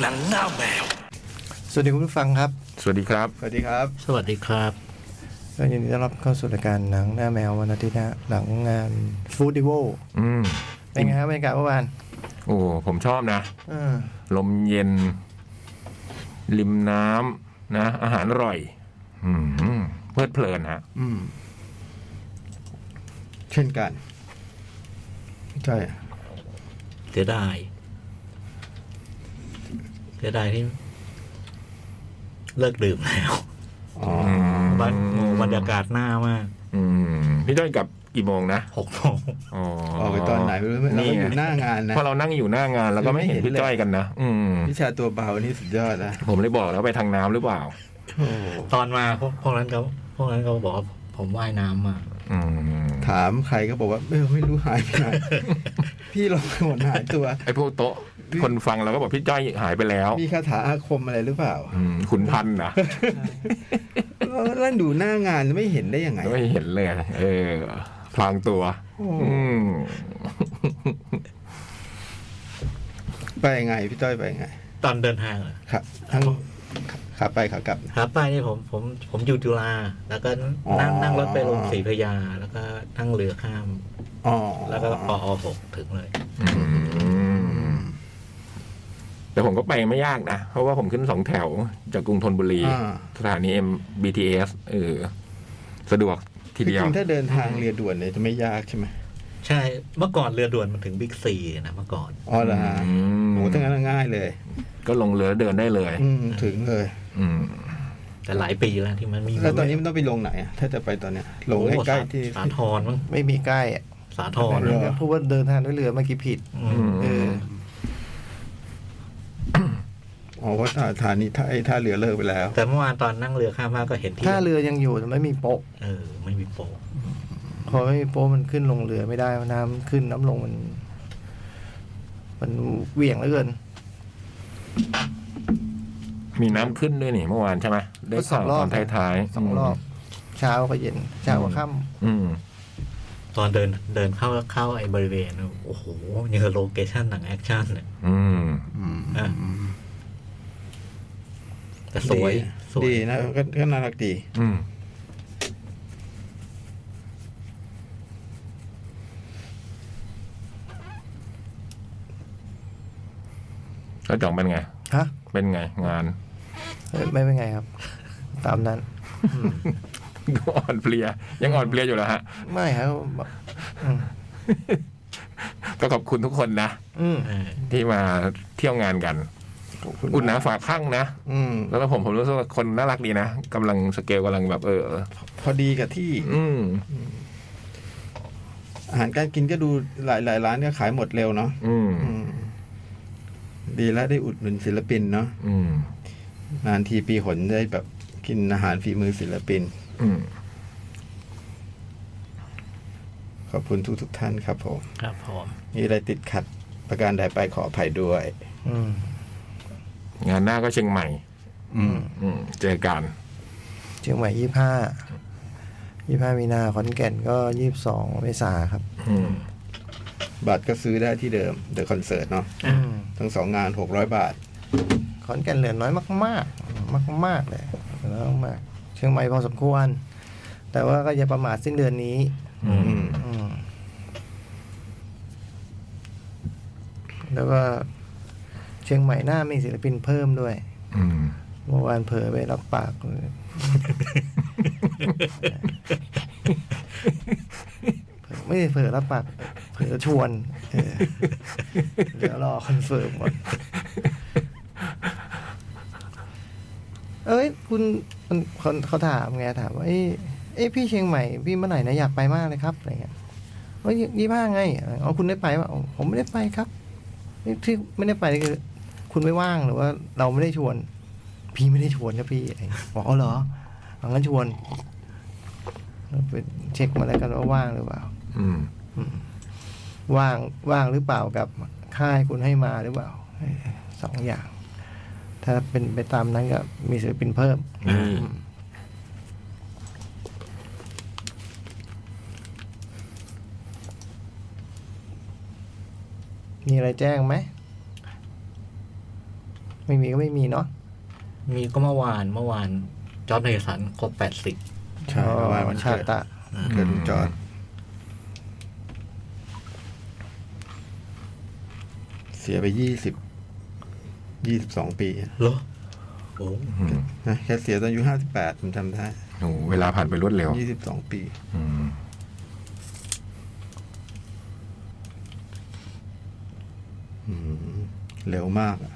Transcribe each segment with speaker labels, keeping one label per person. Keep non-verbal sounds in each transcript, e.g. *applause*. Speaker 1: หนังหน้าแมว
Speaker 2: สวัสดีคุณผู้ฟังครับ
Speaker 3: สวัสดีครับ
Speaker 4: สวัสดีครับ
Speaker 5: สวัสดีครับ
Speaker 2: ก็ยินดีต้อนรับเข้าสู่รายการหนังหน้าแมววันอาทิตย์นะหลังงานฟู้ดดิโว
Speaker 3: อืม
Speaker 2: เป็นไงครับบรรยากาศเมื่อวาน
Speaker 3: โอ้ ผมชอบนะ
Speaker 2: เออ
Speaker 3: ลมเย็น ริมน้ำนะ อาหารอร่อย อืมเพลิดเพลินฮะ
Speaker 4: อืม เช่นกัน ใช่
Speaker 5: เสียดายเสียดายที่ เลิกดื่มแล้ว
Speaker 4: อ๋อ
Speaker 3: อืม
Speaker 5: บรรโอ้บรรยากาศหน้ามาก
Speaker 3: อืมพี่จ้อยกลับกี่โมงนะ
Speaker 5: หกโมง
Speaker 3: อ๋อ
Speaker 4: ออกไปตอนไหนไม่รู้เราก็อยู่หน้างานนะ
Speaker 3: เพอเรานั่งอยู่หน้างาน แล้วก็ไม่เห็นพี่จ้อยกันนะอืม
Speaker 4: วิชาตัวเบานี่สุดยอดนะ
Speaker 3: ผมเลยบอกแล้วไปทางน้ำหรือเปล่า
Speaker 4: โอ้โห
Speaker 5: ตอนมาพวกพวกนั้นเขาพวกนั้นเขาบอกว่าผมว่ายน้ำมา
Speaker 3: อืม
Speaker 4: ถามใครก็บอกว่าเออไม่รู้หายไป
Speaker 3: *laughs*
Speaker 4: ไหน พี่ลองหนหายตัว
Speaker 3: ไอ้พวกโต๊ะ คนฟังเราก็บอกพี่จ้อยหายไปแล้ว
Speaker 4: มีคาถาอาคมอะไรหรือเปล่า
Speaker 3: อืมขุนพันธ์นะ
Speaker 4: เราก็นั่งดูหน้างานไม่เห็นได้ยังไง
Speaker 3: ไม่เห็นเลย เออ พลางตัว
Speaker 4: โอ้โห
Speaker 3: อืม
Speaker 4: ไปยังไงพี่ต้อยไปยังไง
Speaker 5: ตอนเดินทางเหรอ
Speaker 4: ครับ ทั้งขาไปขากลับ
Speaker 5: ครับไปนี่ผมผมผมอยู่จุฬาแล้วก็นั่ง
Speaker 4: อ๋อ
Speaker 5: นั่งรถไปลงศรีพระยา แล้วก็นั่งเรือข้าม
Speaker 4: อ๋อ
Speaker 5: แล้วก็ปอหกถึงเลย
Speaker 3: แต่ผมก็ไปไม่ยากนะ เพราะว่าผมขึ้นสองแถวจากกรุงธนบุรี
Speaker 4: อ่า
Speaker 3: สถานี M BTS เออ สะดวกที
Speaker 4: จ
Speaker 3: เดียว
Speaker 4: ริงๆถ้าเดินทางเรือด่วนเนี่ยจะไม่ยากใช่ไหม
Speaker 5: ใช่เมื่อก่อนเรือด่วนมันถึงบิ๊กซีนะเมื่อก่อน
Speaker 4: อ๋อเหรอฮะ
Speaker 3: อืม
Speaker 4: โหทั้างนั้นง่ายเลย
Speaker 3: ก็ลงเรือเดินได้เลย
Speaker 4: อืมถึงเลย
Speaker 3: อืม
Speaker 5: แต่หลายปีแล้วที่มันมี
Speaker 4: แล้วตอนนี้มันต้องไปลงไหนอะถ้าจะไปตอนเนี้ยลง
Speaker 5: โอ้โห
Speaker 4: ใกล้ๆที่
Speaker 5: สาทรมั้ง
Speaker 2: ไม่มีใกล้อะ
Speaker 5: สาทร
Speaker 4: เออ
Speaker 2: พูดว่าเดินทางด้วยเรือเมื่อกี้ผิด
Speaker 5: อืม
Speaker 2: เออ
Speaker 4: อ๋อว่าท่าฐานีท่าไอ้ท่าเรือเลิกไปแล้ว
Speaker 5: แต่เมื่อวานตอนนั่งเรือข้ามฟากก็เห็นที่
Speaker 2: ถ้าเรือยังอยู่แต่ไม่มีโป๊ะ
Speaker 5: เออไม่มีโป๊ะ
Speaker 2: พอไม่มีโป๊ะมันขึ้นลงเรือไม่ได้น้ำขึ้นน้ำลงมัน มันเหวี่ยงเหลือเกิน
Speaker 3: มีน้ำขึ้นด้วยนี่เมื่อวานใช่ไหมได้ข่าวตอนท้ายๆ
Speaker 2: สองรอบเช้ากับเย็นเช้ากับค่
Speaker 3: อืม
Speaker 5: ตอนเดินเดินเข้าเข้าไอ้บริเวณโอ้โหยังกับโลเคชั่นหนังแอคชั่นเนี่ย
Speaker 3: อืม
Speaker 5: อ่ะแต่สวย
Speaker 4: ดี
Speaker 5: สวย
Speaker 4: ดีนะก็ก็น่ารักดี
Speaker 3: อืม แล้วจ่องเป็นไง
Speaker 2: ำฮะ
Speaker 3: เป็นไงงาน
Speaker 2: เอ้ยไม่เป็นไงครับ ตามนั้น
Speaker 3: ดูอ่อนเพลีย ยังอ่อนเพลียอยู่แล้วฮะ
Speaker 2: ไม่ครับอืม
Speaker 3: ก็ขอบคุณทุกคนนะ
Speaker 2: อืม
Speaker 5: เออ
Speaker 3: ที่มาเที่ยวงานกัน
Speaker 4: ขอบคุณ
Speaker 3: อุ่นหนาฝาข้างนะ
Speaker 4: อืม
Speaker 3: แล้วผมผมรู้สึกว่าคนน่ารักดีนะกำลังสเกลกำลังแบบเออ
Speaker 4: พอดีกับที่
Speaker 3: อืม
Speaker 4: อาหารการกินก็ดูหลายหลายร้านก็ขายหมดเร็วเนาะ
Speaker 3: อืม
Speaker 4: อืม ดีแล้วได้อุดหนุนศิลปินเนาะ
Speaker 3: อืม
Speaker 4: นานทีปีหนได้แบบกินอาหารฝีมือศิลปิน
Speaker 3: อืม
Speaker 4: ขอบคุณทุกทุกๆท่านครับผม
Speaker 5: ครับผม
Speaker 4: มีอะไรติดขัดประการใดไปขออภัยด้วย
Speaker 2: อืม
Speaker 3: งานหน้าก็เชียงใหม่
Speaker 4: อืม
Speaker 3: อืม เจอกัน
Speaker 2: เชียงใหม่ยี่ห้ายี่ห้ามีนาขอนแก่นก็ยี่สองเมษาครับ
Speaker 3: อืม
Speaker 4: บัตรก็ซื้อได้ที่เดิมเดอะคอนเสิร์ตเนาะทั้งสองงานหกร้อยบาท
Speaker 2: ขอนแก่นเหลือน้อยมาก ๆ มากๆเลยเหลือน้อยมากเชียงใหม่พอสมควร แต่ว่าก็อย่าประมาทสิ้นเดือนนี้
Speaker 3: อืม
Speaker 4: อืม
Speaker 2: อืม แล้วก็เชียงใหม่หน้ามีศิลปินเพิ่มด้วย
Speaker 3: อืม
Speaker 2: เมื่อวานเผลอไปรับปาก *laughs* เผลอไม่ได้เผลอรับปากเผลอชวนเออเดี๋ยวรอคอนเฟิร์มก่อนเอ้ย คุณมันเขาเขาถามไงถามว่าเอ้ยเอ้ยพี่เชียงใหม่พี่เมื่อไหร่นะอยากไปมากเลยครับอะไรเงี้ยว่ายี่ห้าไงอ๋อคุณได้ไปป่ะอ๋อผมไม่ได้ไปครับนี่ที่ไม่ได้ไปนี่คือ คุณไม่ว่างหรือว่า เราไม่ได้ชวน พี่ไม่ได้ชวนครับพี่อะไรอย่างเงี้ยบอกเอาเหรอเอางั้นชวนเราไปเช็คมาแล้วกันว่าว่างหรือเปล่า
Speaker 3: อืม
Speaker 2: ว่างว่างหรือเปล่ากับค่ายคุณให้มาหรือเปล่าเออสองอย่าง ถ้าเป็นไปตามนั้นก็มีศิลปินเพิ่ม
Speaker 3: อืม
Speaker 2: มีอะไรแจ้งไหม ไม่มีก็ไม่มีเนาะ
Speaker 5: มีก็เมื่อวานเมื่อวานจอร์ดเนสันครบแปดสิบ
Speaker 4: ใช่เพราะว่าวัน
Speaker 2: ชา
Speaker 4: เกิด
Speaker 2: ตะ
Speaker 4: เกิดลุงจอร์ดเสียไปยี่สิบยี่สิบสองปี
Speaker 5: เหรอโอ้โห
Speaker 3: อืม
Speaker 4: นะแค่เสียตอนอายุห้าสิบแปดผมจำได้
Speaker 3: โอ้โหเวลาผ่านไปรวดเร็ว
Speaker 4: ยี่สิบสองปี
Speaker 3: อืม
Speaker 4: อืมเร็วมากอะ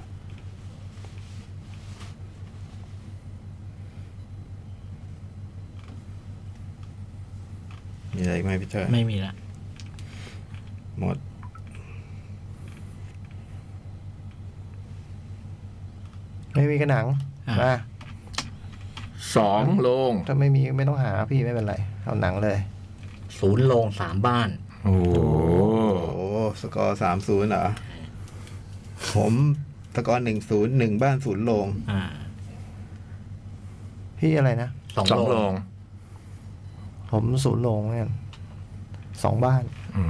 Speaker 4: มีอะไรอีกไหมพี่เตอร์
Speaker 5: ไม่มีละ
Speaker 4: หมด
Speaker 2: ไม่มีกระหนัง
Speaker 5: อ่ะ
Speaker 2: มา
Speaker 3: สองโลง
Speaker 2: ถ้าไม่มีไม่ต้องหาพี่ไม่เป็นไร เอาหนังเลย
Speaker 5: ศูนย์โรงสามบ้าน
Speaker 3: โอ้โห
Speaker 4: โอ้สกอร์สามศูนย์เหรอ ผมสกอร์หนึ่งศูนย์หนึ่งบ้านศูนย์ลง
Speaker 5: อ่า
Speaker 2: พี่อะไรนะ
Speaker 5: สอง
Speaker 3: สองโล
Speaker 5: โรง
Speaker 3: ง
Speaker 2: ผมศูนย์โรงเนี่ยสองบ้าน
Speaker 3: อืม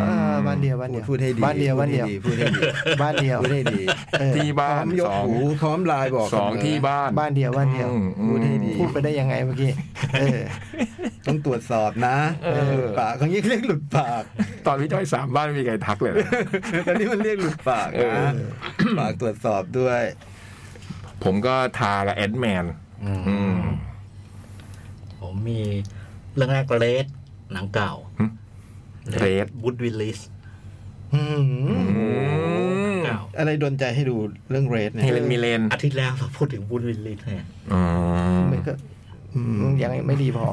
Speaker 2: เออบ้านเดียวบ้านเดียว
Speaker 4: พูดให้ดี
Speaker 2: บ้านเดียวบ้านเดียว
Speaker 4: พูดให้ดี
Speaker 2: บ้านเดียว
Speaker 4: พูดให้ดี
Speaker 2: เออ
Speaker 3: ที่
Speaker 4: พร้
Speaker 3: บ้า
Speaker 4: อนมยก
Speaker 3: สอง
Speaker 4: หูพร้อมลายบอก
Speaker 3: สอง
Speaker 4: เม
Speaker 3: ที่บ้าน
Speaker 2: บ้านเดียวบ้านเดียว
Speaker 3: อืมอืม
Speaker 4: พูดให้ดี
Speaker 2: พูดไปได้ยังไงเมื่อกี้เออ
Speaker 4: ต้องตรวจสอบนะ
Speaker 3: เออ
Speaker 4: ปากเขาเรียกเรียกหลุดปาก
Speaker 3: ตอนพี่จ้อยสามบ้านไม่มีใครทักเลยนะ
Speaker 4: *laughs* ตอนนี้มันเรียกหลุดปาก
Speaker 3: เออ
Speaker 4: นะปากตรวจสอบด้วย
Speaker 3: ผมก็ทากับแอดแมน
Speaker 5: อืม
Speaker 3: อืม
Speaker 5: ผมมีเรื่องแรกเลสหนังเก่า
Speaker 3: Red
Speaker 5: วูดวิลลิส
Speaker 2: อืม
Speaker 3: อืม
Speaker 5: เก่า
Speaker 4: อะไรดนใจให้ดูเรื่องเรสเนี่ย
Speaker 3: เฮเลนมิเลน
Speaker 5: อาทิตย์แล้วเราพูดถึงวูดวิลลิสเนี่ย
Speaker 3: อ๋อ
Speaker 2: ไม่ก็
Speaker 4: อืม
Speaker 2: ยังไม่ดีพอ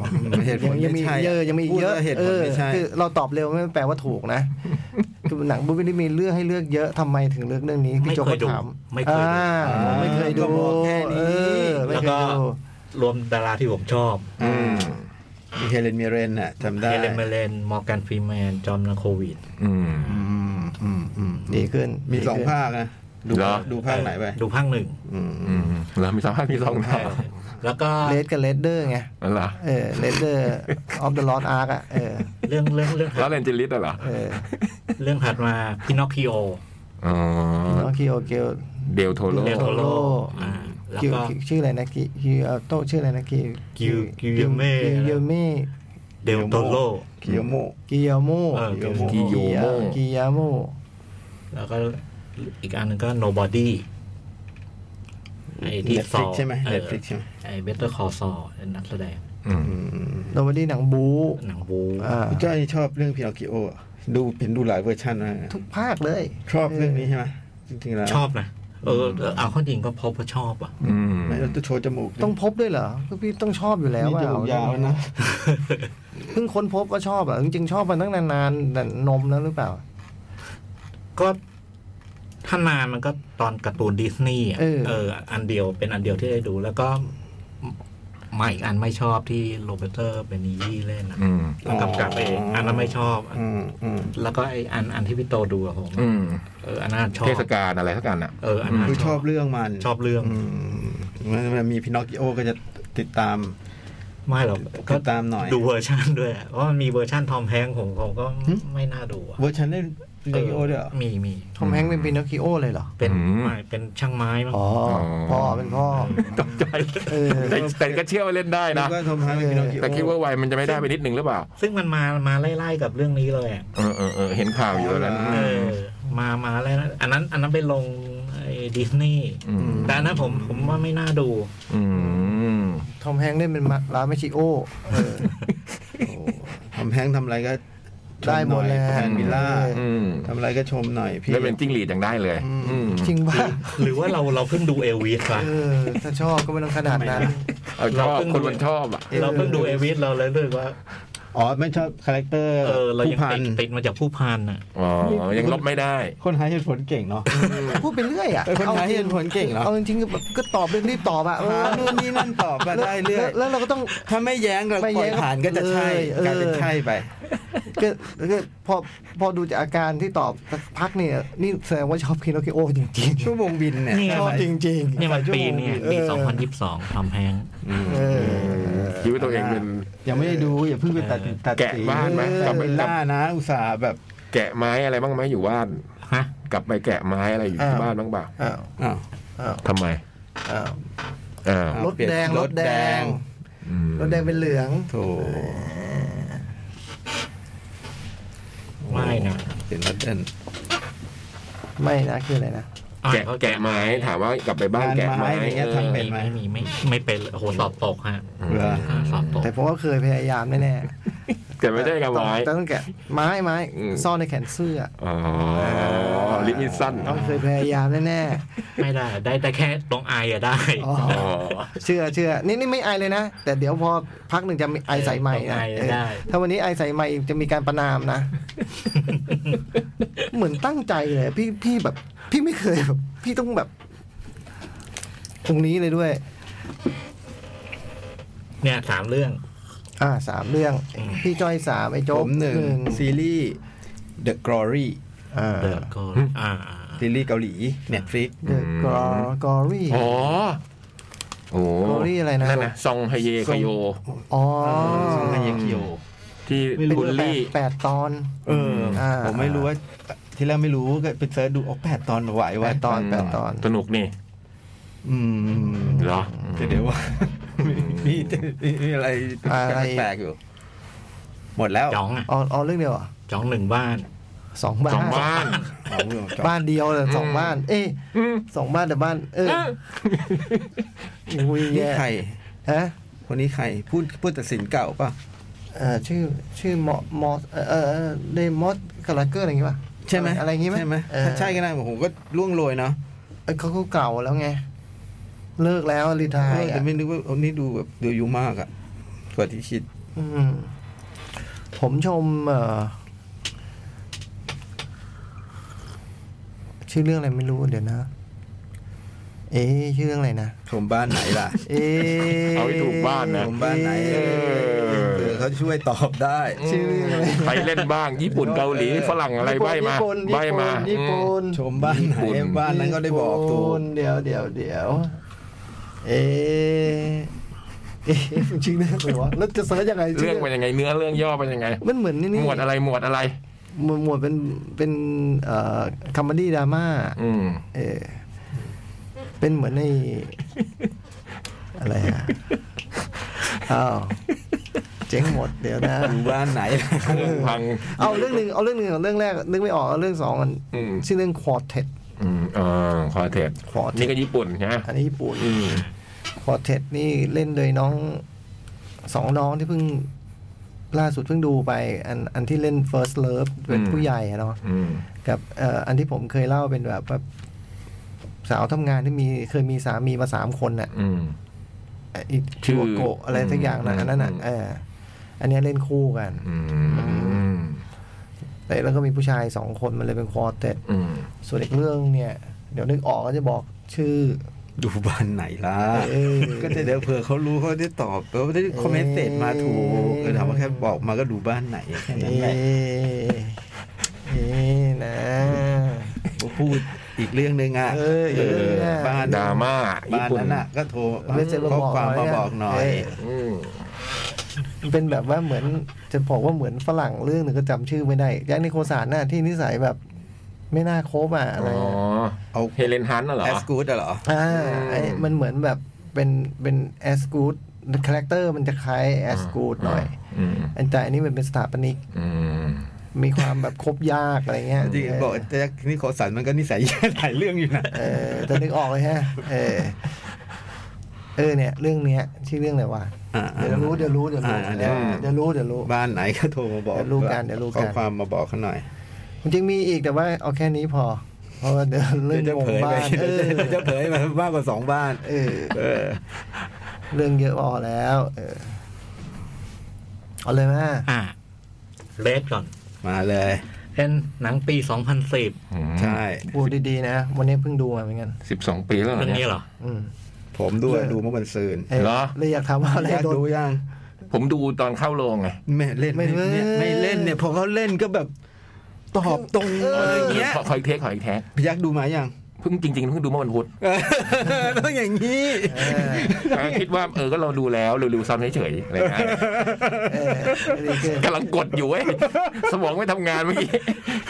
Speaker 4: เหตุผล
Speaker 2: ยังมี
Speaker 4: ไม่ใช่
Speaker 2: เยอะยังมีอี
Speaker 4: พู
Speaker 2: ก
Speaker 4: ด
Speaker 2: เยอะ
Speaker 4: ว่าเหตุผล
Speaker 2: เออ
Speaker 4: ไม่ใช่
Speaker 2: คือเราตอบเร็วไม่แปลว่าถูกนะ คือหนังบุ๊คไม่ได้มีเรื่องให้เลือกเยอะทำไมถึงเลือกเรื่องนี้พี่โจ
Speaker 5: ไม่เค
Speaker 2: ก็
Speaker 5: ยดู
Speaker 2: ถาม
Speaker 5: ไม่เคยดู
Speaker 2: อ่าไม่เคยดู
Speaker 4: ก็บอกแค่นี้
Speaker 2: เออไม่
Speaker 5: แล้ว
Speaker 2: เคย
Speaker 5: ก็
Speaker 2: ดู
Speaker 5: รวมดาราที่ผมชอบ
Speaker 4: อืมมีเฮเลนมิเรนน่ะจำได้
Speaker 5: เฮเลนเมเลนมอร์แกนฟรีแมน จอห์นโควิด
Speaker 3: อืม
Speaker 4: อืมอืมอืม
Speaker 2: ดีขึ้น
Speaker 4: มี
Speaker 2: ดี
Speaker 4: สอง
Speaker 2: ขึ้น
Speaker 4: ภาคนะดู
Speaker 3: เหรอ
Speaker 4: ดูภาคไหนไป
Speaker 5: ดูภาคหนึ่ง
Speaker 4: อืม
Speaker 3: อืมแล้วมีสองภาคมีสองภาค
Speaker 5: แล้วก็
Speaker 2: เลดกับเลดเดอร์ไง
Speaker 3: นั่นเหรอ
Speaker 2: เออเลดเดอร์ออฟเดอะลอ t อาร์กอ่ะ เออ
Speaker 5: เรื่องเรื่องเรื่อง
Speaker 3: แล้วเลนจิลิสอะเหรอ
Speaker 2: เออ
Speaker 5: เรื่องถัดมาพินอคคิโอ
Speaker 3: อ๋อ
Speaker 2: น้องคิโอเกล
Speaker 3: เดลโทโล
Speaker 5: เรโทโล
Speaker 2: โล
Speaker 5: อ่าแล้ว
Speaker 2: คิว
Speaker 5: ก็
Speaker 2: ชื่ออะไรนะกิคิวโตชื่ออะไรนะกิ
Speaker 5: กิวกิวเยเม่
Speaker 2: กิวเยเม่
Speaker 5: เดลโทโล
Speaker 4: คิโยโมะ
Speaker 2: กิยาโม
Speaker 5: เออ
Speaker 3: กิโยโม่
Speaker 2: กิยาโม
Speaker 5: แล้วก็อีกอันหนึ่งก็ nobody ไอ้ที่สอ
Speaker 4: Netflix
Speaker 5: บ
Speaker 4: ใช่ไหม
Speaker 5: เออ
Speaker 4: Netflix ใช่ไหม
Speaker 5: ไอ้ better call saul เป็นนักแสดง
Speaker 3: อืม
Speaker 4: อืม
Speaker 2: โนบดี้หนังบู
Speaker 5: หนังบู
Speaker 2: อ่า
Speaker 4: พี่จ้อยชอบเรื่องพินอคคิโออะดูเห็นดูหลายเวอร์ชันมากนะ
Speaker 2: ทุกภาคเลย
Speaker 4: ชอบเรื่องนี้ใช่ไหมจริงๆแล้ว
Speaker 5: ชอบนะ เออเออเอาเข้อจริงก็เพบว่าชอบอ่ะ
Speaker 3: อืม
Speaker 4: ไม่ต้องโชว์จมูก
Speaker 2: ต้องพบด้วยเหรอคือพี่ต้องชอบอยู่แล้ว
Speaker 4: มี
Speaker 2: ว่า
Speaker 4: จมูกยาวนะ
Speaker 2: เพิ่งค้นพบว่าชอบอ่ะจริงๆชอบมาตั้งนานๆแต่นมแล้วหรือเปล่า
Speaker 5: ก็ถ้านานมันก็ตอนการ์ตูนดิสนีย์อะ
Speaker 2: เออ
Speaker 5: เออ อันเดียวเป็นอันเดียวที่ได้ดู แล้วก็มาอีกอันไม่ชอบที่โรเบร์โตเบนิยี่เล่นนะ
Speaker 3: อืม
Speaker 5: แล้วกำกับเองอันนั้นไม่ชอบ
Speaker 4: อืมอืม
Speaker 5: แล้วก็ไออันอันที่พี่โตดูอะผม
Speaker 3: อืม
Speaker 5: เอออันนั้นชอบ
Speaker 3: เทศกาลอะไรสักการน่ะ
Speaker 5: เอออันนั้น
Speaker 4: คือชอบเรื่องมัน
Speaker 5: ชอบเรื่อง
Speaker 4: อืมมันมีพินอคคิโอก็จะติดตาม
Speaker 5: ไม่หรอกก็
Speaker 4: ติดตามหน่อย
Speaker 5: ดูเวอร์ชันด้วยเพราะมันมีเวอร์ชันทอมแฮงค์ผมผมก็ไม่น่าดูอะ
Speaker 4: เวอร์ชันเล่นพินอคคิโอด้วยเหรอ
Speaker 5: มีมี
Speaker 2: ทอมแฮงค์เป็นปินอคคิโอเลยเหรอ
Speaker 5: เป็น
Speaker 3: อืม
Speaker 5: ไม่เป็นช่างไม้มั้ง
Speaker 2: อ๋อพ่อเป็นพ่อ
Speaker 3: ต้องใจ
Speaker 2: เออ
Speaker 3: แต่แต่ก็เชื่อว่าเล่นได้นะ
Speaker 4: นึกว่าทอมฮาร์ดี้เป็นพินอคคิโอ
Speaker 3: แต่คิดว่าวัยมันจะไม่ได้ไปนิดหนึ่งหรือเปล่า
Speaker 5: ซึ่งมันมามาไล่ๆกับเรื่องนี้เลยอะ
Speaker 3: เออเออเออเห็นข่าวอยู่แล้วนะ
Speaker 5: เออมามาแล้วนะอันนั้น อันนั้นไปลงดิสนีย์
Speaker 3: อืม
Speaker 5: แต่อันนั้นผมผมว่าไม่น่าดู
Speaker 3: อืม
Speaker 2: ทอมแฮงค์เล่นเป็นมาลาเมชิโอเออ
Speaker 4: โอ้ทอมแฮงค์ทำอะไรก็ช
Speaker 2: ได้หม
Speaker 4: น่อ
Speaker 2: ด
Speaker 4: ย
Speaker 2: เลย
Speaker 4: แฟนวิลล่า
Speaker 2: เออ
Speaker 3: อืม
Speaker 4: ทำอะไรก็ชมหน่อยพี่
Speaker 3: แล้วเป็นจิ้งหรีดยังได้เลย
Speaker 4: อืม
Speaker 3: อืม
Speaker 2: จริงป่ะ
Speaker 5: หรือว่าเราเราเพิ่งดูเอลวิสไป
Speaker 2: เออ ถ้าชอบก็ไม่ต้องขนาดนั้น
Speaker 3: เอาชอบคนมันชอบอ่ะ
Speaker 5: เราเพิ่งดูเอลวิสเราเลยรู้สึกว่า
Speaker 4: อ๋อไม่ชอบคาแรคเตอร์
Speaker 5: เออ เรา
Speaker 4: ผู้
Speaker 5: ยัง
Speaker 4: พั
Speaker 5: ติ
Speaker 4: น
Speaker 5: ดติดมาจากผู้พันอ่ะ
Speaker 3: อ๋อ ยังลบไม่ได้
Speaker 4: คนหาเหตุผลเก่งเนาะ
Speaker 2: พูดไปเรื่อยอ่ะ
Speaker 4: เป็นคนหาเหตุผลเก่งเหรอ
Speaker 2: เอาจริงๆก็แบบก็ตอบเรื่องรีบตอบอ่ะเออ
Speaker 4: หานู่นนี่นั่นตอบมาได้เรื่อย
Speaker 2: แล้วแล้วเราก็ต้อง
Speaker 4: ถ้าไม่แย้งเรา
Speaker 2: ไม่
Speaker 4: ปล่
Speaker 2: แย้
Speaker 4: อย
Speaker 2: ง
Speaker 4: ผ่านก็จะใช่
Speaker 2: เออ
Speaker 4: กลายเป็นใช่ไป
Speaker 2: ก็ก็พอพอดูจากอาการที่ตอบสักพักเนี่ยนี่แสดงว่าชอบคินโอเคโอจริง
Speaker 4: ชั่วโมงบินเนี่ย
Speaker 5: นี่
Speaker 2: ๆชอบจริงๆ
Speaker 5: เนี่ยมันปีเนี่ยปี
Speaker 2: เออ
Speaker 5: สองพันยี่สิบสองทำแพง
Speaker 2: เออ
Speaker 3: คิดว่าตัวเองเป็น
Speaker 4: ยังไม่ได้ดูอย่าเพิ่งไปตัดตัด
Speaker 3: แกะ
Speaker 4: สิน
Speaker 3: บ้านไหมกลับไป
Speaker 4: วิล
Speaker 3: กลับ
Speaker 4: ล่านะ อุตส่าห์แบบ
Speaker 3: แกะไม้อะไรบ้างไหมอยู่บ้าน
Speaker 5: ฮะ
Speaker 3: กลับไปแกะไม้อะไรอยู่ที่
Speaker 2: อ่า
Speaker 3: บ้านบ้างเปล่า
Speaker 2: อ้าว
Speaker 4: อ้าว
Speaker 2: อ้าว
Speaker 3: ทำไม
Speaker 2: อ้าว
Speaker 3: อ้า
Speaker 4: อ้า
Speaker 3: ว
Speaker 4: ว
Speaker 2: รถแดงรถแดง
Speaker 3: อืม
Speaker 2: รถแดงเป็นเหลือง
Speaker 4: โถ
Speaker 5: ไม่นะ
Speaker 4: เป็นรัดเดิน
Speaker 2: ไม่นะคืออะไรนะ
Speaker 3: แกะแกะไม้ถามว่ากลับไปบ้านแกะไม้
Speaker 4: อะไรเงี้ยทำเป็นไหม
Speaker 5: ไม่มีไม่ไม่เป็นเลยโอ้โหสอบตกฮะ
Speaker 3: อืม
Speaker 4: เวลา
Speaker 5: อ่าสอบตก
Speaker 2: แต่ผมก็เคยพยายามแน่
Speaker 3: แกะไม่ได้กับ
Speaker 2: ๆต้อง
Speaker 3: ไม้
Speaker 2: ต้องแกะไม้ไม้
Speaker 3: อืม
Speaker 2: ซ่อนในแขนเสื้อ
Speaker 3: อ๋อลิมิสั้น
Speaker 2: ต้องเคยพยายามแน่
Speaker 5: ไม่ได้ ได้แต่แค่ตรงไออะได้
Speaker 2: ๆอ๋อ
Speaker 3: อ๋อ
Speaker 2: เชื่อเชื่อนี่นี่ไม่ไอายเลยนะ แต่เดี๋ยวพอพักหนึ่งจะมีไอใส่ใหม่
Speaker 5: ตรง
Speaker 2: นะ
Speaker 5: ไอ
Speaker 2: เอ
Speaker 5: อะ
Speaker 2: อ
Speaker 5: ได้
Speaker 2: ถ้าวันนี้ไอใส่ใหม่จะมีการประนามนะ เหมือนตั้งใจเลยพี่พี่แบบ พี่ไม่เคยแบบ พี่ต้องแบบ ตรงนี้เลยด้วย
Speaker 5: เนี่ยสามเรื่อง
Speaker 2: อ่าสามเรื่อง พี่จ้อยสามไอ้
Speaker 4: ผ
Speaker 2: โจ๊ก
Speaker 4: มหนึ่งซีรีส์ The Glory
Speaker 2: อ่า
Speaker 5: เดอะโกนอ่าอ่า
Speaker 4: ซีรีส์เกาหลี Netflix
Speaker 2: เดอะกรอกอรี่
Speaker 3: อ๋อโอ้โห
Speaker 2: โกรี่อะไรนะ
Speaker 3: นั่นนะซองฮเยคาโย
Speaker 2: อ๋อ
Speaker 4: ซองฮเยคิโย
Speaker 3: ที่
Speaker 5: ไม่รู้
Speaker 3: บูลลี่
Speaker 2: แปดตอน
Speaker 4: เอออ
Speaker 2: ม
Speaker 4: ผมไม่รู้ว่า ที่แรกไม่รู้ก็ไปเสิร์ชดูโอ้แปดตอนไหว
Speaker 2: แป
Speaker 4: วะ
Speaker 2: ดตอนแปดตอน
Speaker 3: สนุกนี่
Speaker 4: อืม
Speaker 3: เหรอ
Speaker 4: เดี๋ยว
Speaker 2: *laughs*
Speaker 4: ว่า มีมีอะไร
Speaker 2: อะไร
Speaker 4: แปลกๆอยู่ หมดแล้ว
Speaker 5: จ้องอะ
Speaker 2: อ๋ออ๋อเรื่องเดียวเหรอ่ะ
Speaker 5: จ้องหนึ่งบ้าน
Speaker 2: สองบ้า
Speaker 3: ส
Speaker 2: น
Speaker 3: องบ้าน
Speaker 4: เอาเรื่องของจอ
Speaker 2: บ้านเดียวแต่สองบ้าน เอ้ย
Speaker 3: อืม
Speaker 2: สองบ้านแต่บ้าน เอออุ้ย
Speaker 4: นี่
Speaker 2: แย่
Speaker 4: ใคร
Speaker 2: ฮะ
Speaker 4: คนนี้ใครพูดพูดตัดสินเก่าป่ะ
Speaker 2: เอ่อชื่อชื่อมอมอเอ่อเอ่อเดมอสกาลาเกอร์อะไรอย่างงี้ป่ะ
Speaker 4: ใช่ไหม
Speaker 2: อะไรอย่างงี้ไหม
Speaker 4: ใช่ไหม
Speaker 2: เออ
Speaker 4: ถ้าใช่ก็ได้ผมก็ล่วงโรยเนาะ
Speaker 2: เอ้ยเขาก็เก่าแล้วไง เลิกแล้วรีไทา
Speaker 4: เอย อแต่
Speaker 2: อ่ะ
Speaker 4: ไม่นึกว่าเอานี่ดูแบบดูอายุมากอะกว่าที่คิด
Speaker 2: อืมผมชมเอ่อชื่อเรื่องอะไรไม่รู้เดี๋ยวนะ เอ๊ะชื่อเรื่องอะไรนะ
Speaker 4: ผมบ้านไหนล่ะ
Speaker 2: เอ๊ะ
Speaker 3: เอาให้ถูกบ้านนะ
Speaker 4: ผมบ้านไหน
Speaker 2: เอ
Speaker 3: อ
Speaker 4: เออเขาช่วยตอบได้
Speaker 2: ชื่อเรื่องอะไร
Speaker 3: ใครเล่นบ้าง ญี่ปุ่นเกาหลีฝรั่งอะไรใบมา
Speaker 2: ญี่ปุ่น
Speaker 3: ใบ
Speaker 2: ญี่
Speaker 3: มา
Speaker 2: ปุ่นญี่
Speaker 3: อื
Speaker 2: ปุ่
Speaker 3: ม
Speaker 2: น
Speaker 4: ชมบ้านไหน
Speaker 3: ญี่ปุ่น
Speaker 4: บ้านนั้นก็ได้บอกถูก
Speaker 2: ญี่ปุ่นเดี๋ยวเดี๋ยวเดี๋ยวเอะเอ๊ะชื่อเรื่องอะไรวะแล้วจะเสิร์ชยังไง
Speaker 3: เรื่
Speaker 2: ชื่
Speaker 3: องเป็นยังไงเนื้อเรื่องย่อเป็นยังไง
Speaker 2: มันเหมือนนี่นี่
Speaker 3: หมวดอะไรหมวดอะไร
Speaker 2: หมวดหมวดเป็นเป็นเอ่อคอมเมดี้ดราม่า
Speaker 3: อืม
Speaker 2: เออเป็นเหมือนในอะไรอ่ะอ้าวเจ๊งหมดเดี๋ยวนะ
Speaker 4: ดูบ้านไหนล่ะ
Speaker 3: เรื่องพัง
Speaker 2: เอาเรื่องหนึ่งเอาเรื่องหนึ่งเอาเรื่องแรกนึกไม่ออกเอาเรื่องสองกัน
Speaker 3: อืม
Speaker 2: ชื่อเรื่องควอเทต
Speaker 3: อืมเออคอเทส
Speaker 2: Quartet
Speaker 3: นี่ก็ญี่ปุ่นนะ
Speaker 2: อันนี้ญี่ปุ่น
Speaker 3: อืม
Speaker 2: พอเท็ดนี่เล่นโดยน้องสองน้องที่เพิ่งล่าสุดเพิ่งดูไป อันอันที่เล่น First Love เป็นผู้ใหญ่อะเนาะ
Speaker 3: อืม
Speaker 2: กับเอ่ออันที่ผมเคยเล่าเป็นแบบแบบสาวทำงานที่มีเคยมีสามีมาสามคนน่ะ
Speaker 3: อืม
Speaker 2: ไอ้ไอ้
Speaker 3: ชื่อ
Speaker 2: ชิวโกะอะไรสักอย่างนะ
Speaker 3: อืม
Speaker 2: อันนั้นน่ะ
Speaker 3: อืม
Speaker 2: เอออันเนี้ยเล่นคู่กัน
Speaker 3: อืม
Speaker 2: แต่แล้วก็มีผู้ชายสองคนมันเลยเป็นควอเต็ด
Speaker 3: อืม
Speaker 2: ส่วนอีกเรื่องเนี่ย เดี๋ยวนึกออกก็จะบอกชื่อ
Speaker 4: ดูบ้านไหนล่ะ
Speaker 2: เออ
Speaker 4: ก็จะเดี๋ยวเผื่อเขารู้เขาได้ตอบเขาได้คอมเมนต์เสร็จมาถูกเออถามว่าแค่บอกมาก็ดูบ้านไหนแค่
Speaker 2: เอ
Speaker 4: นั้นแหละ
Speaker 2: เอ๊ะนะ
Speaker 4: พูดอีกเรื่องหนึ่งอ่ะ
Speaker 2: เอออีกเรื่องหนึ่งอะ
Speaker 4: บ้าน
Speaker 3: ดราม่าญี่
Speaker 4: บ้าน
Speaker 3: ปุ่น
Speaker 4: นั้นอ่ะ ก็โทร
Speaker 2: ไม่เซ็นมา
Speaker 4: ข้อ
Speaker 2: บอก
Speaker 4: ความมาบอกหน่อย
Speaker 2: เ
Speaker 3: อืม
Speaker 2: เป็นแบบว่าเหมือนจะบอกว่าเหมือนฝรั่งเรื่องหนึ่งก็จำชื่อไม่ได้ยักษ์นิโคสานน่ะที่นิสัยแบบ ไม่น่าคบอ่ะอะไร
Speaker 3: อ๋อ
Speaker 2: อ่ะ
Speaker 4: เอา
Speaker 3: เฮเลนฮันน่ะเหรอ
Speaker 4: แอสกูดอะเหรอ
Speaker 2: อ่าไอ้มันเหมือนแบบเป็นเป็นแอสกูดคาแรคเตอร์มันจะคล้ายแอสกูดหน่อย
Speaker 3: อืม
Speaker 2: อันแต่อันนี้มันเป็นสถาปนิก
Speaker 3: อืม
Speaker 2: มีความแบบคบยากอะไรเงี้ย
Speaker 4: จริงๆบอกแจ็คนี่โคสันมันก็นิสัยแย่หลายเรื่องอยู่นะ
Speaker 2: เออแต่นึกออกเลยฮะเออเออเนี่ย เรื่องเนี้ยชื่อเรื่องอะไรวะ
Speaker 4: อ่า
Speaker 2: เดี๋ยวรู้เดี๋ยวรู้เดี๋ยวรู้
Speaker 4: อ่า
Speaker 2: เดี๋ยวเดี๋ยวรู้เดี๋ยวรู้
Speaker 4: บ้านไหนก็โทรมาบอก
Speaker 2: เดี๋ยวรู้กันเดี๋ยวรู้กัน
Speaker 4: ข้อความมาบอกเขาหน่อย
Speaker 2: จริงๆมีอีกแต่ว่าเอาแค่นี้พอ เพราะว่าเดี๋ยวเรื่
Speaker 4: เดี๋
Speaker 2: อย ง
Speaker 4: วจะ
Speaker 2: งง
Speaker 4: เผย
Speaker 2: บ้า
Speaker 4: ไป
Speaker 2: นเออ
Speaker 4: เดี๋ยวจะเผยมามากกว่าสองบ้าน
Speaker 2: เออ
Speaker 4: เออ
Speaker 2: เรื่องเยอะพอแล้ว เออเอาเลยมา
Speaker 5: อ่าเลสก่อน
Speaker 4: มาเลย
Speaker 5: เป็นหนังปีสองพันสิบ
Speaker 4: ใช่
Speaker 2: พูดดีๆนะ วันนี้เพิ่งดูมาเหมือนกัน
Speaker 3: สิบสองปีแล้วเหร
Speaker 5: เรื่
Speaker 3: อ
Speaker 5: องนี้
Speaker 3: เนี่ย
Speaker 5: เหรอ
Speaker 2: อืม
Speaker 4: ผมด้วย
Speaker 2: เออ
Speaker 4: ดูเมื่อวันซืน
Speaker 2: เออ
Speaker 3: เหรอ
Speaker 2: เลยอยากถามว่าอะไร
Speaker 4: อยาก
Speaker 2: โดน
Speaker 4: ดูยัง
Speaker 3: ผมดูตอนเข้าโรงไง
Speaker 4: ไม่เล่น
Speaker 2: ไม่เล่น
Speaker 4: ยไม่เล่นเนี่ยพอเขาเล่นก็แบบ ตอบตรงอะไรเงี้ย
Speaker 3: ขอขออีกเทคขออีกเทค
Speaker 4: พยักดูมายัง
Speaker 3: เพิ่งจริงๆเพิ่งดูเมื่อวันพุธ
Speaker 4: เออต้องอย่างนี้
Speaker 2: เออ
Speaker 3: อ่าคิดว่าเออก็เราดูแล้วเร็วๆซ้ำเฉยๆอะไรอย่างเงี้ย
Speaker 2: เออดีขึ้น
Speaker 3: กำลังกดอยู่เว้ยสมองไม่ทำงานเมื่อกี้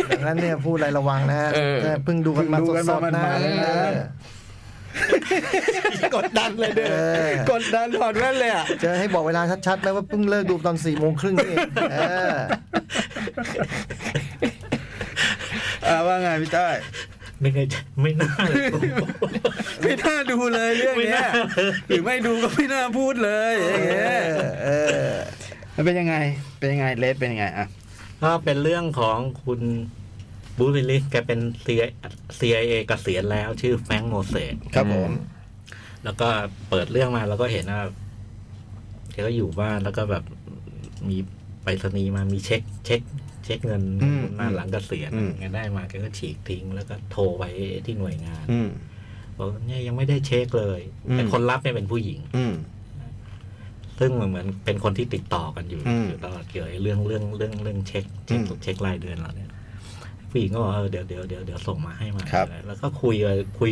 Speaker 2: ดังนั้นเนี่ยพูดอะไรระวังนะ
Speaker 3: เออ
Speaker 2: เออเพิ่งดูกันมา
Speaker 4: เพิ่งดูกัน
Speaker 2: ส
Speaker 4: มา
Speaker 2: ดๆนะ
Speaker 4: มันๆเลยนะ
Speaker 2: เออ
Speaker 4: กดดันเลยเด้
Speaker 2: เออ
Speaker 4: กดดันถอดแว่นเลยอ่ะ
Speaker 2: จะให้บอกเวลาชัดๆไหมว่าเพิ่งเลิกดูตอนสี่โมงครึ่งนี่เองเออ
Speaker 4: อ่าว่าไงพี่ต้อย
Speaker 5: ไม่ได้ไม่ *laughs* น่าเลย
Speaker 4: ไม่น่าดูเลยเรื่อง
Speaker 5: ไม่
Speaker 4: เนี้
Speaker 5: น่า
Speaker 4: ยหรือไม่ดูก็ไม่น่าพูดเลยอย่างเงี้ยเออมันเป็นยังไง เป็นยังไงเลสเป็นยังไงอ่ะ
Speaker 5: ก็เป็นเรื่องของคุณบูธวิลลิสแกเป็น CIA CIA เกษียณแล้วชื่อแฟรงค์โมเสส
Speaker 4: ครับผม
Speaker 5: แล้วก็เปิดเรื่องมาแล้วก็เห็นว่าแกก็อยู่บ้านแล้วก็แบบมีไปรษณีย์มามีเช็ค เช็ค เช็คเงิน
Speaker 4: อืม
Speaker 5: หน้าหลังเกษียณ
Speaker 4: อืม
Speaker 5: แกได้มาแกก็ฉีกทิ้ง แล้วก็โทรไปที่หน่วยงาน
Speaker 4: อืม
Speaker 5: บอกเนี่ยยังไม่ได้เช็คเลย
Speaker 4: อืม
Speaker 5: แต่คนรับเนี่ยเป็นผู้หญิง
Speaker 4: อืม
Speaker 5: ซึ่งมันเหมือนเป็นคนที่ติดต่อกันอยู่
Speaker 4: อืม
Speaker 5: อยู่ตลอดเกี่ยวกับเรื่องเรื่องเรื่องเรื่องเช็คเช็ค
Speaker 4: อืม
Speaker 5: เช็ครายเดือนเราเนี่ยผู้หญิงก็บอกเออเดี๋ยวเดี๋ยวเดี๋ยวเดี๋ยวส่งมาให้มา
Speaker 4: ครับ
Speaker 5: แล้วก็คุยกันคุย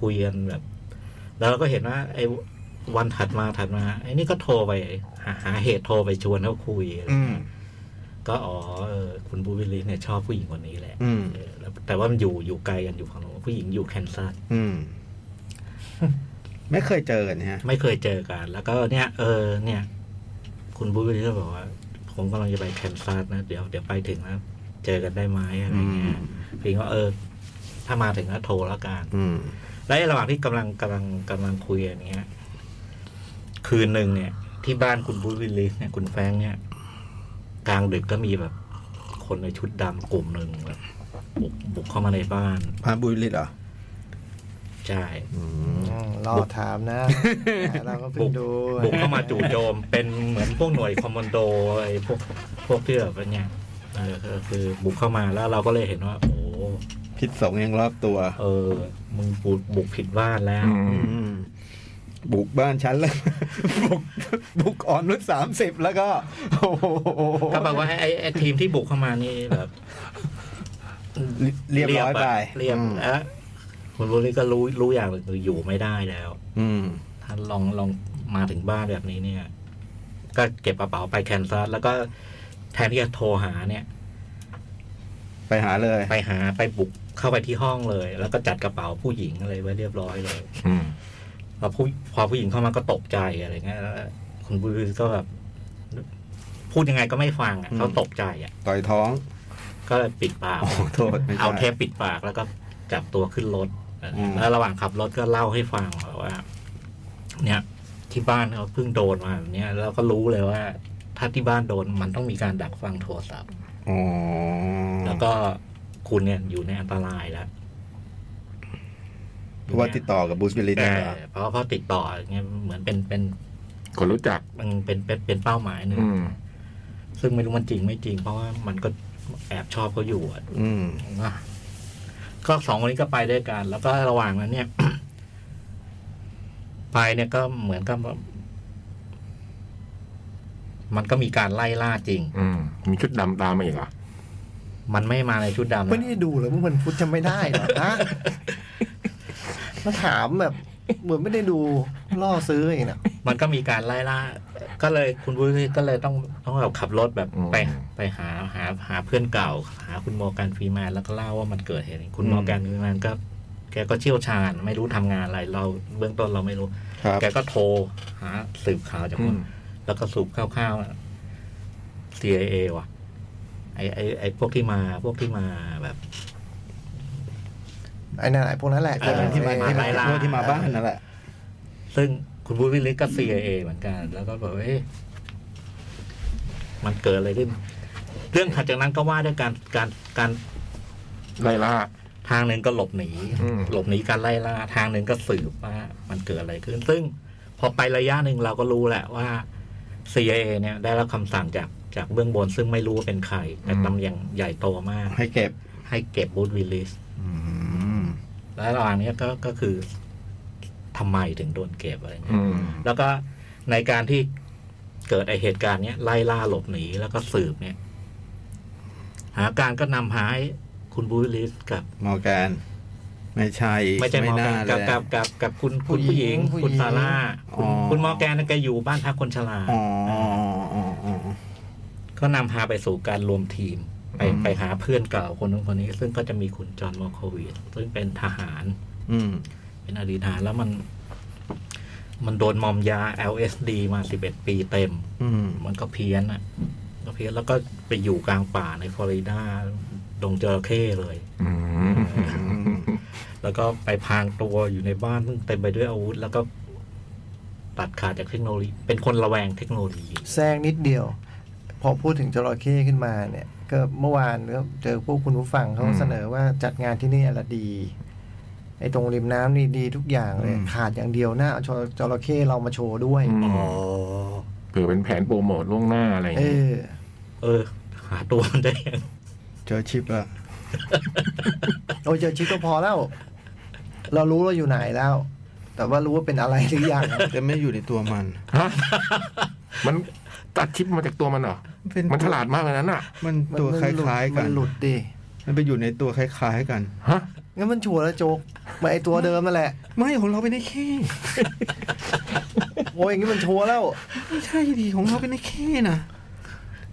Speaker 5: คุยกันแบบ แล้วเราก็เห็นว่าไอ้วันถัดมาถัดมาไอ้นี่ก็โทรไปหาหาเหตุโทรไปชวนเขาคุยอะไร
Speaker 4: อืม
Speaker 5: ก็อ๋อเออคุณบูวิลลิสเนี่ยชอบผู้หญิงคนนี้แหละ
Speaker 4: อืม
Speaker 5: เออแล้วแต่ว่ามันอยู่อยู่ไกลกันอยู่ฝั่งโน้นผู้หญิงอยู่แคนซัส
Speaker 4: อืม ไม่เคยเจอกันฮะ
Speaker 5: ไม่เคยเจอกัน แล้วก็เนี่ย เออ เนี่ย คุณบุ๊คก็บอกว่า ผมกำลังจะไปแคนซัสนะ เดี๋ยวเดี๋ยวไปถึงแล้วเจอกันได้ไหมอะไรเงี้ย
Speaker 4: อืม
Speaker 5: พี่ก็เออ ถ้ามาถึงก็โทรแล้วกัน
Speaker 4: อืม
Speaker 5: และไอ้ระหว่างที่กำลังกำลังกำลังคุยอย่างเงี้ย คืนหนึ่งเนี่ย ที่บ้านคุณบุ๊ควิลลิสเนี่ยคุณแฟรงค์เนี่ย กลางดึกก็มีแบบ คนในชุดดำกลุ่มหนึ่งแบบบุกบุกเข้ามาในบ้าน
Speaker 4: พาบุญลิตเหรอ
Speaker 5: ใช่
Speaker 2: อืมรอถาม
Speaker 5: *laughs*
Speaker 2: นะ เราก็เพิ่
Speaker 5: บุ
Speaker 2: ง
Speaker 5: ก
Speaker 2: ดู
Speaker 5: บุกเข้ามาจู่โจ
Speaker 2: *laughs*
Speaker 5: ม เป็นเหมือนพวกหน่วยคอมมานโดไอ้พวกพวกที่แบบว่าเนี่ยเออก็คือบุกเข้ามาแล้วเราก็เลยเห็นว่า โอ้
Speaker 4: พิษสงยังรอบตัว
Speaker 5: เออ มึงบุกบุกผิดบ้านแล้ว
Speaker 3: อืม
Speaker 4: อืม บุกบ้านฉันแล้ว บุก บุกอ่อนนุชสามสิบแล้วก็ โอ้โห
Speaker 5: ก็แปลว่าไอ้ไอ้ไอ้ทีมที่บุกเข้ามานี่แบบ
Speaker 4: เรียบร้อยไป
Speaker 5: ะเรียบ
Speaker 4: อืม
Speaker 5: เอะคุณบุรีก็รู้รู้อย่างหนึ่งคืออยู่ไม่ได้แล้ว
Speaker 4: อืม
Speaker 5: ถ้าลองลองมาถึงบ้านแบบนี้เนี่ย ก็เก็บกระเป๋าไปแคนซัสแล้วก็แทนที่จะโทรหาเนี่ย
Speaker 4: ไปหาเลย
Speaker 5: ไปหาไปบุกเข้าไปที่ห้องเลย แล้วก็จัดกระเป๋าผู้หญิงอะไรไว้เรียบร้อยเลย
Speaker 3: อืม
Speaker 5: พอผู้พอผู้หญิงเข้ามาก็ตกใจอะไรเงี้ยแล้วคุณบูริสก็แบบ พูดยังไงก็ไม่ฟังอะ
Speaker 4: อืม
Speaker 5: เขาตกใจอ่ะ
Speaker 4: ต่อยท้อง
Speaker 5: ก็เลยปิดปาก
Speaker 4: โอ้โหโทษไม่ใช่
Speaker 5: เอาเทปปิดปากแล้วก็จับตัวขึ้นรถ
Speaker 4: อืม
Speaker 5: แล้วระหว่างขับรถก็เล่าให้ฟังว่า เนี่ย ที่บ้านเขาเพิ่งโดนมาแบบเนี้ยแล้วก็รู้เลยว่า ถ้าที่บ้านโดนมันต้องมีการดักฟังโทรศัพท์
Speaker 4: อ๋อ
Speaker 5: แล้วก็คุณเนี่ยอยู่ในอันตรายแล้ว
Speaker 4: เพราะว่าติดต่อกับบูสบิลลิตได้
Speaker 5: แต่
Speaker 4: เหรอ
Speaker 5: เพราะเพราะติดต่ออย่างเงี้ยเหมือนเป็นเป็น
Speaker 3: คนรู้จัก
Speaker 5: มันเป็นเป็นเป็นเป้าหมายหนึ่ง
Speaker 3: อืม
Speaker 5: ซึ่งไม่รู้มันจริงไม่จริง เพราะว่ามันก็แอบชอบเขาอยู่อะ *coughs*
Speaker 4: อืม
Speaker 5: นะก็สองคนนี้ก็ไปด้วยกัน แล้วก็ระหว่างนั้นเนี่ย *coughs* ไปเนี่ยก็เหมือนกับว่ามันก็มีการไล่ล่าจริง
Speaker 3: อืม มีชุดดำตามมาอีกเหรอ
Speaker 5: มันไม่มาในชุดดำ
Speaker 2: ไม่
Speaker 5: นะ
Speaker 2: ได้ดูเลยพวกมันพูดจำไม่ได้หรอกนะ *laughs* มาถามแบบ เหมือนไม่ได้ดูล่อซื้ออีกนะ
Speaker 5: มันก็มีการไล่ล่า ก็เลยคุณบุ้ยก็เลยต้องต้องแบบขับรถแบบ
Speaker 3: อืม
Speaker 5: ไปไปหาหาหาเพื่อนเก่า หาคุณมอร์แกนฟรีแมนแล้วก็เล่าว่ามันเกิดเหตุอย่างนี้คุณ
Speaker 4: อืม
Speaker 5: มอร์แกนฟรีแมนก็ แกก็เชี่ยวชาญ ไม่รู้ทำงานอะไรเราเบื้องต้นเราไม่รู้
Speaker 4: ครับ
Speaker 5: แกก็โทรหาสืบข่าวจาก
Speaker 3: อื
Speaker 5: คน
Speaker 3: ม
Speaker 5: แล้วก็สืบคร่าวๆอะ CIA ว่ะ ไอไอไอพวกที่มาพวกที่มาแบบ
Speaker 2: ไอ้นั่นไอ้พวกนั้นแหละ
Speaker 5: เออที่มา
Speaker 2: ที่
Speaker 4: ที่
Speaker 2: มา
Speaker 4: มา
Speaker 5: ไล่ล่า
Speaker 4: ที่มาบ้านนั่นแหละ
Speaker 5: ซึ่งคุณบูธวิลลิสก็ CIA เหมือนกัน แล้วก็บอกว่าเอ๊ะมันเกิดอะไรขึ้น เรื่องถัดจากนั้นก็ว่าด้วยการการการ
Speaker 3: ไล่ล่า
Speaker 5: ทางหนึ่งก็หลบหนี
Speaker 3: อืม
Speaker 5: หลบหนีการไล่ล่า ทางหนึ่งก็สืบว่า มันเกิดอะไรขึ้น ซึ่งพอไประยะหนึ่งเราก็รู้แหละว่า CIA เนี่ย ได้รับคำสั่งจากจากเบื้องบน ซึ่งไม่รู้ว่าเป็นใคร แต่ตำแหน่งใหญ่โตมาก
Speaker 4: ให้เก็บ
Speaker 5: ให้เก็บบูธวิลลิส
Speaker 4: อืม
Speaker 5: และระหว่างนี้ก็ก็คือทำไมถึงโดนเก็บอะไรเงี้ย
Speaker 3: อืม
Speaker 5: แล้วก็ในการที่เกิดไอเหตุการณ์เนี้ยไล่ล่าหลบหนีแล้วก็สืบเนี่ยหาการก็นำหายคุณบูลิสกับ
Speaker 4: มอร์แกน ไม่ใช่อีก
Speaker 5: ไม่ใช่มอร์แก
Speaker 4: น่าน เล
Speaker 5: กับ
Speaker 4: ย
Speaker 5: กับกับกับคุณ
Speaker 2: ผู้
Speaker 5: คุณผู้หญิง
Speaker 2: หญิง
Speaker 5: คุณ
Speaker 2: ผู้หญิง
Speaker 5: ซาร่าคุณ
Speaker 4: อ๋อ
Speaker 5: คุณมอร์แกนก็อยู่บ้านพักคนชรา
Speaker 4: อ๋ออ๋ออ๋อ
Speaker 5: ก็นำพาไปสู่การรวมทีม ไป
Speaker 4: อืม
Speaker 5: ไปหาเพื่อนเก่าคนนู้นคนนี้ ซึ่งก็จะมีคุณจอห์นมอร์โควิดซึ่งเป็นทหาร
Speaker 4: อืม
Speaker 5: เป็นอดีตทหารแล้วมัน มันโดนมอมยา LSD มาสิบเอ็ดปีเต็ม
Speaker 4: อืม
Speaker 5: มันก็เพี้ยนอ่ะก็เพี้ยนแล้วก็ไปอยู่กลางป่าในฟลอริดาดงจระเข้เลย
Speaker 3: อืม
Speaker 5: แล้วก็ไปพรางตัวอยู่ในบ้านซึ่งเต็มไปด้วยอาวุธ แล้วก็ตัดขาดจากเทคโนโลยี เป็นคนระแวงเทคโนโลยี
Speaker 2: แซงนิดเดียว พอพูดถึงจระเข้ขึ้นมาเนี่ย ก็เมื่อวานก็เจอพวกคุณผู้ฟังเขาเสนอว่าจัดงานที่นี่อะไรดี ไอ้ตรงริมน้ำนี่ดีทุกอย่างเลย
Speaker 4: อืม
Speaker 2: ขาดอย่างเดียวน่าเอาจระจระเข้เรามาโชว์ด้วย
Speaker 3: อืมเผื่อเป็นแผนโปรโมทล่วงหน้าอะไรอย่าง
Speaker 2: เอ
Speaker 3: งี้
Speaker 2: อ
Speaker 5: เออ หาตัวมันได้ยัง
Speaker 4: เจอชิปละ
Speaker 2: โอ้ยเจอชิคก็พอแล้ว เรารู้เราอยู่ไหนแล้ว แต่ว่ารู้ว่าเป็นอะไรหรือยัง
Speaker 4: แต่ไม่อยู่ในตัวมัน
Speaker 3: ฮะ *laughs* มันตัดชิปมาจากตัวมันเหรอ
Speaker 4: เป็น
Speaker 3: มันฉลาดมากเลยนั้นอ่ะ
Speaker 4: มัน *laughs* ตัวคล้าย ๆ กั
Speaker 2: มัน นหลุดดิ
Speaker 4: มันไปอยู่ในตัวคล้าย ๆ กัน
Speaker 3: ฮะ
Speaker 2: งั้นมันชัวร์แล้วโจ๊กมาไอตัวเดิมนั่นแหละ
Speaker 4: ไม่ของเราเป็นไอ้เข้
Speaker 2: โอ้ยอย่างนี้มันชัวร์แล้ว
Speaker 4: ไม่ใช่ดิของเราเป็นไอ้เข้นะ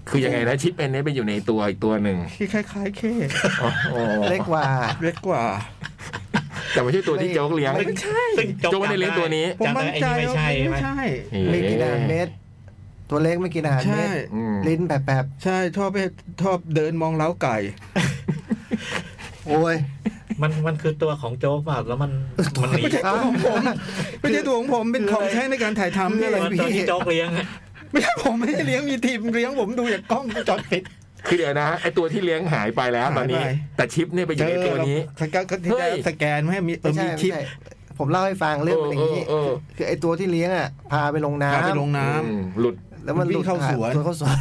Speaker 3: คือยังไงนะชิปเอ็นนี้ไปอยู่ในตัวอีกตัวหนึ่ง
Speaker 4: ที่คล้ายๆเข้
Speaker 3: อ๋ออ๋อ
Speaker 2: เล็กกว่า
Speaker 4: เล็กกว่า
Speaker 3: แต่ไม่ใช่ตัวที่โจ๊กเลี้ยง
Speaker 2: ไม่
Speaker 4: ใช่
Speaker 5: ซึ่ง
Speaker 3: โจ้ไม่ได้เลี้ยงตัวนี้
Speaker 4: ผม
Speaker 5: จำ
Speaker 4: มั่น
Speaker 5: ได้ไอ้
Speaker 4: ใจ
Speaker 5: นี่ไม่
Speaker 4: ว่า
Speaker 5: ใช่
Speaker 4: ม
Speaker 5: ใช่ไหม
Speaker 4: ันไม่ใช่
Speaker 3: เอ๊ะ
Speaker 2: ไม่กินอาหารเม็ด ตัวเล็กไม่กินอาหาร
Speaker 4: ใช่
Speaker 2: เม็ด
Speaker 3: อืม
Speaker 2: ลิ้นแบบแบบ
Speaker 4: ใช่ชอบไปชอบเดินมองเล้าไก่
Speaker 2: ๆโอ้ย
Speaker 5: มันมันคือตัวของโจ๊กเปล่าแล้วมันมันหนี
Speaker 4: ไม่ใช่ตัวของผมไม่ใช่ตัวของผมเป็นของใช้ในการถ่ายทำนี่แหละ
Speaker 5: มัน
Speaker 2: พี่
Speaker 5: ตัวที่โจ๊กเลี้ยงอะ
Speaker 4: ไม่ใช่ผมไม่ได้เลี้ยงมีทีมเลี้ยงผมดูจากกล้องวงจอดปิด
Speaker 3: คือเดี๋ยวนะไอตัวที่เลี้ยงหายไปแล้วตอนนี้
Speaker 4: หายไป
Speaker 3: แต่ชิปเนี่ยไปอยู่ในตัวนี้
Speaker 4: สแกนก็ที่
Speaker 3: เฮ้
Speaker 4: จะ
Speaker 3: ย
Speaker 4: สแกนไม่ให้มีเอ
Speaker 2: ไม่
Speaker 4: อมี
Speaker 2: ใช่ไม่
Speaker 4: ชิป
Speaker 2: ใช่ผมเล่าให้ฟังเรื่องเป็นอย่างนี้
Speaker 3: เออเออเออ
Speaker 2: คือไอตัวที่เลี้ยงอ่ะ พาไปลงน้ำ
Speaker 4: พาไปลงน้ำ
Speaker 3: อืมหลุด
Speaker 2: แล้วมันหลุ
Speaker 4: วิ่
Speaker 2: ด
Speaker 4: งเข้าสวน
Speaker 2: ตัวเข้าสวน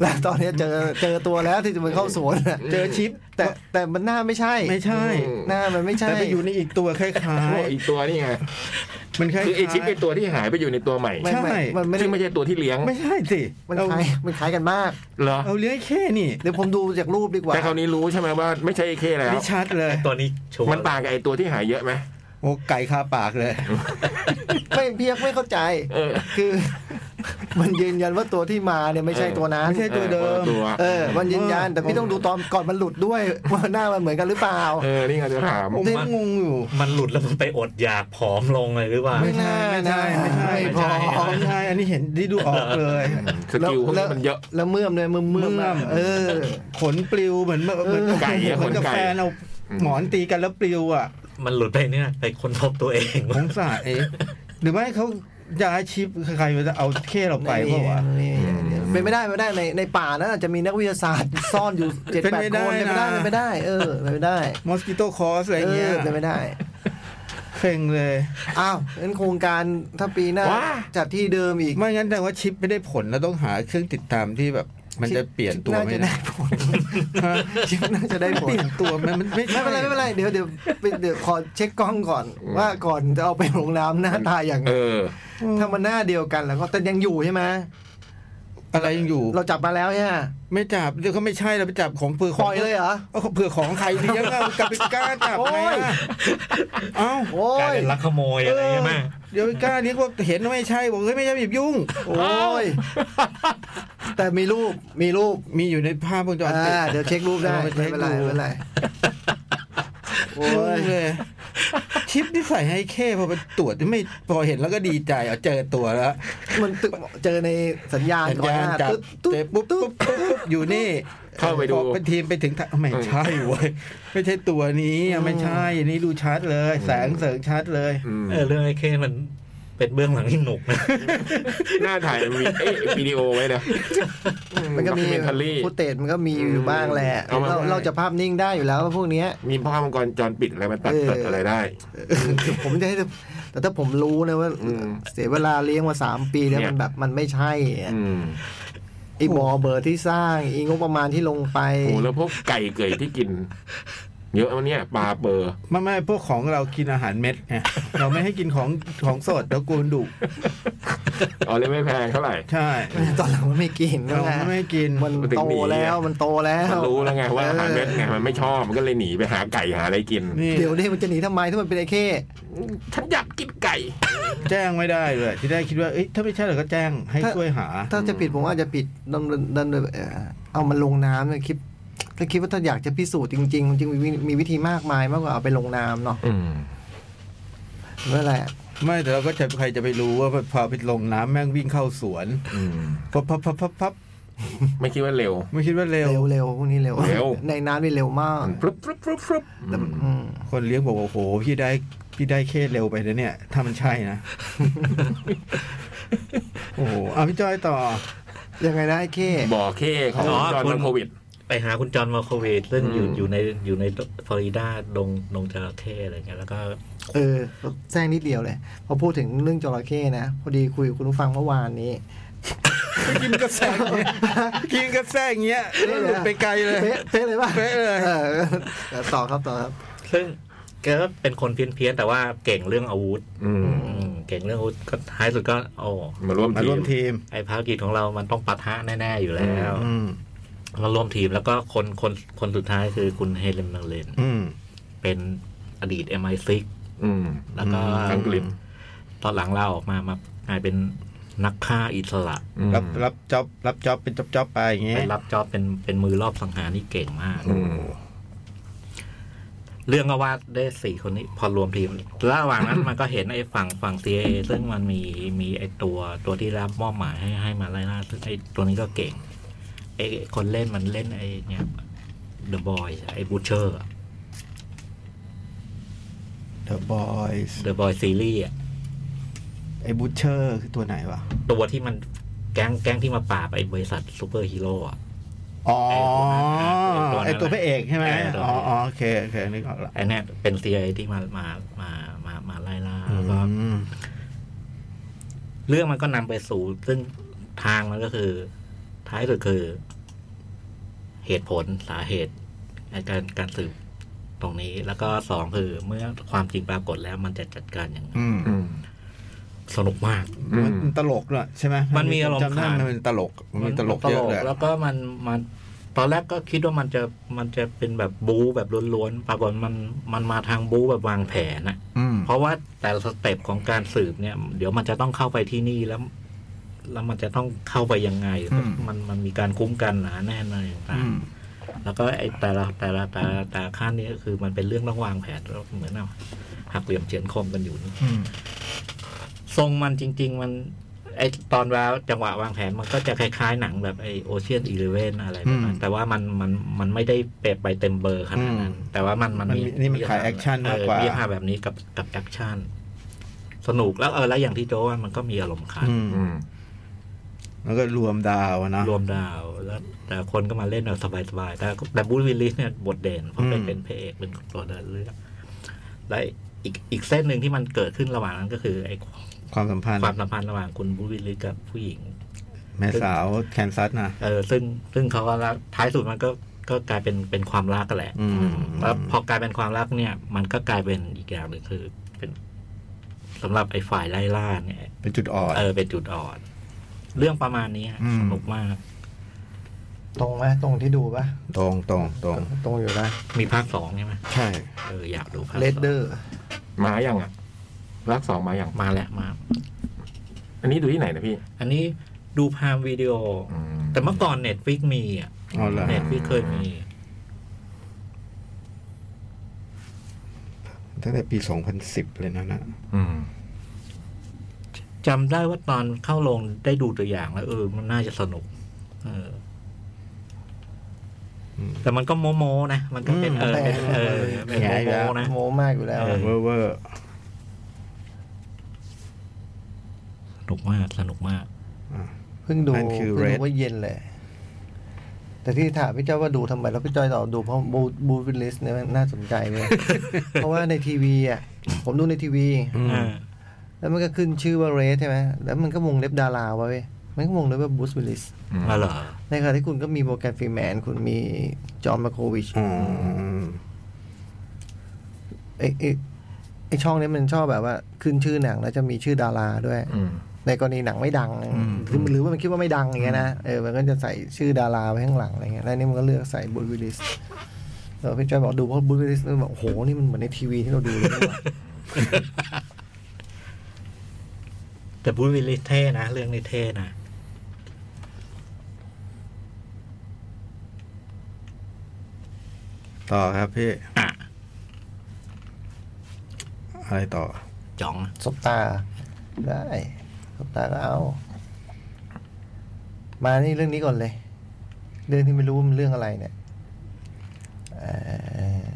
Speaker 2: แล้วตอนเนี้ยเจอเจอตัวแล้วที่มันเข้าสวนอะ
Speaker 4: เจอชิป
Speaker 2: แต่แต่มันหน้าไม่ใช่
Speaker 4: ไม่ใช่
Speaker 3: อืม
Speaker 2: หน้ามันไม่ใช่
Speaker 4: แต่ไปอยู่ในอีกตัวคล้า
Speaker 3: โอ้
Speaker 4: ย
Speaker 3: อีกตัวนี่ไง
Speaker 4: ๆมันคล้าย
Speaker 3: คือไอชิปเป็น
Speaker 4: ๆ
Speaker 3: ตัวที่หายไปอยู่ในตัวใหม่
Speaker 2: ไม่ไม่
Speaker 4: ใช่
Speaker 2: มันไม่ได้
Speaker 3: ซึ่งไม่ใช่ตัวที่เลี้ยง
Speaker 4: ไม่ใช่สิ
Speaker 2: มัน
Speaker 4: เรา
Speaker 2: คล้ายมันคล้ายกันมาก
Speaker 3: เหรอ
Speaker 4: เราเลี้ยงแค่นี่
Speaker 2: เดี๋ยวผมดูจากรูปดีกว่า
Speaker 3: แต่คราวนี้รู้ใช่ไหมว่าไม่ใช่ไอเคแล้ว
Speaker 4: นี่ชัดเลย
Speaker 5: ตัวนี้ชัว
Speaker 3: มัน
Speaker 5: ร์
Speaker 3: ต่างกับไอตัวที่หายเยอะไหม
Speaker 4: โอ้ไก่คาปากเลย
Speaker 2: ไม่เพียกไม่เข้าใจ
Speaker 3: เออ
Speaker 2: คือ มันยืนยันว่าตัวที่มาเนี่ยไม่ใช่ตัวนั้น
Speaker 4: ไม่ใช่ ตัวเดิม
Speaker 3: ออตัว
Speaker 2: เออ มันยืนยัน แต่พี่ต้องดูตอนก่อนมันหลุดด้วย ว่าหน้ามันเหมือนกันหรือเปล่า
Speaker 3: เออนี่ไงจะถาม
Speaker 4: ผมยังงงอยู่
Speaker 5: มันหลุดแล้วมันไปอดอยากผอมลงเลยหรือเปล่า
Speaker 2: ไม่น่า
Speaker 4: ไม่ใช่ไม่ใช่
Speaker 2: ไม่พอ
Speaker 4: อ๋อไม่ใช่อันนี้เห็นที่ดูออกเลย
Speaker 3: สกิลพวกนี้มันเยอะ
Speaker 2: แล้วเมื่อมเลยเมื่อมเมื่อม
Speaker 4: เมื่อ
Speaker 2: อะ
Speaker 4: ม
Speaker 2: เออ
Speaker 4: ขนปลิวเหมือนเหมือน
Speaker 3: ไก่อะ
Speaker 4: เหมือนกับ
Speaker 3: ขนไก่
Speaker 4: แฟนเอาหมอนตีกันแล้วปลิวอ่ะ
Speaker 5: มันหลุดไปเนี่ยไปคนพบตัวเอง
Speaker 4: สงสารเอ๊ะหรือไม่เขาย้ายชิปใครมันจะเอาเค้เราไปเพราะว่า
Speaker 2: นี่นี่เป็นไม่ได้ไม่ได้ในในป่านั้นอาจจะมีนักวิทยาศาสตร์ ซ่อนอยู่เจ็ด
Speaker 4: เป็น
Speaker 2: แปด
Speaker 4: ไม่
Speaker 2: คน
Speaker 4: ได้
Speaker 2: เป็น
Speaker 4: นะ
Speaker 2: ไม่ได้เป็นไม่ได้ เออเป็นไม่ได้
Speaker 4: มอสกิโตคอสอะไร
Speaker 2: เอ
Speaker 4: เงี้ย
Speaker 2: อเป็นไม่ได้
Speaker 4: เพ่งเลย
Speaker 2: อ้าวงั้นโครงการถ้าปีหน้า
Speaker 3: ว้า
Speaker 2: จัดที่เดิมอีก
Speaker 4: ไม่งั้นแต่ว่าชิปไม่ได้ผลแล้วต้องหาเครื่องติดตามที่แบบ มันจะเปลี่ยนตัว
Speaker 2: น่า
Speaker 4: ไหม
Speaker 2: จะได้
Speaker 4: นะ
Speaker 2: ผลชิปน่าจะได้ผ
Speaker 4: เป
Speaker 2: ล
Speaker 4: ลี่ยนตัวมันมันไม่
Speaker 2: ไม่
Speaker 4: ใช่
Speaker 2: เป็นไรไม่เป็นไรเดี๋ยวเดี๋ยวไปเดี๋ยวขอเช็คกล้องก่อน ว่าก่อนจะเอาไปลงน้ำหน้าตาอย่าง
Speaker 3: เออ
Speaker 2: ถ้ามันหน้าเดียวกันแล้วก็แต่ยังอยู่ใช่ไหม
Speaker 4: อะไรยังอยู่
Speaker 2: เราจับมาแล้วเนี่ย
Speaker 4: ไม่จับเดี๋ยวเขาไม่ใช่เราไปจับของเปลือกข
Speaker 2: ป
Speaker 4: อง
Speaker 2: ล่อยเลยเหรอ
Speaker 4: เอาเผื่อของใครเลี้ยงเอากลับไปกล้าจับไหม
Speaker 2: โอ้ย
Speaker 4: อะเอ้า
Speaker 2: โอ้
Speaker 5: กลาย
Speaker 2: ย
Speaker 5: เป็นลักขโมยอะไรใช่ไหม
Speaker 4: เดี๋ยวไปกล้าเลี้ยงว่าเห็นว่าไม่ใช่บอกเฮ้ยไม่ใช่อย่ายุ่ง
Speaker 2: โอ้ยแต่มีรูปมีรูป
Speaker 4: มีอยู่ในภาพวงจร
Speaker 2: อ่า
Speaker 4: ปิด
Speaker 2: เดี๋ยวเช็ครูปได้
Speaker 4: เราไปเช็
Speaker 2: ไม่
Speaker 4: ค
Speaker 2: เป็นไร
Speaker 4: ดู
Speaker 2: ไม่เป็นไรโอ้
Speaker 4: ง
Speaker 2: ย
Speaker 4: งเลยชิปที่ใส่ให้เข้พอไปตรวจไม่พอเห็นแล้วก็ดีใจเอาเจอตัวแล้ว
Speaker 2: มันตึกเจอในสัญญาณ
Speaker 4: สัญ
Speaker 2: ก่อน
Speaker 4: ญาณ
Speaker 2: หน้า
Speaker 4: จับ
Speaker 2: ตึ๊ดตึ๊
Speaker 4: เจอ
Speaker 2: ด
Speaker 4: ปุ๊บปุ๊บปุ๊บปุ๊บอยู่นี่
Speaker 3: เข้าไปดู
Speaker 4: พอเป็นทีมไปถึงทะไม่ใช่เว้ยไม่ใช่ตัวนี้อะไม่ใช่อันนี้ดูชัดเลย แสงเสริงชัดเลย
Speaker 3: อืม
Speaker 5: เออเรื่องไอ้เคมันเป็นเบื้องหลังที่หนุกนะ
Speaker 3: หน้าถ่ายมีเอ๊ะวิดีโอไว้นะ
Speaker 2: มันก็มี
Speaker 3: ทั
Speaker 2: ฟุตเตจมันก็มีอยู่บ้างแหละ
Speaker 3: เอามา
Speaker 2: เราเราจะภาพนิ่งได้อยู่แล้วพวกเนี้ย
Speaker 3: มีภาพวงจรปิดอะไรมาตัด
Speaker 2: เออ
Speaker 3: ตัดอะไรได้
Speaker 2: คือผมจะให้แต่แต่ถ้าผมรู้นะว่า
Speaker 3: อืม
Speaker 2: เสียเวลาเลี้ยงมาสามปีแล้ว
Speaker 3: เนี่ย
Speaker 2: มันแบบมันไม่ใช่อะ
Speaker 3: อืม
Speaker 2: ไอ้บอเบอร์ที่สร้างไอีงบประมาณที่ลงไป
Speaker 3: โอ้แล้วพวกไก่เกยที่กิน เยอะมันเนี่ยปลาเปอร์
Speaker 4: ไม่ไม่พวกของเรากินอาหารเม็ดไงเราไม่ให้กินของของสดเรากลัวดุ
Speaker 3: อ๋อเลยไม่แพงเท่าไหร่
Speaker 4: ใช่
Speaker 2: ตอนหลังมันไม่กิน
Speaker 4: เรา
Speaker 2: นะฮะ
Speaker 4: ไม่ให้กิน
Speaker 2: มัน
Speaker 3: มันถึง
Speaker 2: โต
Speaker 3: หนี
Speaker 2: แล้ว
Speaker 3: อะ
Speaker 2: มันโตแล้ว
Speaker 3: มันรู้แล้วไงว่าอาหารเม็ดไง
Speaker 2: อ
Speaker 3: มันไม่ชอบมันก็เลยหนีไปหาไก่หาอะไรกิน
Speaker 4: นี่
Speaker 2: อเดี๋ยวนี้มันจะหนีทำไมถ้ามันเป็นไอ้เข้
Speaker 3: ฉันอยากกินไก่
Speaker 4: แจ้งไม่ได้เลยที่ได้คิดว่าเอ้ยถ้าไม่ใช่เราก็แจ้งให้ช่วยหา
Speaker 2: ถ้าจะผิดผมว่าอาจจะผิดดำเนินดำเนินเอ่อเอามันลงน้ำนะคิดถ้าคิดว่าถ้าอยากจะพิสูจน์จริงๆจริงๆมีวิมีวิธีมากมายมากกว่าเอาไปลงน้ำเนาะ
Speaker 3: อืม
Speaker 2: เมื่อไหร่อะ
Speaker 4: ไม่แต่เราก็จะใครจะไปรู้ว่าพอไปลงน้ำแม่งวิ่งเข้าสวน
Speaker 3: อืม
Speaker 4: พับพับพับพับพับ
Speaker 3: ไม่คิดว่าเร็ว
Speaker 4: ไม่คิดว่าเร็ว
Speaker 2: เร็วเร็วพวกนี้เร็ว
Speaker 3: เร็ว
Speaker 2: ในน้ำนี่เร็วมาก
Speaker 3: มันฟลุ๊บฟลุ๊บฟลุ๊บฟลุ๊บ
Speaker 2: แต่
Speaker 3: อืม
Speaker 2: อืม
Speaker 4: คนเลี้ยงบอกว่าโอ้โหพี่ได้พี่ได้เคสเร็วไปนะเนี่ย ถ้ามันใช่นะ *laughs* โอ้โหเอาพี่จ้อยต่อ
Speaker 2: ยังไงนะไอ้เข้
Speaker 3: บ่อเค้ของ
Speaker 5: อ๋อ
Speaker 3: จอห์น
Speaker 5: คุณ
Speaker 3: วิกโควิด
Speaker 5: ไปหาคุณจอห์นมาโคเวตซึ่งอยู่
Speaker 3: อืม
Speaker 5: อยู่ในอยู่ในฟลอริดาดงดงจระเข้อะไรเงี้ยแล้วก็
Speaker 2: เออแซงนิดเดียวเลย พอพูดถึงเรื่องจระเข้นะ พอดีคุยกับคุณผู้ฟังเมื่อวานนี้
Speaker 4: กินกระแสอย่างเงี้ย *laughs* กินกระแสอย่างเงี้ยแล้วหลุดไปไกลเลย
Speaker 2: เป๊ะเป๊ะเลยป่ะ
Speaker 4: เป๊ะเลย
Speaker 2: ออเออต่อครับต่อครับ
Speaker 5: ซึ่งแกก็เป็นคนเพี้ยนเพียนๆแต่ว่าเก่งเรื่องอาวุธ
Speaker 3: อืม
Speaker 5: อืมเก่งเรื่องอาวุธก็ท้ายสุดก็โอ้
Speaker 3: มาร่วม
Speaker 4: มา
Speaker 3: ที
Speaker 4: ร่ว
Speaker 3: ม
Speaker 4: มทีม
Speaker 5: ไอ้ภารกิจของเรามันต้องปะทะแน่ๆอยู่แล้ว
Speaker 4: อืม
Speaker 5: มาร่วมทีมแล้วก็คนคนคนสุดท้ายคือคุณเฮเลนมังเลน
Speaker 4: อืม
Speaker 5: เป็นอดีต MI6
Speaker 3: อืม
Speaker 5: แล้วก็
Speaker 4: อืม
Speaker 3: อังกฤษ
Speaker 5: ตอนหลังเราออกมามากลายเป็นนักฆ่าอิสระ
Speaker 3: อืม
Speaker 4: รับรับจ็อบรับจ็อบเป็นจ็อบจ็อบไปอย่างเงี้
Speaker 5: ไป
Speaker 4: ย
Speaker 5: รับจ็อบเป็นเป็นมือรอบสังหารที่เก่งมาก
Speaker 3: อืม
Speaker 5: เรื่องก็ว่าได้สี่คนนี้พอรวมทีม ระหว่าง
Speaker 3: *coughs*
Speaker 5: นั้น มันก็เห็นไอ้ฝั่งฝั่ง CIA ซึ่งมันมีมีไอ้ตัวตัวที่รับมอบหมายให้ให้มาไล่ล่าซึ่งไอ้ตัวนี้ก็เก่งไอ้คนเล่นมันเล่นไอ้เนี่ยเดอะบอยไอ้บูเชอร์
Speaker 4: เดอะบอยส์
Speaker 5: เดอะบอยซีรีส์อะ
Speaker 4: ไอ้บูเชอร์คือตัวไหนวะ
Speaker 5: ตัวที่มันแก๊งแก๊งที่มาปราบไอ้บริษัทซูเปอร์ฮีโร่อะ
Speaker 4: อ๋อ
Speaker 5: ไอ้
Speaker 4: ไอ้
Speaker 5: ตั
Speaker 4: ตัว
Speaker 5: วนั้น
Speaker 4: พระเอกใช่ไหม
Speaker 5: ไอ้ตัวนั้น
Speaker 4: อ๋ออ๋อโอเคโอเคนึกออกละ
Speaker 5: ไอ้เนี่ยเป็น CIA ที่มามามามามาไล่ล่าแล้วก็
Speaker 4: อืม
Speaker 5: เรื่องมันก็นำไปสู่ซึ่งทางมันก็คือ ท้ายสุดคือ เหตุผลสาเหตุในการการสืบตรงนี้ แล้วก็สองคือ เมื่อความจริงปรากฏแล้วมันจะจัดการอย่างไร
Speaker 4: อืม
Speaker 3: อืม
Speaker 5: สนุกมาก
Speaker 3: อืม
Speaker 4: มันตลกด้วยใช่ไหม
Speaker 5: มันมีอารมณ์
Speaker 4: จำได้
Speaker 5: ขัน
Speaker 4: มันเป็นตลก มันมีตลกเยอะเลย
Speaker 5: แล้วก็มันมันตอนแรกก็คิดว่ามันจะมันจะเป็นแบบบู๊แบบล้วนๆปรากฏมันมันมาทางบู๊แบบวางแผนนะ
Speaker 4: อืม
Speaker 5: เพราะว่าแต่ละสเต็ปของการสืบเนี่ย เดี๋ยวมันจะต้องเข้าไปที่นี่แล้ว แล้วมันจะต้องเข้าไปยังไง
Speaker 4: อืม
Speaker 5: มันมันมีการคุ้มกันหนาแน่นอะไรต่าง
Speaker 4: อืม
Speaker 5: ๆแล้วก็ไอ้แต่ละแต่ละแต่ละแต่ละขั้นนี้ก็คือมันเป็นเรื่องต้องวางแผนแล้วเหมือนเอาหักเหลี่ยมเฉือนคมกันอยู่นี่
Speaker 4: อืม
Speaker 5: ทรงมันจริง ๆ มัน ไอ้ตอนแล้วจังหวะวางแผนมันก็จะคล้ายๆหนังแบบไอโอเชียนอีเลเวนอะไรแบบนั้
Speaker 4: อื
Speaker 5: น
Speaker 4: ม
Speaker 5: แต่ว่ามันมันมันไม่ได้เปะไปเต็มเบอร์ขนาดนั้น
Speaker 4: อืม
Speaker 5: แต่ว่ามันมัน
Speaker 4: มันมีนี่มันขายแอคชั่นมากกว่า
Speaker 5: เอออาหารแบบนี้กับกับแอคชั่นสนุกแล้วเออแล้วอย่างที่โจว่ามันก็มีอารมณ์ขัน
Speaker 4: อืม
Speaker 3: อืม
Speaker 4: แล้วก็รวมดาวอะนะ
Speaker 5: รวมดาวแล้ว แต่คนก็มาเล่นแบบสบายๆแต่แต่บูธวิลลิสเนี่ยบทเด่นเพราะเป็น
Speaker 4: อืม
Speaker 5: เป็นพระเอกเป็นตัวเดินเรื่องและอีกอีกเส้นหนึ่งที่มันเกิดขึ้นระหว่างนั้นก็คือไอ้
Speaker 4: ความสัมพันธ์
Speaker 5: ความสัมพันธ์ระหว่างคุณบูธวิลลิสกับผู้หญิง
Speaker 4: แม่สาวแคนซัสนะ
Speaker 5: เออซึ่งซึ่งเขาก็รักท้ายสุดมันก็ก็กลายเป็นเป็นความรักกันแหละ
Speaker 4: อืม
Speaker 5: แล้วพอกลายเป็นความรักเนี่ย มันก็กลายเป็นอีกอย่างหนึ่งคือ เป็นสำหรับไอ้ฝ่ายไล่ล่าเนี่ย
Speaker 4: เป็นจุดอ่อน
Speaker 5: เออเป็นจุดอ่อน เรื่องประมาณนี้
Speaker 4: อืม
Speaker 5: สนุกมาก
Speaker 2: ตรงไหมตรงที่ดูปะ
Speaker 4: ตรงตรงตรง
Speaker 2: ตรงอยู่นะ
Speaker 5: มีภาคสองใช่ไหม
Speaker 4: ใช่
Speaker 5: เอออยากดูภาคส
Speaker 2: เล
Speaker 5: อ
Speaker 2: ดเดอง ร์
Speaker 3: มาอย่างอ่ะรักสองมาอย่าง
Speaker 5: มาแล้วมา
Speaker 3: อันนี้ดูที่ไหนนะพี่
Speaker 5: อันนี้ดูพามวิดีโอ
Speaker 3: อืม
Speaker 5: แต่เมื่อก่อนเน็ตฟิกมีอ่ะ
Speaker 4: อ๋อเหรอ
Speaker 5: เน็ตฟิกเคยมี
Speaker 4: ตั้งแต่ปี 2010 เลยนะนะ
Speaker 3: อืม
Speaker 5: จำได้ว่าตอนเข้าลงได้ดูตัวอย่างแล้วเออมันน่าจะสนุก เอออ
Speaker 4: ม
Speaker 5: แต่มันก็โมโมๆนะ มันก็เป็นเออเป็นเออเป็นโมโมๆนะ
Speaker 2: โมมากอยู่แล้ว
Speaker 5: เออ
Speaker 4: เวอร์เวอร์
Speaker 5: สนุกมากสนุกมาก
Speaker 4: อ่ะ
Speaker 2: เพิ่งดู
Speaker 4: นั่นคือ Red
Speaker 2: เพิ่งดูว่าเย็นเลย แต่ที่ถามพี่เจ้าว่าดูทำไม แล้วพี่จอยตอบดูเพราะบูบูวิลลิสเนี่ยมันน่าสนใจเลย
Speaker 4: *laughs*
Speaker 2: เพราะว่าในทีวีอ่ะ ผมดูในทีวี
Speaker 4: อืม
Speaker 5: เออ
Speaker 2: แล้วมันก็ขึ้นชื่อว่าเรสใช่ไหม แล้วมันก็วงเล็บดาราไว้เว้ยมันก็วงเล็บว่าบูสวิลลิส
Speaker 5: มาเหรอ
Speaker 2: ในขณะที่คุณก็มีโบแกนฟรีแมน คุณมีจอห์นมาโควิช
Speaker 4: อ๋อ
Speaker 2: ไอ้ไอ้ไอ้ช่องเนี้ยมันชอบแบบว่า ขึ้นชื่อหนังแล้วจะมีชื่อดาราด้วย
Speaker 3: อืม
Speaker 2: ในกรณีหนังไม่ดังหรือหรือว่ามันคิดว่าไม่ดังอย่างเงี้ยนะเออมันก็จะใส่ชื่อดาราไว้ข้างหลังอะไรเงี้ยแล้วนี่มันก็เลือกใส่บูธวิลลิสเออพี่จอยบอกดูเพราะบูธวิลลิสมันบอกโอ้โหนี่มันเหมือนในทีวีที่เราดูเลยนะ
Speaker 5: แต่บูธวิลลิสเท่นะ เรื่องนี้เท่นะ
Speaker 4: ต่อครับพี่
Speaker 5: อ่ะ
Speaker 4: อะไรต่อ
Speaker 5: จ๋องอะ
Speaker 2: สบตา ได้สบตาก็เอา มานี่เรื่องนี้ก่อนเลย เรื่องที่ไม่รู้ว่ามันเรื่องอะไรเนี่ยเอ่อ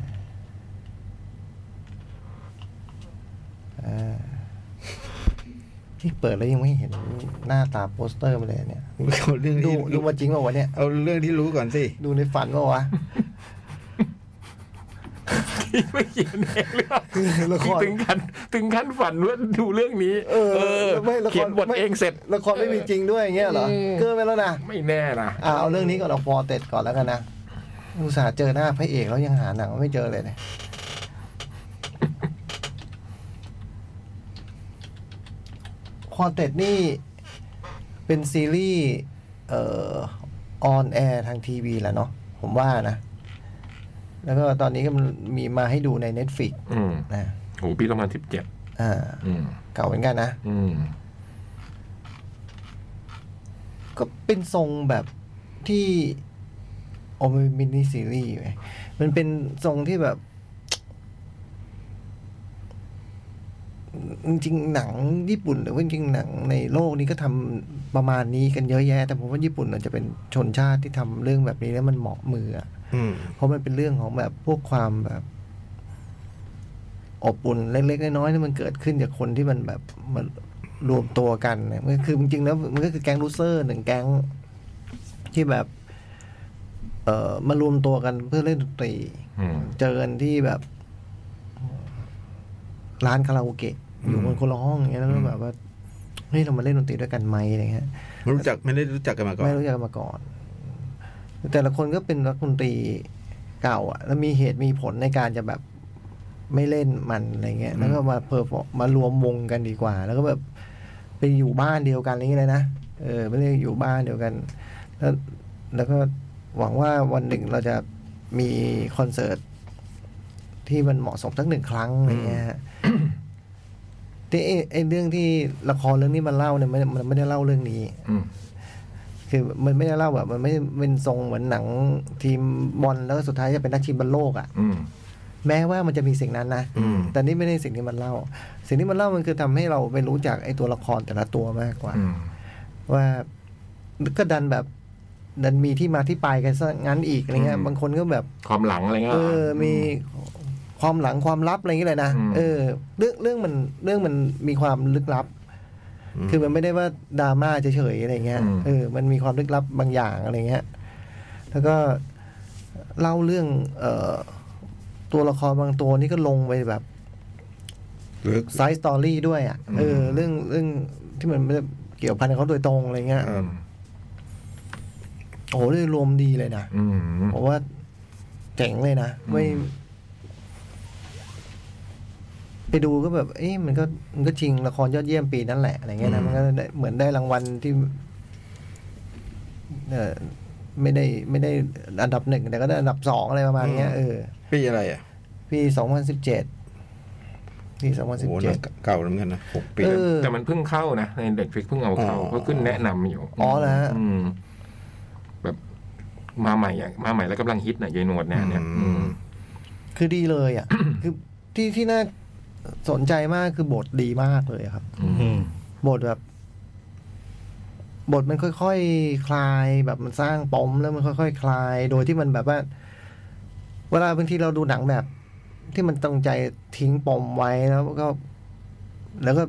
Speaker 2: เอ่อที่เปิดแล้วยังไม่เห็นหน้าตาโปสเตอร์มาเลยเนี่ย
Speaker 4: เอาเรื่อง
Speaker 2: ดู
Speaker 4: ที่
Speaker 2: ดู
Speaker 4: รู้
Speaker 2: มาจริงเปล่าวะเนี่ย
Speaker 4: เอาเรื่องที่รู้ก่อนสิ
Speaker 2: ดูในฝันเปล่าวะ
Speaker 3: ไม่เขียนเองเลย
Speaker 2: ละคร
Speaker 3: ถึงขั้นถึงขั้นฝันว่าดูเรื่องนี้
Speaker 2: ไม่ละคร
Speaker 3: เขียนบท
Speaker 2: ไม่
Speaker 3: เองเสร็จ
Speaker 2: ละครไม่มีจริงด้วยอย่างเงี้ยเหรอ
Speaker 3: เออ
Speaker 2: เกินไปแล้วนะ
Speaker 3: ไม่แน่นะ
Speaker 2: อ่าเอาเรื่องนี้ก่อนเอาฟอเต็ดก่อนแล้วกันนะอุตส่าห์เจอหน้าพระเอกแล้วยังหาหนังไม่เจอเลยเนี่ยฟอเต็ดนี่เป็นซีรีส์เอ่ออนแอร์ทางทีวีแหละเนาะผมว่านะ แล้วก็ตอนนี้ก็มันมีมาให้ดูใน Netflix
Speaker 3: อืม
Speaker 2: นะ
Speaker 3: โหปีประมาณสิบเจ็ด
Speaker 2: อ่า
Speaker 3: อืม
Speaker 2: เก่าเหมือนกันนะ
Speaker 3: อืม
Speaker 2: ก็เป็นทรงแบบที่โอ้มันมินิซีรีส์ไหมมันเป็นทรงที่แบบ จริงๆหนังญี่ปุ่น หรือว่าจริงๆหนังในโลกนี้ก็ทำประมาณนี้กันเยอะแยะ แต่ผมว่าญี่ปุ่นอาจจะเป็นชนชาติที่ทำเรื่องแบบนี้แล้วมันเหมาะมืออะ
Speaker 4: อืม
Speaker 2: เพราะมันเป็นเรื่องของแบบพวกความแบบ อบอุ่นเล็กๆน้อยๆที่มันเกิดขึ้นจากคนที่มันแบบมารวมตัวกันเนี่ยมันก็คือจริงๆแล้วมันก็คือแก๊งลูเซอร์หนึ่งแก๊งที่แบบ เอ่อมารวมตัวกันเพื่อเล่นดนตรี
Speaker 3: อืม
Speaker 2: เจอกันที่แบบ ร้านคาราโอเกะอยู่กันคนละห้องอย่างเงี้ยแล้วก็แบบว่าเฮ้ยเรามาเล่นดนตรีด้วยกันไหมอะไรเงี้ย
Speaker 4: ไม่รู้จักไม่ได้รู้จักกันมาก่อน
Speaker 2: ไม่รู้จักกันมาก่อน แต่ละคนก็เป็นรักดนตรีเก่าอะแล้วมีเหตุมีผลในการจะแบบไม่เล่นมันอะไรเงี้ย แล้วก็มาเพอร์มารวมวงกันดีกว่า แล้วก็แบบไปอยู่บ้านเดียวกันอะไรเงี้ยเลยนะ เออไม่ได้อยู่บ้านเดียวกัน แล้วแล้วก็หวังว่าวันหนึ่งเราจะมีคอนเสิร์ตที่มันเหมาะสมสักหนึ่งครั้งอะไรเงี้ยฮะ *coughs* ที่ไอ้ไอ้เรื่องที่ละครเรื่องนี้มันเล่าเนี่ยมันมันไม่ได้เล่าเรื่องนี้
Speaker 3: อืม
Speaker 2: คือมันไม่ได้เล่าแบบมันไม่ได้เป็นทรงเหมือนหนังทีมบอลแล้วก็สุดท้ายจะเป็นนักทีมบอลโลกอะ่ะ
Speaker 3: อืม
Speaker 2: แม้ว่ามันจะมีสิ่งนั้นนะ
Speaker 3: อืม
Speaker 2: แต่นี่ไม่ได้สิ่งที่มันเล่า สิ่งที่มันเล่ามันคือทำให้เราไปรู้จักไอ้ตัวละครแต่ละตัวมากกว่า
Speaker 3: อืม
Speaker 2: ว่าก็ดันแบบดันมีที่มาที่ไปกันซะงั้นอีกอะไรเงี้ย
Speaker 3: อืม
Speaker 2: บางคนก็แบบ
Speaker 3: ความหลังอะไรเงี้ย
Speaker 2: เออ มีความหลังความลับอะไรอย่างเงี้ยเลยนะ
Speaker 3: อืม
Speaker 2: เออ เรื่องเรื่องมันเรื่องมันมีความลึกลับ คือมันไม่ได้ว่าดราม่าเฉยๆอะไรเงี้ย เออ มันมีความลึกลับบางอย่างอะไรเงี้ย แล้วก็เล่าเรื่อง เอ่อ ตัวละครบางตัวนี่ก็ลงไปแบบ
Speaker 4: หรือ
Speaker 2: ไซส์สตอรี่ด้วยอ่ะ เออ เรื่องเรื่องที่มันไม่ได้เกี่ยวพันกับเขาโดยตรงอะไรเงี้ย
Speaker 4: อื
Speaker 3: อืม
Speaker 2: โอ้โหเลยรวมดีเลยนะ
Speaker 3: อืม
Speaker 2: ผมว่าเจ๋งเลยนะ ไม่
Speaker 3: อืม
Speaker 2: ไปดูก็แบบ เอ้ยมันก็มันก็จริงละครยอดเยี่ยมปีนั้นแหละอะไรเงี้ยนะ มันก็ได้เหมือนได้รางวัลที่เออไม่ได้ไม่ได้อันดับหนึ่งแต่ก็ได้อันดับสองอะไรประมาณเนี้ยเออ
Speaker 4: ปีอะไรอ่ะ
Speaker 2: ปีสองพันสิบเจ็ดปีสองพันสิบ
Speaker 4: โอ้โห
Speaker 2: เจ็ด
Speaker 4: เก่าเหมือนกันนะหกปี
Speaker 2: เออ
Speaker 3: แต่มันเพิ่งเข้านะ ในเด็กฟิกเพิ่งเอาเข้า
Speaker 4: อ๋อ
Speaker 3: ก็ขึ้นแนะนำอยู่
Speaker 2: อ๋อเหรอฮะ
Speaker 3: มแบบมาใหม่อะมาใหม่แล้วกำลังฮิตน่ะยายหนวดเนี่ยเนี่ยอืม
Speaker 2: คือดีเลยอ่ะ คือที่ที่น่าสนใจมากคือบทดีมากเลยอะครับ
Speaker 5: อืม
Speaker 2: บทแบบ บทมันค่อยๆ คลายแบบมันสร้างปมแล้วมันค่อยๆ คลาย โดยที่มันแบบว่า เวลาบางทีเราดูหนังแบบ ที่มันตั้งใจทิ้งปมไว้แล้วก็ แล้วก็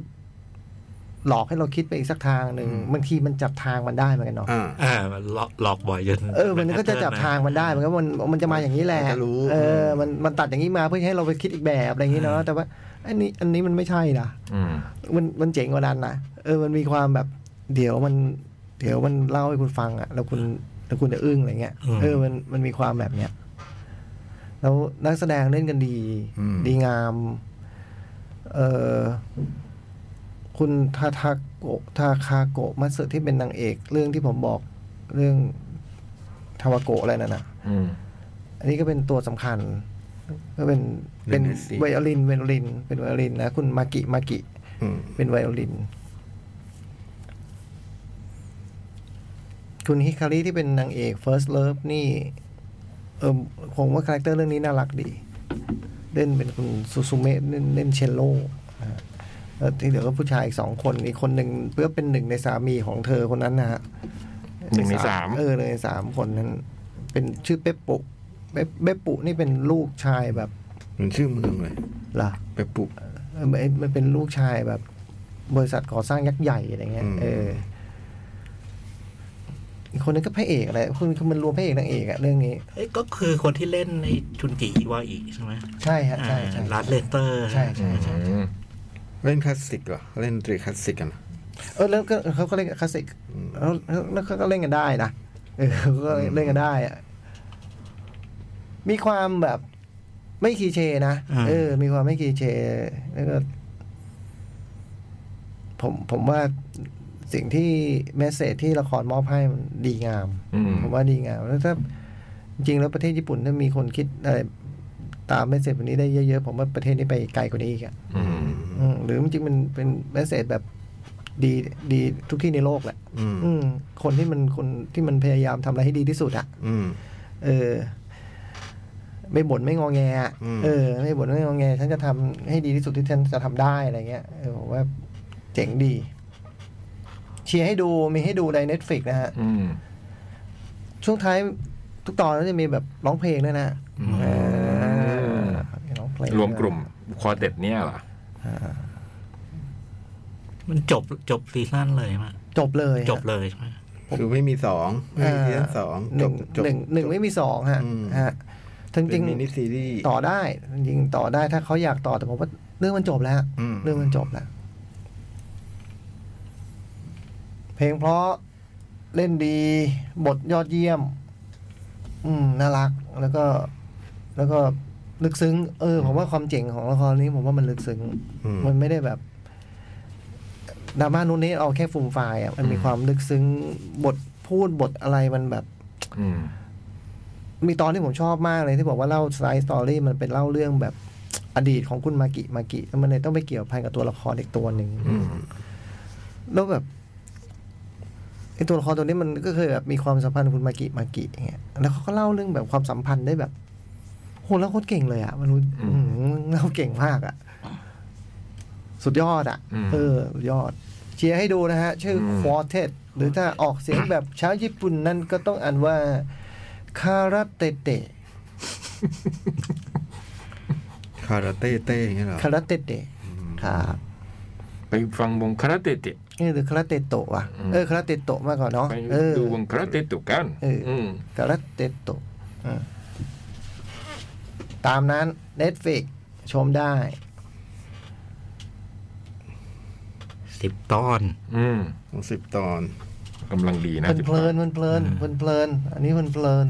Speaker 2: หลอกให้เราคิดไปอีกสักทางหนึ่งบางทีมันจับทางมันได้เหมือนกันเนาะ
Speaker 4: อ่า
Speaker 5: อ่ามันหลอกหลอกบ่อยจน
Speaker 2: เออมันก็จะจับทางมันได้เหมือนกันว่ามันมันจะมาอย่างนี้แหละ
Speaker 4: มันจะรู้
Speaker 2: เออ มันมันตัดอย่างนี้มาเพื่อให้เราไปคิดอีกแบบอะไรอย่างนี้เนาะแต่ว่าอันนี้ อันนี้มันไม่ใช่นะ
Speaker 3: อืม
Speaker 2: มันมันเจ๋งกว่านั้นนะเออมันมีความแบบ เดี๋ยวมัน เดี๋ยวมันเล่าให้คุณฟังอ่ะ แล้วคุณแล้วคุณจะอึ้งอะไรเงี้ยเออมันมันมีความแบบเนี้ยแล้วนักแสดงเล่นกันดี
Speaker 4: อืม
Speaker 2: ดีงาม เออคุณทาทาโกะทาคาโกะมัตสึที่เป็นนางเอก เรื่องที่ผมบอกเรื่องทาวาโกะอะไรนั่นนะ
Speaker 3: อืม
Speaker 2: อันนี้ก็เป็นตัวสำคัญ ก็เป็นเป็น
Speaker 4: เล่นได้สิ
Speaker 2: ไวโอลินไวโอลิน เป็นไวโอลินนะคุณมากิมากิ
Speaker 4: อืม
Speaker 2: เป็นไวโอลิน คุณฮิคาริที่เป็นนางเอก First Love นี่ เออผมว่าคาแรคเตอร์เรื่องนี้น่ารักดี เล่นเป็นคุณซูซูเมะเล่นเล่นเชลโลนะฮะ แล้วที่เหลือก็ผู้ชายอีกสองคนอีกคนหนึ่งเพื่อเป็นหนึ่งในสามีของเธอคนนั้นนะฮะ
Speaker 3: หนึ่งในสาม
Speaker 2: เออหนึ่งในสามคนนั้น เป็นชื่อเป๊ปปุเป๊ปเป๊ปปุนี่เป็นลูกชายแบบ
Speaker 4: มันชื่อเมืองเลย
Speaker 2: ล่ะ
Speaker 4: ไปปลุก
Speaker 2: เออมันเป็นลูกชายแบบ บริษัทก่อสร้างยักษ์ใหญ่อะไรเงี้ย
Speaker 4: อืม
Speaker 2: เอออีกคนนึงก็พระเอกอะไรคือคือมันรวมพระเอกนางเอกอะเรื่องนี้
Speaker 5: เอ้ยก็คือคนที่เล่นในชุนกิอิวาอิใช่ไหม
Speaker 2: ใช่ฮะใช่ใช่
Speaker 5: รัดเลเตอร์
Speaker 2: ใช่ใช่
Speaker 3: อืม
Speaker 4: เล่นคลาสสิกเหรอเล่นดนตรีคลาสสิกกันเหรอ
Speaker 2: เออแล้วก็เขาก็เล่นกับคลาสสิก
Speaker 4: อืม
Speaker 2: แล้วแล้วแล้วเขาก็เล่นกันได้นะเออเขาก็เล่นกันได้อะมีความแบบ ไม่คลีเช่นะเออ มีความไม่คลีเช่แล้วก็ ผมผมว่าสิ่งที่เมสเซจที่ละครมอบให้มันดีงาม
Speaker 3: อืม
Speaker 2: ผมว่าดีงามแล้วถ้าจริงๆแล้วประเทศญี่ปุ่นถ้ามีคนคิดอะไรตามเมสเซจแบบนี้ได้เยอะๆ ผมว่าประเทศนี้ไปไกลกว่านี้อีกอะ
Speaker 3: อืม
Speaker 2: อืมหรือจริงๆมันเป็นเมสเซจแบบดีดีทุกที่ในโลกแหละ
Speaker 4: อืม
Speaker 2: อืมคนที่มันคนที่มันพยายามทำอะไรให้ดีที่สุดอะ
Speaker 4: อืม
Speaker 2: เออ ไม่บ่นไม่งอแงอะ
Speaker 4: อืม
Speaker 2: เออ ไม่บ่นไม่งอแง ฉันจะทำให้ดีที่สุดที่ฉันจะทำได้อะไรเงี้ยเออผมว่าเจ๋งดี เชียร์ให้ดูมีให้ดูในเน็ตฟลิกนะฮะ
Speaker 3: อืม
Speaker 2: ช่วงท้ายทุกตอนก็จะมีแบบร้องเพลงด้วยนะเออร้องเพลง
Speaker 3: รวมกลุ่มคอเต็ดเนี่ยเหรอ
Speaker 5: มันจบจบซีซั่นเลยมั้ย
Speaker 2: จบเลย
Speaker 5: จบเลยใช่ไหม
Speaker 4: คือไม่มีสองไม่มีซีซั่นสอง
Speaker 2: ห
Speaker 4: จบ
Speaker 2: นึ่ง
Speaker 4: จบ
Speaker 2: หนึ่งหนึ่งไม่มีสองฮะ
Speaker 4: อืม
Speaker 2: ฮะจริงจ
Speaker 4: เป็
Speaker 2: ริ
Speaker 4: น
Speaker 2: ง
Speaker 4: มินิซีรีส์
Speaker 2: ต่อได้จริงๆต่อได้ถ้าเขาอยากต่อแต่ผมว่าเรื่องมันจบแล้ว
Speaker 4: ม
Speaker 2: เรื่องมันจบแล้ว เพลงเพราะเล่นดี บทยอดเยี่ยม อืมน่ารัก แล้วก็ แล้วก็ลึกซึ้ง เออ ผมว่าความเจ๋งของละครนี้ผมว่ามันลึกซึ้ง
Speaker 4: อืม
Speaker 2: มันไม่ได้แบบดราม่านู้นนี้เอาแค่ฟูมไฟล์อ่ะมันมี
Speaker 3: อืม
Speaker 2: ความลึกซึ้งบทพูดบทอะไรมันแบบ
Speaker 3: อืม
Speaker 2: มีตอนที่ผมชอบมากเลยที่บอกว่าเล่าไซส์สตอรี่มันเป็นเล่าเรื่องแบบ อดีตของคุณมากิมากิแล้วมันเลยต้องไปเกี่ยวพันกับตัวละครอีกตัวหนึ่ง
Speaker 3: อืม
Speaker 2: แล้วแบบไอตัวละครตัวนี้มันก็เคยแบบมีความสัมพันธ์กับคุณมากิมากิอย่างเงี้ยแล้วเขาก็เล่าเรื่องแบบความสัมพันธ์ได้แบบโหแล้วโคตรเก่งเลยอ่ะมันรู้
Speaker 3: อืม
Speaker 2: อื้อหือเล่าเก่งมากอ่ะ สุดยอดอ่ะ
Speaker 3: อืม
Speaker 2: เออสุดยอด เชียร์ให้ดูนะฮะ ชื่อ
Speaker 3: ม
Speaker 2: ควอเทตหรือถ้าออกเสียงแบบชาวญี่ปุ่นนั่นก็ต้องอ่านว่าคาราเตเต
Speaker 4: คาราเต้เต้อย่างเงี้ยเหรอ
Speaker 2: คาราเตเตะครับ
Speaker 3: ไปฟังวงคาราเตะเตะ
Speaker 2: นี่หรือคาราเตโตะว่ะ
Speaker 3: อืม
Speaker 2: เออคาราเตโตะมากกว่าเนาะ
Speaker 3: ไป
Speaker 2: เออ
Speaker 3: ดูวงคาราเตะตุกัน
Speaker 2: เอออื
Speaker 3: ม
Speaker 2: คาราเตโตะอืมตามนั้น Netflix ชมได้
Speaker 5: สิบตอน
Speaker 3: อืม
Speaker 4: ของสิบตอน
Speaker 3: กำลังดีนะ
Speaker 2: เพลินๆเพลินๆเพลินๆอันนี้เพลิน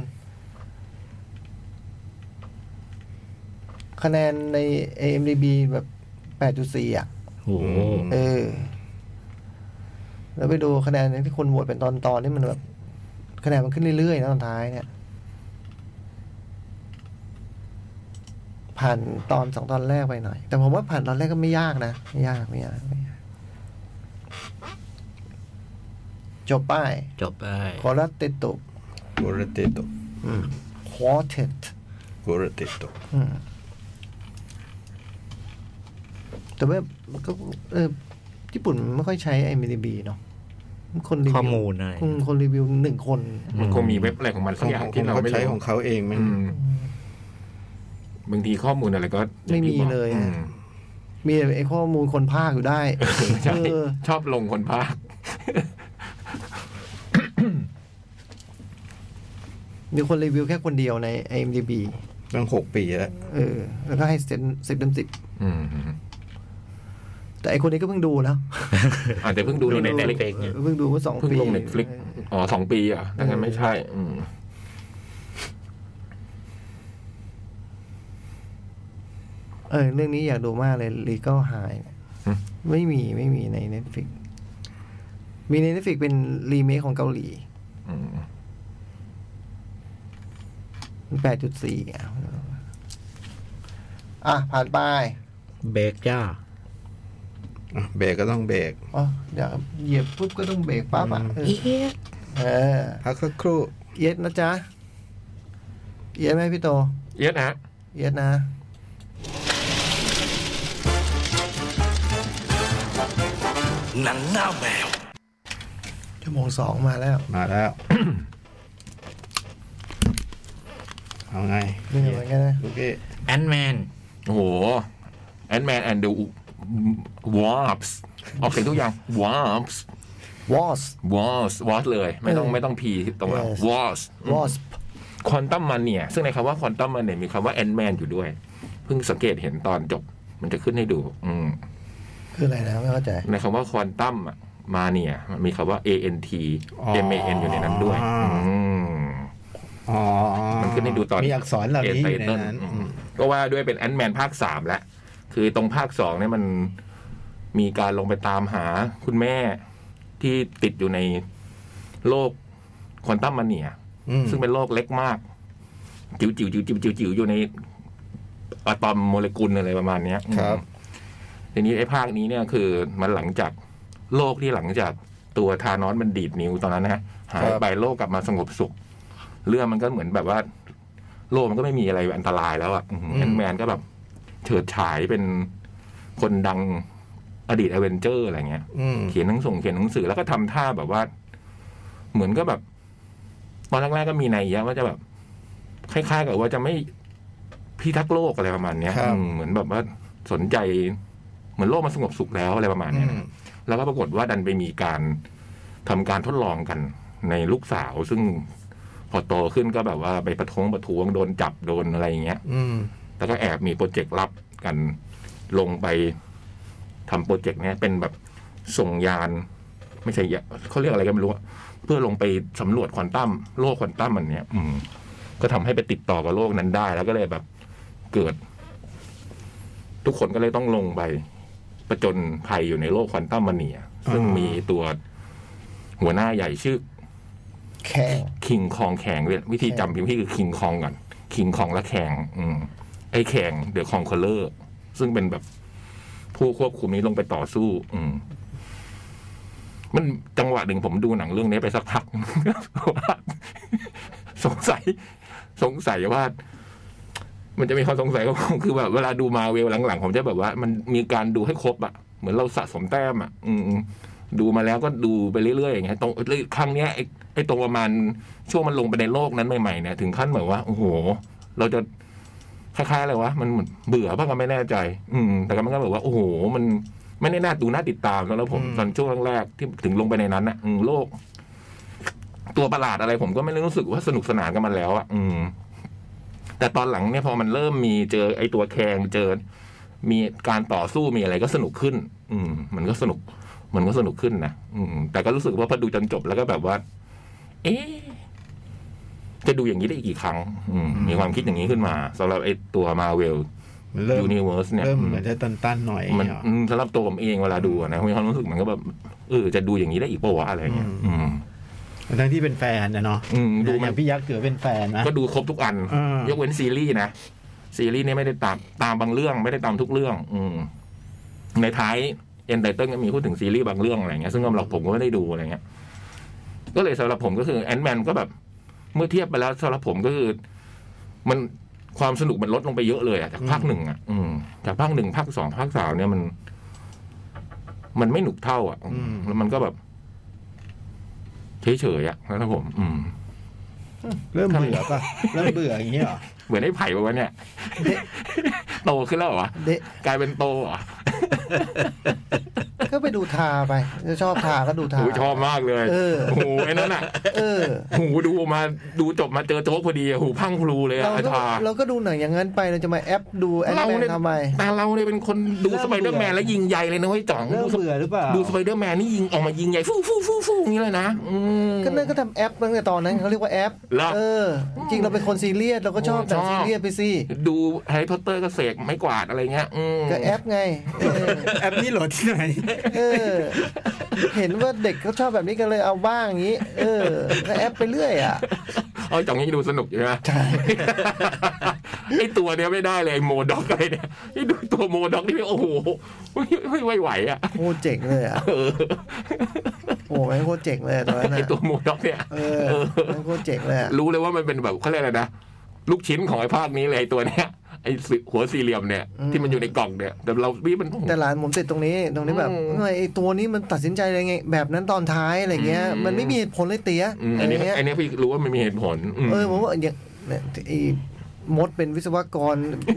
Speaker 2: ๆคะแนนใน AMDB แบบ 8.4 อ่ะ
Speaker 5: โอ้โห
Speaker 2: เออ แล้วไปดูคะแนนที่คนโหวตเป็นตอนตอนๆนี่มันแบบคะแนนมันขึ้นเรื่อยๆนะตอนท้ายเนี่ย ผ่านตอนสองตอนแรกไปหน่อย แต่ผมว่าผ่านตอนแรกก็ไม่ยากนะไม่ยากไม่ยากไม่ยากจบป้าย
Speaker 5: จบได้
Speaker 2: คอรัตเตตุ
Speaker 4: โกรเตโต
Speaker 2: ควอเทต
Speaker 4: โกรเตโต
Speaker 2: แต่ว่าก็เออญี่ปุ่นมันไม่ค่อยใช้ไอมิลิบีเนาะคนรีวิว
Speaker 5: ข้อมูลอะไร
Speaker 2: คงคนรีวิวหนึ่งคน
Speaker 3: มันคงมีเว็บอะไรของมันสักอย่างที่เรา
Speaker 4: เขา
Speaker 3: ไม่
Speaker 4: ใช้
Speaker 3: รู้
Speaker 4: ของเขาเองไหม
Speaker 3: อืมบางทีข้อมูลอะไรก็อย่างที่
Speaker 2: ไม่มี
Speaker 3: บอก
Speaker 2: เลย
Speaker 3: อืม
Speaker 2: มีไอ้ข้อมูลคนภาคอยู่ได้
Speaker 3: ใช่
Speaker 2: เออ
Speaker 3: ชอบลงคนพากย์
Speaker 2: มีคนรีวิวแค่คนเดียวใน IMDb
Speaker 4: ตั้งหกปีแล้ว
Speaker 2: เออ แล้วก็ให้เต็มสิบเต็มสิบ
Speaker 3: อืม
Speaker 2: แต่ไอคนนี้ก็เพิ่งดูนะ
Speaker 3: อาจจะเพิ่งดูในเน็ต
Speaker 5: เฟกเนี่ย
Speaker 2: เพิ่งดูเมื่อสอง
Speaker 3: เพิ่ง
Speaker 2: ปี
Speaker 3: ลงเน็ตฟลิกอ๋อสองปีเหรอ่ะถ้างั้นไม่ใช่ อืม
Speaker 2: เออ เรื่องนี้อยากดูมากเลย Legal High เนี่ย
Speaker 3: อืม
Speaker 2: ไม่มีไม่มีใน Netflix มีใน Netflix เป็นรีเมคของเกาหลี
Speaker 3: อืม
Speaker 2: แปดจุดสี่อ่ะอ่ะ ผ่านไป
Speaker 5: เบรกจ้า
Speaker 4: อ่ะเบรกก็ต้องเบรก
Speaker 2: อ๋อเดี๋ยวเหยียบปุ๊บก็ต้องเบรกปั๊บอ่ะเออเออ
Speaker 4: พักสักครู่
Speaker 2: เอียดนะจ๊ะเอียดไหมพี่โต
Speaker 3: เอี๊ยดฮะ
Speaker 2: เอียดนะ
Speaker 1: 「
Speaker 5: หนังหน้าแมว
Speaker 2: ชั่วโมงสองมาแล้ว
Speaker 4: มาแล้ว เอาไง
Speaker 2: นี่เหมือนกันนะ
Speaker 4: ลูกเอ้ย
Speaker 5: แอนแมน
Speaker 3: โอ้โหแอนแมนแอนเดอร์วอร์ปส์ออกเสียงทุกอย่างวอร์ปส์
Speaker 2: was
Speaker 3: วอร์สวอร์สเลยไม่ต้องไม่ต้องพีตรงนั้น
Speaker 2: Wasp
Speaker 3: วอร์ส
Speaker 2: wasp
Speaker 3: ควอนตัมมันเนี่ยซึ่งในคำว่าควอนตัมมันเนี่ยมีคำว่าแอนแมนอยู่ด้วย เพิ่งสังเกตเห็นตอนจบ มันจะขึ้นให้ดู อืม
Speaker 2: คืออะไรนะไม่เข้าใจ
Speaker 3: ในคำว่าควอนตัมอะมาเนี่ยมันมีคำว่า A N T M A N อยู่ในนั้นด้วยอืม
Speaker 4: อ๋อ
Speaker 3: มันขึ้นให้ดูตอน
Speaker 4: มีอักษรเหล่านี้อยู่ใน
Speaker 3: เอเตเติ้ล
Speaker 4: นั้น
Speaker 3: อื
Speaker 4: อืม
Speaker 3: มก็ว่าด้วยเป็นแอนแมนภาคสามแล้ว คือตรงภาคสองเนี่ยมันมีการลงไปตามหาคุณแม่ที่ติดอยู่ในโลกควอนตัมมาเนีย
Speaker 4: อืม
Speaker 3: ซึ่งเป็นโลกเล็กมาก จิ๋วจิ๋วจิ๋วจิ๋วจิ๋วจิ๋วอยู่ในอะตอมโมเลกุลอะไรประมาณเนี้ย
Speaker 4: ครับ
Speaker 3: อืมทีนี้ไอ้ภาคนี้เนี่ยคือมันหลังจากโลกที่หลังจากตัวทานอสมันดีดนิ้วตอนนั้นนะฮะหายไปโลกกลับมาสงบสุข เรื่องมันก็เหมือนแบบว่า โลกมันก็ไม่มีอะไรอันตรายแล้วอ่ะอืม
Speaker 4: อืม
Speaker 3: แอนด์แมนก็แบบเฉิดฉายเป็นคนดังอดีตอเวนเจอร์อะไรเงี้ย
Speaker 4: อืม
Speaker 3: เขียนหนังส่งเขียนหนังสือแล้วก็ทำท่าแบบว่า เหมือนก็แบบ ตอนแรกๆก็มีนัยยะว่าจะแบบคล้ายๆกับว่าจะไม่พิทักษ์โลกอะไรประมาณเนี้ย
Speaker 4: ครับ
Speaker 3: อืมเหมือนแบบว่าสนใจ เหมือนโลกมันสงบสุขแล้วอะไรประมาณ
Speaker 4: อื
Speaker 3: เนี้ย
Speaker 4: ม
Speaker 3: นะแล้วก็ปรากฏว่าดันไปมีการทำการทดลองกันในลูกสาว ซึ่งพอโตขึ้นก็แบบว่าไปประท้วงประท้วงโดนจับโดนอะไรอย่างเงี้ย
Speaker 4: อืม
Speaker 3: แล้วก็แอบมีโปรเจกต์ลับกันลงไปทำโปรเจกต์เนี้ยเป็นแบบส่งยาน ไม่ใช่ยะเขาเรียกอะไรก็ไม่รู้อะเพื่อลงไปสำรวจควอนตัมโลกควอนตัมมันเนี้ยอืม ก็ทำให้ไปติดต่อกับโลกนั้นได้ แล้วก็เลยแบบเกิด ทุกคนก็เลยต้องลงไปประจนภัยอยู่ในโลกควอนตัมมันเนียซึ่ง
Speaker 4: อ่ามี
Speaker 3: มีตัวหัวหน้าใหญ่ชื่อ
Speaker 2: แข่ง
Speaker 3: คิงคองแข็งเรียวิธีจำพิมพ์พี่คือคิงคองก่อนคิงคองและแข็งอืมไอ้แข็งเดอะคองคอลเลอร์ซึ่งเป็นแบบผู้ควบคุมนี้ลงไปต่อสู้ อืม มันจังหวะหนึ่งผมดูหนังเรื่องนี้ไปสักพัก *laughs* ว่าสงสัย สงสัยว่า มันจะมีความสง *laughs* สัยก็คือแบบเวลาดูมาเวลหลังๆผมจะแบบว่า มันมีการดูให้ครบอะเหมือนเราสะสมแต้มอะอืมๆดูมาแล้วก็ดูไปเรื่อยๆอย่างเงี้ยตรงเอ้ยครั้งเนี้ยไอ้ไอ้ตรงประมาณช่วงมันลงไปในโลกนั้นใหม่ๆเนี่ยถึงขั้นแบบว่าโอ้โห เราจะคล้ายๆอะไรวะมันเหมือนเบื่อบ้างก็ไม่แน่ใจ อืม แต่ก็มันก็แบบว่า โอ้โห มันไม่ได้น่าดูน่าติดตามแล้วผม
Speaker 4: อืม
Speaker 3: ตอนช่วงแรกๆที่ถึงลงไปในนั้นอะอืมโลก ตัวประหลาดอะไรผมก็ไม่ได้รู้สึกว่าสนุกสนานกับมันแล้วอะอืม แต่ตอนหลังเนี่ยพอมันเริ่มมีเจอไอ้ตัวแคงเจอ มีการต่อสู้มีอะไรก็สนุกขึ้น อืม มันก็สนุก มันก็สนุกขึ้นนะอืม แต่ก็รู้สึกว่าพอดูจนจบแล้วก็แบบว่า เอ๊ะจะดูอย่างนี้ได้อีกกี่ครั้ง อืม มีความคิดอย่างนี้ขึ้นมาสำหรับไอ้ตัวมาเวล
Speaker 4: มันเริ่ม
Speaker 3: ยูนิเวิร์สเนี่ย
Speaker 4: เริ่ม
Speaker 3: อืม
Speaker 4: เหมือนจะตันๆหน่อยอย่าง
Speaker 3: มัน
Speaker 4: เงี้ยเหรอ
Speaker 3: อืมสำหรับตัวผมเองเวลาดูอะนะมีความรู้สึกเหมันก็แบบเออจะดูอย่างนี้ได้อีกปะวะอะไรเงี้ย
Speaker 4: อื
Speaker 3: อืม
Speaker 4: ม ทั้งที่เป็นแฟนนะเนาะ
Speaker 3: อืม
Speaker 4: อ
Speaker 3: ดูมั
Speaker 4: ย่าน งพี่ยักษ์เกือบเป็นแฟนนะ
Speaker 3: ก็ดูครบทุกอัน
Speaker 4: อ่าย ย
Speaker 3: กเว้นซีรีส์นะ ซีรีส์เนี่ยไม่ได้ตามตามบางเรื่องไม่ได้ตามทุกเรื่อง อืม ในท้ายเอ็นไตเติ้ลก็มีพูดถึงซีรีส์บางเรื่องอะไรเงี้ยซึ่งสำหรับผมก็ไม่ได้ดูอะไรเงี้ยก็เลยสำหรับผมก็คือแอนแมนก็แบบ เมื่อเทียบไปแล้วสำหรับผมก็คือ มันความสนุกมันลดลงไปเยอะเลยอะจากภาคหนึ่งอะอืมจากภาคหนึ่งภาคสองภาคสามเนี่ยมัน มันไม่หนุกเท่าอะ
Speaker 4: อืม
Speaker 3: แล้วมันก็แบบเฉยๆอะนะครับผม อืม
Speaker 4: เริ่มเบื่อป่ะ เริ่มเบื่ออย่างเงี้ยเหรอ
Speaker 3: เหมือนไอ้ไผ่ปะวะเนี่ย
Speaker 2: เดะ
Speaker 3: โตขึ้นแล้วเหรอวะ
Speaker 2: เดะ
Speaker 3: กลายเป็นโตเหรอ
Speaker 2: ก็ไปดูทาไปชอบทาก็ดูทา
Speaker 3: โอ้ยชอบมากเลย
Speaker 2: เออ
Speaker 3: โอ้โหูไอ้นั่นอ่ะ
Speaker 2: เออ
Speaker 3: โอ้โหูดูมาดูจบมาเจอโจ๊กพอดีอะโอ้โหูพังพลูเลยอะ
Speaker 2: เรา
Speaker 3: ไอ้
Speaker 2: ก็
Speaker 3: ทา
Speaker 2: เราก็ดูหนังอย่างนั้นไปเราจะมาแอปดูแอนแมน
Speaker 3: เนี่ย
Speaker 2: ทำไม
Speaker 3: แต่เราเนี่ยเป็นคนดู
Speaker 4: เริ่ม
Speaker 3: สไปเดอร์แม
Speaker 4: เบื่
Speaker 3: น
Speaker 4: อ
Speaker 3: แล้วยิงใยเลยนะเว้ยจ่อง
Speaker 4: เริ่
Speaker 3: ดู
Speaker 4: ม
Speaker 3: ส
Speaker 4: เบื่อหรือเปล่า
Speaker 3: ดูสไปเดอร์แมนนี่ยิงออกมายิงใยฟู่ฟู่ฟู่ฟู่อย่างนี้เลยนะอืม
Speaker 2: ก็นั่นก็ทำแอปตั้งแต่ตอนนั้นเขาเรียกว่าแอป
Speaker 3: เหรอ
Speaker 2: เออ จริงเราเป็นคนซีเรียสเราก็ชอบ
Speaker 3: โอ้
Speaker 2: แต่
Speaker 3: ชอบ
Speaker 2: ซีเรียสไปสิ
Speaker 3: ดูแฮร์รี่พอตเตอร์ก็เสกไม้กวาดอะไรเงี้ยอืม
Speaker 2: ก็แอปไง เออ
Speaker 4: แอปนี้โหลดที่ไหน
Speaker 2: เออ เห็นว่าเด็กเขาชอบแบบนี้กันเลยเอาบ้างอย่างนี้ เออก็แอปไปเรื่อยอ่ะ
Speaker 3: เอ๋อจ่องนี่ดูสนุกอยู่นะ
Speaker 2: ใช่
Speaker 3: ไอตัวเนี้ยไม่ได้เลยไอ้โมด็อกอะไรเนี่ยไอดูตัวโมด็อกนี่โอ้โหไม่ไม่ไหวอ่ะ
Speaker 2: โคตรเจ๋งเลยอ่ะ
Speaker 3: เออ
Speaker 2: โอ้แม่งโคตรเจ๋งเลยอะตอนนั้น
Speaker 3: ไอ
Speaker 2: อ่ะ
Speaker 3: ตัวโมด็อกเนี่ย
Speaker 2: เออแม่งโคตรเจ๋งเลยอะ
Speaker 3: รู้เลยว่ามันเป็นแบบเขาเรียกอะไรนะ ลูกชิ้นของไอ้ภาคนี้เลยไอ้ตัวเนี้ย ไอ้สิหัวสี่เหลี่ยมเนี่ย
Speaker 2: อืม
Speaker 3: ที่มันอยู่ในกล่องเนี่ยแต่เราวิมัน
Speaker 2: แต่หลานผมติดตรงนี้ตรงนี้แบบ
Speaker 3: อืม
Speaker 2: ทำไมไอ้ตัวนี้มันตัดสินใจอะไรไง แบบนั้นตอนท้ายอะไรเงี้ย
Speaker 3: อืม
Speaker 2: มันไม่มีเหตุผลเลยเตี้ย
Speaker 3: อืมอั
Speaker 2: อะ
Speaker 3: น
Speaker 2: ไร
Speaker 3: นี้
Speaker 2: เงี้ย
Speaker 3: อันนี้พี่รู้ว่ามันมีเหตุผลม
Speaker 2: เออผมว่าอย่างเนี่ยไอ้มดเป็นวิศวกร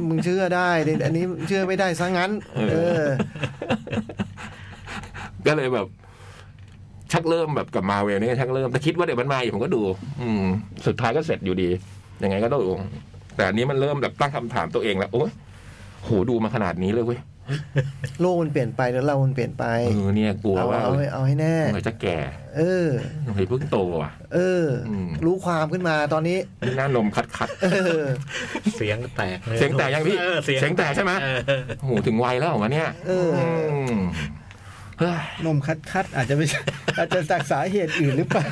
Speaker 2: มึงเชื่อได้แต่อันนี้เชื่อไม่ได้ซะงั้น เออ
Speaker 3: ก็เลยแบบ ชักเริ่มแบบกับมาเวลนี่ยชักเริ่มแต่คิดว่าเดี๋ยวมันมาอยู่ผมก็ดู อืม สุดท้ายก็เสร็จอยู่ดียังไงก็ต้องดูแต่อันนี้มันเริ่มแบบตั้งคำถามตัวเองแล้วโอ้ยโหดูมาขนาดนี้เลยเว้ย
Speaker 2: โลกมันเปลี่ยนไปแล้วเรามันเปลี่ยนไป
Speaker 3: เออเนี่ยกลัว
Speaker 2: เอา
Speaker 3: ว่า
Speaker 2: เอาให้เอาให้แน่
Speaker 3: เมื่อจะแก่
Speaker 2: เออ
Speaker 3: เมื่อเพิ่งโตอ่ะ
Speaker 2: เอออ
Speaker 3: ม
Speaker 2: รู้ความขึ้นมาตอนนี้
Speaker 3: นี่หน้านมคัดคัด
Speaker 2: เออ
Speaker 5: เสียงแตกล
Speaker 3: เสียงแตกยังพี่
Speaker 5: ออ
Speaker 3: เสียงแตกใช่ไหม
Speaker 5: เออ
Speaker 3: ๆโอ้โหถึงวัยแล้วเหรอวะเนี่ย
Speaker 2: เอออื
Speaker 3: มเฮ้ย
Speaker 4: นมคัดคัดๆอาจจะไม่ใช่ *laughs* อาจจะจากสาเหตุอื่นหรือเปล่า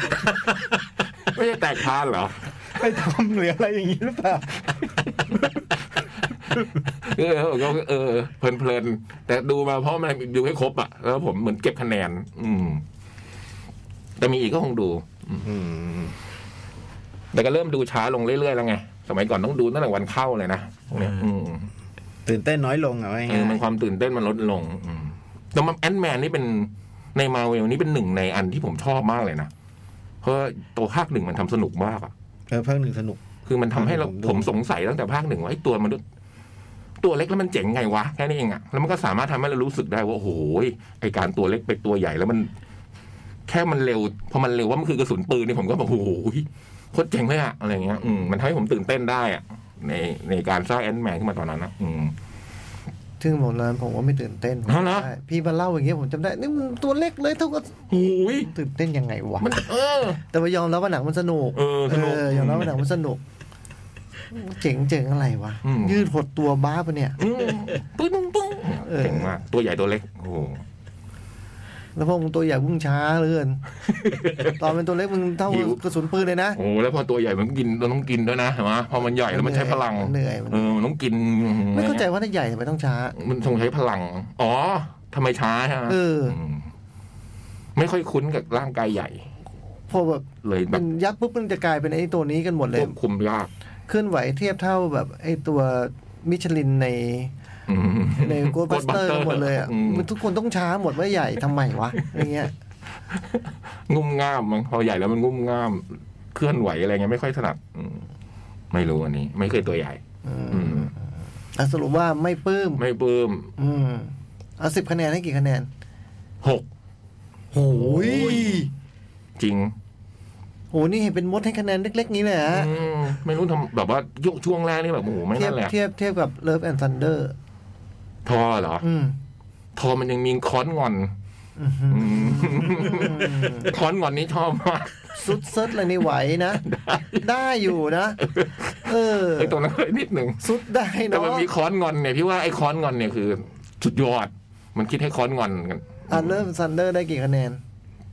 Speaker 4: *laughs*
Speaker 3: ไม่ใช่แตกพานเหรอ
Speaker 4: ไปทำหรืออะไรอย่างนี้หรือเปล่า
Speaker 3: เออก็เออเพลินๆแต่ดูมาเพราะมันดูให้ครบอ่ะแล้วผมเหมือนเก็บคะแนน อืม แต่มีอีกก็คงดู
Speaker 4: อืม
Speaker 3: แต่ก็เริ่มดูช้าลงเรื่อยๆแล้วไง สมัยก่อนต้องดูตั้งแต่วันเข้าเลยนะพวกเนี้ย
Speaker 5: อื
Speaker 3: อืม
Speaker 4: ตื่นเต้นน้อยลงอ่ะว่า
Speaker 3: เอ
Speaker 4: ง่า
Speaker 3: อย มันความตื่นเต้นมันลดลง อืมแต่มันแอนแมนนี่เป็นในมาเวลนี่เป็นหนึ่งในอันที่ผมชอบมากเลยนะ เพราะว่าตัวภาคหนึ่งมันทำสนุกมากอะ
Speaker 4: ๆเออภาคหนึ่งสนุก
Speaker 3: คือมันทำให้เรา
Speaker 4: ผมดู
Speaker 3: ผมสงสัยตั้งแต่ภาคหนึ่งว่าไอ้ตัวมันษย์ตัวเล็กแล้วมันเจ๋งไงวะแค่นี้เองอะแล้วมันก็สามารถทำให้เรารู้สึกได้ว่าโอ้โหไอการตัวเล็กไปตัวใหญ่แล้วมัน แค่มันเร็วพอมันเร็วว่ามันคือกระสุนปืนเนี่ยผมก็แบบโอ้โหโคตรเจ๋งเลยอะอะไรเงี้ยอืมมันทำให้ผมตื่นเต้นได้อะในในการสร้างแอนด์แมนขึ้นมาตอนนั้นนะอืม
Speaker 2: ถึงผมนั้นผมว่าไม่ตื่นเต้นผม
Speaker 3: เอาเหรอ
Speaker 2: ใช่พี่มาเล่าอย่างเงี้ยผมจำได้นี่มันตัวเล็กเลยเท่ากับ
Speaker 3: โอ้ย
Speaker 2: ตื่นเต้นยังไงวะ
Speaker 3: มันเออ
Speaker 2: แต่ว่ายอมรับว่าหนังมันสนุก
Speaker 3: เออสนุก
Speaker 2: ยอมรับว่าหนังมันสนุก เจ๋งเจ๋งอะไรวะ
Speaker 3: อืม
Speaker 2: ยืดหดตัวบ้าปะเนี่ย
Speaker 3: อืมปึ้งปึ้งปึ้งเจ๋งมากตัวใหญ่ตัวเล็กโอ้โห
Speaker 2: แล้วพวกมึงตัวใหญ่พุ่งช้าเหลย *laughs* ตอนเป็นตัวเล็กมึงเท่า
Speaker 3: หิว
Speaker 2: กระสุนปืนเลยนะ
Speaker 3: โอ้แล้วพอตัวใหญ่มันกินมันต้องกินด้วยนะเห็นไหมพอมันใหญ่แล้วมันใช้พลัง
Speaker 2: มันเหนื่อยมันเห
Speaker 3: เอ
Speaker 2: นื่อย
Speaker 3: อมันต้องกิน
Speaker 2: ไม่เข้าใจว่าถ้าใหญ่ทำไมต้องช้า
Speaker 3: มันต้องใช้พลัง อ๋อทำไมช้าฮะ
Speaker 2: เออ
Speaker 3: มไม่ค่อยคุ้นกับร่างกายใหญ่
Speaker 2: พอแบบ
Speaker 3: เลยแบ
Speaker 2: มั
Speaker 3: บ
Speaker 2: นยักษ์ปุ๊บมันจะกลายเป็นไอ้ตัวนี้กันหมดเล
Speaker 3: ค
Speaker 2: ยว
Speaker 3: บคุมยาก
Speaker 2: เคลื่อนไหวเทียบเท่าแบบ ไอ้ตัวมิชลินใน
Speaker 3: อืม
Speaker 2: ในโกล
Speaker 3: *laughs*
Speaker 2: บัสเตอ
Speaker 3: Ghostbuster
Speaker 2: ร์หมดเลยอ่ะ
Speaker 3: อืม
Speaker 2: มันทุกคนต้องช้าหมดว่าใหญ่ทำไมวะอะไรเงี้ย
Speaker 3: งุ่มง่ามมั้งพอใหญ่แล้วมันงุ่มง่าม เคลื่อนไหวอะไรเงี้ยไม่ค่อยถนัดอืมไม่รู้อันนี้ ไม่เคยตัวใหญ่ อืม
Speaker 2: อ่ะสรุปว่าไม่ปลื้ม
Speaker 3: ไม่ปลื้ม
Speaker 2: อืมเอาสิบคะแนนให้กี่คะแนน
Speaker 3: หก
Speaker 2: โอ้ย
Speaker 3: จริง
Speaker 2: โห นี่เห็นเป็นมดให้คะแนนเล็ก ๆ นี้เลยฮะ
Speaker 3: อืมไม่รู้ทำแบบว่ายุคช่วงแรกนี่แบบโอ้โหไม่
Speaker 2: เทีย
Speaker 3: นั่
Speaker 2: บ
Speaker 3: นแหละ
Speaker 2: เทียบเทียบกับ Love and Thunder
Speaker 3: ทอเหรอ
Speaker 2: อืม
Speaker 3: ทอมันยังมีค้อนงอน
Speaker 2: อื้อหือ
Speaker 3: ค้อนงอนนี้ชอบมาก
Speaker 2: สุดเซิร์ชเลยนี่ไหวนะ ได้อยู่นะ เออ
Speaker 3: ไอ้ตรงนั้นเลยนิดหนึ่ง
Speaker 2: สุดได้เน
Speaker 3: แต่
Speaker 2: อะ
Speaker 3: มันมีค้อนงอนเนี่ยพี่ว่าไอ้ค้อนงอนเนี่ยคือสุดยอด มันคิดให้ค้อนงอนกัน
Speaker 2: อ่ะ Love and Thunder ได้กี่คะแนน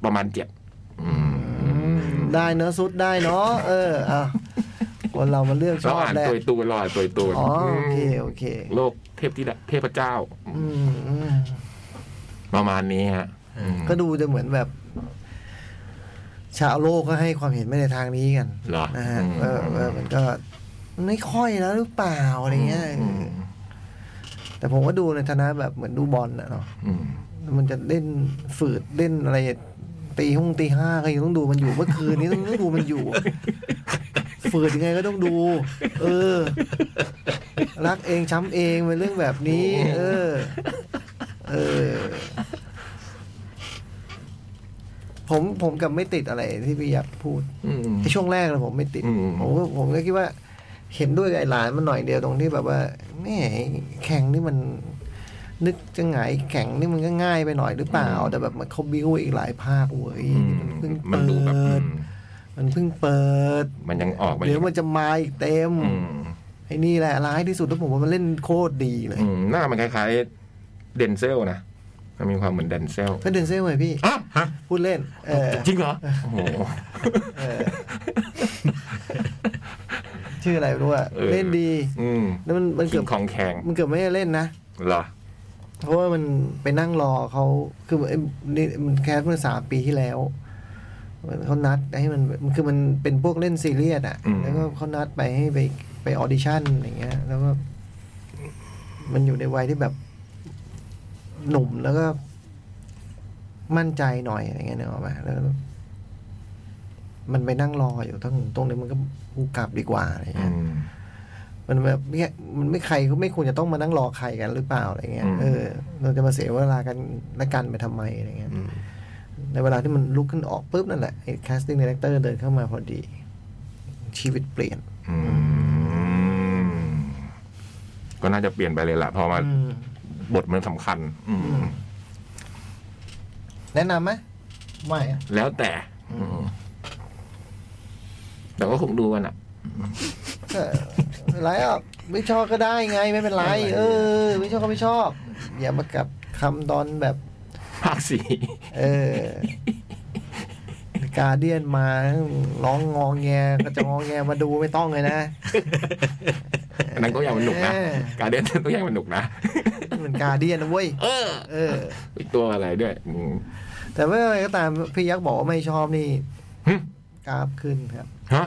Speaker 3: ประมาณเจ็ดอืม
Speaker 2: ได้เนอะสุดได้เนาะ เออ อ่ะ คนเรามาเลือกช
Speaker 3: เรา
Speaker 2: อบ
Speaker 3: อ่าน
Speaker 2: แหละ
Speaker 3: ตัวตูนเราอ่านตัวตูน
Speaker 2: อ๋อโอเค
Speaker 3: ม
Speaker 2: โอเค
Speaker 3: โลกเทพที่เทพเจ้า
Speaker 2: อืมอืม
Speaker 3: ประมาณนี้ฮะอืม
Speaker 2: ก็ดูจะเหมือนแบบ ชาวโลกก็ให้ความเห็นไม่ในทางนี้กัน
Speaker 3: เหรอ
Speaker 2: นะฮะ
Speaker 3: อืม
Speaker 2: เออเออมันก็ไม่ค่อยแล้วหรือเปล่าอะไรเงี้ย
Speaker 3: อืม
Speaker 2: แต่ผมก็ดูในฐานะแบบเหมือนดูบอลนะเนาะ
Speaker 3: อืม
Speaker 2: มันจะเล่นฝืดเล่นอะไร ตีห้องตีห้าก็ยังต้องดูมันอยู่เมื่อคืนนี้ต้องต้องดูมัน *laughs* อยู่ ฝืดยังไงก็ต้องดู เออ รักเองช้ำเองเป็นเรื่องแบบนี้ เออ เออ ผมผมกับไม่ติดอะไรที่พี่ยับพูด
Speaker 3: อืม
Speaker 2: ไอ้ช่วงแรกเลยผมไม่ติด
Speaker 3: อืม
Speaker 2: ผมก็ผมก็คิดว่า เห็นด้วยกับไอ้หลานมันหน่อยเดียวตรงที่แบบว่าแหม่แข่งนี่มัน นึกจะหงายแข่งนี่มันก็ง่ายไปหน่อยหรือเปล่า แต่แบบมันเขาบิ้วอีกหลายภาคเว้ย
Speaker 3: อืม
Speaker 2: มันเพิ่ง
Speaker 3: มัน
Speaker 2: เปิ
Speaker 3: ดูแบบอื
Speaker 2: ด
Speaker 3: ม
Speaker 2: มันเพิ่งเปิด
Speaker 3: มันยังออกมา
Speaker 2: เดี๋ยวมันจะมาอีกเต็ม
Speaker 3: อืม
Speaker 2: ไอ้นี่แหละร้ายที่สุดแล้วผมว่ามันเล่นโคตรดีเลย
Speaker 3: อืมหน้ามันคล้ายๆเดนเซลนะ มันมีความเหมือนเดนเซล
Speaker 2: ก็เดนเซ่เลยพี่
Speaker 3: อ้าวฮะ
Speaker 2: พูดเล่น เออ
Speaker 3: จริงเหรอ โอ้โห
Speaker 2: เออชื่ออะไรไม่รู้อะ
Speaker 3: เออ
Speaker 2: เล่นดี
Speaker 3: อืม
Speaker 2: แล้วมันมัน
Speaker 3: กิ
Speaker 2: เกือบ
Speaker 3: นของแข็ง
Speaker 2: มันเกือบไม่ได้เล่นนะ
Speaker 3: เหรอ
Speaker 2: เพราะว่ามันไปนั่งรอเขาคือไอ้นี่มันแคสเมื่อสามปีที่แล้วเขานัดให้มันมันคือมันเป็นพวกเล่นซีเรียสอ่ะ
Speaker 3: อืม
Speaker 2: แล้วก็เขานัดไปให้ไปไปออดิชั่นอย่างเงี้ย แล้วก็ มันอยู่ในวัยที่แบบ หนุ่มแล้วก็ มั่นใจหน่อยอะไรเงี้ยเนกอะไหมแล้วมันไปนั่งรออยู่ตั้งตรงนี้มันก็กูกลับดีกว่าอะไร
Speaker 3: อื
Speaker 2: เงี้ย
Speaker 3: ม
Speaker 2: มันแบบเนี่ยมันไม่ใครก็ไม่ควรจะต้องมานั่งรอใครกันหรือเปล่าอะไรเงี้ย
Speaker 3: อืม
Speaker 2: เออเราจะมาเสียเวลากันและกันไปทำไมอะไรเงี้ย
Speaker 4: อืม
Speaker 2: ในเวลาที่มันลุกขึ้นออกปุ๊บนั่นแหละไอ้ casting director เดินเข้ามาพอดี ชีวิตเปลี่ยน
Speaker 3: อืมก็น่าจะเปลี่ยนไปเลยล่ะเพอมา
Speaker 2: อืม
Speaker 3: บทมันสำคัญ อืม
Speaker 2: แนะนำไหมไม่อะ
Speaker 3: แล้วแต่ อืม แต่ก็คงดูกันอ่ะ
Speaker 2: เออไม่เป็นไรอ่ะไม่ชอบก็ได้ไงไม่เป็นไร เออ ไม่ชอบก็ไม่ชอบ อย่ามากลับคำตอนแบบ
Speaker 3: ภาคสี่
Speaker 2: เออ การเดียนมาร้องงองแงก็จะงองแงมาดูไม่ต้องเลยนะ
Speaker 3: อันนั้นก็ยังมันหนุกนะ
Speaker 2: เออ
Speaker 3: การเดินก็ยังมันหนุกนะ
Speaker 2: มันการเดียนนะเว้ย
Speaker 3: เออ
Speaker 2: เออ
Speaker 3: อีกตัวอะไรด้วยอืม
Speaker 2: แต่ไม่อะไรก็ตามพี่ยักษ์บอกว่าไม่ชอบนี่
Speaker 3: หึ
Speaker 2: กราฟขึ้นครับ
Speaker 3: ฮะ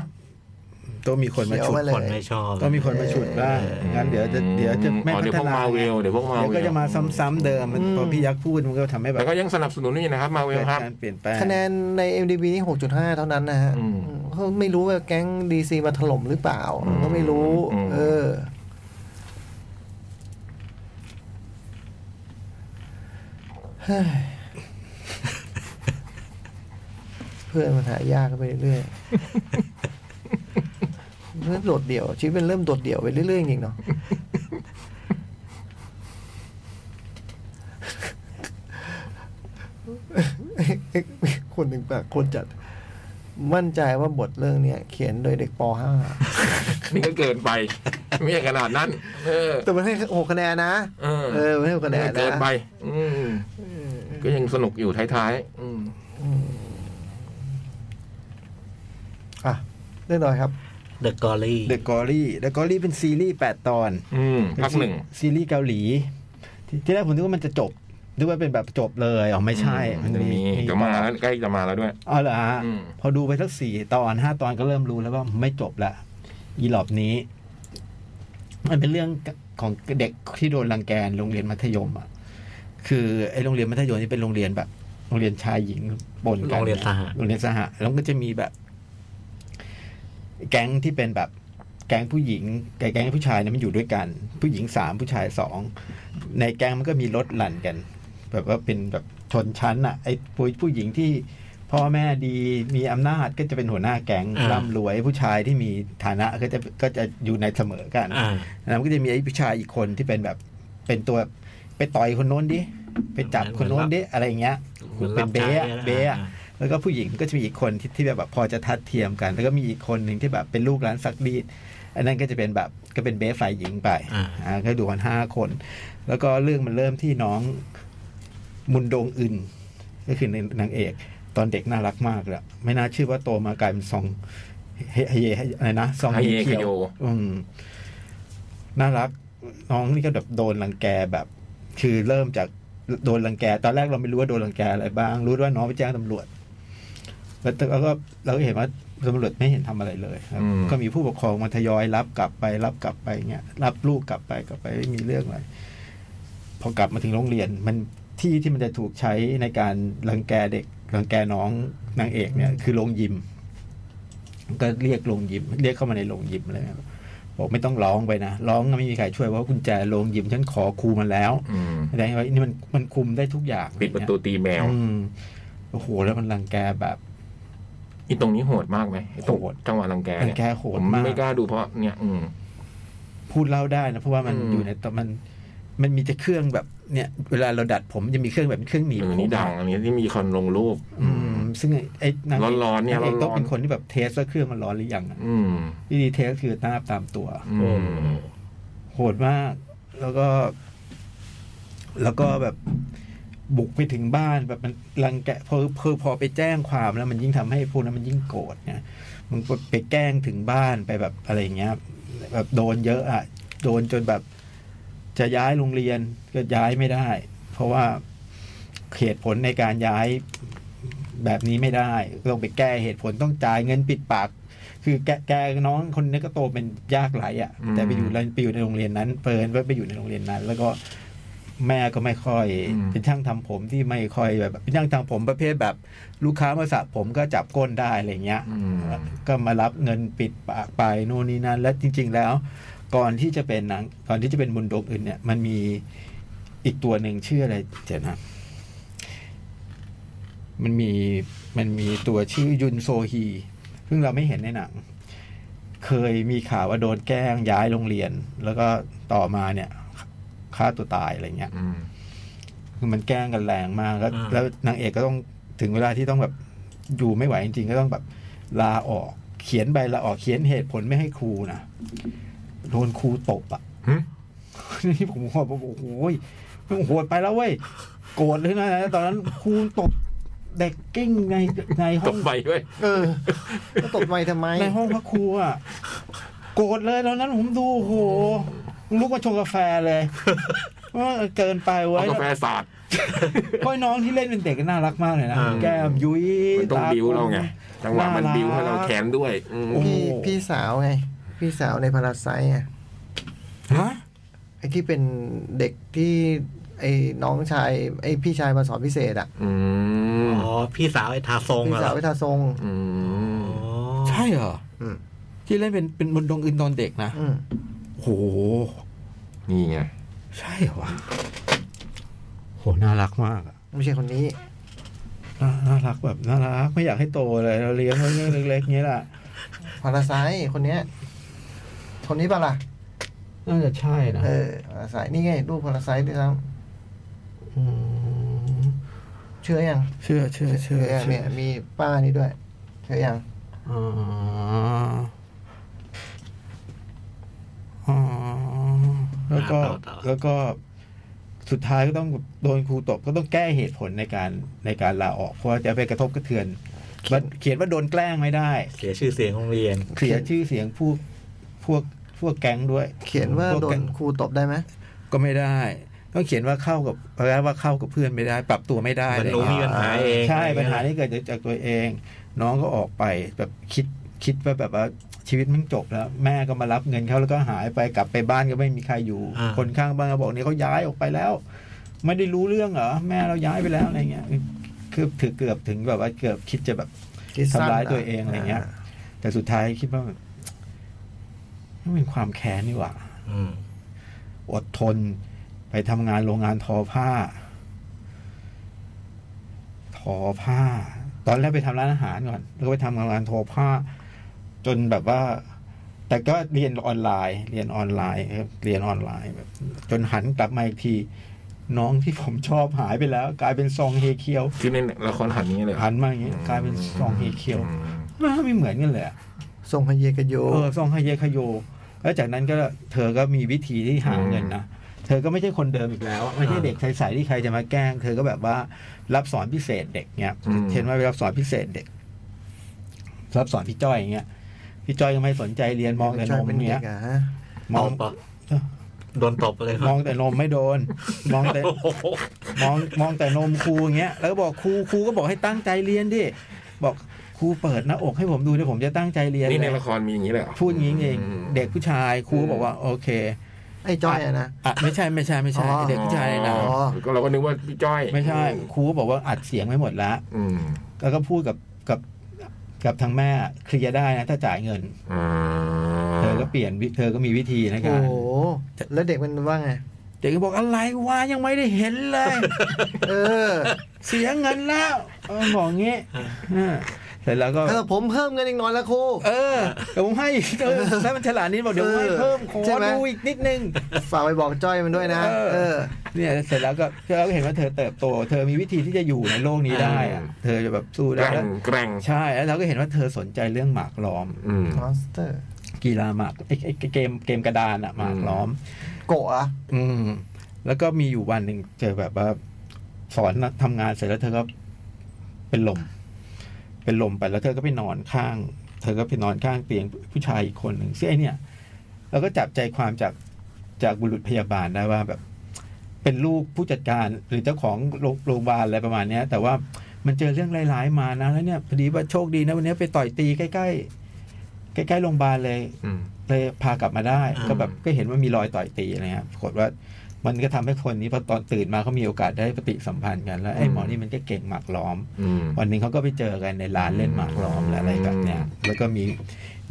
Speaker 4: ต้องมีคนมาฉุด
Speaker 2: เดี๋ยวมาเลย
Speaker 5: คนไม่ชอบ
Speaker 4: ต้องมีคนมาฉุดบ้างงั้นเดี๋ยวจะเดี๋ยวจะไม่
Speaker 3: อ๋อ
Speaker 4: พั
Speaker 3: เดี๋ยว
Speaker 4: ฒ
Speaker 3: พวก
Speaker 4: นา
Speaker 3: มาเวลเดี๋ยวพวกมา
Speaker 4: เดี๋ยว
Speaker 3: เวล
Speaker 4: ก็จะมาซ้ำๆเดิมมันพอพี่ยักษ์พูดมันก็ทำให้แบ
Speaker 3: แต่
Speaker 4: บ
Speaker 3: ก็ยังสนับสนุนนี่นะครับ มาเว
Speaker 4: เกิ
Speaker 3: ล
Speaker 4: ด
Speaker 3: ครับ
Speaker 4: การเปลี่ยนแปลง
Speaker 2: คะแนนใน MDB นี่ 6.5 เท่านั้นนะฮะ
Speaker 3: อืม
Speaker 2: เขาไม่รู้ว่าแก๊งดีซีมาถล่มหรือเปล่า
Speaker 3: อืม
Speaker 2: ก็ไม่รู้
Speaker 3: อืม
Speaker 2: เออ *laughs* เฮ้ย เพื่อนมันหายากขึ้นไปเรื่อยๆ เริ่มโดดเดี่ยว ชีวิตมันเริ่มโดดเดี่ยวไปเรื่อยๆจริงๆเนาะ คนหนึ่งแบบคนจัด มั่นใจว่าบทเรื่องเนี้ยเขียนโดยเด็กป .5
Speaker 3: *laughs* นี่ก็เกินไป ไม่ใช่ขนาดนั้น เออ
Speaker 2: แต่มันให้หกคะแนนนะ
Speaker 3: เออ
Speaker 2: เออมันให้หกคะแนน
Speaker 3: เกิน
Speaker 2: นะ
Speaker 3: ไป อืมก็ยังสนุกอยู่ท้ายๆอืม
Speaker 2: อ่ะเรื่องหน่อยครับ
Speaker 5: เดอะกอรี่
Speaker 4: The Gory The Gory เป็นซีรีส์ 8 ตอน
Speaker 3: อืมภาคหนึ่ง
Speaker 4: เป็ซีรีส์เกาหลี ที่ที่แรกผมนึกว่ามันจะจบนึกว่าเป็นแบบจบเลยอ๋อไม่ใช่
Speaker 3: มันจะมีจะมาแล้วใกล้จะมาแล้วด้วย
Speaker 4: อ๋อเหรอฮะ
Speaker 3: อืม
Speaker 4: พอดูไปสักสี่ตอนห้าตอนก็เริ่มรู้แล้วว่าไม่จบละอีหลอบนี้ มันเป็นเรื่องของเด็กที่โดนรังแกนโรงเรียนมัธยมอ่ะคือไอ้โรงเรียนมัธยมนี่เป็นโรงเรียนแบบ โรงเรียนชายหญิงปนกัน
Speaker 5: โรงเรียนสหะ
Speaker 4: โรงเรียนสหะแล้วก็จะมีแบบ แก๊งที่เป็นแบบ แก๊งผู้หญิงกับแก๊งผู้ชายเนี่ยมันอยู่ด้วยกัน ผู้หญิงสามผู้ชายสองในแก๊งมันก็มีรถหลั่นกัน แบบว่าเป็นแบบชนชั้นอ่ะไอ้ผู้ผู้หญิงที่พ่อแม่ดีมีอำนาจก็จะเป็นหัวหน้าแก๊ง
Speaker 5: อ่า
Speaker 4: ร่ำรวยผู้ชายที่มีฐานะก็จะก็จะอยู่ในเสมอกัน
Speaker 5: อ่า
Speaker 4: แล้วมันก็จะมีไอ้ผู้ชายอีกคนที่เป็นแบบ เป็นตัวไปต่อยคนโน้นดิไปจับคนโน้นดิอะไรอย่างเงี้ย
Speaker 5: เหมือนรั
Speaker 4: เป็
Speaker 5: บ
Speaker 4: นเบ๊ะ
Speaker 5: จ้างเนี่ยนะ
Speaker 4: เบ๊ะ
Speaker 5: อ่า
Speaker 4: แล้วก็ผู้หญิงก็จะมีอีกคนที่ที่แบบพอจะทัดเทียมกัน แล้วก็มีอีกคนหนึ่งที่แบบเป็นลูกร้านซักรีดอันนั้นก็จะเป็นแบบก็เป็นเบ๊ะฝ่ายหญิงไป
Speaker 5: อ่า
Speaker 4: อ่าก็ดูกันห้าคน แล้วก็เรื่องมันเริ่มที่น้องมุนโดงอึนก็คือนางเอก ตอนเด็กน่ารักมากเลยไม่น่าเชื่อว่าโตมากลายเป็นซองเฮเฮเฮเฮอะไรนะซอง
Speaker 3: ไฮเย
Speaker 4: เขีย
Speaker 3: ไฮโย
Speaker 4: วอืมน่ารัก น้องนี่ก็แบบโดนรังแกแบบ คือเริ่มจากโดนรังแก ตอนแรกเราไม่รู้ว่าโดนรังแกอะไรบ้าง รู้ว่าน้องไปแจ้งตำรวจ แล้วแล้วก็เราก็เห็นว่าตำรวจไม่เห็นทำอะไรเลยครับ
Speaker 3: อืม
Speaker 4: ก็มีผู้ปกครองมาทยอยรับกลับไป รับกลับไปเงี้ยรับลูกกลับไปกลับไปไม่มีเรื่องอะไรพอกลับมาถึงโรงเรียน มันที่ที่มันจะถูกใช้ในการรังแกเด็กรังแกน้องนางเอกเนี่ย คือโรงยิม ก็เรียกโรงยิม เรียกเข้ามาในโรงยิมเลยครับบอกไม่ต้องร้องไปนะร้องก็ไม่มีใครช่วยเพราะกุญแจโรงยิมฉันขอครูมาแล้ว
Speaker 3: อืม
Speaker 4: แสดงว่านี่มันมันคุมได้ทุกอย่าง
Speaker 3: ปิดประตูตีแมว
Speaker 4: อืมโอ้โหแล้วมันรังแกแบบ
Speaker 3: อีตรงนี้โหดมากไหมไอ้ตรง
Speaker 4: โหด
Speaker 3: จังหวะรังแก
Speaker 4: รั
Speaker 3: เนี่ย
Speaker 4: งแกโหด
Speaker 3: ผม
Speaker 4: าก
Speaker 3: ไม่กล้าดูเพราะเนี่ย อืม
Speaker 4: พูดเล่าได้นะเพราะว่ามัน
Speaker 3: อืม
Speaker 4: อยู่ในตอนมันมันมีแต่เครื่องแบบเนี่ยเวลาเราดัดผมจะมีเครื่องแบบเป็นเครื่องหนีบ
Speaker 3: หรือ
Speaker 4: ผม
Speaker 3: นี่ดังอันนี้ที่มีคนลงรูป
Speaker 4: อืม ซึ่งไอ้นาง
Speaker 3: ร้อนๆเนี่ย
Speaker 4: างเอก
Speaker 3: ร้อนๆ
Speaker 4: ต้องเป็นคนที่แบบเทสว่าเครื่องมันร้อนหรือยังอะ
Speaker 3: อืม
Speaker 4: วิธีเทสคือนาบตามตัว
Speaker 3: อืม
Speaker 4: โหดมาก แล้วก็ แล้วก็แบบบุกไปถึงบ้านแบบมันรังแกพอพอพอไปแจ้งความแล้วมันยิ่งทำให้พวกนั้นมันยิ่งโกรธไงมันก็ไปแกล้งถึงบ้านไปแบบอะไรอย่างเงี้ย แบบโดนเยอะอ่ะ โดนจนแบบจะย้ายโรงเรียนก็ย้ายไม่ได้ เพราะว่าเหตุผลในการย้ายแบบนี้ไม่ได้ต้องไปแก้เหตุผลต้องจ่ายเงินปิดปาก คือแกแกน้องคนนี้ก็โตเป็นยากไรอ่ะ
Speaker 3: อืม
Speaker 4: แต่ไปอยู่ในไปอยู่ในโรงเรียนนั้นเปิดว่าไปอยู่ในโรงเรียนนั้น แล้วก็แม่ก็ไม่ค่อย
Speaker 3: อืม
Speaker 4: เป็นช่างทำผมที่ไม่ค่อยแบบเป็นช่างทำผมประเภทแบบ ลูกค้ามาสระผมก็จับก้นได้อะไรเงี้ย
Speaker 3: อืม
Speaker 4: ก็มารับเงินปิดปากไปโน่นนี่นั่นและจริง ๆ แล้ว ก่อนที่จะเป็นหนังก่อนที่จะเป็นบุญดวงอื่นเนี่ยมันมีอีกตัวหนึ่งชื่ออะไรเจ๋นะ มันมีมันมีตัวชื่อยุนโซฮีซึ่งเราไม่เห็นในหนัง เคยมีข่าวว่าโดนแกล้งย้ายโรงเรียน แล้วก็ต่อมาเนี่ยฆ่าตัวตายอะไรเงี้ย
Speaker 3: อืม
Speaker 4: คือมันแกล้งกันแรงมากแล้ว
Speaker 5: อ่า
Speaker 4: แล้วนางเอกก็ต้องถึงเวลาที่ต้องแบบอยู่ไม่ไหวจริงๆ ก็ต้องแบบลาออก เขียนใบลาออกเขียนเหตุผลไม่ให้ครูนะโดนครูตบอ่ะ
Speaker 3: หึ
Speaker 4: *laughs* นี่ผมบอกว่าโอ้โหโหดไปแล้วเว้ยโกรธเลยนะตอนนั้นครูตบเด็กกิ้งในในห้
Speaker 3: ต
Speaker 4: อก ง
Speaker 3: ไปเว้ย
Speaker 2: เออแล้วตบไปทำไม
Speaker 4: ในห้องพระครูอ่ะโกรธเลยตอนนั้นผมดูโอ้โหลุกมาชงกาแฟ
Speaker 3: *laughs*
Speaker 4: เลยว่าเกินไป
Speaker 3: เอา
Speaker 4: ไว้ย
Speaker 3: กาแฟสาด
Speaker 4: ก้อยน้องที่เล่นเป็นเด็กน่ารักมากเลยนะ
Speaker 5: อ่า
Speaker 4: แก้มยุ้ย
Speaker 3: มันต้อง
Speaker 4: ต
Speaker 3: บิวเราไง จังหวะมันบิวให้เราแข
Speaker 4: น
Speaker 3: นด้วยอืม
Speaker 4: โอ้
Speaker 2: พี่พี่สาวไง พี่สาวในพาราไซไง
Speaker 3: ฮะ
Speaker 2: ไอ้ที่เป็นเด็กที่ไอ้น้องชายไอ้พี่ชายมาสอนพิเศษอ่ะ
Speaker 3: อืม
Speaker 5: อ๋อ พี่สาวไอ้ทาทรง
Speaker 2: พี่
Speaker 5: อะเหร
Speaker 2: สา
Speaker 5: อ
Speaker 2: วไอ้ทาทรง
Speaker 3: อืม
Speaker 5: อ๋อ
Speaker 4: ใช่เหรออ
Speaker 2: ม
Speaker 4: ที่เล่นเป็นเป็นบนดงอื่นตอนเด็กนะ
Speaker 2: อืม
Speaker 4: โอ้โห
Speaker 3: นี่ไง
Speaker 4: ใช่เหรอวะโหน่ารักมากอะ
Speaker 2: ไม่ใช่คนนี้
Speaker 4: น่าน่ารักแบบน่ารักไม่อยากให้โตเลยเราเลี้ยงไว้เล็กๆอย่างนี้แหละ
Speaker 2: พาราไซคนเนี้ยคนนี้ปะล่ะ
Speaker 4: น่าจะใช่นะ
Speaker 2: เออพาราไซนี่ไงลูกพาราไซด้วย
Speaker 4: ม
Speaker 2: ซ้ำเชื่อยัง
Speaker 4: เชื่อเชื่อเชื่อเชื่
Speaker 2: เนี่ย
Speaker 4: อ
Speaker 2: มีป้านี่ด้วย เชื่อยัง
Speaker 4: อ๋ออ๋อแล้วก็แล้วก็ สุดท้ายก็ต้องโดนครูตบก็ต้องแก้เหตุผลในการในการลาออก เพราะว่าจะไปกระทบกระเทือนว่าเขียนว่าโดนแกล้งไม่ได้
Speaker 5: เสียชื่อเสียงโรงเรียน
Speaker 4: เสียชื่อเสียงพวกพวกพวกแก๊งด้วย
Speaker 2: เขียนว่า
Speaker 4: พก
Speaker 2: โด
Speaker 4: แก๊
Speaker 2: น
Speaker 4: ง
Speaker 2: ครูตบได้ไหม
Speaker 4: ก็ไม่ได้ต้องเขียนว่าเข้ากับแปลว่าเข้ากับเพื่อนไม่ได้ ปรับตัวไม่ได้
Speaker 5: มัน
Speaker 4: เลย
Speaker 5: รู้มีปัญหาเอง
Speaker 4: ใช่
Speaker 5: อะไรเงี้ย
Speaker 4: ปัญหาที่เกิดจากตัวเอง น้องก็ออกไปแบบคิดคิดว่าแบบว่าชีวิตมันจบแล้ว แม่ก็มารับเงินเขาแล้วก็หายไปกลับไปบ้านก็ไม่มีใครอยู่
Speaker 5: อ่า
Speaker 4: คนข้างบ้านก็บอกเนี่ยเขาย้ายออกไปแล้ว ไม่ได้รู้เรื่องเหรอแม่เราย้ายไปแล้วอะไรเงี้ยคือถือเกือบถึงแบบว่าเกือบคิดจะแบบ
Speaker 2: คิดสั้น
Speaker 4: ทำร้ายตัวเองอะไรเงี้ย แต่สุดท้ายคิดว่าแบบมันเป็นความแค้นนี่หว่า
Speaker 5: อืม
Speaker 4: อดทนไปทำงานโรงงานทอผ้า ทอผ้า ตอนแรกไปทำร้านอาหารก่อน แล้วก็ไปทำงานทอผ้า จนแบบว่า แต่ก็เรียนออนไลน์ เรียนออนไลน์ครับเรียนออนไลน์แบบ จนหันกลับมาอีกที น้องที่ผมชอบหายไปแล้ว กลายเป็นซองเฮเคียว
Speaker 3: ที่ในละครหันนี้เลยเหรอ
Speaker 4: หันมาอย่างนี้กลายเป็นซองเฮเคียว
Speaker 3: อืม
Speaker 4: หน้าไม่เหมือนกันเลยอะ
Speaker 2: ทรงพระเยกโย
Speaker 4: เออซองฮาเยคาโย แล้วจากนั้นก็เธอก็มีวิธีที่หาเงินนะ เธอก็ไม่ใช่คนเดิมอีกแล้วอะไม่ใช่เด็กใสๆที่ใครจะมาแกล้ง เธอก็แบบว่ารับสอนพิเศษเด็กเนี้ย เช่นว่าไปรับสอนพิเศษเด็ก รับสอนพี่จ้อยอย่างเงี้ย พี่จ้อยก็ไม่สนใจเรียนมองแต่นมเนี้ย
Speaker 2: ด็กะฮะ
Speaker 4: มอง
Speaker 5: ตบปะโดนตบเลย
Speaker 4: มองแต่นมไม่โดน มองแต่
Speaker 5: โอ้โห
Speaker 4: มองมองแต่นมครูอย่างเงี้ย แล้วก็บอกครูครูก็บอกให้ตั้งใจเรียนดิ บอกครูเปิดหน้าอกให้ผมดูเดี๋ยวผมจะตั้งใจเรียน
Speaker 3: นี่ใน
Speaker 4: เลย
Speaker 3: ละครมีอย่างนี้เลยเหรอ
Speaker 4: พูดอย่างงี้เอง
Speaker 3: ม
Speaker 4: เด็กผู้ชายครูก็บอกว่า โอเค
Speaker 2: ไอ้จ้อยอะนะ
Speaker 4: อ่ะไม่ใช่ไม่ใช่ไม่ใช่
Speaker 2: อ๋อ
Speaker 4: เด็กผู้ชายในหนะ
Speaker 2: อ๋อ
Speaker 3: ก็เราก็นึกว่าพี่จ้อย
Speaker 4: ไม่ใช่ครูก็บอกว่าอัดเสียงไว้หมดแล้ว
Speaker 3: อืม
Speaker 4: แล้วก็พูดกับกับกับทางแม่เคลียร์ได้นะถ้าจ่ายเงิน
Speaker 3: อ่า
Speaker 4: เธอก็เปลี่ยนวิเธอก็มีวิธีในกา
Speaker 2: โอ้
Speaker 4: ร
Speaker 2: โหแล้วเด็กมันว่าไง
Speaker 4: เด็กก็บอกอะไรวะยังไม่ได้เห็นเลย *laughs*
Speaker 2: เออ
Speaker 4: เสียเงินแล้วเออบอกงี้อ่าเสร็จแล้วก็
Speaker 2: เออผมเพิ่มเงินอีกหน่อยละครู
Speaker 4: เออเดี๋ยวผมให้เออถ้ามันฉลาดนิดบอกเดี๋ยวผมให้เพิ่มขอ
Speaker 2: ใช่ไหม
Speaker 4: ดูอีกนิดนึง
Speaker 2: ฝากไปบอกจ้อยมันด้วยนะ
Speaker 4: เออ
Speaker 2: เออ
Speaker 4: เนี่ยเสร็จแล้วก็เธอก็เห็นว่าเธอเติบโต เธอมีวิธีที่จะอยู่ในโลกนี้ได้อะเธอจะแบบสู้
Speaker 3: แก
Speaker 4: ได้
Speaker 3: ร่
Speaker 4: แล้ว
Speaker 3: งแกร่ง
Speaker 4: ใช่แล้วเราก็เห็นว่าเธอสนใจเรื่องหมากล้อม
Speaker 3: อืม
Speaker 2: มอนสเตอร์
Speaker 4: กีฬาหมากไอ้ไอ้ไอ้เกมเกมกระดานอะหมากล้อม
Speaker 2: โกะอะ
Speaker 4: อืม แล้วก็มีอยู่วันหนึ่งเจอแบบว่าสอนทำงานเสร็จแล้วเธอก็เป็นลม เป็นลมไปแล้วเธอก็ไปนอนข้าง เธอก็ไปนอนข้างเตียงผู้ชายอีกคนหนึ่งซึ่งไอเนี่ยเราก็จับใจความจากจากบุรุษพยาบาลได้ว่าแบบ เป็นลูกผู้จัดการหรือเจ้าของโรงโรงพยาบาลอะไรประมาณเนี้ย แต่ว่ามันเจอเรื่องร้ายๆมานะแล้วเนี่ยพอดีว่าโชคดีนะวันนี้ไปต่อยตีใกล้ ๆ ใกล้ๆโรงพยาบาลเลย
Speaker 3: อืม
Speaker 4: เลยพากลับมาได้
Speaker 5: อืม
Speaker 4: ก็แบบก็เห็นว่ามีรอยต่อยตีอะไรเงี้ยปรากฏว่ามันก็ทำให้คนนี้พอตอนตื่นมาเขามีโอกาสได้ปฏิสัมพันธ์กันแล้วไอ้
Speaker 3: อืม
Speaker 4: หมอนี่มันก็เก่งหมากล้อม
Speaker 3: อืม
Speaker 4: วันหนึงเขาก็ไปเจอกันในร้านเล่นหมากล้อมและอะไรแบบเนี้ยแล้วก็มี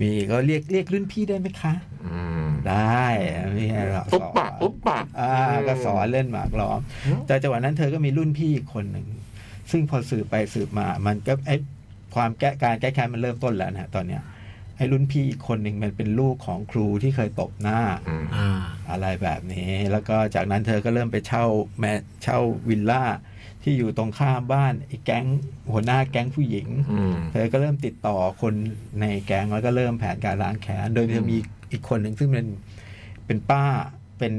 Speaker 4: มีก็เรียกเรียกรุ่นพี่ได้ไหมคะ
Speaker 3: อืม
Speaker 4: ได้ไม่ใช่หรอก
Speaker 3: อุ๊บปะ
Speaker 4: สน
Speaker 3: อุ๊บปะ
Speaker 4: อ่าก็สอนเล่นหมากล้อม
Speaker 2: อืม
Speaker 4: แต่จังหวะนั้นเธอก็มีรุ่นพี่อีกคนหนึ่ง ซึ่งพอสืบไปสืบมา มันก็ไอความแก้การแก้แค้นมันเริ่มต้นแล้วนะฮะตอนเนี้ยไอ้รุ่นพี่อีกคนหนึ่งมันเป็นลูกของครูที่เคยตบหน้า
Speaker 3: อืม
Speaker 5: อ่า
Speaker 4: อะไรแบบนี้ แล้วก็จากนั้นเธอก็เริ่มไปเช่าแม่เช่าวิลล่าที่อยู่ตรงข้ามบ้านไอ้แก๊งหัวหน้าแก๊งผู้หญิง
Speaker 3: อืม
Speaker 4: เธอก็เริ่มติดต่อคนในแก๊งแล้วก็เริ่มแผนการล้างแค้น โดยเธอมีอีกคนหนึ่งซึ่งเป็นเป็นป้าเป็น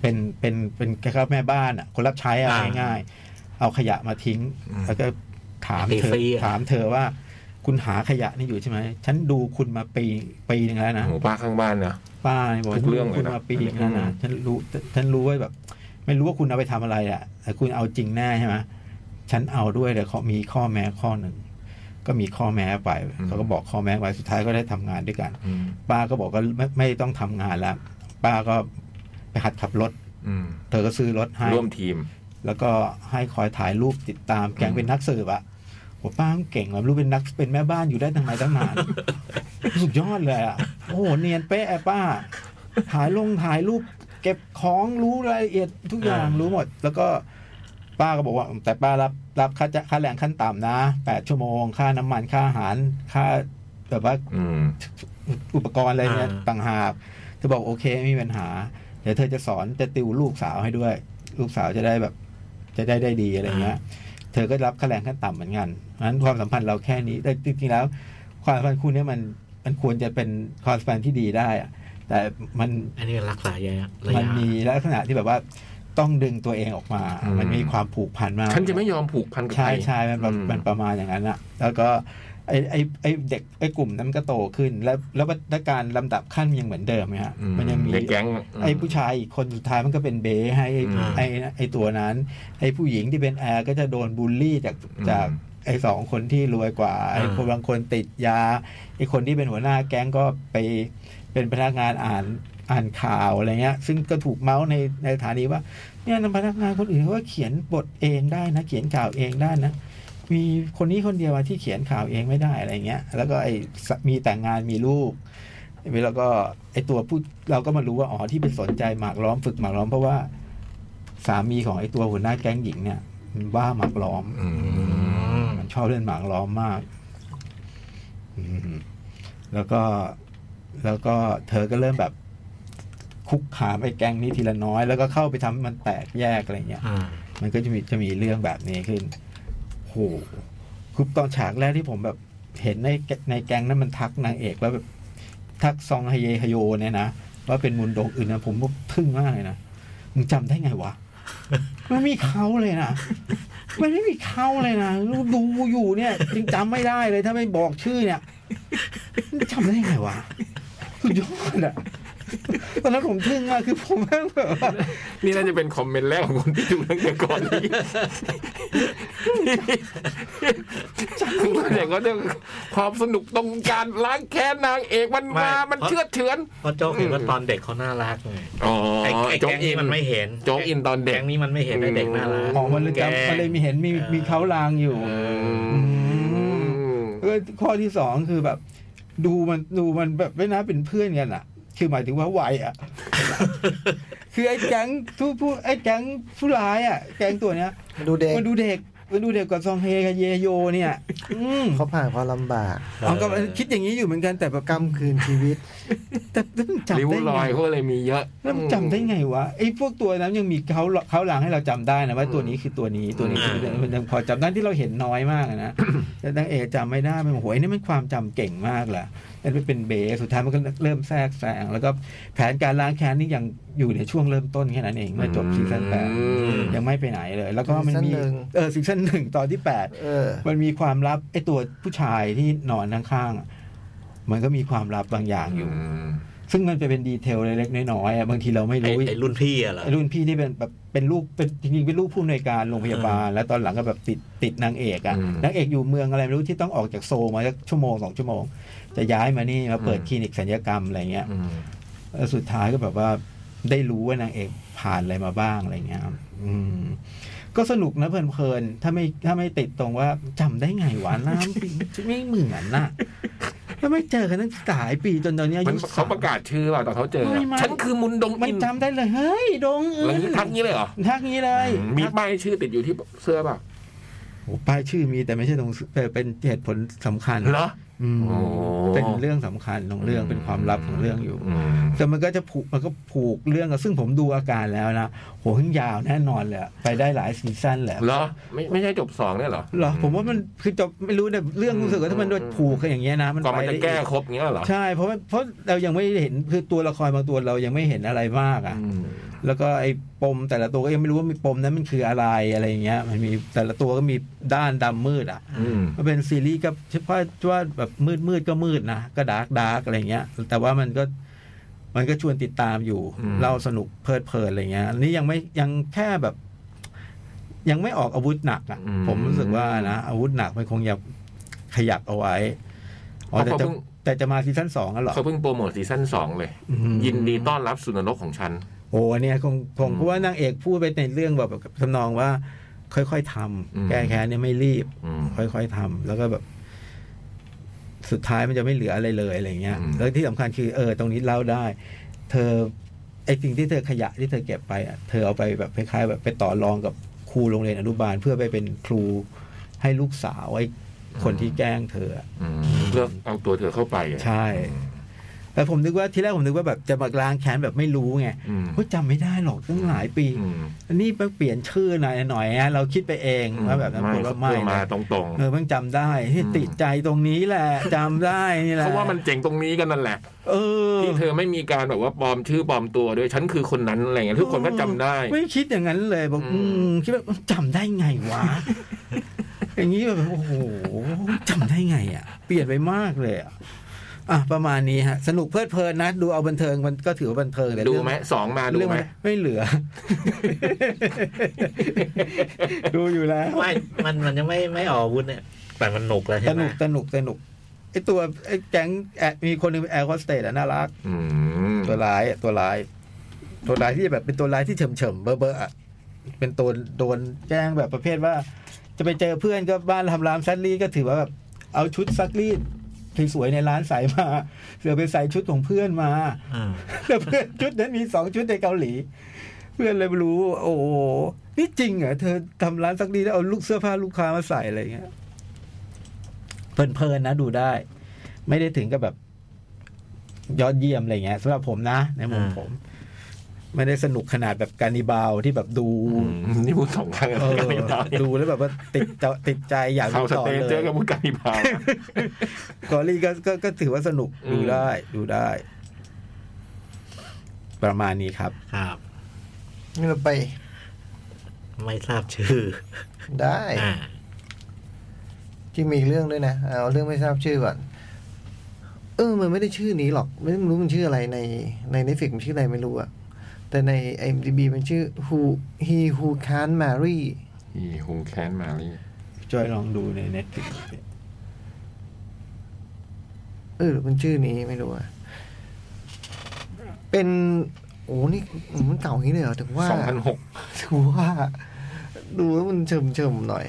Speaker 4: เป็นเป็นเป็นแค่แม่บ้านอ่ะ คนรับใช้อะ
Speaker 5: อ่า
Speaker 4: ง่ายๆเอาขยะมาทิ้ง
Speaker 3: อืม
Speaker 4: แล้วก็ถามเธ
Speaker 5: ตีฟ
Speaker 4: อ
Speaker 5: รีอะ
Speaker 4: ถามเธอว่า คุณหาขยะนี่อยู่ใช่ไหมฉันดูคุณมาปีปีหนึ่งแล้วนะ
Speaker 3: หมูป้าข้างบ้านเนอะ
Speaker 4: ป้าเนี่ยบอก
Speaker 3: ทุกเรื่องเลยนะ
Speaker 4: คุณมาปีกแล้ว
Speaker 3: อื
Speaker 4: นะ
Speaker 3: ม
Speaker 4: ฉันรู้ฉันรู้ว่าแบบ ไม่รู้ว่าคุณเอาไปทำอะไรอ่ะแต่คุณเอาจริงแน่ใช่ไหมฉันเอาด้วยแต่เขามีข้อแม้ข้อหนึ่งก็มีข้อแม้ไปเขาก็บอกข้อแม้ไว้สุดท้ายก็ได้ทำงานด้วยกัน
Speaker 3: อืม
Speaker 4: ป้าก็บอกก็ไม่ไม่ต้องทำงานแล้ว ป้าก็ไปหัดขับรถ
Speaker 3: อืม
Speaker 4: เธอก็ซื้อรถให้
Speaker 3: ร่วมทีม
Speaker 4: แล้วก็ให้คอยถ่ายรูปติดตามแกง
Speaker 3: อืม
Speaker 4: เป็นนักสืบอะโหป้ามันเก่งแบบรู้เป็นนักเป็นแม่บ้านอยู่ได้ตั้งไหนตั้งนาน สุดยอดเลยอะโอ้โหเนียนเป๊ะอะป้า ถ่ายลงถ่ายรูป เก็บของรู้รายละเอียดทุกอย่าง
Speaker 5: อ่ารู้
Speaker 4: รู้หมด แล้วก็ป้าก็บอกว่า แต่ป้ารับรับค่าจะค่าแรงขั้นต่ำนะแปดชั่วโมง ค่าน้ำมันค่าอาหารค่าแบบว่า
Speaker 3: อืม
Speaker 4: อุปกรณ์อะไรเนี่ย
Speaker 5: อ่า
Speaker 4: ต่างหากเธอบอกโอเคไม่มีปัญหา เดี๋ยวเธอจะสอนจะติวลูกสาวให้ด้วย ลูกสาวจะได้แบบ จะได้ได้ดีอะไรเงี้ย เธอก็รับค่าแรงขั้นต่ำเหมือนกันนั้นความสัมพันธ์เราแค่นี้แต่จริงๆแล้ว ความสัมพันธ์คู่เนี้ยมันมันควรจะเป็นความสัมพันธ์ที่ดีได้อะแต่มัน
Speaker 5: อันนี้รักษาระยะระ
Speaker 4: มัน
Speaker 5: ยะ
Speaker 4: มีลักษณะที่แบบว่าต้องดึงตัวเองออกมา
Speaker 3: อืม
Speaker 4: มันมีความผูกพันมาก
Speaker 3: ฉันจะไม่ยอมผูกพันกับใค
Speaker 4: ใช่
Speaker 3: ร
Speaker 4: ใช่มันประ
Speaker 3: อืม
Speaker 4: มันประมาณอย่างนั้นอะแล้วก็ไอ้ไอ้ไอ้เด็กไอ้กลุ่มนั้นก็โตขึ้น แล้วแล้วและการลำดับขั้นยังเหมือนเดิมไหมฮะ
Speaker 3: อื
Speaker 4: มันยังมี
Speaker 3: ในแก๊ง
Speaker 4: ไอ้ผู้ชายอีกคนสุดท้ายมันก็เป็นเบให้ไอ้
Speaker 3: อืม
Speaker 4: ไอ้ไอ้ตัวนั้น ไอ้ผู้หญิงที่เป็นแอร์ก็จะโดนบูลลี่จาก
Speaker 3: อืม
Speaker 4: จากไอ้สองคนที่รวยกว่าไอ้คนบางคนติดยาไอ้คนที่เป็นหัวหน้าแก๊งก็ไปเป็นพนักงานอ่านอ่านข่าวอะไรเงี้ย ซึ่งก็ถูกเมาส์ในในสถานีว่า เนี่ยพนักงานคนอื่นเขาก็เขียนบทเองได้นะ เขียนข่าวเองได้นะ มีคนนี้คนเดียวอะที่เขียนข่าวเองไม่ได้อะไรเงี้ย แล้วก็ไอ้สมีแต่งงานมีลูกแล้วก็ไอ้ตัวผู้เราก็มารู้ว่าอ๋อที่เป็นสนใจหมากล้อมฝึกหมากล้อมเพราะว่า สามีของไอ้ตัวหัวหน้าแก๊งหญิงเนี่ยมันบ้าหมากล้อม
Speaker 3: อื
Speaker 5: อื
Speaker 3: ม
Speaker 5: ม
Speaker 4: มันชอบเล่นหมากล้อมมาก อืมแล้วก็แล้วก็เธอก็เริ่มแบบคุกคามไอ้แก๊งนี้ทีละน้อย แล้วก็เข้าไปทำให้มันแตกแยกอะไรเงี้ย
Speaker 5: อ่า
Speaker 4: มันก็จะมีจะมีเรื่องแบบนี้ขึ้นโหคือตอนฉากแรกที่ผมแบบเห็นในในแก๊งนั้นมันทักนางเอกว่าแบบทักซองฮเยฮโยเนี่ยนะว่าเป็นมุนดงอื่นนะผมก็ทึ่งมากเลยนะมึงจำได้ไงวะ มันมีเขาเลยนะมันไม่มีเขาเลยนะดูอยู่เนี่ยยังจำไม่ได้เลยถ้าไม่บอกชื่อเนี่ยมันจำได้ไงวะสุดยอดอะตอนนั้นผมทึ่งมากคือผมแม่งแบบว่า
Speaker 3: นี่น่าจะเป็นคอมเมนต์แรกของคนที่ดูตั้งแต่ก่อนนี้ตั้งแต่ก็จะความสนุกตรงการล้างแค้นนางเอกมันมา
Speaker 5: ไม่
Speaker 3: มันเชื่อดเฉือน
Speaker 5: เพราะโจ๊กเห็นว่าตอนเด็กเขาน่ารักไง
Speaker 3: อ๋อ
Speaker 5: ไอ้ไอ้
Speaker 3: โจ๊
Speaker 5: แก๊
Speaker 3: ก
Speaker 5: ง
Speaker 3: อิ
Speaker 5: นี้
Speaker 3: น
Speaker 5: มันไม่เห็น
Speaker 3: โจ๊กอินตอนเด็ก
Speaker 5: แก๊งนี้มันไม่เห็นไอ้เด็กน่ารัก
Speaker 4: อ๋อมันเลยจำมันเลยมีเห็นมี
Speaker 5: เออ
Speaker 4: มีเขาลางอยู่
Speaker 3: อืม
Speaker 4: เออข้อที่สองคือแบบ ดูมันดูมันแบบไม่น่าเป็นเพื่อนกันอ่ะ คือหมายถึงว่าวัยอ่ะ คือไอ้แก๊งทุกผู้ไอ้แก๊งผู้ร้ายอ่ะ แก๊งตัวเนี้ย
Speaker 2: ดูเด็ก
Speaker 4: มันดูเด็กมันดูเด็กกว่าซองเฮกับเยโยเนี่ยอืม
Speaker 2: เขาผ่านความลำบาก
Speaker 4: เอาก็คิดอย่างนี้อยู่เหมือนกันแต่แบบ
Speaker 2: กำคืนชีวิต
Speaker 4: แต่แต่มันจำ
Speaker 3: ริ้ว
Speaker 4: ได้
Speaker 3: ร
Speaker 4: ไง
Speaker 3: อยเขาก็เลยมีเยอะ
Speaker 4: แล้วมันจำได้ไงวะไอ้พวกตัวนั้นยังมีเขาเขาลางให้เราจำได้นะว่าตัวนี้คือตัวนี้ตัวนี้คือตัวนี้มันยังพอจำได้ที่เราเห็นน้อยมากอะนะ *coughs* แต่นางเอกจำไม่ได้มันโอ้โหไอ้นี่มันความจำเก่งมากแหละนั่นเป็นเบสสุดท้ายมันก็เริ่มแทรกแซงแล้วก็แผนการล้างแค้นนี่ยังอยู่ในช่วงเริ่มต้นแค่นั้นเองเมื่อจบซีซั่นแปด
Speaker 3: อืม
Speaker 4: ยังไม่ไปไหนเลย แล้วก็มันมี
Speaker 2: ซีซั่นหนึ่ง
Speaker 4: เออซีซั่นหนึ่งตอนที่แปด
Speaker 2: เออ
Speaker 4: มันมีความลับไอ้ตัวผู้ชายที่นอนข้างๆอะมันก็มีความลับบางอย่างอยู่ ซึ่งมันจะเป็นดีเทลเล็กๆน้อยๆอะบางทีเราไม่
Speaker 5: ไอ้
Speaker 4: รู้
Speaker 5: ไอ้รุ่นพี่อะเหรอ
Speaker 4: ไอ้รุ่นพี่ที่เป็นแบบเป็นลูกเป็นจริงๆเป็นลูกผู้อำนวยการโรงพยาบาล แล้วตอนหลังก็แบบติดติดนางเอกอะ
Speaker 3: อืม
Speaker 4: นางเอกอยู่เมืองอะไรไม่รู้ที่ต้องออกจากโซลมาสักชั่วโมงสองชั่วโมง จะย้ายมานี่มาเปิด
Speaker 3: อืม
Speaker 4: คลินิกศัลยกรรมอะไรเงี้ย
Speaker 3: อืม
Speaker 4: แล้วสุดท้ายก็แบบว่าได้รู้ว่านางเอกผ่านอะไรมาบ้างอะไรเงี้ยอืมก็สนุกนะเพลินๆถ้าไม่ถ้าไม่ติดตรงว่าจำได้ไงวะน้ำ ไม่เหมือนน่ะ *laughs* แล้วไม่เจอกันตั้งหลายปีจนตอนเนี้ยอา
Speaker 3: มัน
Speaker 4: ยุ
Speaker 3: เขาประ
Speaker 4: สม
Speaker 3: กาศชื่อเปล่าตอนเขาเจอ
Speaker 4: ไม่ไม่
Speaker 3: ฉันคือมุนดง
Speaker 4: มัน
Speaker 3: อิน
Speaker 4: จำได้เลยเฮ้ยดงเอ
Speaker 3: แล้ว
Speaker 4: อ
Speaker 3: ทักงี้เลยเหรอ
Speaker 4: ทักงี้เลย
Speaker 3: มีป้ายชื่อติดอยู่ที่เสื้อเปล่ะ
Speaker 4: โอ้ป้ายชื่อมีแต่ไม่ใช่ตรงเอ่อเป็นเหตุผลสำคัญ
Speaker 3: เหรอ
Speaker 4: อืม
Speaker 3: โอ้
Speaker 4: เป็นเรื่องสำคัญของเรื่องเป็นความลับของเรื่องอยู่
Speaker 3: ม
Speaker 4: แต่มันก็จะผูกมันก็ผูกเรื่องกับซึ่งผมดูอาการแล้วนะโหขึ้นยาวแน่นอนเลยอะไปได้หลายซีซั่นแหละ
Speaker 3: เหรอไม่ไม่ใช่จบสองเนี่ยเหรอ
Speaker 4: เหรอผมว่ามันคือจะไม่รู้เนี่ยเรื่องรู้สึกว่าถ้ามันโดนผูกกันอย่างเงี้ยนะมัน
Speaker 3: ก่อนมัน
Speaker 4: ไป
Speaker 3: จะ
Speaker 4: ได้
Speaker 3: แก้
Speaker 4: อี
Speaker 3: ครบอย่างเงี้ยเหรอ
Speaker 4: ใช่เพราะว่าเพราะเรายังไม่เห็นคือตัวละครบางตัวเรายังไม่เห็นอะไรมากอ่ะ
Speaker 3: อืม
Speaker 4: แล้วก็ไอ้ปมแต่ละตัวก็ยังไม่รู้ว่ามีปมนั้นมันคืออะไรอะไรอย่างเงี้ย มันมีแต่ละตัวก็มีด้านดำมืดอ่ะ
Speaker 3: อืม
Speaker 4: มันเป็นซีรีส์ก็เฉพาะว่าแบบมืดมืดก็มืดนะก็ดาร์กดาร์กอะไรเงี้ย แต่ว่ามันก็มันก็ชวนติดตามอยู่ เล่าสนุกเพลิดเพลินอะไรเงี้ยอันนี่ยังไม่ยังแค่แบบ ยังไม่ออกอาวุธหนักอ่ะ ผมรู้สึกว่านะอาวุธหนักมันคงอยากขยับเอาไว้อ๋อแต่
Speaker 3: เขา
Speaker 4: จะ
Speaker 3: เพิ่ง
Speaker 4: แต่จะมาซีซั่นสองอ่ะเหรอ
Speaker 3: เขาเพิ่งโปรโมทซีซั่นสองเลย
Speaker 4: อืม
Speaker 3: ยินดีต้อนรับสุนทรกของฉัน
Speaker 4: โอ้เนี่ยคงคง
Speaker 3: อืม
Speaker 4: เพราะว่านางเอกพูดไปในเรื่องแบบแบบทำนองว่า ค่อยๆท
Speaker 3: อืม
Speaker 4: ำแก้แค้นเนี่ยไม่รีบ
Speaker 3: อืม
Speaker 4: ค่อยๆทำแล้วก็แบบ สุดท้ายมันจะไม่เหลืออะไรเลยอะไรเงี้ย
Speaker 3: อืม
Speaker 4: แล้วที่สำคัญคือเออ ตรงนี้เล่าได้ เธอไอสิ่งที่เธอขยะที่เธอเก็บไปอ่ะเธอเอาไปแบบคล้ายๆแบบไปต่อรองกับครูโรงเรียนอนุบาล เพื่อไปเป็นครูให้ลูกสาวไอ้คนที่แกล้งเธออะ
Speaker 3: อืมเพื่อเอาตัวเธอเข้าไปอะ
Speaker 4: ใช่ แต่ผมนึกว่าที่แรกผมนึกว่าแบบจะมาล้างแค้นแบบไม่รู้ไง
Speaker 3: อืม
Speaker 4: เฮ้ยจำไม่ได้หรอกตั้งหลายปี
Speaker 3: อืม
Speaker 4: อันนี่ไปเปลี่ยนชื่อหน่อยหน่อยๆนะเราคิดไปเองว่าแบบนั้นป
Speaker 3: ไม่
Speaker 4: รากฏ
Speaker 3: เขา
Speaker 4: ว่า
Speaker 3: เพื่อ
Speaker 4: ไม่
Speaker 3: มา
Speaker 4: นะ
Speaker 3: ตรง
Speaker 4: เออเพิ่งจำได้ที่ติดใจตรงนี้แหละจำได้นี่
Speaker 3: ๆ
Speaker 4: แหละ
Speaker 3: เพราะว่ามันเจ๋งตรงนี้กันนั่นแหละ
Speaker 4: เออ
Speaker 3: ที่เธอไม่มีการแบบว่าปลอมชื่อปลอมตัวด้วยฉันคือคนนั้นอะไรเงี้ยทุกคนก็จำได้
Speaker 4: ไม่คิดอย่างนั้นเลยบอก
Speaker 3: อื
Speaker 4: อื
Speaker 3: ม
Speaker 4: มคิดว่าจำได้ไงวะ อย่างนี้แบบโอ้โหจำได้ไงอ่ะ เปลี่ยนไปมากเลยอะอ่ะประมาณนี้ฮะ สนุกเพลิดเพลินนะ ดูเอาบันเทิงมันก็ถือว่าบันเทิงแต่
Speaker 3: ดู
Speaker 4: เรื่อง
Speaker 3: ไหมสองมาดู
Speaker 4: เรื่อง
Speaker 3: ไหม
Speaker 4: มันไม่เหลือ *laughs* ดูอยู่แล้ว
Speaker 5: ไม่ มัน มันยังไม่ ไม่ออกอาวุธเนี่ย แต่มันหนุกแล้ว
Speaker 4: ส
Speaker 5: ใช่ไหม
Speaker 4: นุกสนุกสนุกไอตัวไอแก๊งแอร์มีคนหนึงเป็นแอร์โฮสเตสอะน่ารัก
Speaker 3: อืม
Speaker 4: ตัวร้ายอะตัวร้าย ตัวร้ายที่แบบเป็นตัวร้ายที่เฉิมเฉิมๆเบอร์เบอร์อะเป็นตัวโดนแกล้งแบบประเภทว่า จะไปเจอเพื่อนก็บ้านทำร้านซักรีดก็ถือว่าแบบเอาชุดซักรีดสวยๆในร้านใส่มาเสือไปใส่ชุดของเพื่อนมา
Speaker 5: อ่า
Speaker 4: แล้วเพื่อนชุดนั้นมีสองชุดในเกาหลี เพื่อนเลยไม่รู้ โอ้โหนี่จริงเหรอเธอทำร้านซักรีดแล้วเอาลูกเสื้อผ้าลูกค้ามาใส่อะไรอย่างเงี้ยเพลินๆนะดูได้ ไม่ได้ถึงกับแบบ ยอดเยี่ยมอะไรเงี้ยสำหรับผมนะ ในมุมผม ไม่ได้สนุกขนาดแบบการนิบาลที่แบบ
Speaker 3: *laughs*
Speaker 4: ดู
Speaker 3: อืมนี่พูดสองครั้งแล้ว
Speaker 4: เออ
Speaker 3: กันไม่ได้
Speaker 4: ดูแล้วแบบว่าติดใจติดใจอยาก
Speaker 3: เขา
Speaker 4: ดู
Speaker 3: ส
Speaker 4: ต่อ
Speaker 3: เตนเจ
Speaker 4: เล
Speaker 3: อย กับมุกการิ
Speaker 2: *laughs*
Speaker 3: บาล
Speaker 4: กอรี่ก็ก็ก็ถือว่าสนุก
Speaker 3: อืม
Speaker 4: ดูได้ ดูได้ ประมาณนี้ครับ
Speaker 5: ครับ
Speaker 2: นี่เราไป
Speaker 5: ไม่ทราบชื่อ
Speaker 2: ได้
Speaker 5: อ่า
Speaker 2: ที่มีอีกเรื่องด้วยนะเอาเรื่องไม่ทราบชื่อก่อนเออ มันไม่ได้ชื่อนี้หรอก ไม่รู้มันชื่ออะไรในในนิฟิกมันชื่ออะไรไม่รู้อะแต่ใน IMDb มันชื่อ Who He Who Can't Marry
Speaker 3: อีฮูแคนมาลี
Speaker 4: ช่วยลองดูในเน็ตฟิก
Speaker 2: เออหรือมันชื่อนี้ไม่รู้อะเป็น โอ้นี่มันเก่าอย่างนี้เลยเหรอถึงว่า
Speaker 3: สองพันหก
Speaker 2: ถือว่า ดูแล้วมันเฉิมเฉิมๆหน่อย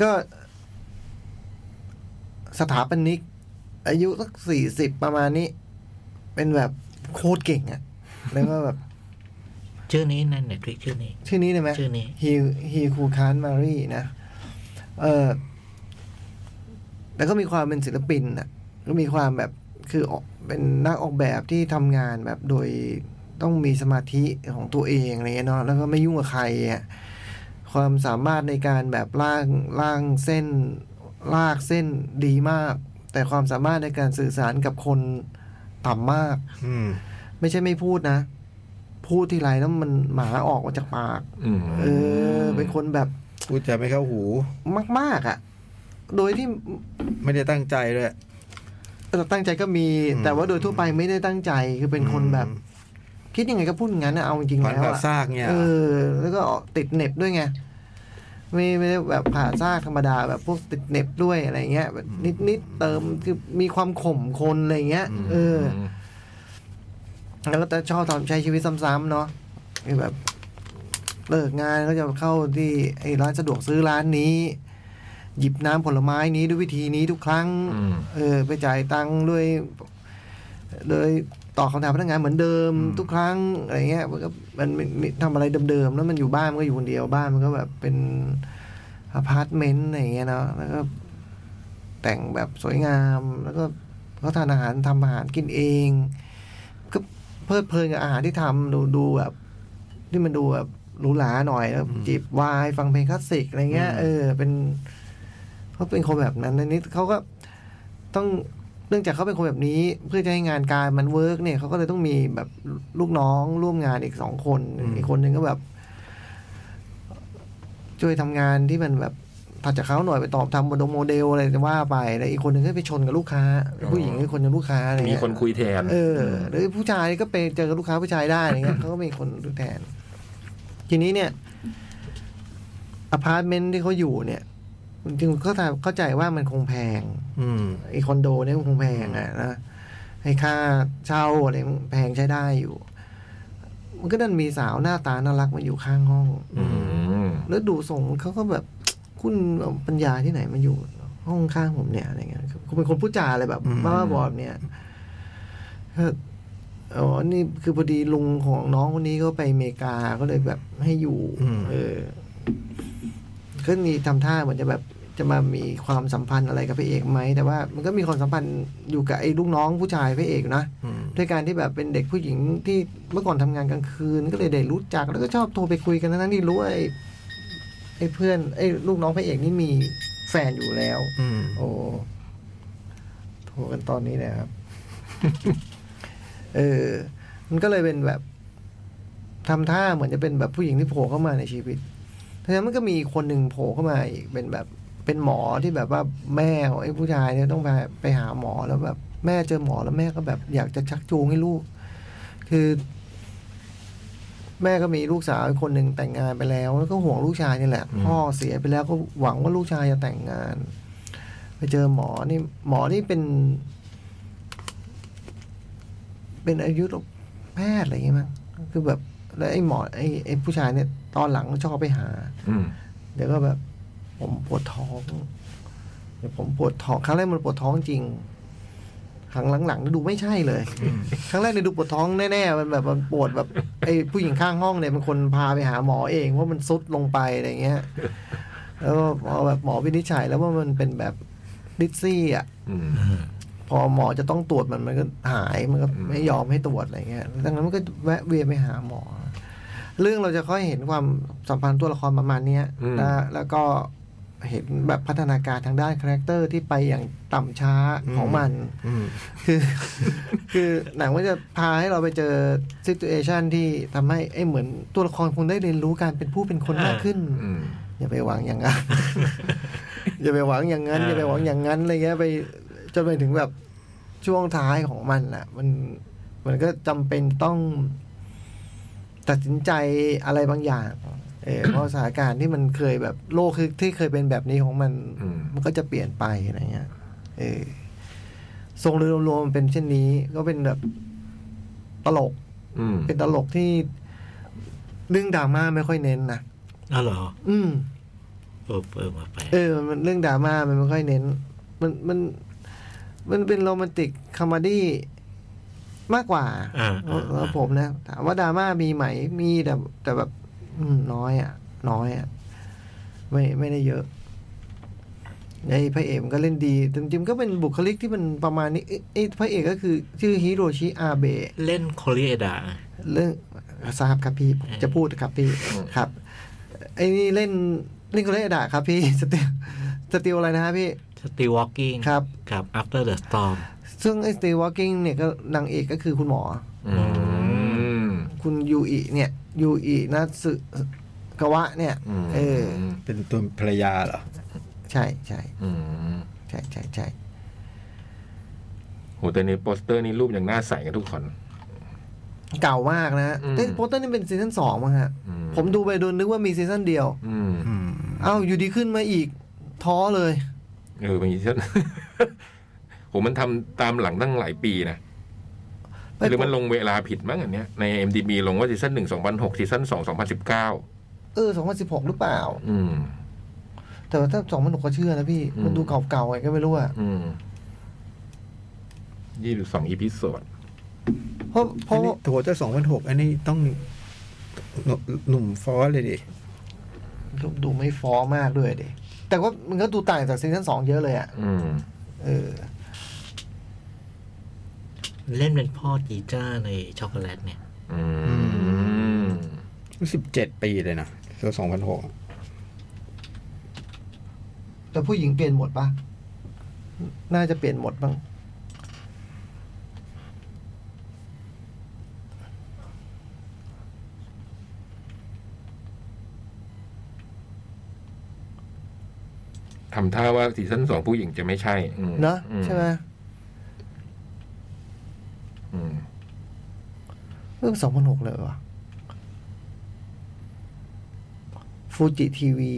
Speaker 2: ก็สถาปนิก อายุสักสี่สิบประมาณนี้ เป็นแบบโคตรเก่งอะแล้วก็แบบ
Speaker 5: ชื่อนี้นั่นเนี่ยคลิกชื่อนี้
Speaker 2: ชื่อนี้ได้ไหม
Speaker 5: ชื่อนี้
Speaker 2: ฮีฮีคูคานมารีนะ เออแล้วก็มีความเป็นศิลปินอ่ะ ก็มีความแบบคือออกเป็นนักออกแบบที่ทำงานแบบโดยต้องมีสมาธิของตัวเองอะไรเงี้ยเนาะ แล้วก็ไม่ยุ่งกับใครอ่ะ ความสามารถในการแบบล่างล่างเส้น ลากเส้นดีมาก แต่ความสามารถในการสื่อสารกับคนต่ำมาก
Speaker 4: อืม
Speaker 2: ไม่ใช่ไม่พูดนะ พูดทีไรแล้วมันหมาออกมาจากปาก เออ เป็นคนแบบ
Speaker 4: พูดจะไม่เข้าหู
Speaker 2: มาก ๆ อ่ะ โดยที่
Speaker 4: ไม่ได้ตั้งใจเลย
Speaker 2: ตั้งใจก็มี
Speaker 4: อืม
Speaker 2: แต่ว่าโดยทั่วไปไม่ได้ตั้งใจคือเป็นคนแบบ คิดยังไงก็พูดงั้นนะเอาจริงๆ
Speaker 4: ฝัน
Speaker 2: แล้ว
Speaker 4: ผ่า
Speaker 2: อะ
Speaker 4: ซากเนี่ย
Speaker 2: เออ แล้วก็ติดเหน็บด้วยไงไม่ไม่ได้แบบผ่าซากธรรมดาแบบพวกติดเหน็บด้วยอะไรเงี้ยแบบนิดนิดๆเติมคือมีความข่มคนอะไรเงี้ย เออ แล้วก็จะชอบทำใช้ชีวิตซ้ำๆเนาะคือแบบเลิกงานก็จะเข้าที่ไอ้ร้านสะดวกซื้อร้านนี้ หยิบน้ำผลไม้นี้ด้วยวิธีนี้ทุกครั้ง
Speaker 3: อืม
Speaker 2: เออ ไปจ่ายตังค์ด้วยโดยตอบคำถามพนักงานเหมือนเดิมทุกครั้งอะไรเงี้ยมันก็มันมันมันทำอะไรเดิมๆแล้วมันอยู่บ้านมันก็อยู่คนเดียวบ้านมันก็แบบเป็นอพาร์ตเมนต์อะไรเงี้ยเนาะแล้วก็ แต่งแบบสวยงามแล้วก็เขาทานอาหารทำอาหารกินเอง ก็เพลิดเพลินกับอาหารที่ทำดูดูแบบที่มันดูแบบหรูหราหน่อยแล้วจิบไวายฟังเพลงคลาสสิกอะไรเงี้ยเออเป็นเขาเป็นคนแบบนั้นอันนี้เขาก็ต้องเนื่องจากเขาเป็นคนแบบนี้ เพื่อจะให้งานการมันเวิร์กเนี่ยเขาก็เลยต้องมีแบบลูกน้องร่วมงานอีกสองคนอีกคนหนึ่งก็แบบ ช่วยทำงานที่มันแบบถัดจากเขาหน่อยไปตอบทำโมเดลโมเดลอะไรจะว่าไปแล้วอีกคนหนึ่งก็ไปชนกับลูกค้า ผู้หญิงก็คนกับลูกค้าอะไรเงี้ย
Speaker 3: มีคนคุยแทน
Speaker 2: เออหรือผู้ชายก็ไปเจอกับลูกค้าผู้ชายได้อะไรเงี้ย เขาก็มีคนดูแทน ทีนี้เนี่ยอพาร์ตเมนต์ที่เขาอยู่เนี่ยจริงๆเขาเข้าใจว่ามันคงแพง
Speaker 4: อืม
Speaker 2: ไอคอนโดเนี่ยมันคงแพงอะนะไอค่าเช่าอะไรมันแพงใช้ได้อยู่ มันก็ดันมีสาวหน้าตาน่ารักมาอยู่ข้างห้อง
Speaker 3: อืม
Speaker 2: แล้วดูทรงเขาก็แบบ คุณเอาปัญญาที่ไหนมาอยู่ห้องข้างผมเนี่ยอะไรเงี้ยคุณเป็นคนพูดจาอะไรแบบ
Speaker 4: อืม
Speaker 2: บ้าๆบอๆแบบเนี่ยก็อ๋อนี่คือพอดีลุงของน้องคนนี้ก็ไปอเมริกาก็เลยแบบให้อยู่ เออก็มีทำท่าเหมือนจะแบบจะมามีความสัมพันธ์อะไรกับพระเอกไหมแต่ว่า มันก็มีความสัมพันธ์อยู่กับไอ้ลูกน้องผู้ชายพระเอกนะ
Speaker 4: อืม
Speaker 2: ด้วยการที่แบบเป็นเด็กผู้หญิงที่เมื่อก่อนทำงานกลางคืน ก็เลยได้รู้จักแล้วก็ชอบโทรไปคุยกันทั้งๆที่รู้ว่าไอ้ไอ้เพื่อนไอ้ลูกน้องพระเอกนี่มีแฟนอยู่แล้ว
Speaker 4: อืม
Speaker 2: โอ้โทรกันตอนนี้นะครับ *laughs* เออ มันก็เลยเป็นแบบทำท่าเหมือนจะเป็นแบบผู้หญิงที่โผล่เข้ามาในชีวิตทีนั้นมันก็มีคนหนึ่งโผล่เข้ามาอีกเป็นแบบเป็นหมอที่แบบว่าแม่ของไอ้ผู้ชายเนี่ยต้องไปไปหาหมอแล้วแบบ แม่เจอหมอแล้วแม่ก็แบบอยากจะชักจูงให้ลูก คือ แม่ก็มีลูกสาวอีกคนหนึ่งแต่งงานไปแล้ว แล้วก็ห่วงลูกชายนี่แหละ พ่อเสียไปแล้วก็หวังว่าลูกชายจะแต่งงาน ไปเจอหมอนี่ หมอนี่เป็น เป็นอายุรแพทย์อะไรอย่างเงี้ยมั้งคือแบบ แล้วไอ้หมอไอ้ไอ้ผู้ชายเนี่ย ตอนหลังชอบไปหา
Speaker 3: อืม
Speaker 2: เดี๋ยวก็แบบ ผมปวดท้องเดี๋ยวผมปวดท้องครั้งแรกมันปวดท้องจริง ครั้งหลังๆดูไม่ใช่เลย ครั้งแรกเนี่ยดูปวดท้องแน่ๆมันแบบมันปวดแบบไอ้ผู้หญิงข้างห้องเนี่ยเป็นคนพาไปหาหมอเองว่ามันซุดลงไปอะไรเงี้ย แล้วพอแบบหมอวินิจฉัยแล้วว่ามันเป็นแบบดิซซี่อ่ะ
Speaker 3: อืม
Speaker 2: พอหมอจะต้องตรวจมันมันก็หายมันก็ไม่ยอมให้ตรวจอะไรเงี้ยดังนั้นมันก็แวะเวียนไปหาหมอ เรื่องเราจะค่อยเห็นความสัมพันธ์ตัวละครประมาณเนี้ย
Speaker 3: อืม
Speaker 2: นะแล้วก็เห็นแบบพัฒนาการทางด้านคาแรคเตอร์ที่ไปอย่างต่ำช้าของมัน
Speaker 4: อืม
Speaker 2: คือ คือหนังมันจะพาให้เราไปเจอซิ t u เอชันที่ทำให้เอ้ยเหมือนตัวละครคงได้เรียนรู้การเป็นผู้เป็นคนมากขึ้น
Speaker 3: อืม
Speaker 2: อย่าไปหวังอย่างนั้น *laughs* อย่าไปหวังอย่างนั้น
Speaker 5: อ่า
Speaker 2: อย่าไปหวังอย่างนั้นอะไรเงี้ยไปจนไปถึงแบบช่วงท้ายของมันอ่ะ มันมันก็จำเป็นต้องตัดสินใจอะไรบางอย่าง เออ เพราะสถานการณ์ที่มันเคยแบบโลกคือที่เคยเป็นแบบนี้ของมัน
Speaker 3: อืม
Speaker 2: มันก็จะเปลี่ยนไปอะไรเงี้ย เออทรงโดยรวมๆมันเป็นเช่นนี้ ก็เป็นแบบตลก
Speaker 3: อืม
Speaker 2: เป็นตลกที่เรื่องดราม่าไม่ค่อยเน้นนะ
Speaker 5: อ้าวเหรอ
Speaker 2: อืม
Speaker 5: เออเออมาไปลก
Speaker 2: เออ มันเรื่องดราม่ามันไม่ค่อยเน้น มัน มัน มันเป็นโรแมนติกคอมดี้มากกว่า
Speaker 5: อ่า
Speaker 2: เออ
Speaker 5: อ่า
Speaker 2: แล้วผมนะ ถามว่าดราม่ามีไหม มีแต่แต่แบบ อืมน้อยอ่ะ น้อยอ่ะ ไม่ ไม่ได้เยอะ ไอ้พระเอกมันก็เล่นดีจริงๆก็เป็นบุคลิกที่มันประมาณนี้ ไอ้ไอ้พระเอกก็คือชื่อฮิโรชิอาเบะ
Speaker 5: เล่นโคเรียดา
Speaker 2: เรื่องทราบครับพี่ผมจะพูดครับพี่ครับ ไอ้นี่เล่นเล่นก็เล่นด่าครับพี่ *laughs* สติลสติลอะไรนะฮะพี่
Speaker 5: สตีวอลกิ้ง
Speaker 2: ครับ
Speaker 5: กับ After the Storm
Speaker 2: ซึ่งไอ้สติวอลกิ้งเนี่ยก็นางเอกก็คือคุณหมอ
Speaker 3: อืม
Speaker 2: คุณยูอิเนี่ยยูอินัตสึกวะเนี่ย
Speaker 3: อืม
Speaker 2: เออ
Speaker 4: เป็นตัวภรรยาเหรอ
Speaker 2: ใช่ใช่
Speaker 3: อืม
Speaker 2: ใช่ใช่ใช่
Speaker 3: หแต่ในโปสเตอร์นี่รูปอย่างน่าใสกันทุกคน
Speaker 2: เก่ามากนะฮะ
Speaker 3: อืม
Speaker 2: แต่โปสเตอร์นี่เป็นซีซั่นสองมั้งฮะ
Speaker 3: อื
Speaker 2: ผมดูไปโดนนึกว่ามีซีซั่นเดียว
Speaker 3: อืม
Speaker 4: อืม
Speaker 2: เอ้าอยู่ดีขึ้นมาอีก ท้อเลย
Speaker 3: เออมัน *laughs* อย่างนี้ฉัน ผมมันทำตามหลังตั้งหลายปีนะ
Speaker 2: ไป
Speaker 3: หรือมันลงเวลาผิดมั้งอันเนี้ยใน MDB ลงว่าซีซั่นหนึ่งสองพันหกซีซั่นสองสองพันสิบเก้า
Speaker 2: เออ 2016 หรือเปล่า
Speaker 3: อืม
Speaker 2: แต่ว่าถ้า2016ก็เชื่อนะพี่
Speaker 3: อืม
Speaker 2: มันดูเก่าๆไงก็ไม่รู้อะ
Speaker 3: อืมยี่สิบสองอีพิโซด
Speaker 2: เพราะเพ
Speaker 4: อั
Speaker 2: ราะ
Speaker 4: นนี้โถจะสองพันหกอันนี้ต้องหนุ่มหนุ่มฟอสเลยดิ
Speaker 2: ดูดูไม่ฟอร์มากด้วยดิแต่ว่ามันก็ดูต่างจากซีซั่นสองเยอะเลยอะ
Speaker 3: อืม
Speaker 2: เออ
Speaker 5: เล่นเป็นพ่อจีจ้าในช็อกโกแลตเนี่ย
Speaker 3: อืม
Speaker 4: สิบเจ็ดปีเลยนะตัวสองพันหก
Speaker 2: แต่ผู้หญิงเปลี่ยนหมดปะน่าจะเปลี่ยนหมดบ้าง
Speaker 3: ทำท่าว่าซีซั่นสองผู้หญิงจะไม่ใช่อืม
Speaker 2: เนอะ
Speaker 3: อื
Speaker 2: ใช่ไหม
Speaker 3: อืม
Speaker 2: เริ่มสองพันหกเลยวะฟูจิทีวี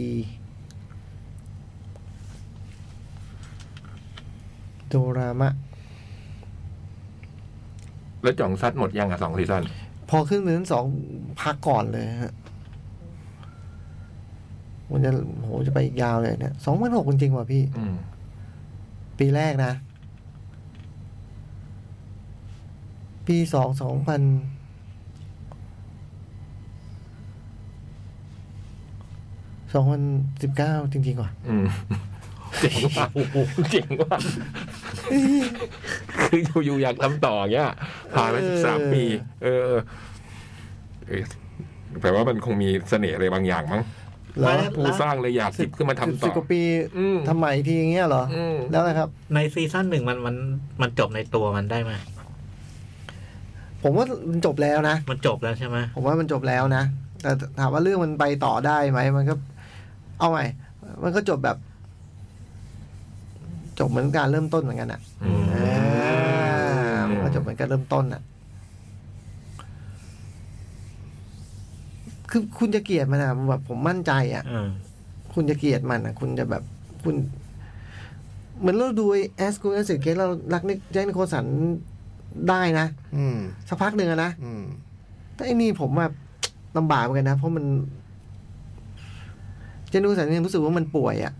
Speaker 2: โดรามะ
Speaker 3: แล้วจ่องซัดหมดยังอ่ะสองซีซั่น
Speaker 2: พอขึ้นเดือนสองพักก่อนเลยฮะมันจะโหจะไปอีกยาวเลยเนี่ยสองพันหกจริงๆว่ะพี่
Speaker 3: อืม
Speaker 2: ปีแรกนะ ปีสองสองพันสองพันสิบเก้าจริงๆว่ะ
Speaker 3: อืมเจ๋งว่ะเจ๋งว่ะคืออยู่อยู่อยากทำต่อเงี้ยผ่านมา
Speaker 2: เอ
Speaker 3: สิ
Speaker 2: อ
Speaker 3: บสามปี เออเออเอ้ยแปลว่ามันคงมีเสน่ห์อะไรบางอย่างมั้ง
Speaker 2: เหรอ
Speaker 5: มาแล้ว
Speaker 3: ผู้สร้างเลยอยากหยิบขึ้นมาทำต่
Speaker 2: สิ
Speaker 3: อบ
Speaker 2: กว่าปี
Speaker 3: อืม
Speaker 2: ทำใหม่อีกทีอย่างเงี้ยเหรอ
Speaker 3: อืม
Speaker 2: แล้วนะครับ
Speaker 5: ในซีซั่นหนึ่งมันมันมันจบในตัวมันได้ไหม
Speaker 2: ผมว่ามันจบแล้วนะ
Speaker 5: มันจบแล้วใช่ไหม
Speaker 2: ผมว่ามันจบแล้วนะ แต่ถามว่าเรื่องมันไปต่อได้ไหม มันก็ เอาใหม่ มันก็จบแบบ จบเหมือนการเริ่มต้นเหมือนกันอ่ะ
Speaker 3: อืม
Speaker 2: อ่ามันก็จบเหมือนการเริ่มต้นอ่ะ คือคุณจะเกลียดมันอ่ะแบบผมมั่นใจอ่ะ
Speaker 5: อ่า
Speaker 2: คุณจะเกลียดมันอ่ะ คุณจะแบบคุณ เหมือนเราดูแอสกูแอสเกตเรารักนิกแจ็คนิโคลสันได้นะ
Speaker 4: อืม
Speaker 2: สักพักหนึ่งอะนะ
Speaker 4: อืม
Speaker 2: แต่ไอ้นี่ผมว่า ลำบากเหมือนกันนะ เพราะมันเจนูสันยังรู้สึกว่ามันป่วยอะ่ะ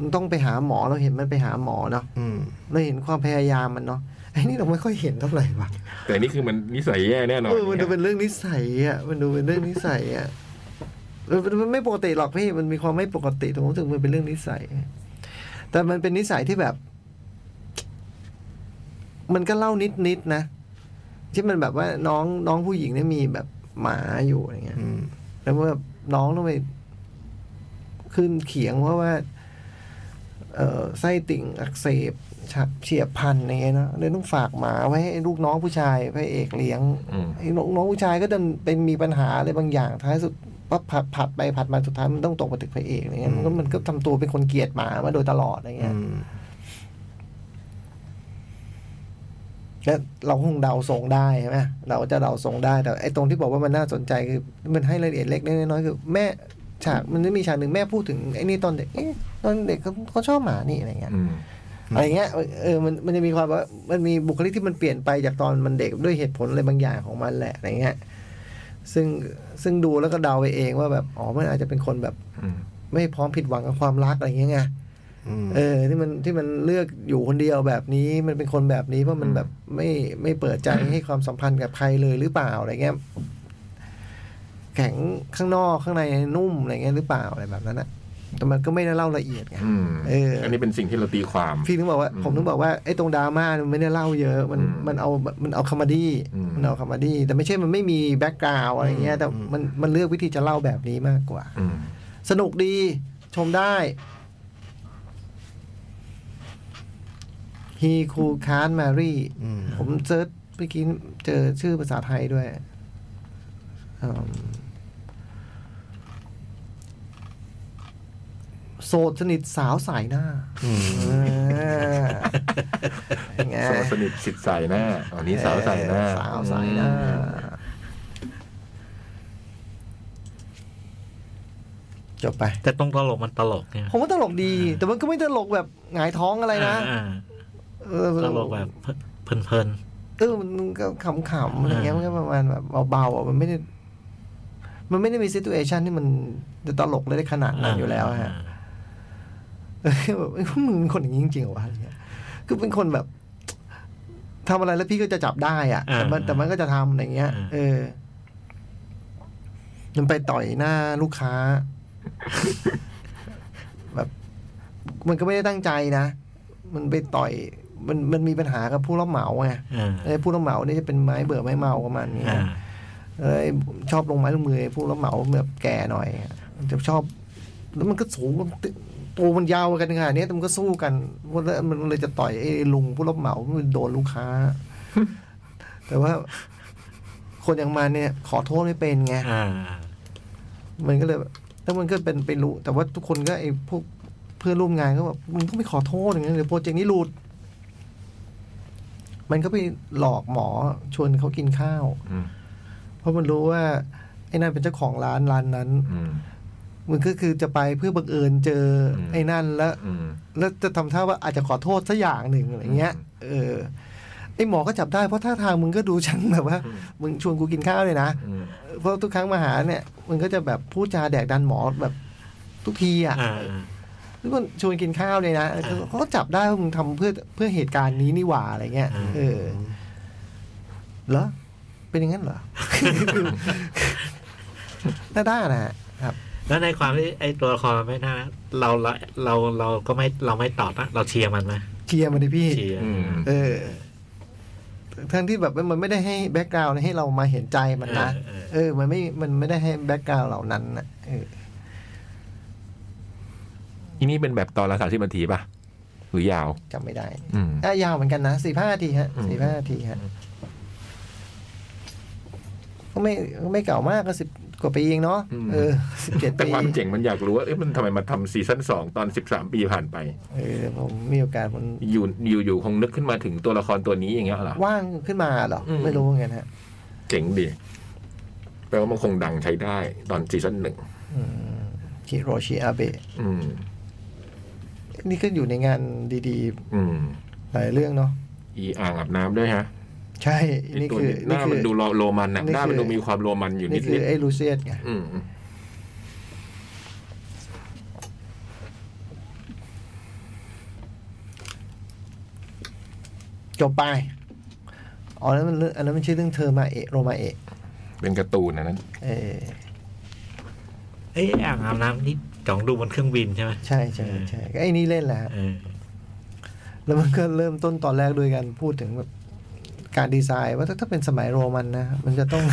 Speaker 2: มันต้องไปหาหมอเราเห็นมันไปหาหมอเนาะ
Speaker 4: อืม
Speaker 2: เราเห็นความพยายามมันเนาะไอ้นี่เราไม่ค่อยเห็นเท่าไหร่ว่ะ
Speaker 3: แต่นี่คือมันนิสัยแย่แน่นอน
Speaker 2: เออมันดูเป็นเรื่องนิสัยอะ่ะมันดูเป็นเรื่องนิสัยอะ่ะเออมันมันไม่ปกติหรอกพี่มันมีความไม่ปกติตรงรู้สึกมันเป็นเรื่องนิสัย แต่มันเป็นนิสัยที่แบบ มันก็เล่านิดๆนะที่มันแบบว่าน้องน้องผู้หญิงเนี่ยมีแบบหมาอยู่อะไรเงี้ย
Speaker 4: อืม
Speaker 2: แล้วว่าน้องต้องไปขึ้นเขียงเพราะว่า เอ่อไส้ติ่งอักเสบฉับเฉียบพลันอะไรเงี้ยเนอะเลยต้องฝากหมาไว้ให้ลูกน้องผู้ชายพระเอกเลี้ยง
Speaker 3: อืม
Speaker 2: ไอ้น้องน้องผู้ชายก็ดันเป็นมีปัญหาอะไรบางอย่างท้ายสุดก็ผัดผัดไปผัดมาสุดท้ายมันต้องตกมาถึงพระเอกอะไรเงี้ยมันก็มันก็ทำตัวเป็นคนเกลียดหมามาโดยตลอดอะไร
Speaker 4: อื
Speaker 2: เงี้ย
Speaker 4: ม
Speaker 2: แล้วเราคงเดาทรงได้ใช่ไหมเราก็จะเดาทรงได้แต่ไอ้ตรงที่บอกว่ามันน่าสนใจคือ มันให้รายละเอียดเล็กๆน้อยๆคือแม่ฉากมันจะมีฉากหนึ่งแม่พูดถึงไอ้นี่ตอนเด็กเอ๊ะตอนเด็กเขาเขาชอบหมานี่อะไรเงี้ย
Speaker 3: อืม
Speaker 2: อะไรเงี้ยเออมันมันจะมีความว่ามันมีบุคลิกที่มันเปลี่ยนไปจากตอนมันเด็กด้วยเหตุผลอะไรบางอย่างของมันแหละอะไรเงี้ยซึ่งซึ่งดูแล้วก็เดาไปเองว่าแบบอ๋อมันอาจจะเป็นคนแบบ
Speaker 3: อืม
Speaker 2: ไม่พร้อมผิดหวังกับความรักอะไรเงี้ยไง
Speaker 4: อืม
Speaker 2: เออที่มันที่มันเลือกอยู่คนเดียวแบบนี้มันเป็นคนแบบนี้เพราะมันแบบไม่ไม่เปิดใจให้ความสัมพันธ์กับใครเลยหรือเปล่าอะไรเงี้ยแข็งข้างนอกข้างในนุ่มอะไรเงี้ยหรือเปล่าอะไรแบบนั้นอะแต่มันก็ไม่ได้เล่าละเอียดไง
Speaker 3: อืม
Speaker 2: เอออั
Speaker 3: อันนี้เป็นสิ่งที่เราตีความ
Speaker 2: พี่ถึงบอกว่า
Speaker 3: อืม
Speaker 2: ผมถึงบอกว่าไอ้ตรงดราม่ามันไม่ได้เล่าเยอะ มัน
Speaker 3: อืม
Speaker 2: มันเอามันเอาคอมดี้
Speaker 3: อืม
Speaker 2: มันเอาคอมดี้แต่ไม่ใช่มันไม่มีแบ็กกราวอะไรเงี้ยแต่
Speaker 4: อืม
Speaker 2: มันมันเลือกวิธีจะเล่าแบบนี้มากกว่า
Speaker 3: อืม
Speaker 2: สนุกดีชมได้ฮีคูคานมารี
Speaker 4: อืม
Speaker 2: ผมเซิร์ชเมื่อกี้เจอชื่อภาษาไทยด้วยอืมโสดสนิทสาวสายหน้า
Speaker 4: อืม
Speaker 2: อ่า อย่างเงี้ย
Speaker 3: โสดสนิทสิทธิ์ใส่หน้าอันนี้สาวใส่หน้า
Speaker 2: สาวใส่หน้า
Speaker 3: อืม
Speaker 2: จบไป
Speaker 5: แต่ตรงตลกมันตลกเนี่ย
Speaker 2: *laughs* ผมว่าตลกดี แต่มันก็ไม่ตลกแบบหงายท้องอะไรนะ
Speaker 5: อ่า
Speaker 2: เออ
Speaker 5: ๆตลกแบบเพลิน
Speaker 2: เออมันก็ขำๆอะไรเงี้ยมันก็ประมาณแบบเบาๆอ่ะมันไม่ได้ มันไม่ได้มีซิตูเอชันที่มันจะตลกเลยได้ขนาด
Speaker 5: ๆ
Speaker 2: นั้นอยู่แล้ว
Speaker 5: า
Speaker 2: ฮะเออ *laughs* แบบเอ้ยมึงเป็นคนอย่างนี้จริงๆเหรอวะอะไรเงี้ย คือเป็นคนแบบทำอะไรแล้วพี่ก็จะจับได้อะแต่มัน
Speaker 5: อ่า
Speaker 2: แต่มันก็จะทำอะไรเงี้ย
Speaker 5: อ่า
Speaker 2: เออ มันไปต่อยหน้าลูกค้า *laughs* แบบ มันก็ไม่ได้ตั้งใจนะ มันไปต่อย มันมันมีปัญหากับผู้รับเหมาไง
Speaker 5: อ่า
Speaker 2: ไอ้ผู้รับเหมานี่จะเป็นไม้เบื่อไม้เมาประมาณนี้
Speaker 5: อ่า
Speaker 2: เอ้ยชอบลงไม้ลงมือไอ้ผู้รับเหมาแบบแก่หน่อยมันจะชอบ แล้วมันก็สูงมันตึตัวมันยาวกันขนาดเนี้ยแต่มันก็สู้กันมันเลยมันเลยจะต่อยไอ้ลุงผู้รับเหมามันโดนลูกค้า *laughs* แต่ว่า คนอย่างมันเนี่ย ขอโทษไม่เป็นไง
Speaker 5: อ่า
Speaker 2: มันก็เลยแบบแล้วมันก็เป็นไปรู้ แต่ว่าทุกคนก็ไอ้พวกเพื่อนร่วมงานก็แบบมึงต้องไปขอโทษอย่างเงี้ยเดี๋ยวโปรเจกต์นี้หลุด มันก็ไปหลอกหมอชวนเขากินข้าว
Speaker 3: อืม
Speaker 2: เพราะมันรู้ว่า ไอ้นั่นเป็นเจ้าของร้านร้านนั้น
Speaker 3: อืม
Speaker 2: มันก็คือจะไปเพื่อบังเอิญเจออ
Speaker 3: ม
Speaker 2: ไอ้นั่นแล้ว
Speaker 3: อืม
Speaker 2: แล้วจะทำท่าว่าอาจจะขอโทษสักอย่างหนึ่งอะไรเงี้ย
Speaker 3: อืม
Speaker 2: เออ ไอหมอก็จับได้เพราะท่าทางมึงก็ดูฉันแบบว่า *laughs* มึงชวนกูกินข้าวเลยนะ
Speaker 3: อืม
Speaker 2: เพราะทุกครั้งมาหาเนี่ย มึงก็จะแบบพูดจาแดกดันหมอแบบทุกทีอ่ะ
Speaker 5: อ่า
Speaker 2: ทุกคนชวนกินข้าวเลยนะ
Speaker 5: อ่า
Speaker 2: เขาก็จับได้ว่ามึงทำเพื่อเพื่อเหตุการณ์นี้นี่หว่าอะไรเงี้ย
Speaker 5: อ่า
Speaker 2: เออ เหรอ เป็นอย่าง
Speaker 5: *laughs*
Speaker 2: นั้นเหรอ *laughs* หน้าด้านนะฮะครับ
Speaker 5: แล้วในความที่ไอ้ตัวละครมันไม่น่ารักเราเราเราเราก็ไม่เราไม่ตอบนะเราเชียร์มันไหม
Speaker 2: เชียร์มันดิพี่
Speaker 5: เชียร์
Speaker 3: อืม
Speaker 2: เออ ทั้งที่แบบมันไม่ได้ให้แบ็กกราวน์ให้เรามาเห็นใจมันนะ
Speaker 5: เออ
Speaker 2: เออ มันไม่ มันไม่ได้ให้แบ็กกราวน์เหล่านั้นนะเออ
Speaker 3: อีนี่เป็นแบบตอนละสามสิบนาทีป่ะ หรือยาว
Speaker 2: จำไม่ได้
Speaker 3: อืม
Speaker 2: อ่ะยาวเหมือนกันนะสี่ห้าทีฮะ
Speaker 3: อืม
Speaker 2: สี่ห้าทีฮะ ก็ไม่ก็ไม่เก่ามากก็สิบกว่าปีเองเนาะ เออสิบเจ็ด
Speaker 3: แต่
Speaker 2: ปี
Speaker 3: ความเจ๋งมันอยากรู้ว่าเอ๊ะมันทำไมมาทำซีซั่นสองตอนสิบสามปีผ่านไป
Speaker 2: เออ ผมมีโอกาสมัน
Speaker 3: อยู่อยู่อยู่คงนึกขึ้นมาถึงตัวละครตัวนี้อย่างเงี้ยเหรอ
Speaker 2: ว่างขึ้นมาเหรอ
Speaker 3: อืม
Speaker 2: ไม่รู้เหมือนกันฮะ
Speaker 3: เจ๋งดีแปลว่ามันคงดังใช้ได้ตอนซีซั่นหนึ่ง
Speaker 2: อืมคิโรชิอาเบะ
Speaker 3: อืม
Speaker 2: นี่ก็อยู่ในงานดี
Speaker 3: อืม
Speaker 2: ๆ หลายเรื่องเนาะ
Speaker 3: อีอ่างอาบน้ำด้วยฮะ
Speaker 2: ใช่
Speaker 3: ไอ้
Speaker 2: นี่
Speaker 3: ตัว
Speaker 2: คือ
Speaker 3: เนี้หน้ามันดูโรมันอะ
Speaker 2: นี่คือ
Speaker 3: หน้ามันดูมีความโรมันอยู่นิ
Speaker 2: นี่
Speaker 3: ด
Speaker 2: คื
Speaker 3: นิ
Speaker 2: อ
Speaker 3: ด
Speaker 2: ไอ้ลูเซียสไง
Speaker 3: อืม
Speaker 2: จบไป อ๋อนั้นมันเรื่องอันนั้นมันชื่อเรื่องเธอมาเอะโรมาเอะ
Speaker 3: เป็นการ์ตูนอันนั้น
Speaker 2: เออ
Speaker 5: เอ้ยอ่างอาบน้ำนี่จ่องดูบนเครื่องบินใช่ไหม
Speaker 2: ใช่ใช่ใช่ก็ไอ้นี่เล่นแหละฮะ
Speaker 5: เออ
Speaker 2: แล้วมันก็เริ่มต้นตอนแรกด้วยกันพูดถึงแบบการดีไซน์ว่าถ้าถ้าเป็นสมัยโรมันนะ มันจะต้อง *laughs*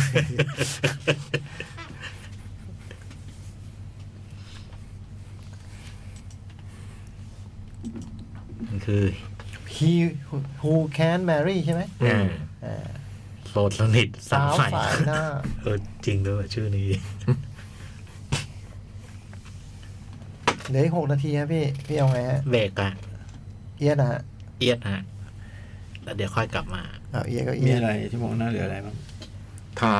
Speaker 5: มันคือ
Speaker 2: he who can marry ใช่ไหม
Speaker 5: อ่า
Speaker 2: อ่า
Speaker 5: โสดสนิทสาวใส
Speaker 2: ฝ่ายหน้า
Speaker 5: เออจริงด้วยว่ะชื่อนี้ *laughs*
Speaker 2: เหลืออีกหกนาทีครับพี่ พี่เอาไงฮะ
Speaker 5: เบรกอะ
Speaker 2: เอียดนะฮะ
Speaker 5: เอียดฮะแล้วเดี๋ยวค่อยกลับมา
Speaker 2: เอาเอียดก็เอี
Speaker 4: มี
Speaker 2: ยด
Speaker 4: อะไรชั่วโมงหน้าเหลืออะไรบ้าง
Speaker 3: ทา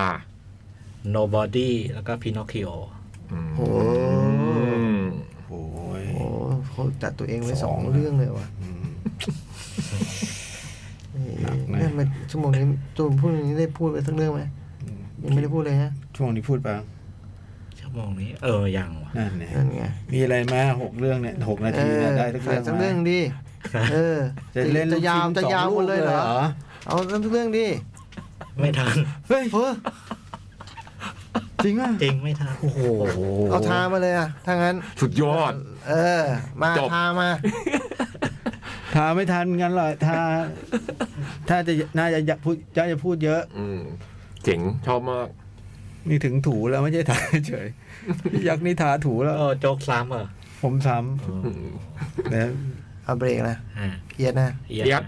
Speaker 5: nobody แล้วก็ pinocchio
Speaker 3: อืม
Speaker 2: โอ้
Speaker 4: โอ้ย
Speaker 2: โหเขาจัดตัวเองไว้ส
Speaker 4: สอ
Speaker 2: อ
Speaker 4: ง ง
Speaker 2: เรื่องเลยว่ะ
Speaker 4: อืม หนักนะ
Speaker 2: นี่ยมันชั่วโมงนี้ตัวพูดอย่างนี้ได้พูดไปสักเรื่องไหมยังไม่ได้พูดเลยฮะ
Speaker 4: ช่วงนี้พูดปะ
Speaker 5: ชั่วโมงนี้ เออยังว่ะ *laughs*
Speaker 4: นั่นเนี่ย
Speaker 2: นั่นไง
Speaker 4: มีอะไรมาหกเรื่องเนี่ยหกนาทีเนี่ยได้
Speaker 2: ใส่สั
Speaker 4: สั
Speaker 2: ก
Speaker 4: ก
Speaker 2: เรื่
Speaker 4: เรื่
Speaker 2: อ
Speaker 4: องง
Speaker 2: ดิเออ
Speaker 4: ไหมจะเล่น
Speaker 2: จะยาว
Speaker 4: ลูกชิ้น
Speaker 2: จะ
Speaker 4: สอง
Speaker 2: ยาวหมดเลยเหรอ
Speaker 4: ลูก
Speaker 2: เอาสักเรื่องดิ
Speaker 5: ไม่ทัน
Speaker 4: เฮ้ย
Speaker 2: เฮ้อ
Speaker 4: จริงอ่ะ
Speaker 5: จริงไม่ทัน
Speaker 4: โอ้โห
Speaker 2: เอาทามาเลยอ่ะถ้างั้น
Speaker 3: สุดยอด
Speaker 2: เออ มา
Speaker 3: จบ
Speaker 2: ทามา
Speaker 4: ทาไม่ทันงั้นเหรอทาถ้าจะน่าจะอยากพูดจะจะพูดเยอะ
Speaker 3: อืม เจ๋งชอบมาก
Speaker 4: นี่ถึงถูแล้วไม่ใช่ทาเฉยพี่ยักษ์นี่ทาถูแล้ว
Speaker 5: เออโจ๊กซ้ำเหรอ
Speaker 4: ผมซ้
Speaker 5: เออ
Speaker 4: ำนะ
Speaker 2: เอาเบรกนะ
Speaker 5: อ่ะ
Speaker 2: เอียดนะ
Speaker 5: เอียด
Speaker 3: เอียด
Speaker 5: ฮะ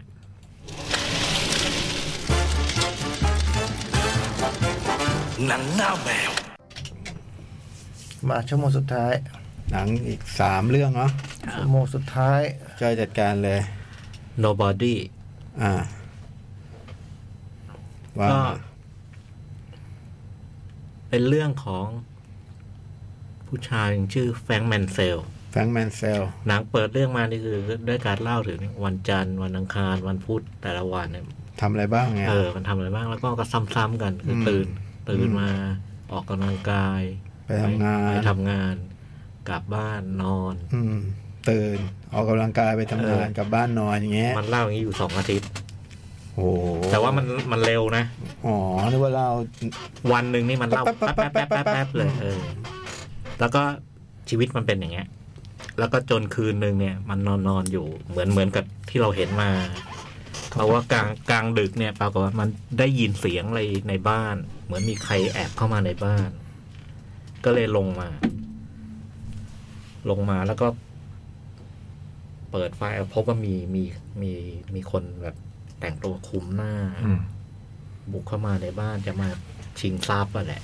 Speaker 1: หนังหน้าแมว
Speaker 2: มาชั่วโมงสุดท้าย
Speaker 4: หนังอีกสามเรื่องเนาะ
Speaker 2: ชั่วโมงสุดท้าย
Speaker 4: จอยจัดการเลย
Speaker 5: โนบอดี้
Speaker 4: อ่า ว่า
Speaker 5: ก็ เป็นเรื่องของผู้ชายชื่อแฟรงค์แมนเซล
Speaker 4: แฟรงค์แมนเซล
Speaker 5: หนังเปิดเรื่องมานี่คือด้วยการเล่าถึงวันจันทร์วันอังคารวันพุธแต่ละวันเนี่ย
Speaker 4: ทำอะไรบ้างไง
Speaker 5: เออมันทำอะไรบ้างแล้วก็ก็ซ้ำๆกันคืออ
Speaker 4: ม
Speaker 5: ตื่นตื่น
Speaker 4: อืม
Speaker 5: มาออกกำลังกาย
Speaker 4: ไปทำงาน
Speaker 5: ไปทำงาน กลับบ้านนอน
Speaker 4: อืม ตื่น ออกกำลังกายไปทำงาน
Speaker 5: เออ
Speaker 4: กลับบ้านนอนอย่างเงี้ย
Speaker 5: มันเล่าอย่างนี้อยู่สองอาทิตย์
Speaker 4: โอ้โห
Speaker 5: แต่ว่ามันมันเร็วนะ
Speaker 4: อ๋อนึกว่าเรา
Speaker 5: วันหนึ่งนี่มันเล่า
Speaker 4: ปั๊
Speaker 5: แป๊บบ
Speaker 4: ปั๊
Speaker 5: แป๊บบ
Speaker 4: ปั๊
Speaker 5: แป๊บบ
Speaker 4: ปั๊
Speaker 5: แป๊บบ
Speaker 4: ปั๊บ
Speaker 5: เลยเออแล้วก็ชีวิตมันเป็นอย่างเงี้ย แล้วก็จนคืนหนึ่งเนี่ย มันนอนนอนอยู่เหมือนเหมือนกับที่เราเห็นมา เพราะว่ากลางกลางดึกเนี่ยปรากฏว่ามันได้ยินเสียงอะไรในบ้าน เหมือนมีใครแอบเข้ามาในบ้าน ก็เลยลงมา ลงมาแล้วก็ เปิดไฟล์พบว่ามีมีมีมีคนแบบแต่งตัวคลุมหน้า
Speaker 3: อืม
Speaker 5: บุกเข้ามาในบ้านจะมาชิงทรัพย์อะแหละ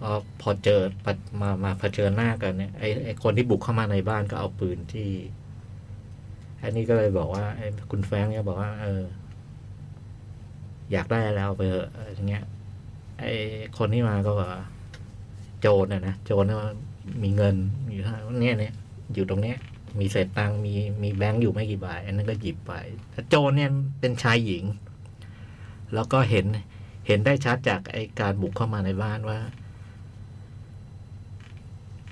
Speaker 5: พอพอเจอปัดมามาเผชิญหน้ากันเนี่ยไอ้ไอ้คนที่บุกเข้ามาในบ้านก็เอาปืนที่อันนี้ก็เลยบอกว่าไอ้คุณแฟรงค์เนี่ยบอกว่า เออ อยากได้อะไรเอาไปเถอะอะไรเงี้ย ไอ้คนที่มาก็บอกว่าโจรน่ะนะโจรเนี่ยว่ามีเงินอยู่เท่าเนี่ยเนี่ยอยู่ตรงเนี้ย มีเศษตังค์มีมีแบงค์อยู่ไม่กี่ใบอันนั้นก็หยิบไปแต่โจรเนี่ยเป็นชายหญิง แล้วก็เห็นเห็นได้ชัดจากไอการบุกเข้ามาในบ้านว่า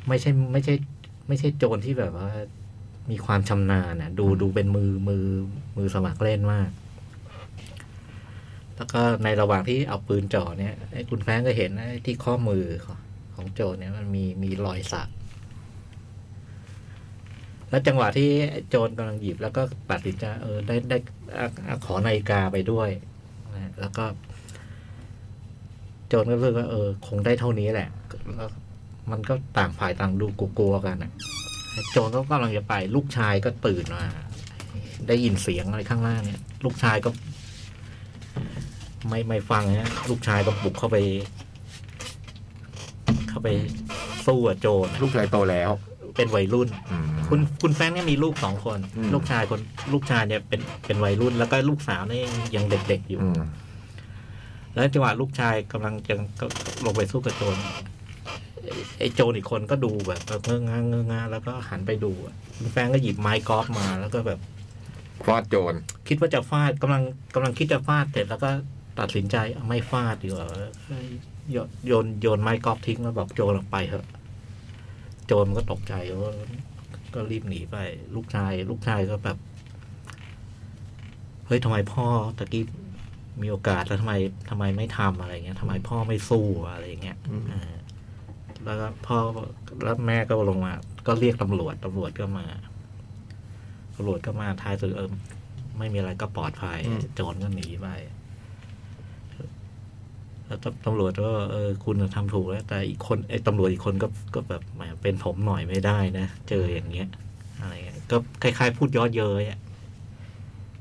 Speaker 5: ไม่ใช่ไม่ใช่ ไม่ใช่โจรที่แบบว่า มีความชำนาญนะดูดูเป็นมือมือมือสมัครเล่นมาก แล้วก็ในระหว่างที่เอาปืนจ่อเนี่ยไอ้คุณแฟรงก์ก็เห็นไอ้ที่ข้อมือของของโจรเนี่ยมันมีมีรอยสัก แล้วจังหวะที่ไอ้โจรกำลังหยิบแล้วก็ตัดสินใจเออได้ได้อ่ะอ่ะขอนาฬิกาไปด้วย นะแล้วก็โจนก็รู้สึกว่าเออ คงได้เท่านี้แหละแล้วมันก็ต่างฝ่ายต่างดูกลัวๆกันนะโจนก็กำลังจะไป ลูกชายก็ตื่นมาได้ยินเสียงอะไรข้างล่างเนี่ย ลูกชายก็ ไม่ไม่ฟังนะลูกชายก็บุกเข้าไป เข้าไปสู้กับโจรนะ
Speaker 3: ลูกชายโตแล้ว
Speaker 5: เป็นวัยรุ่น
Speaker 3: อืม
Speaker 5: คุณคุณแฟรงค์เนี่ยมีลูกสองคน
Speaker 3: อืม
Speaker 5: ลูกชายคนลูกชายเนี่ยเป็นเป็นวัยรุ่น แล้วก็ลูกสาวเนี่ยยังเด็กๆอยู่
Speaker 3: อืม
Speaker 5: แล้วจังหวะลูกชายกำลังจะก็ลงไปสู้กับโจรไอ้ไอ้โจรอีกคนก็ดูแบบเงื้องาเงื้องาแล้วก็หันไปดูอะคุณแฟนก็หยิบไม้กอล์ฟมาแล้วก็แบบ
Speaker 3: ฟาดโจร
Speaker 5: คิดว่าจะฟาดกำลังกำลังคิดจะฟาดเสร็จแล้วก็ตัดสินใจเอาไม่ฟาดดีกว่าเอ้ยโยนโยนโยนไม้กอล์ฟทิ้งแล้วบอกโจรออกไปเถอะ โจรมันก็ตกใจก็ก็รีบหนีไป ลูกชาย ลูกชายก็แบบเฮ้ยทำไมพ่อตะกี้มีโอกาสแล้วทำไมทำไมไม่ทำอะไรเงี้ยทำไมพ่อไม่สู้อะไรเงี้ย
Speaker 4: อืม
Speaker 5: เออแล้วก็พ่อแล้วแม่ก็ลงมา ก็เรียกตำรวจตำรวจก็มาตำรวจก็มาท้ายสุดเออ ไม่มีอะไรก็ปลอดภัย
Speaker 4: อืม
Speaker 5: โจรก็หนีไป แล้วตำตำรวจก็เออคุณน่ะทำถูกแล้วแต่อีกคนไอ้ตำรวจอีกคนก็ก็แบบแหมเป็นผมหน่อยไม่ได้นะ เจออย่างเงี้ย อะไรเงี้ยก็คล้ายๆ พูดเย้อเย้ยอะ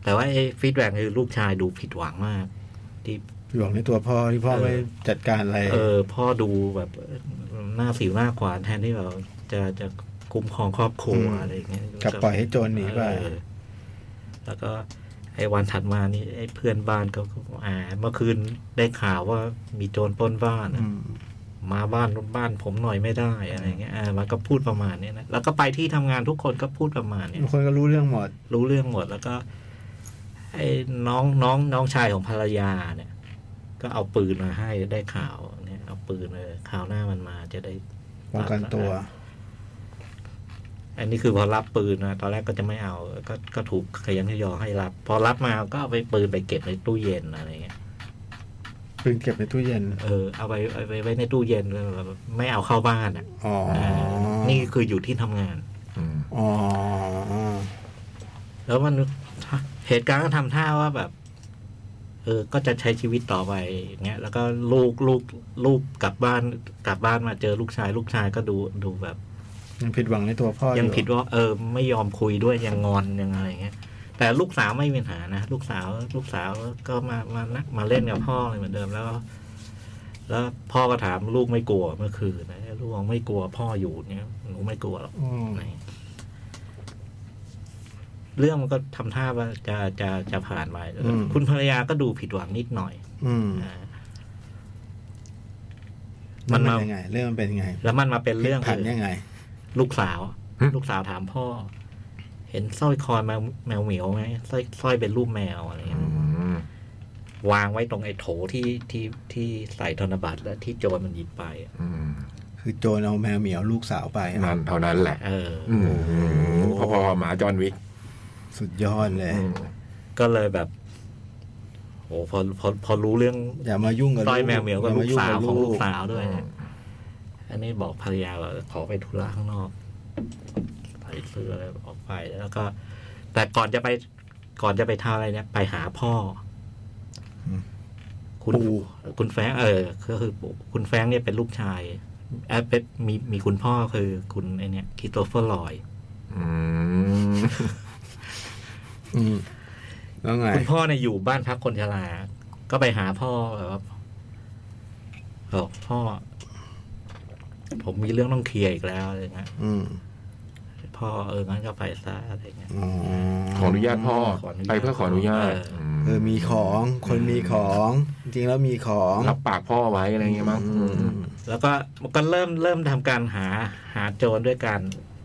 Speaker 5: แต่ว่าไอ้ฟีดแบ็กคือลูกชายดูผิดหวังมากที่
Speaker 4: หลวงในตัวพ่อที่พ่อ
Speaker 5: เออ
Speaker 4: ไม่จัดการอะไร
Speaker 5: เออพ่อดูแบบหน้าสิวหน้าขวานแทนที่แบบจะจะคุ้มครองครอบครัว
Speaker 4: อืม
Speaker 5: อะไรอย่างเงี้ย
Speaker 4: กลับปล่อยให้โจรหนีไป
Speaker 5: เออแล้วก็ไอ้วันถัดมานี่ไอ้เพื่อนบ้านก็ก็อ่าเมื่อคืนได้ข่าวว่ามีโจรปล้นบ้านอะ
Speaker 4: ม
Speaker 5: มาบ้านบ้านผมหน่อยไม่ได้อะไรเงี้ยอ่ามันก็พูดประมาณเนี้ยนะแล้วก็ไปที่ทำงานทุกคนก็พูดประมาณเนี้ย
Speaker 4: ทุกคนก็รู้เรื่องหมด
Speaker 5: รู้เรื่องหมดแล้วก็ไอ้น้องน้องน้องชายของภรรยาเนี่ย ก็เอาปืนมาให้ได้ข่าวเนี่ยเอาปืนมาข่าวหน้ามันมาจะได้
Speaker 4: ป้องกันตัว
Speaker 5: อันนี้คือพอรับปืนมาตอนแรกก็จะไม่เอา ก็ก็ถูกขยันขยอให้รับ พอรับมาก็เอาไปปืนไปเก็บในตู้เย็นอะไรเงี้ย
Speaker 4: ปืนเก็บในตู้เย็น
Speaker 5: เออเอาไปเอาไปไว้ในตู้เย็นไม่เอาเข้าบ้านอ่ะ
Speaker 4: อ๋อ
Speaker 5: เออนี่คืออยู่ที่ทำงาน
Speaker 3: อืม
Speaker 4: อ๋อ
Speaker 5: แล้วมันเหตุการณ์ก็ทำท่าว่าแบบ เออ ก็จะใช้ชีวิตต่อไปอย่างเงี้ย แล้วก็ลูกลูกลูกกลับบ้านกลับบ้านมาเจอลูกชาย ลูกชายก็ดูดูแบบ
Speaker 4: ยังผิดหวังในตัวพ่ออ
Speaker 5: ยังผิดว่า เออ ไม่ยอมคุยด้วยยังงอนยังอะไรเงี้ย แต่ลูกสาวไม่มีปัญหานะลูกสาว ลูกสาวก็มามานะมาเล่นกับพ่อเลยเหมือนเดิมแล้ว แล้วพ่อก็ถามลูกไม่กลัวเมื่อคืนนะลูกบอกไม่กลัวพ่ออยู่เนี่ยหนูไม่กลัวหรอก
Speaker 4: อืม
Speaker 5: ไหน เรื่องมันก็ทำท่าว่าจะจะจะผ่านไป
Speaker 4: อืม
Speaker 5: คุณภรรยาก็ดูผิดหวังนิดหน่อย
Speaker 4: อืม
Speaker 5: อ่า มั
Speaker 4: มัน น
Speaker 5: มา
Speaker 4: มายังไง เรื่องมันเป็นยังไง
Speaker 5: แล้วมันมาเป็นเรื่อง
Speaker 4: ผ่าน
Speaker 5: คือ
Speaker 4: ยังไง
Speaker 5: ลูกสาว
Speaker 3: หึ
Speaker 5: ลูกสาวถามพ่อ เห็นสร้อยคอแมวแมวเหมียวไหมสร้อยสร้อยเป็นรูปแมวอะไรเงี้ยาวางไว้ตรงไอ้โถที่ที่ที่ใส่ธนบัตรและที่โจรมันหยิบไปอะ
Speaker 4: คือโจรเอาแมวเหมียวลูกสาวไปอะ
Speaker 3: นั่นเท่านั้นแหละ
Speaker 5: เอออ
Speaker 3: อืมพอๆหมาจอห์นวิก
Speaker 4: สุดยอดเลย
Speaker 3: อืม
Speaker 5: ก็เลยแบบโอ้พอพอพอรู้เรื่อง
Speaker 4: อย่ามายุ่งกับ
Speaker 5: สร้อยแมวเหมียวกับ
Speaker 4: อ
Speaker 5: ลู
Speaker 4: ม
Speaker 5: ก
Speaker 4: ยุ่
Speaker 5: สาวของลูกสาวด้วย
Speaker 3: อืม
Speaker 5: อันนี้บอกภรรยาว่าขอไปธุระข้างนอกใส่เสื้ออะไรออกไปแล้วก็ แต่ก่อนจะไปก่อนจะไปทำอะไรเนี่ย ไปหาพ่ออคุณ
Speaker 4: ปู่
Speaker 5: คุณแฟรงค์เออก็คือปู่คุณแฟรงค์เนี่ยเป็นลูกชายเออเป็นมีมีคุณพ่อคือคุณไอเนี่ยคริสโตเฟอร์ลอย
Speaker 3: อืม
Speaker 4: อืมแล้วไง
Speaker 5: คุณพ่อเนี่ยอยู่บ้านพักคนชรา ก็ไปหาพ่อแบบว่าบอกพ่อ ผมมีเรื่องต้องเคลียร์อีกแล้วอะไรเงี้ย
Speaker 4: อืม
Speaker 5: พ่อเอองั้นก็ไปซะอะไรเงี้ย
Speaker 4: อ๋อ
Speaker 3: ขออนุญาตพ่อ
Speaker 5: ขออนุญาต
Speaker 3: ไปเพื่อขออนุญาต
Speaker 4: เออมีของคนมีของ จริงๆแล้วมีของ
Speaker 3: รับปากพ่อไว้อะไรอย่างเงี้ยมั้ง
Speaker 4: อืม
Speaker 5: แล้วก็มันก็เริ่มเริ่มทำการหาหาโจรด้วยการ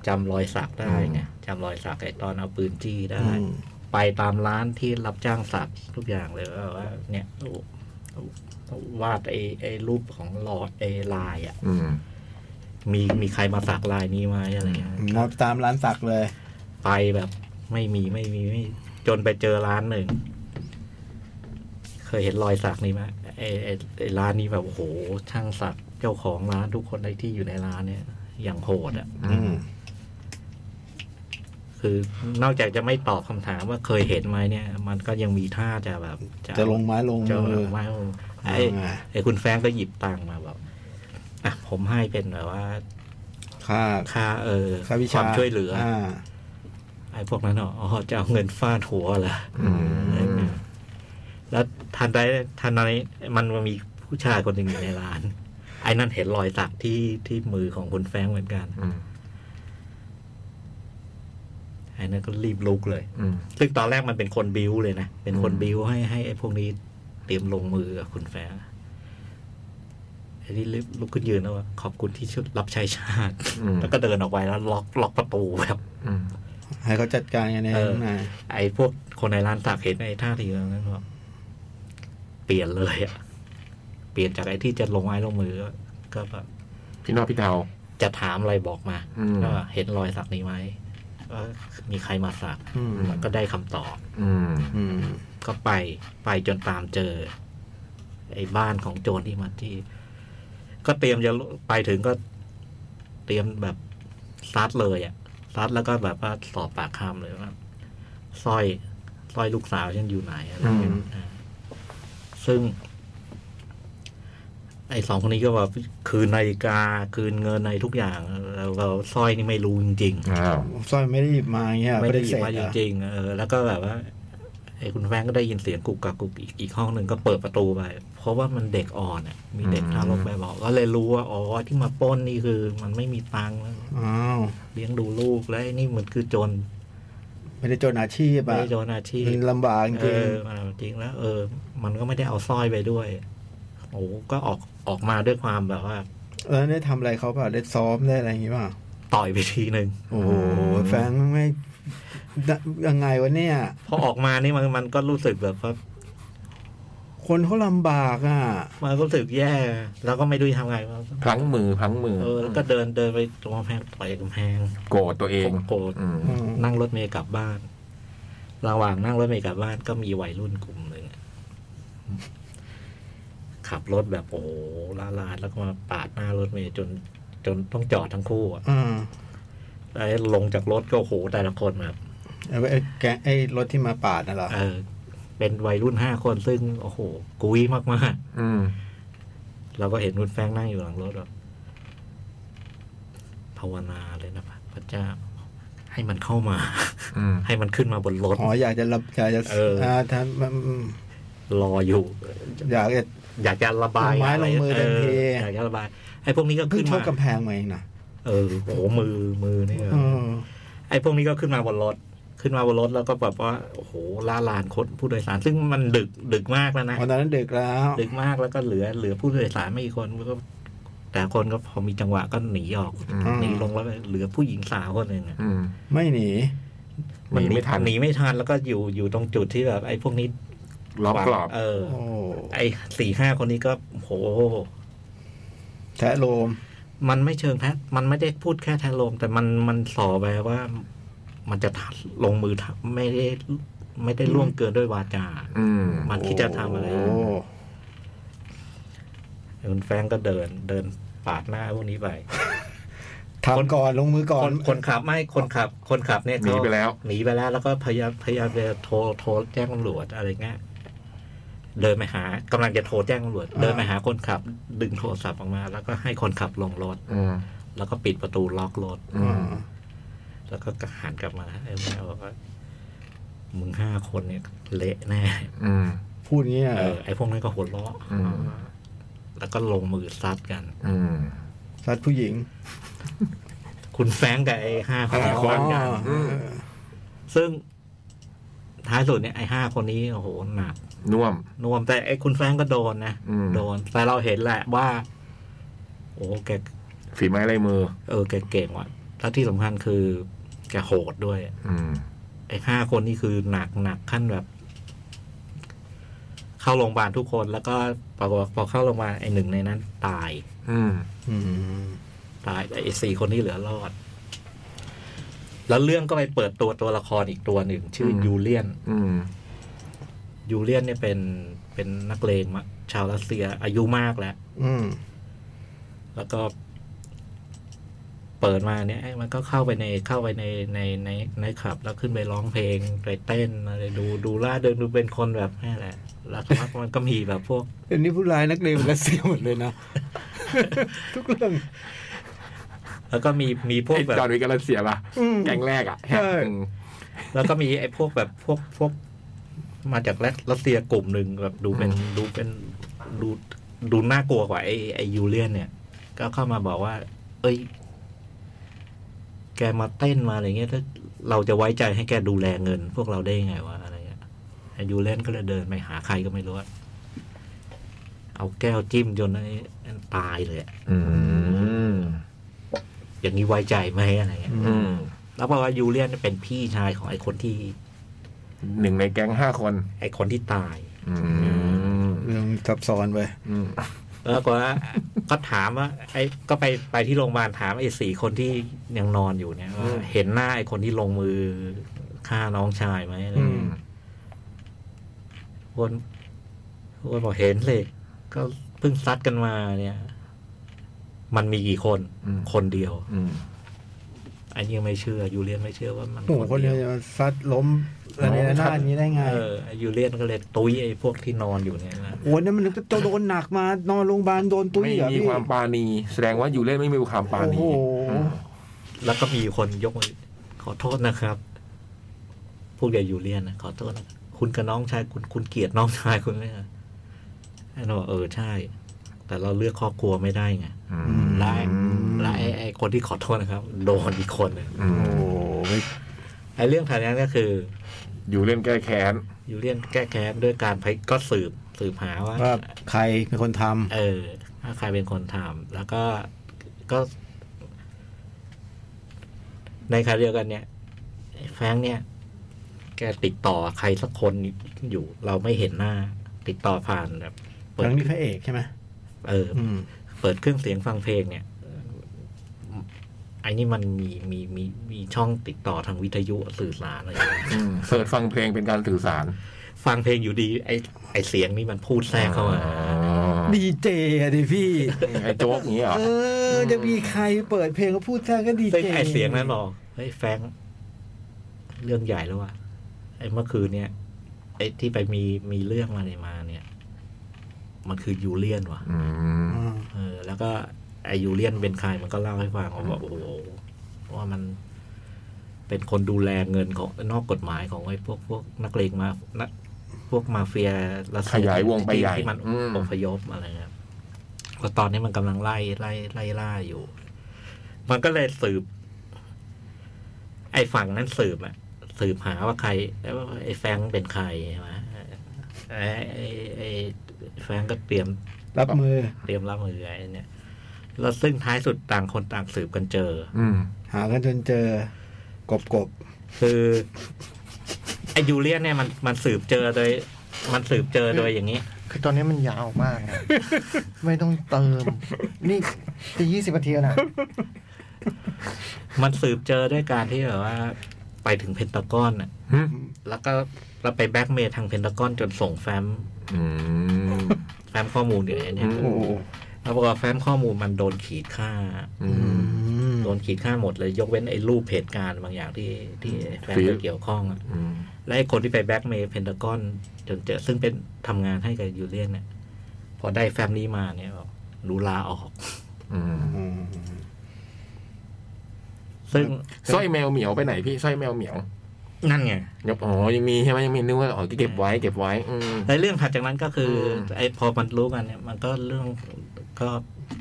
Speaker 5: จำรอยสักได้ไงจำรอยสักไอ้ตอนเอาปืนจี้ได้
Speaker 4: อืม
Speaker 5: ไปตามร้านที่รับจ้างสักทุกอย่างเลยว่าว่าเนี่ยาวาดไอ้ไอ้รูปของหลอดไอ้ลายอ่ะ
Speaker 3: อืม
Speaker 5: มีมีใครมาสักลายนี้ไหมอะไรเงี้ย
Speaker 4: มาตามร้านสักเลย
Speaker 5: ไปแบบไม่มีไม่มีไม่จนไปเจอร้านหนึ่ง เคยเห็นรอยสักนี้ไหมไอ้ไอ้ไอ้ร้านนี้แบบโอ้โหช่างสักเจ้าของร้านทุกคนในที่อยู่ในร้านเนี่ย อย่างโหดอะ่ะ
Speaker 4: อืม
Speaker 5: คือนอกจากจะไม่ตอบคำถามว่าเคยเห็นไหมเนี่ย มันก็ยังมีท่าจะแบบ
Speaker 4: จะลงไม้ลง
Speaker 5: จะ
Speaker 4: มื
Speaker 5: ล
Speaker 4: อ
Speaker 5: งไม้ลงไอ้
Speaker 4: เอาไง
Speaker 5: ไอ้คุณแฟรงก์ก็หยิบตังค์มาแบบอ่ะผมให้เป็นแบบว่า
Speaker 4: ค่า
Speaker 5: ค่าเออ
Speaker 4: ค่าวิชาว
Speaker 5: คามช่วยเหลืออ
Speaker 4: อ่า
Speaker 5: ไอ้พวกนั้นอ๋อจะเอาเงินฟาดหัวเหรอ
Speaker 3: อืม
Speaker 5: แล้วทันใดทันใดมันมีผู้ชายคนหนึ่งอยู่ในร้าน ไอ้นั่นเห็นรอยสักที่ที่มือของคุณแฟรงค์เหมือนกัน
Speaker 3: อืม
Speaker 5: ไอ้นั่นก็รีบลุกเลย
Speaker 3: อืม
Speaker 5: ซึ่งตอนแรกมันเป็นคนบิวเลยนะ เป็นคนบิวให้ให้ไอ้พวกนี้เตรียมลงมือกับคุณแฟรงค์ไอ้นี่รีบลุกขึ้นยืนแล้วว่าขอบคุณที่ช่วยรับใช้ชาติ
Speaker 3: อืม
Speaker 5: แล้วก็เดินออกไปแล้วล็อกล็อกประตูแบบ
Speaker 3: อืม
Speaker 4: ให้เขาจัดการกันเอง
Speaker 5: เออ
Speaker 4: ข้างใน
Speaker 5: ไอ้พวกคนในร้านสักเห็นไอ้ท่าทีแบบนั้นก็เปลี่ยนเลยอะเปลี่ยนจากไอ้ที่จะลงไม้ลงมือก็ก็แบบ
Speaker 3: พี่นอกพี่เทา
Speaker 5: จะถามอะไรบอกมา
Speaker 3: อืม
Speaker 5: ก็เห็นรอยสักนี้ไหมว่ามีใครมาสัก
Speaker 4: อืม
Speaker 5: มันก็ได้คำตอบ
Speaker 3: อืม
Speaker 4: อืม
Speaker 5: ก็ไปไปจนตามเจอ ไอ้บ้านของโจรที่มาที่ ก็เตรียมจะไปถึงก็เตรียมแบบซัดเลยอะซัดแล้วก็แบบว่าสอบปากคำเลยว่าสร้อยสร้อยลูกสาวฉันอยู่ไหนอะไรอย่างเงี้ย
Speaker 3: อืม
Speaker 5: อ่าซึ่ง ไอ้สองคนนี้ก็แบบคืนนาฬิกาคืนเงินในทุกอย่างแล้วเราสร้อยนี่ไม่รู้จริง
Speaker 3: อ้าว
Speaker 4: สร้อยไม่ได้หยิบมาเงี้ย
Speaker 5: ๆ ไม่ได้หยิบ
Speaker 4: ปฏิเสธ
Speaker 5: มาจ
Speaker 4: เหรอ
Speaker 5: ริงๆเออแล้วก็แบบว่าไอ้คุณแฟงก็ได้ยินเสียงกุกกักกุกอีกอีกห้องหนึ่งก็เปิดประตูไป เพราะว่ามันเด็กอ่อนอะมีเด็กทารกไปบอก ก็เลยรู้ว่าอ๋อที่มาปล้นนี่คือ มันไม่มีตังค์แล้ว
Speaker 4: อ้าว
Speaker 5: เลี้ยงดูลูกแล้วไอ้นี่มันคือจน
Speaker 4: ไม่ได้โจรอาชีพ
Speaker 5: ไม่
Speaker 4: อ่ะ
Speaker 5: ได้จนอาชีพ
Speaker 4: มันลำบากจ
Speaker 5: เอ
Speaker 4: ริง
Speaker 5: อมันเอาจริงแล้ว เออ มันก็ไม่ได้เอาสร้อยไปด้วยโอ้โหก็ออกออกมาด้วยความแบบว่า
Speaker 4: ๆแล้วได้ทำอะไรเขาเปล่าได้ซ้อมได้อะไรอย่างงี้เปล่า
Speaker 5: ต่อยไปทีหนึ่ง
Speaker 4: โอ้โหแฟนไม่ยังไงวะเนี่ย
Speaker 5: พอออกมานี่มันมันก็รู้สึกแบบว่า
Speaker 4: คนเขาลำบากอ่ะ
Speaker 5: มันก็รู้สึกแย่ แล้วก็ไม่รู้จะทำไงวะ
Speaker 3: พลั้งมือพลั้งมือ
Speaker 5: เออแล้วก็เดินเดินไปตรงกำแพงต่อยกำแพง
Speaker 3: โกรธตัวเอง
Speaker 5: โกรธ
Speaker 3: อืม
Speaker 4: อืม
Speaker 5: นั่งรถเมล์กลับบ้าน ระหว่างนั่งรถเมล์กลับบ้านก็มีวัยรุ่นกลุ่มหนึ่งขับรถแบบโอ้โหลาลาดแล้วก็มาปาดหน้ารถเมล์จน จนต้องจอดทั้งคู่อะ
Speaker 4: อ่า
Speaker 5: แล้วลงจากรถก็โอ้โหแต่ละคนแบบ
Speaker 4: ไอ้ไอ้แกงไอ้รถที่มาปาดน่ะเหรอ
Speaker 5: เออ เป็นวัยรุ่นห้าคนซึ่งโอ้โหกุยมากๆ
Speaker 3: อืม
Speaker 5: เราก็เห็นคุณแฟรงค์นั่งอยู่หลังรถแบบภาวนาเลยนะพระเจ้า ให้มันเข้ามา
Speaker 3: อืม
Speaker 5: ให้มันขึ้นมาบนรถ
Speaker 4: อ๋ออยากจะรับอยากจะ
Speaker 5: เอออ่
Speaker 4: าทำอืม
Speaker 5: รออยู่
Speaker 4: อยากจะ
Speaker 5: อยากจะระบาย
Speaker 4: ลงไม้
Speaker 5: อะไร
Speaker 4: ลงมือทันที
Speaker 5: เอออยากจะระบายไอ้พวกนี้ก็
Speaker 4: เพิ่
Speaker 5: ขึ้
Speaker 4: ง
Speaker 5: น
Speaker 4: ช
Speaker 5: มาก
Speaker 4: ำแพงมาเองนะ
Speaker 5: เออโอ้โหมือมือนี่
Speaker 4: เออ
Speaker 5: ไอ้พวกนี้ก็ขึ้นมาบนรถ ขึ้นมาบนรถแล้วก็แบบว่าโอ้โหล่าลานคนผู้โดยสาร ซึ่งมันดึกดึกมากแล้วนะ
Speaker 4: วันนั้นดึกแล้ว
Speaker 5: ดึกมากแล้วก็เหลือเหลือผู้โดยสารไม่กี่คนก็ แต่คนก็พอมีจังหวะก็หนีออก
Speaker 3: อืม
Speaker 5: หนีลงแล้วเหลือผู้หญิงสาวคนหนึ่งอะ
Speaker 3: อืม
Speaker 4: ไม่หนี
Speaker 3: หนีไม่ทัน
Speaker 5: หนีไม่ทันแล้วก็อยู่อยู่ตรงจุดที่แบบไอ้พวกนี้
Speaker 3: ล้อมกรอบ
Speaker 5: เออ
Speaker 4: โอ้
Speaker 5: ไอ้สี่ห้าคนนี้ก็โห
Speaker 4: แทะโลม
Speaker 5: มันไม่เชิงแท้มันไม่ได้พูดแค่แท้ลม แต่มันมันสอไปว่า มันจะทัดลงมือทำไม่ได้ไม่ได้ล่วงเกินด้วยวาจา
Speaker 3: อืม
Speaker 5: มันคิดจะทำอะไร
Speaker 4: โ
Speaker 5: คุณแฟรงก์ก็เดินเดินปาดหน้าพวกนี้ไป
Speaker 4: ทำก่อนลงมือก่อ
Speaker 5: คน นคนขับไม่คนขับ คนขับเนี่ย
Speaker 3: หนีไปแล้ว
Speaker 5: หนีไปแล้ว แล้วก็พยายามพยายามจะโทรโทรแจ้งตำรวจอะไรเงี้ยเดินไปหากำลังจะโทรแจ้งตำรวจ
Speaker 4: อ่า
Speaker 5: เดินไปหาคนขับ ดึงโทรศัพท์ออกมา แล้วก็ให้คนขับลงรถ
Speaker 3: อืม
Speaker 5: แล้วก็ปิดประตูล็อกรถ
Speaker 3: อืม
Speaker 5: แล้วก็หันกลับมาไอ้แมวบอกว่ามึงห้าคนเนี่ย เละแน่
Speaker 3: อืม
Speaker 4: พูดอย่างเงี้ย
Speaker 5: เออไอ้พวกนั้นก็หัวเราะ
Speaker 3: อืม
Speaker 5: แล้วก็ลงมือซัดกัน
Speaker 3: อืม
Speaker 4: สัตว์ผู้หญิง
Speaker 5: คุณแฟรงก์กับไอ้ห้าคน
Speaker 3: ห้า
Speaker 5: เนี้
Speaker 3: คน
Speaker 5: ซัดกัน
Speaker 4: เออ
Speaker 5: ซึ่งท้ายสุดเนี่ยไอ้ห้าคนนี้โอ้โหหนัก
Speaker 3: น่วม
Speaker 5: นวมแต่ไอ้คุณแฟรงก์ก็โดนนะ
Speaker 3: อืม
Speaker 5: โดนแต่เราเห็นแหละว่า โอ้แก
Speaker 3: ฝีไม้ลายมือ
Speaker 5: เออแกเก่งว่ะแล้วที่สำคัญคือ แกโหดด้วย
Speaker 3: อืม
Speaker 5: ไอ้ห้าคนนี่คือหนักหนักขั้นแบบ เข้าโรงพยาบาลทุกคนแล้วก็ปรากฏว่าพอเข้าโรงพยาบาลไอ้หนึ่งในนั้น ตาย
Speaker 3: อืม
Speaker 4: อืม
Speaker 5: ตายแต่ไอ้สี่คนที่เหลือรอด แล้วเรื่องก็ไปเปิดตัวตัวละครอีกตัวหนึ่ง ชื่อ
Speaker 3: ม
Speaker 5: ยูเลียน
Speaker 3: อืม
Speaker 5: ยูเลียนเนี่ยเป็นเป็นนักเลงมะชาวรัสเซียอายุมากแล้ว
Speaker 4: อืม
Speaker 5: แล้วก็ เปิดมาเนี่ยไอ้มันก็เข้าไปในเข้าไปในในในในขับ แล้วขึ้นไปร้องเพลงไปเต้นอะไรดูดูล่าเดินดูเป็นคนแบบนี่นแหละ แล้วก็มันก็มีแบบพวก
Speaker 4: เดี๋ยวนี้ผู้ร้ายนักเลงรัสเซียหมดเลยนะ *laughs* ทุกเรื่อง
Speaker 5: แล้วก็มีมีพวกแบ
Speaker 3: จอบ ร์นวิกกำลันเสียป่ะแกงแรกอ่ะ
Speaker 4: ใช่
Speaker 3: อืม
Speaker 5: แล้วก็มีไอ้พวกแบบพวกพวก มาจากรัสเซียกลุ่มหนึ่งแบบดูเป็นดูเป็นดูดูน่ากลัวกว่าไอ้ไอ้ยูเลียน เนี่ย ก็เข้ามาบอกว่า เอ้ย แกมาเต้นมาอะไรเงี้ยถ้าเราจะไว้ใจให้แกดูแลเงิน พวกเราได้ยังไงวะอะไรเงี้ยไอ้ยูเลียนก็เลยเดินไปหาใครก็ไม่รู้อะเอาแก้วจิ้มจนไอ้ไอ้ตายเลยอะ
Speaker 3: อืม
Speaker 5: อย่างนี้ไว้ใจไหมอะไรเงี้ย
Speaker 4: อืม
Speaker 3: อืม
Speaker 5: แล้วบอกว่ายูเลียนเนี่ยเป็นพี่ชายของไอ้คนที่
Speaker 3: หนึ่งในแก๊งห้าคน
Speaker 5: ไอ้คนที่ตาย
Speaker 3: อืม
Speaker 4: เรื่องซับซ้อนไป
Speaker 3: อืม
Speaker 5: แล้วก็ว่า ก็ถามว่า ไอ้ก็ไปไปที่โรงพยาบาลถามไอ้สี่คนที่ยังนอนอยู่เนี่ยว่า
Speaker 3: อืม
Speaker 5: เห็นหน้าไอ้คนที่ลงมือฆ่าน้องชายไหมอะไร
Speaker 4: อื
Speaker 5: เงี้ย
Speaker 4: ม
Speaker 5: คนคนบอกเห็นเลย ก็เพิ่งซัดกันมาเนี่ย มันมีกี่คน
Speaker 3: อืม
Speaker 5: คนเดียว
Speaker 3: อืม
Speaker 5: ไอ้นี่ยังไม่เชื่อยูเลียนไม่เชื่อว่ามัน
Speaker 4: โอ้โหคนเดียวจะมาซัดล้มระเนระนาดอย่างนี้ได้ไง
Speaker 5: เออไอ้ยูเลียนก็เลยตุ้ยไอ้พวกที่นอนอยู่เนี่ยนะ
Speaker 4: โอ้ยนั่นมันจะโดนหนักมานอนโรงพยาบาลโดนตุ้ย
Speaker 3: ไม่
Speaker 4: เหรอ
Speaker 3: มี
Speaker 4: พี่
Speaker 3: ความปราณี แสดงว่าอยู่เล่นไม่มีความปราณี
Speaker 4: โอ้โห
Speaker 3: อืม
Speaker 5: แล้วก็มีคนยกมือขอโทษนะครับพูดกับยูเลียนนะขอโทษนะคุณกับน้องชายคุณคุณเกลียดน้องชายคุณไหมฮะไอ้นนบอกเออใช่ แต่เราเลือกครอบครัวไม่ได้ไง
Speaker 3: อืม
Speaker 5: และไอ้และไอ้ไอ้คนที่ขอโทษนะครับ โดนอีกคนหนึ่ง
Speaker 3: อืม
Speaker 4: โอ้โหไม่
Speaker 5: ไอ้เรื่องทางนี้ก็คือ
Speaker 3: อยู่เล่นแก้แค้น
Speaker 5: ยูเลียนแก้แค้นด้วยการไปก็สืบสืบหาว่า
Speaker 4: ว่าใครเป็นคนทำ
Speaker 5: เออถ้าใครเป็นคนทำแล้วก็ก็ ในขณะเดียวกันเนี่ยไอ้แฟรงค์เนี่ย แกติดต่อใครสักคนอยู่ เราไม่เห็นหน้า ติดต่อผ่านแบบ
Speaker 4: ห
Speaker 5: เปิ
Speaker 4: ลั
Speaker 5: ด
Speaker 4: งนี้พระเอกใช่ไหม
Speaker 5: เออ
Speaker 4: อืม
Speaker 5: เปิดเครื่องเสียงฟังเพลงเนี่ยไอ้นี่มันมีมีมีมีช่องติดต่อทางวิทยุสื่อสารอะไรอย่างเงี้ย
Speaker 3: อืมเปิดฟังเพลงเป็นการสื่อสาร
Speaker 5: ฟังเพลงอยู่ดี ไอ้ไอ้เสียงนี่มันพูดแทรกเข้ามา
Speaker 3: อ๋อ
Speaker 4: ดีเจอะดิพี่
Speaker 3: ไอ้โจ๊กอย่างนี้เหรอ
Speaker 4: เออ จะมีใครเปิดเพลงก็พูดแท้ก็ดี
Speaker 5: ซึ่ง
Speaker 4: เจ
Speaker 5: ไอเสียงนั้นบอกเฮ้ยแฟรงค์เรื่องใหญ่แล้วว่ะไอเมื่อคืนเนี่ยไอที่ไปมีมีเรื่องมาในมาเนี่ย มันคือยูเลียนว่ะ
Speaker 3: อืม
Speaker 4: อ่า
Speaker 5: เออ แล้วก็ไอยูเลียนเป็นใครมันก็เล่าให้ฟังเขาบอกโอ้โหว่ามันเป็นคนดูแลเงินของนอกกฎหมายของไอ้พวกพวกนักเลงมานักพวกมาเฟียรัสเซี
Speaker 3: ขยายวงไปใหญ่
Speaker 5: ที่มัน
Speaker 3: อืม
Speaker 5: อพยพอะไรเงี้ยก็ตอนนี้มันกำลังไล่ไล่ไล่ล่าอยู่ มันก็เลยสืบ ไอ้ฝั่งนั้นสืบอะ สืบหาว่าใครแล้วว่าไอ้แฟรงค์เป็นใครใช่ไหมไอ้ไอ้ไอ้แฟรงค์ก็เตรียม
Speaker 4: รับมือ
Speaker 5: เตรียมรับมือไอ้เนี่ย แล้วซึ่งท้ายสุดต่างคนต่างสืบกันเจอ
Speaker 3: อืม
Speaker 4: หากันจนเจอ กบกบ
Speaker 5: คือไอ้ยูเลียนเนี่ยมันมันสืบเจอโดย มันสืบเจอโดยอย่างนี้
Speaker 2: คือตอนนี้มันยาวมาก
Speaker 4: *laughs*
Speaker 2: นะ ไม่ต้องเติม นี่จะยี่สิบนาทีแล้วนะ
Speaker 5: มันสืบเจอด้วยการที่แบบว่า ไปถึงเพนตากอนน่ะ
Speaker 3: หึ
Speaker 5: แล้วก็เราไปแบล็กเมย์ทางเพนตากอนจนส่งแฟ้ม
Speaker 3: อืม
Speaker 5: แฟ้มข้อมูลเดี๋ยวไอ้เนี่ย
Speaker 4: โอ้โห
Speaker 5: แล้วปรากฏว่าแฟ้มข้อมูลมันโดนขีดค่า
Speaker 3: อืม
Speaker 5: โดนขีดค่าหมดเลย ยกเว้นไอ้รูปเหตุการณ์บางอย่างที่ที่แฟน
Speaker 3: ฟีด
Speaker 5: เกี่ยวข้องอะ
Speaker 3: อืม
Speaker 5: และไอ้คนที่ไปแบล็กเมย์เพนตากอนจนเจอซึ่งเป็นทำงานให้กับยูเลียนเนี่ยพอได้แฟ้มนี้มาเนี่ยบอกรู้ลาออก
Speaker 3: อืม
Speaker 4: อืม
Speaker 5: ซึ่ง
Speaker 3: สร้อยแมวเหมียวไปไหนพี่สร้อยแมวเหมียว
Speaker 5: นั่นไง
Speaker 3: ยกอ๋อยังมีใช่ไหมยังมีนึกว่าอ๋อเก็บไว้เก็บไว้ อืม
Speaker 5: ในเรื่องถัดจากนั้นก็คืออ
Speaker 3: ม
Speaker 5: ไอ้พอมันรู้กันเนี่ย มันก็เรื่องก็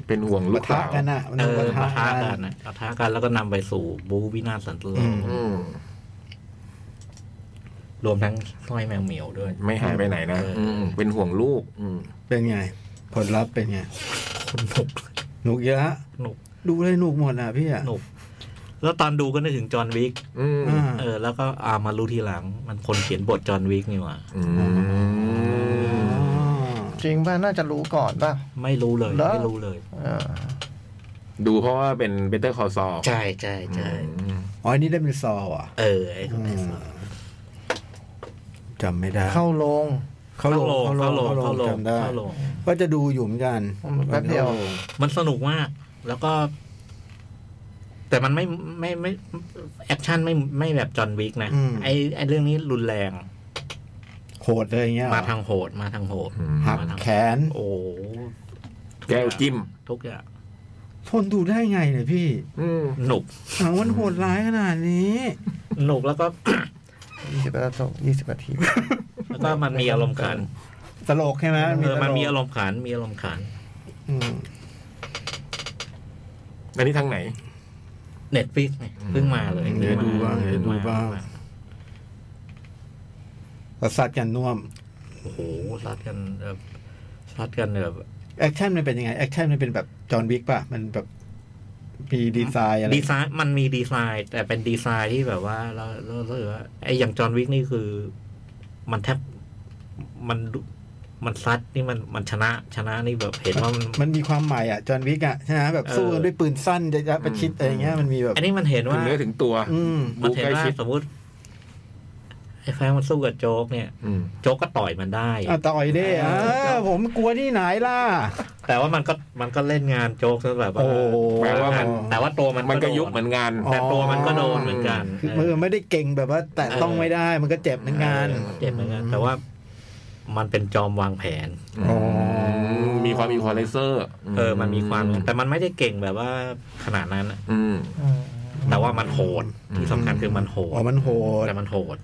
Speaker 3: เป็นห่วงลู
Speaker 4: ปะ
Speaker 3: กสา
Speaker 4: ทะ
Speaker 3: ว
Speaker 4: กันอ่ะมัน
Speaker 5: เออ
Speaker 4: ปะ
Speaker 5: ปะ
Speaker 4: ทะ
Speaker 5: ทะ
Speaker 4: กั
Speaker 5: กัน
Speaker 4: น
Speaker 5: นะปะทะกันแล้วก็นำไปสู่บูวินาศสันตโล
Speaker 4: อื
Speaker 5: ก
Speaker 4: ม
Speaker 3: อืม
Speaker 5: รวมทั้งสร้อยแมวเหมียวด้วย
Speaker 3: ไม่หายไปไหนนะ
Speaker 5: เอออื
Speaker 3: อืมเป็นห่วงลูก อืม
Speaker 4: เป็นไง ผลลัพธ์เป็นไง
Speaker 5: คนหนุก
Speaker 4: หนุกเยอะ
Speaker 5: หนุก
Speaker 4: ดูเลยหนุกหมดอ่ะพี่อ่ะ
Speaker 5: หนุก แล้วตอนดูก็นึกถึงจอห์นวิก
Speaker 3: อืม
Speaker 4: อ่า
Speaker 5: เออแล้วก็อามารู้ทีหลัง มันคนเขียนบทจอห์นวิกนี่หว่า
Speaker 3: อืม
Speaker 2: จริงป่ะ น่าจะรู้ก่อนป่ะ
Speaker 5: ไม่รู้เลย
Speaker 2: เหรอ
Speaker 5: ไม่รู้เลย
Speaker 2: เออ
Speaker 3: ดูเพราะว่าเป็นเบเตอร์คอซอ
Speaker 5: ใช่ใช่ใช่
Speaker 4: อ๋ออันนี่ได้เป็นซอว่ะ
Speaker 5: เออไอ้คนไอ้สัตว์
Speaker 4: จำไม่ได้
Speaker 2: เข้าลง
Speaker 4: เข้าโรง
Speaker 5: เข้าโรง
Speaker 4: เข้าโรง
Speaker 5: เข้าโรง
Speaker 4: จำได้
Speaker 5: เข้าโรง
Speaker 4: ว่าจะดูอยู่เหมือนกัน
Speaker 2: แป๊บเดียว
Speaker 4: ข้าโรง
Speaker 5: มันสนุกมาก แล้วก็ แต่มันไม่ไม่ไม่แอคชั่นไม่ไม่แบบจอห์นวิกนะไอไอเรื่องนี้รุนแรง
Speaker 4: โหดเลยอย่างเงี้ย
Speaker 5: มาทางโหดมาทางโหด
Speaker 4: หัก
Speaker 5: มาทาง
Speaker 4: แขน
Speaker 5: โอ้โห
Speaker 3: แก้วจิ้ม
Speaker 5: ทุกอย่าง
Speaker 4: ทนดูได้ไงเนี่ยพี่
Speaker 3: อืม
Speaker 5: หนุก
Speaker 4: หนังมันโหดร้ายขนาดนี้
Speaker 5: หนุกแล้วก็
Speaker 2: ยี่สิบนาทียี่สิบนาที *laughs*
Speaker 5: แล้วก็มันมีอารมณ์ขัน
Speaker 4: ตลกใช่ไหม
Speaker 5: เออมันมี
Speaker 4: ต
Speaker 5: อา
Speaker 4: ล
Speaker 5: ร
Speaker 4: ก
Speaker 5: มณ์ขันมีอารมณ์ขัน
Speaker 4: อืม
Speaker 3: อันนี้ทางไหน
Speaker 5: เน็ตฟิกเพิ่งมาเลย
Speaker 4: เดี๋ยวดูบ้างเดี๋ยวดู
Speaker 5: ม
Speaker 4: บ้างแต่สัตว์กันน่วม
Speaker 5: โอ้โหซัดกันแบบซัดกันแบบ
Speaker 4: แอคชั่นมันเป็นยังไงแอคชั่นมันเป็นแบบจอห์นวิกป่ะ มันแบบมีดีไซน์อะไร
Speaker 5: ดีไซน์มันมีดีไซน์ แต่เป็นดีไซน์ที่แบบว่าเราเรารู้สึกว่าไออย่างจอห์นวิกนี่คือ มันแทบมันดูมันซัดนี่มันมันชนะชนะนี่แบบเห็นว่ามัน
Speaker 4: มันมีความใหม่อ่ะจอห์นวิกอ่ะใช่ไหมแบบ
Speaker 5: เออ
Speaker 4: สู้กันด้วยปืนสั้นระยะประชิดอะไรเงี้ยมันมีแบบ
Speaker 5: อันนี้มันเห็น
Speaker 3: ถึ
Speaker 5: ว่า
Speaker 3: งเนื้อถึงตัว
Speaker 4: อืม
Speaker 5: มันเห็นว่า
Speaker 3: บู๊ใกล้ชิด
Speaker 5: สมมติไอ้แฟนมันสู้กับโจ๊กเนี่ย
Speaker 3: อืม
Speaker 5: โจ๊กก็ต่อยมันได้
Speaker 4: อ่ะต่อยดิอ่าผมกลัวที่ไหนล่ะ
Speaker 5: แต่ว่ามันก็มันก็เล่นงานโจ๊กซะแบบว่า
Speaker 4: โอ้โห
Speaker 3: แปลว่ามัน
Speaker 5: แต่ว่าตัวมัน
Speaker 3: มันก็
Speaker 5: โด
Speaker 3: ยุบเหมือนกัน
Speaker 4: อ๋อ
Speaker 5: แต่ตัวมันก็โดนเหมือนกัน
Speaker 4: คือมือไม่ได้เก่งแบบว่า แต่ต้องไม่ได้มันก็เจ็บเหมือนกัน
Speaker 5: เออเจ็บเหมือนกัน แต่ว่ามันเป็นจอมวางแผน
Speaker 4: อ๋อ
Speaker 3: มีความมีควอเลเซอร์
Speaker 5: เออ มันมีความ แต่มันไม่ได้เก่งแบบว่าขนาดนั้นอะ
Speaker 3: อืม
Speaker 5: แต่ว่ามันโหดที่สำคัญคือมันโหด
Speaker 4: อ๋อมันโหด
Speaker 5: แต่มันโหด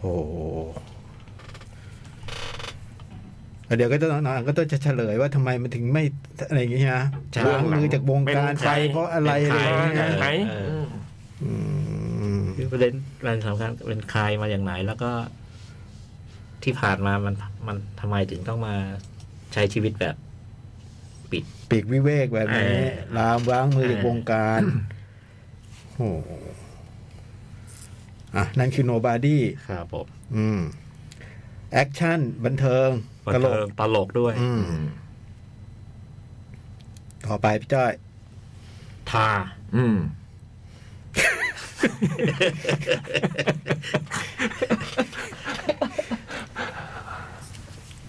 Speaker 4: โอ้โหแล้วเดี๋ยวก็จะนานๆก็จะเฉลยว่าทำไมมันถึงไม่อะไรอย่างเงี้ยนะ
Speaker 5: ใช่
Speaker 4: ล้างมือจากวงการ
Speaker 3: เป็นใค
Speaker 4: ไป
Speaker 3: ร
Speaker 4: เพราะอะไรอะไรอย่าง
Speaker 5: ป็
Speaker 4: เงี้ย
Speaker 5: นใคร
Speaker 3: ไหน
Speaker 5: เออ
Speaker 3: อืม
Speaker 4: อืม
Speaker 5: คือประเด็นประเด็นสำคัญเป็นใครมาอย่างไหน แล้วก็ที่ผ่านมามันมันทำไมถึงต้องมาใช้ชีวิตแบบปิด
Speaker 4: ปีกวิเวกแบบนี้
Speaker 5: เออ
Speaker 4: ลามล้างมือจากวงการโอ้โหอ่ะนั่นคือโนบาดี้
Speaker 5: ครับผม
Speaker 4: อืม แอคชั่น บันเทิง
Speaker 5: บัน
Speaker 4: ตล
Speaker 5: เทิ
Speaker 4: ก
Speaker 5: งตลกด้วย
Speaker 4: อืม ต่อไปพี่จ้อย
Speaker 5: ทา
Speaker 3: อืม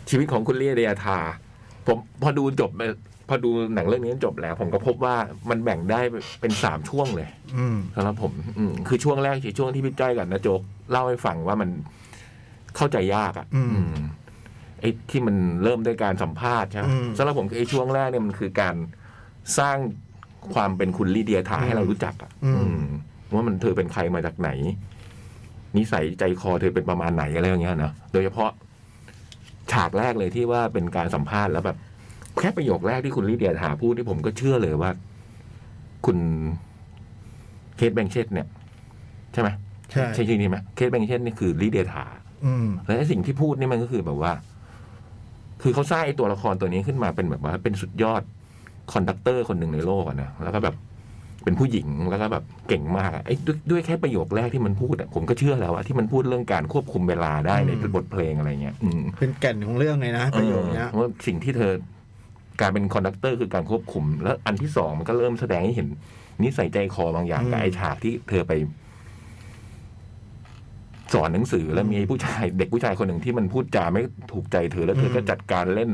Speaker 3: ชีวิตของคุณเลียเดียทา ผมพอดูจบ พอดูหนังเรื่องนี้จบแล้ว ผมก็พบว่ามันแบ่งได้เป็นสามช่วงเลย
Speaker 4: อืม
Speaker 3: สำหรับผมอืมคือช่วงแรกคือช่วงที่พี่จ้อยกับนะโจกเล่าให้ฟังว่ามันเข้าใจยากอ่ะ
Speaker 4: อืม
Speaker 3: อืมไอ้ที่มันเริ่มด้วยการสัมภาษณ์ใช่ไหม
Speaker 4: อืม
Speaker 3: สำหรับผมคือไอ้ช่วงแรกเนี่ยมันคือการสร้างความเป็นคุณลีเดียถาให้เรารู้จักอ่ะ
Speaker 4: อืม
Speaker 3: อืมว่ามันเธอเป็นใครมาจากไหน นิสัยใจคอเธอเป็นประมาณไหนอะไรอย่างเงี้ยนะโดยเฉพาะฉากแรกเลยที่ว่าเป็นการสัมภาษณ์แล้วแบบ แค่ประโยคแรกที่คุณลิเดียถาพูดที่ผมก็เชื่อเลยว่า คุณเคทแบงเชตเนี่ย ใช่ไหม
Speaker 4: ใช่
Speaker 3: ใช่ชื่อนี้ไหมเคสแบงเช่นนี่คือลีเดธา
Speaker 4: อืม
Speaker 3: และไอ้สิ่งที่พูดนี่มันก็คือแบบว่า คือเขาสร้างไอ้ตัวละครตัวนี้ขึ้นมาเป็นแบบว่า เป็นสุดยอดคอนดักเตอร์คนหนึ่งในโลกอะนะ แล้วก็แบบเป็นผู้หญิงแล้วก็แบบเก่งมากอะไอ้ด้วยด้วยแค่ประโยคแรกที่มันพูดอะผมก็เชื่อแล้วว่าที่มันพูดเรื่องการควบคุมเวลาได้ใน
Speaker 4: อืม
Speaker 3: บทเพลงอะไรเงี้ย อืม
Speaker 4: เป็นแก่นของเรื่องเลยนะประโยคเนี้ย
Speaker 3: เออว่าสิ่งที่เธอการเป็นคอนดักเตอร์คือการควบคุม แล้วอันที่สองมันก็เริ่มแสดงให้เห็นนิสัยใจคอบางอย่างกับ
Speaker 4: อืม
Speaker 3: ไอ้ฉากที่เธอไป สอนหนังสือแล้วมีไอ้ผู้ชาย *laughs* เด็กผู้ชายคนหนึ่งที่มันพูดจาไม่ถูกใจเธอแล้วเธอก็จัดการเล่น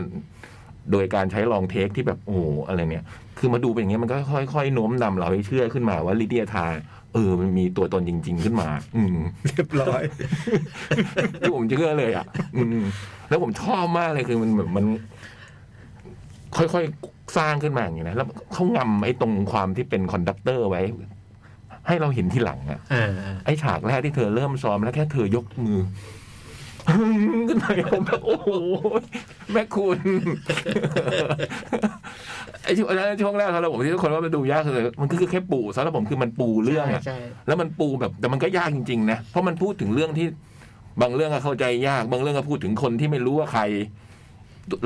Speaker 3: โดยการใช้ลองเทคที่แบบโอ้โหอะไรเนี่ย คือมาดูเป็นอย่างเงี้ยมันก็ค่อยๆโน้มนำเราให้เชื่อขึ้นมาว่าลิเดียทา เออ มันมีตัวตนจริง ๆ ขึ้นมา อืม
Speaker 4: เรียบร้อย
Speaker 3: คือผมเชื่อเลยอ่ะ อืม แล้วผมชอบมากเลยคือมันแบบมัน ค่อยๆสร้างขึ้นมาอย่างนี้นะแล้วเขางำไอ้ตรงความที่เป็นคอนดักเตอร์ไว้ ให้เราเห็นทีหลังอ่ะ
Speaker 5: เออเออ
Speaker 3: ไอ้ฉากแรกที่เธอเริ่มซ้อมแล้วแค่เธอยกมือ *laughs* ขึ้นไปผมแบบโอ้โหแม่คุณ *laughs* ไอ้ช่วงอันนั้นช่วงแรกสำหรับผมที่ทุกคนว่ามันดูยากคือมันก็คือแค่ปูสำหรับผมคือมันปูเรื่องอะ
Speaker 5: ใช่
Speaker 3: แล้วมันปูแบบแต่มันก็ยากจริงๆนะ เพราะมันพูดถึงเรื่องที่บางเรื่องก็เข้าใจยาก บางเรื่องก็พูดถึงคนที่ไม่รู้ว่าใคร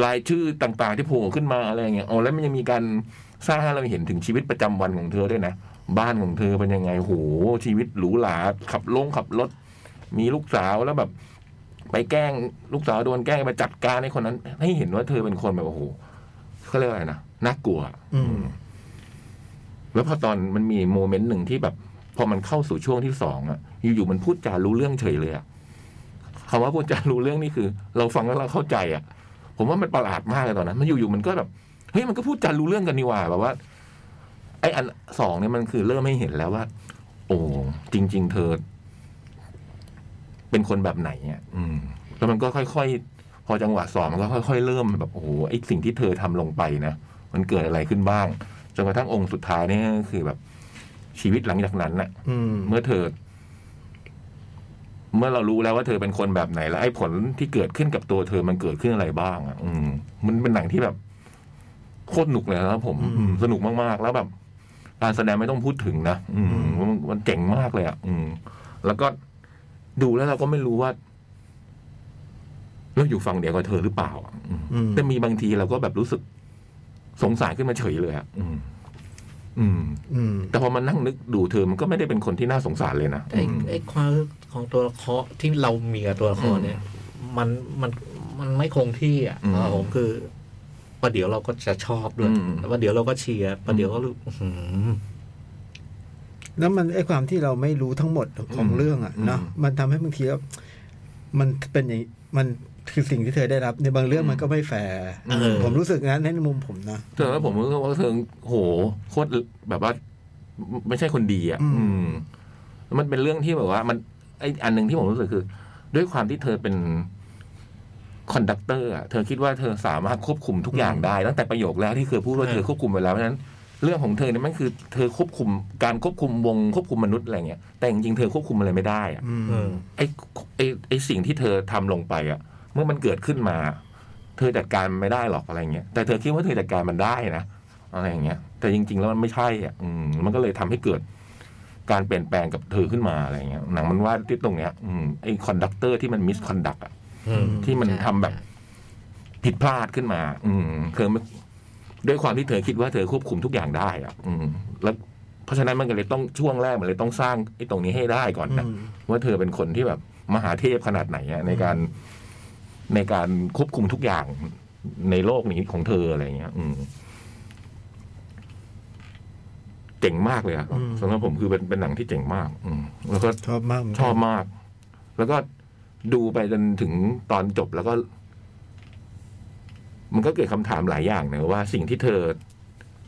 Speaker 3: รายชื่อต่างๆ ที่โผล่ขึ้นมาอะไรอย่างเงี้ยอ๋อแล้วมันยังมีการสร้างให้เราเห็นถึงชีวิตประจำวันของเธอด้วยนะ บ้านของเธอเป็นยังไงโหชีวิตหรูหราขับลงขับรถ มีลูกสาวแล้วแบบ ไปแกล้งลูกสาวโดนแกล้งไปจัดการให้คนนั้น ให้เห็นว่าเธอเป็นคนแบบโอ้โหเขาเรียกว่าอะไรนะน่ากลัว
Speaker 4: อืม
Speaker 3: แล้วพอตอนมันมีโมเมนต์หนึ่งที่แบบ พอมันเข้าสู่ช่วงที่สองอะอยู่ๆมันพูดจารู้เรื่องเฉยเลยอะคำว่าพูดจารู้เรื่องนี่คือ เราฟังแล้วเราเข้าใจอะผมว่ามันประหลาดมากเลยตอนนั้น มันอยู่ๆมันก็แบบเฮ้ยมันก็พูดจารู้เรื่องกันนี่หว่าแบบว่า ไอ้อันสองเนี่ยมันคือเริ่มให้เห็นแล้วว่า โอ้จริง ๆ เธอ เป็นคนแบบไหนเนี่ยอืม แล้วมันก็ค่อยๆพอจังหวะสองมันก็ค่อย ๆ เริ่มแบบโอ้โหไอ้สิ่งที่เธอทำลงไปนะมันเกิดอะไรขึ้นบ้าง จนกระทั่งองค์สุดท้ายเนี่ยก็คือแบบ ชีวิตหลังจากนั้นน่ะ
Speaker 4: อืม
Speaker 3: เมื่อเธอ เมื่อเรารู้แล้วว่าเธอเป็นคนแบบไหน แล้วไอ้ผลที่เกิดขึ้นกับตัวเธอมันเกิดขึ้นอะไรบ้างอ่ะ อืม มันเป็นหนังที่แบบ โคตรหนุกเลยนะครับผม
Speaker 4: อืม
Speaker 3: อืมสนุกมากๆ แล้วแบบ การแสดงไม่ต้องพูดถึงนะอืม
Speaker 4: อืม
Speaker 3: มันมันเจ๋งมากเลยอ่ะอืม แล้วก็ดูแล้วเราก็ไม่รู้ว่าเราอยู่ฝั่งเดียวกับเธอหรือเปล่าอะอืม
Speaker 4: อืม
Speaker 3: แต่มีบางทีเราก็แบบรู้สึกสงสารขึ้นมาเฉยเลยอะอืม อืม
Speaker 4: อืม
Speaker 3: แต่พอมานั่งนึกดูเธอมันก็ไม่ได้เป็นคนที่น่าสงสารเลยนะ
Speaker 5: ไอ้
Speaker 3: อืม
Speaker 5: ไอ้ความของตัวละครที่เรามีกับตัวละครเนี่ย มันมันมันไม่คงที่อ่ะ
Speaker 3: อืม
Speaker 5: ครับผมคือประเดี๋ยวเราก็จะชอบด้วย
Speaker 3: อืม
Speaker 5: ประเดี๋ยวเราก็เชียร์ประเดี๋ยวก็รู้อื้อหือ
Speaker 4: แล้วมันไอ้ความที่เราไม่รู้ทั้งหมดของ
Speaker 3: อืม
Speaker 4: เรื่องอ่ะเนาะ
Speaker 3: อืม
Speaker 4: มันทำให้บางทีแล้วมันเป็นอย่างมันคือสิ่งที่เธอได้รับ ในบางเรื่องมันก็ไม่แฟร์
Speaker 5: เออ
Speaker 4: ผมรู้สึกงั้นในมุมผมนะ
Speaker 3: เธอแล้วผมรู้สึกว่าเธอโหโคตรแบบว่า ไม่ใช่คนดีอะ
Speaker 4: อืม
Speaker 3: อืมแล้วมันเป็นเรื่องที่แบบว่า มันไออันหนึ่งที่ผมรู้สึกคือ ด้วยความที่เธอเป็นคอนดักเตอร์อะเธอคิดว่าเธอสามารถควบคุมทุกอย่างได้ตั้งแต่ประโยคแรกที่เธอพูดว่า
Speaker 5: ใช่
Speaker 3: เธอควบคุมไปแล้วเพราะฉะนั้น เรื่องของเธอเนี่ยมันคือเธอควบคุมการควบคุมวงควบคุมมนุษย์อะไรเงี้ยแต่จริงๆเธอควบคุมอะไรไม่ได้อะ
Speaker 4: อืม
Speaker 5: เออ
Speaker 3: ไอ้ไอ้ไอ้สิ่งที่เธอทำลงไปอะเมื่อมันเกิดขึ้นมา เธอจัดการมันไม่ได้หรอกอะไรเงี้ยแต่เธอคิดว่าเธอจัดการมันได้นะอะไรอย่างเงี้ย แต่จริง ๆ แล้วมันไม่ใช่อ่ะอืมมันก็เลยทำให้เกิดการเปลี่ยนแปลงกับเธอขึ้นมาอะไรเงี้ยหนังมันว่าที่ตรงเนี้ยอืมไอ้คอนดักเตอร์ที่มันมิสคอนดักอะ
Speaker 5: อืม
Speaker 3: ที่มัน
Speaker 5: ใช่
Speaker 3: ทำแบบผิดพลาดขึ้นมา อืมเธอไม่ด้วยความที่เธอคิดว่าเธอควบคุมทุกอย่างได้อ่ะ อืม แล้วเพราะฉะนั้นมันก็เลยต้องช่วงแรกมันเลยต้องสร้างไอ้ตรงนี้ให้ได้ก่อนนะ
Speaker 4: อืม
Speaker 3: ว่าเธอเป็นคนที่แบบมหาเทพขนาดไหนอะในการในการควบคุมทุกอย่างในโลกนี้ของเธออะไรเงี้ย อืมเจ๋งมากเลยอะ
Speaker 4: อืม
Speaker 3: สำหรับผมคือเป็นเป็นหนังที่เจ๋งมาก อืมแล้วก็
Speaker 4: ชอบมากเหมืนกัน
Speaker 3: ชอบมาก แล้วก็ดูไปจนถึงตอนจบแล้วก็ มันก็เกิดคำถามหลายอย่างเนอะว่าสิ่งที่เธอ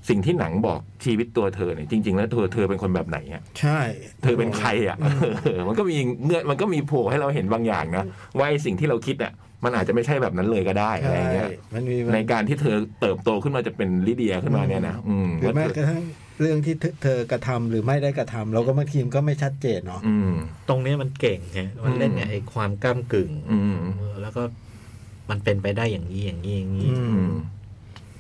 Speaker 3: สิ่งที่หนังบอกชีวิตตัวเธอเนี่ยจริง ๆ แล้วเธอเธอเป็นคนแบบไหนอะ
Speaker 4: ใช่
Speaker 3: เธอเป็นใครอ่ะเออมันก็มีเงื่อนมันก็มีโผล่ให้เราเห็นบางอย่างนะว่าไอ้สิ่งที่เราคิดอ่ะ มันอาจจะไม่ใช่แบบนั้นเลยก็ได้อะไรเงี้ย
Speaker 4: ใช่มันมี
Speaker 3: ในการที่เธอเติบโตขึ้นมาจะเป็นลิเดียขึ้นมาเนี่ยนะอืม
Speaker 4: หรือแม้
Speaker 3: ว่าเธ
Speaker 4: ก
Speaker 3: อ
Speaker 4: ระทั่งเรื่องที่เธอเธอกระทำหรือไม่ได้กระทำเราก็บางทีมันก็ไม่ชัดเจนเนาะ
Speaker 3: อืม
Speaker 5: ตรงเนี้ยมันเก่งไงมันเล่นไง
Speaker 3: อืม
Speaker 5: ไอ้ความก้ามกึ่ง
Speaker 3: อืม
Speaker 5: เออแล้วก็มันเป็นไปได้อย่างนี้อย่างนี้อย่างนี้
Speaker 4: อื
Speaker 3: อื
Speaker 4: ม
Speaker 3: ม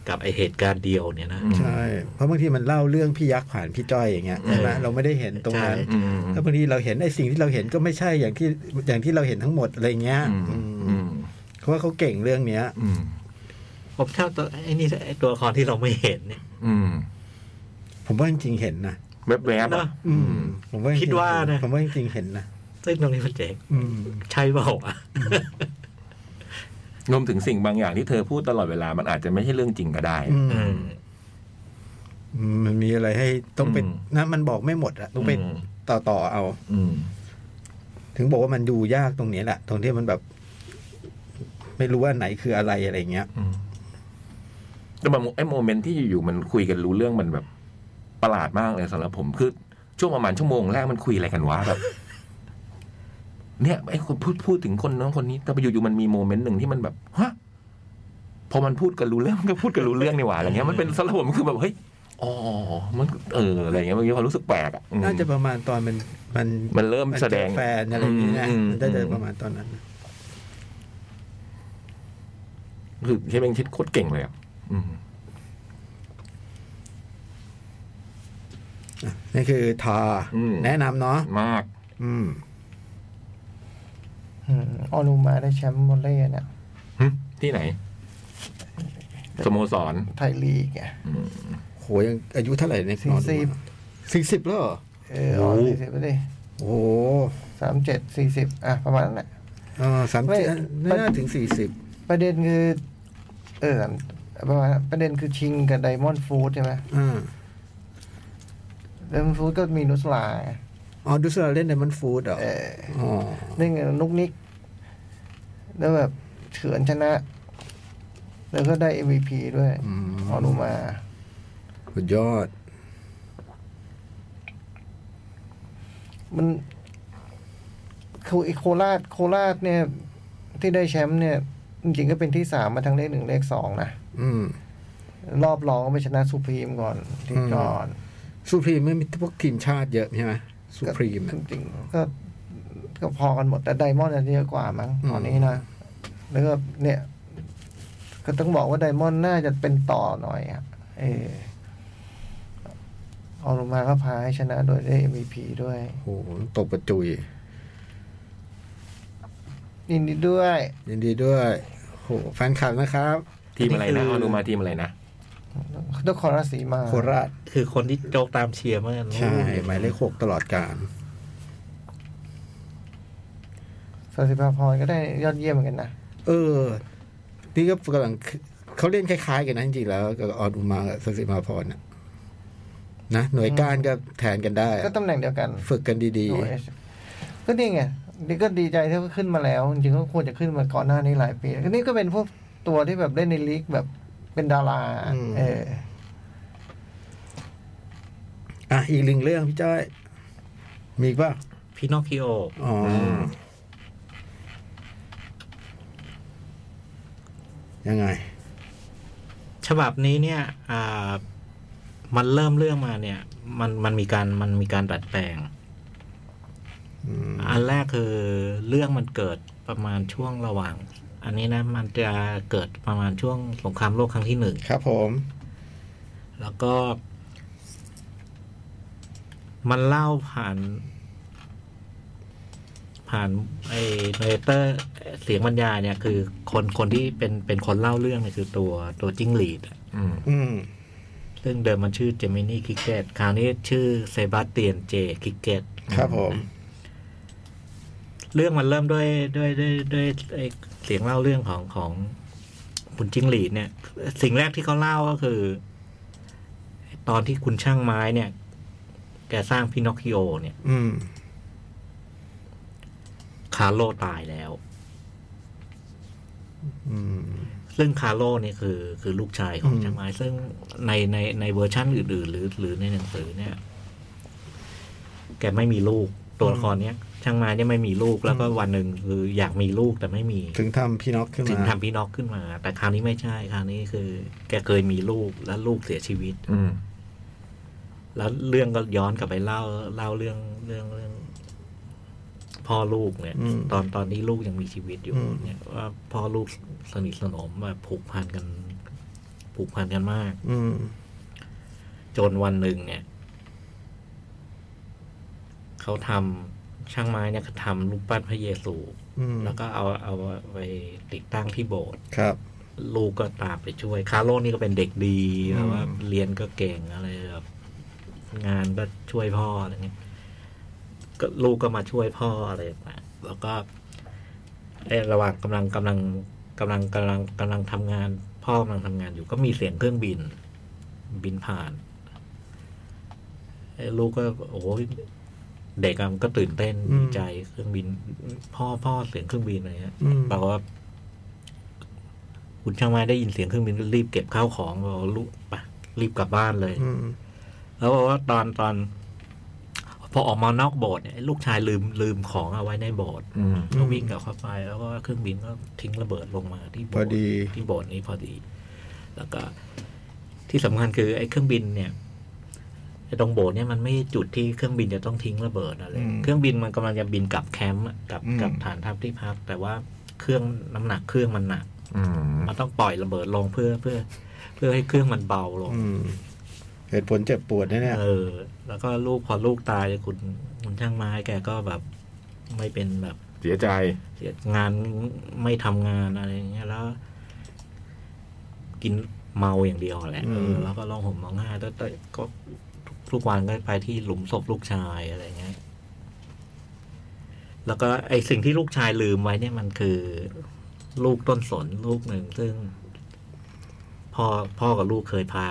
Speaker 5: แ กับไอเหตุการณ์เดียวเนี่ยนะ
Speaker 3: อืม
Speaker 4: ใช่ เพราะบางทีมันเล่าเรื่องพี่ยักษ์ผ่านพี่จ้อยอย่างเงี้ยใช่ไหม
Speaker 5: เออ
Speaker 4: เราไม่ได้เห็นตรงนั้น
Speaker 5: ใช่
Speaker 3: อืม
Speaker 4: แล้วบางทีเราเห็นไอ้สิ่งที่เราเห็นก็ไม่ใช่อย่างที่อย่างที่เราเห็นทั้งหมดอะไรเงี้ย
Speaker 3: อืม
Speaker 4: อืม
Speaker 3: อืม
Speaker 4: เพราะว่าเขาเก่งเรื่องเนี้ย
Speaker 3: อืม
Speaker 5: ผมชอบตัวไอ้นี่ไอ้ตัวละครที่เราไม่เห็นเนี่ย
Speaker 3: อืม
Speaker 4: ผมว่าจริงๆเห็นนะ
Speaker 3: แวบแวบๆอะ
Speaker 5: นะ
Speaker 4: อืมผมว่าจริงๆ
Speaker 5: คิดว่านะ
Speaker 4: ผมว่าจริงๆเห็นนะ
Speaker 5: ซึ่งตรงนี้มันเจ๋ง
Speaker 4: อืม
Speaker 5: ใช่เปล่าอ่ะ
Speaker 3: รวมถึงสิ่งบางอย่างที่เธอพูดตลอดเวลามันอาจจะไม่ใช่เรื่องจริงก็ได้
Speaker 4: อืม
Speaker 5: เออ
Speaker 4: อืมมันมีอะไรให้ต้องไป
Speaker 3: อืม
Speaker 4: นะมันบอกไม่หมดอะต้องไป
Speaker 3: อืม
Speaker 4: ต่อต่อเอา
Speaker 3: อืม
Speaker 4: ถึงบอกว่ามันดูยากตรงนี้แหละ ตรงที่มันแบบ ไม่รู้ว่าไหนคืออะไรอะไรเงี้ย
Speaker 3: แต่บางไอ้โมเมนต์ที่อยู่ๆมันคุยกันรู้เรื่องมันแบบประหลาดมากเลยสำหรับผมคือช่วงประมาณชั่วโมงแรกมันคุยอะไรกันวะแบบ *laughs* เนี่ยไอ้คนพูดพูดถึงคนน้องคนนี้ แต่อยู่ๆมันมีโมเมนต์หนึ่งที่มันแบบฮะพอมันพูดกันรู้เรื่องมันก็พูดกันรู้เรื่องนี่หว่าอะไรเงี้ยมันเป็นสำหรับผมคือแบบเฮ้ยอ๋อมันเอออะไรเงี้ยมันมีความรู้สึกแปลกอ่ะอืม
Speaker 4: น่าจะประมาณตอนมันมัน
Speaker 3: มันเริ่ม
Speaker 4: มัน
Speaker 3: แสดง
Speaker 4: เจอแฟนอะไรอย่างเงี้ยนะ
Speaker 3: อืมอืม
Speaker 4: มันน่าจะประมาณตอนนั้น
Speaker 3: คือใช่เป็นชิดโคตรเก่งเลยอ่ะอืม
Speaker 4: นี่คือทา
Speaker 3: อืม
Speaker 4: แนะนำเนาะ
Speaker 3: มาก
Speaker 4: อืม
Speaker 2: อืมออนุมาได้แชมป์วอลเล่เนี่ย
Speaker 3: หึที่ไหนสโมสร
Speaker 2: ไทยลีกไง
Speaker 4: โหยังอายุเท่าไหร่เนี่ย
Speaker 2: สี่สิบ
Speaker 4: สี่สิบแล้วเหรอ
Speaker 2: เอออสี่สิบไปดิ
Speaker 4: โอ้โห
Speaker 2: สามเจ็ดสี่สิบอ่ะ ประมาณนั้นแหละ
Speaker 4: เออสาม
Speaker 2: ไม่
Speaker 4: เจ็ดไม่น่าถึงสี่สิบ
Speaker 2: ประเด็นคือ เออประมาณนั้นประเด็นคือชิงกับไดมอนด์ฟูดใช่ไหม
Speaker 4: อ่า
Speaker 2: ไดมอนด์ฟูดก็มีนุสลาไง
Speaker 4: อ๋อดูสลาเล่นในมันฟูดเหรอ
Speaker 2: เออ
Speaker 4: อ๋อ
Speaker 2: เล่นกับนุกนิก แล้วแบบเฉือนชนะ แล้วก็ได้ MVP ด้วย
Speaker 4: อืม
Speaker 2: ออนุมา
Speaker 4: สุดยอด
Speaker 2: มันคือไอโคราชโคราชเนี่ย ที่ได้แชมป์เนี่ย จริงๆก็เป็นที่สามมาทั้งเลขหนึ่งเลขสองนะ
Speaker 4: อืม
Speaker 2: รอบรองก็ไปชนะสุพรีมก่อนที่
Speaker 4: อืม
Speaker 2: ก่อน
Speaker 4: สุพรีมไม่มีพวกทีมชาติเยอะใช่ไหมสุพรีม
Speaker 2: จ
Speaker 4: อะ
Speaker 2: ริงๆก็ก็พอกันหมด แต่ไดมอนด์เยอะกว่ามั้ง
Speaker 4: อืม
Speaker 2: ตอนนี้นะ แล้วก็เนี่ย ก็ต้องบอกว่าไดมอนด์น่าจะเป็นต่อหน่อยอะเออเอาลงมาก็พาให้ชนะโดยได้ MVP ด้วย
Speaker 4: โอ้โหตกประจุย
Speaker 2: ยินดีด้วย
Speaker 4: ยินดีด้วย โอ้โหแฟนคลับนะครับ
Speaker 3: ทีมอะไรนะออนุมาทีมอะไรนะ
Speaker 2: ทุกคนราชสีมา
Speaker 4: โคราช
Speaker 5: คือคนที่โจกตามเชียร์เมื่อนั้น
Speaker 4: ใช่หมายเลขหกตลอดการ
Speaker 2: สัสิภาพรก็ได้ยอดเยี่ยมเหมือนกันนะ
Speaker 4: เออ นี่ก็กำลังเขาเล่นคล้ายๆกันนะจริงๆแล้วกับออนอุมากับสสิมาพรน่ะนะหน่วยก้านก็แทนกันได้
Speaker 2: ก็ตำแหน่งเดียวกัน
Speaker 4: ฝึกกันดี
Speaker 2: โดยก็นี่ไงนี่ก็ดีใจที่เขาขึ้นมาแล้ว จริงๆก็ควรจะขึ้นมาก่อนหน้านี้หลายปีก็นี่ก็เป็นพวกตัวที่แบบเล่นในลีกแบบเป็นดารา เออ
Speaker 4: ๆอ่ะอีกหนึ่งเรื่องพี่จ้อย มีอีกป่ะ
Speaker 5: พี่นอคคิโอ
Speaker 4: อ๋ออยังไง
Speaker 5: ฉบับนี้เนี่ยอ่ามันเริ่มเรื่องมาเนี่ย มันมันมีการมันมีการดัดแปลง
Speaker 4: อืม
Speaker 5: อันแรกคือเรื่องมันเกิดประมาณช่วงระหว่าง อันนี้นะมันจะเกิดประมาณช่วงสงครามโลกครั้งที่หนึ่ง
Speaker 4: ครับผม
Speaker 5: แล้วก็ มันเล่าผ่าน ผ่านไอ้เนเตอร์เสียงบรรยายเนี่ย คือคนคนที่เป็นเป็นคนเล่าเรื่องเนี่ยคือตัวตัวจิ้งหรีดอะ
Speaker 3: อืม
Speaker 4: อืม
Speaker 5: ซึ่งเดิมมันชื่อเจมินี่คิกเกตคราวนี้ชื่อเซบาสเตียนเจคิกเกต
Speaker 4: ครับผม
Speaker 5: เรื่องมันเริ่มด้วยด้วยด้วยด้วยไอ้เสียงเล่าเรื่องของของคุณจิ้งหรีดเนี่ย สิ่งแรกที่เขาเล่าก็คือ ตอนที่คุณช่างไม้เนี่ย แกสร้างพินอคคิโอเนี่ย
Speaker 4: อืม
Speaker 5: คาร์โลตายแล้ว
Speaker 4: อืม
Speaker 5: ซึ่งคาร์โลเนี่ยคือ คือลูกชายของ
Speaker 4: อืม
Speaker 5: ช่างไม้ ซึ่งในในในเวอร์ชั่นอื่น ๆ หรือหรือในหนังสือเนี่ย แกไม่มีลูกตัวละครเนี้ยช่างไม้เนี่ยไม่มีลูกแล้วก็วันหนึ่งคืออยากมีลูกแต่ไม่มี
Speaker 4: ถึงทำพี่น็อกขึ้น
Speaker 5: ถึง
Speaker 4: มา
Speaker 5: ทำพี่น็อกขึ้นมา แต่คราวนี้ไม่ใช่ คราวนี้คือ แกเคยมีลูกแล้วลูกเสียชีวิต
Speaker 3: อืม
Speaker 5: แล้วเรื่องก็ย้อนกลับไปเล่าเล่าเรื่องเรื่องเรื่องพ่อลูกเนี่ย
Speaker 4: อืม
Speaker 5: ตอนตอนที่ลูกยังมีชีวิตอยู่
Speaker 4: อืม
Speaker 5: เนี่ยว่าพ่อลูกสนิทสนมแบบผูกพันกัน ผูกพันกันมาก
Speaker 4: อืม
Speaker 5: จนวันหนึ่งเนี่ย เขาทำช่างไม้เนี่ยเขาทำรูปปั้นพระเยซู
Speaker 4: อืม
Speaker 5: แล้วก็เอาเอาไปติดตั้งที่โบสถ์
Speaker 4: ครับ
Speaker 5: ลูกก็ตามไปช่วย คาร์โลนี่ก็เป็นเด็กดี
Speaker 4: อืม
Speaker 5: แบบว่าเรียนก็เก่งอะไรแบบงานก็ช่วยพ่ออะไรเงี้ยก็ลูกก็มาช่วยพ่ออะไรต่างๆแล้วก็ไอ้ระหว่างกำลังกำลังกำลังกำลังกำลังทำงาน พ่อกำลังทำงานอยู่ก็มีเสียงเครื่องบิน บินผ่านไอ้ลูกก็โอ้ยเด็กอะมันก็ตื่นเต้น
Speaker 4: อืม
Speaker 5: ดีใจเครื่องบิน พ่อพ่อเสียงเครื่องบินอะไรเงี้ย
Speaker 4: อืม
Speaker 5: บอกว่าคุณช่างไม้ได้ยินเสียงเครื่องบินก็รีบเก็บข้าวของบอกว่าลูกไปรีบกลับบ้านเลย
Speaker 4: อืม
Speaker 5: แล้วบอกว่าตอนตอน พอออกมานอกโบสถ์เนี่ยไอ้ลูกชายลืมลืมของเอาไว้ในโบสถ์
Speaker 3: อืม
Speaker 5: ก็วิ่งกลับเข้าไป แล้วก็เครื่องบินก็ทิ้งระเบิดลงมาที่โบส
Speaker 4: พอ
Speaker 5: ถ์
Speaker 4: ดี
Speaker 5: ที่โบสถ์นี้พอดี แล้วก็ ที่สำคัญคือ ไอ้เครื่องบินเนี่ยไอ้ตรงโบสถ์เนี่ยมันไม่ใช่จุดที่เครื่องบินจะต้องทิ้งระเบิดอะไร
Speaker 4: อืม
Speaker 5: เครื่องบินมันกำลังจะบินกลับแคมป์อะกลับ
Speaker 4: อืม
Speaker 5: กลับฐานทัพที่พัก แต่ว่าเครื่องน้ำหนักเครื่องมันหนัก
Speaker 3: อืม
Speaker 5: มันต้องปล่อยระเบิดลงเพื่อเพื่อ เพื่อให้เครื่องมันเบาลง
Speaker 4: อืมเหตุผลเจ็บปวดแน่
Speaker 5: เออ แล้วก็ลูกพอลูกตายคุณคุณช่างไม้แกก็แบบไม่เป็นแบบ
Speaker 3: เสียใจ
Speaker 5: เสียงานไม่ทำงานอะไรอย่างเงี้ยแล้ว กินเมาอย่างเดียวแหละเออแล้วก็ร้องห่มร้องไห้แล้วแต่ก็ทุกทุกวันก็ไปที่หลุมศพลูกชายอะไรเงี้ย แล้วก็ไอสิ่งที่ลูกชายลืมไว้เนี่ยมันคือ ลูกต้นสนลูกหนึ่งซึ่ง พ่อพ่อกับลูกเคยพา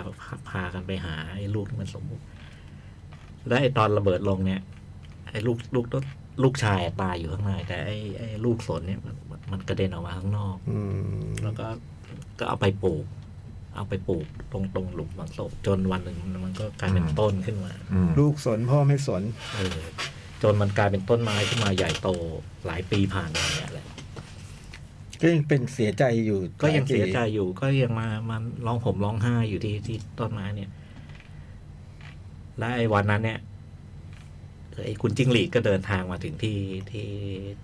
Speaker 5: พากันไปหาไอ้ลูกที่มันสมบูรณ์และไอ้ตอนระเบิดลงเนี่ย ไอ้ลูกลูกต้นลูกชายตายอยู่ข้างในแต่ไอ้ไอ้ลูกสนเนี่ยมันมันกระเด็นออกมาข้างนอก
Speaker 4: ๆอืม
Speaker 5: แล้วก็ก็เอาไปปลูก เอาไปปลูกตรงตรงหลุมฝังศพจนวันหนึ่งมันก็กลายเป็น
Speaker 3: อืม
Speaker 5: ต้นขึ้นมา
Speaker 3: อืม
Speaker 4: ลูกสนพ่อไม่สน
Speaker 5: เออจนมันกลายเป็นต้นไม้ขึ้นมาใหญ่โตหลายปีผ่านมาเนี่ยแหละ
Speaker 4: ก็ยังเป็นเสียใจอยู่
Speaker 5: ก็ยัง
Speaker 4: หลาปี
Speaker 5: เสียใจอยู่ก็ยังมามาร้องห่มร้องไห้อยู่ที่ที่ต้นไม้เนี่ยและไอ้วันนั้นเนี่ยไอ้คุณจิ้งหรีดก็เดินทางมาถึงที่ที่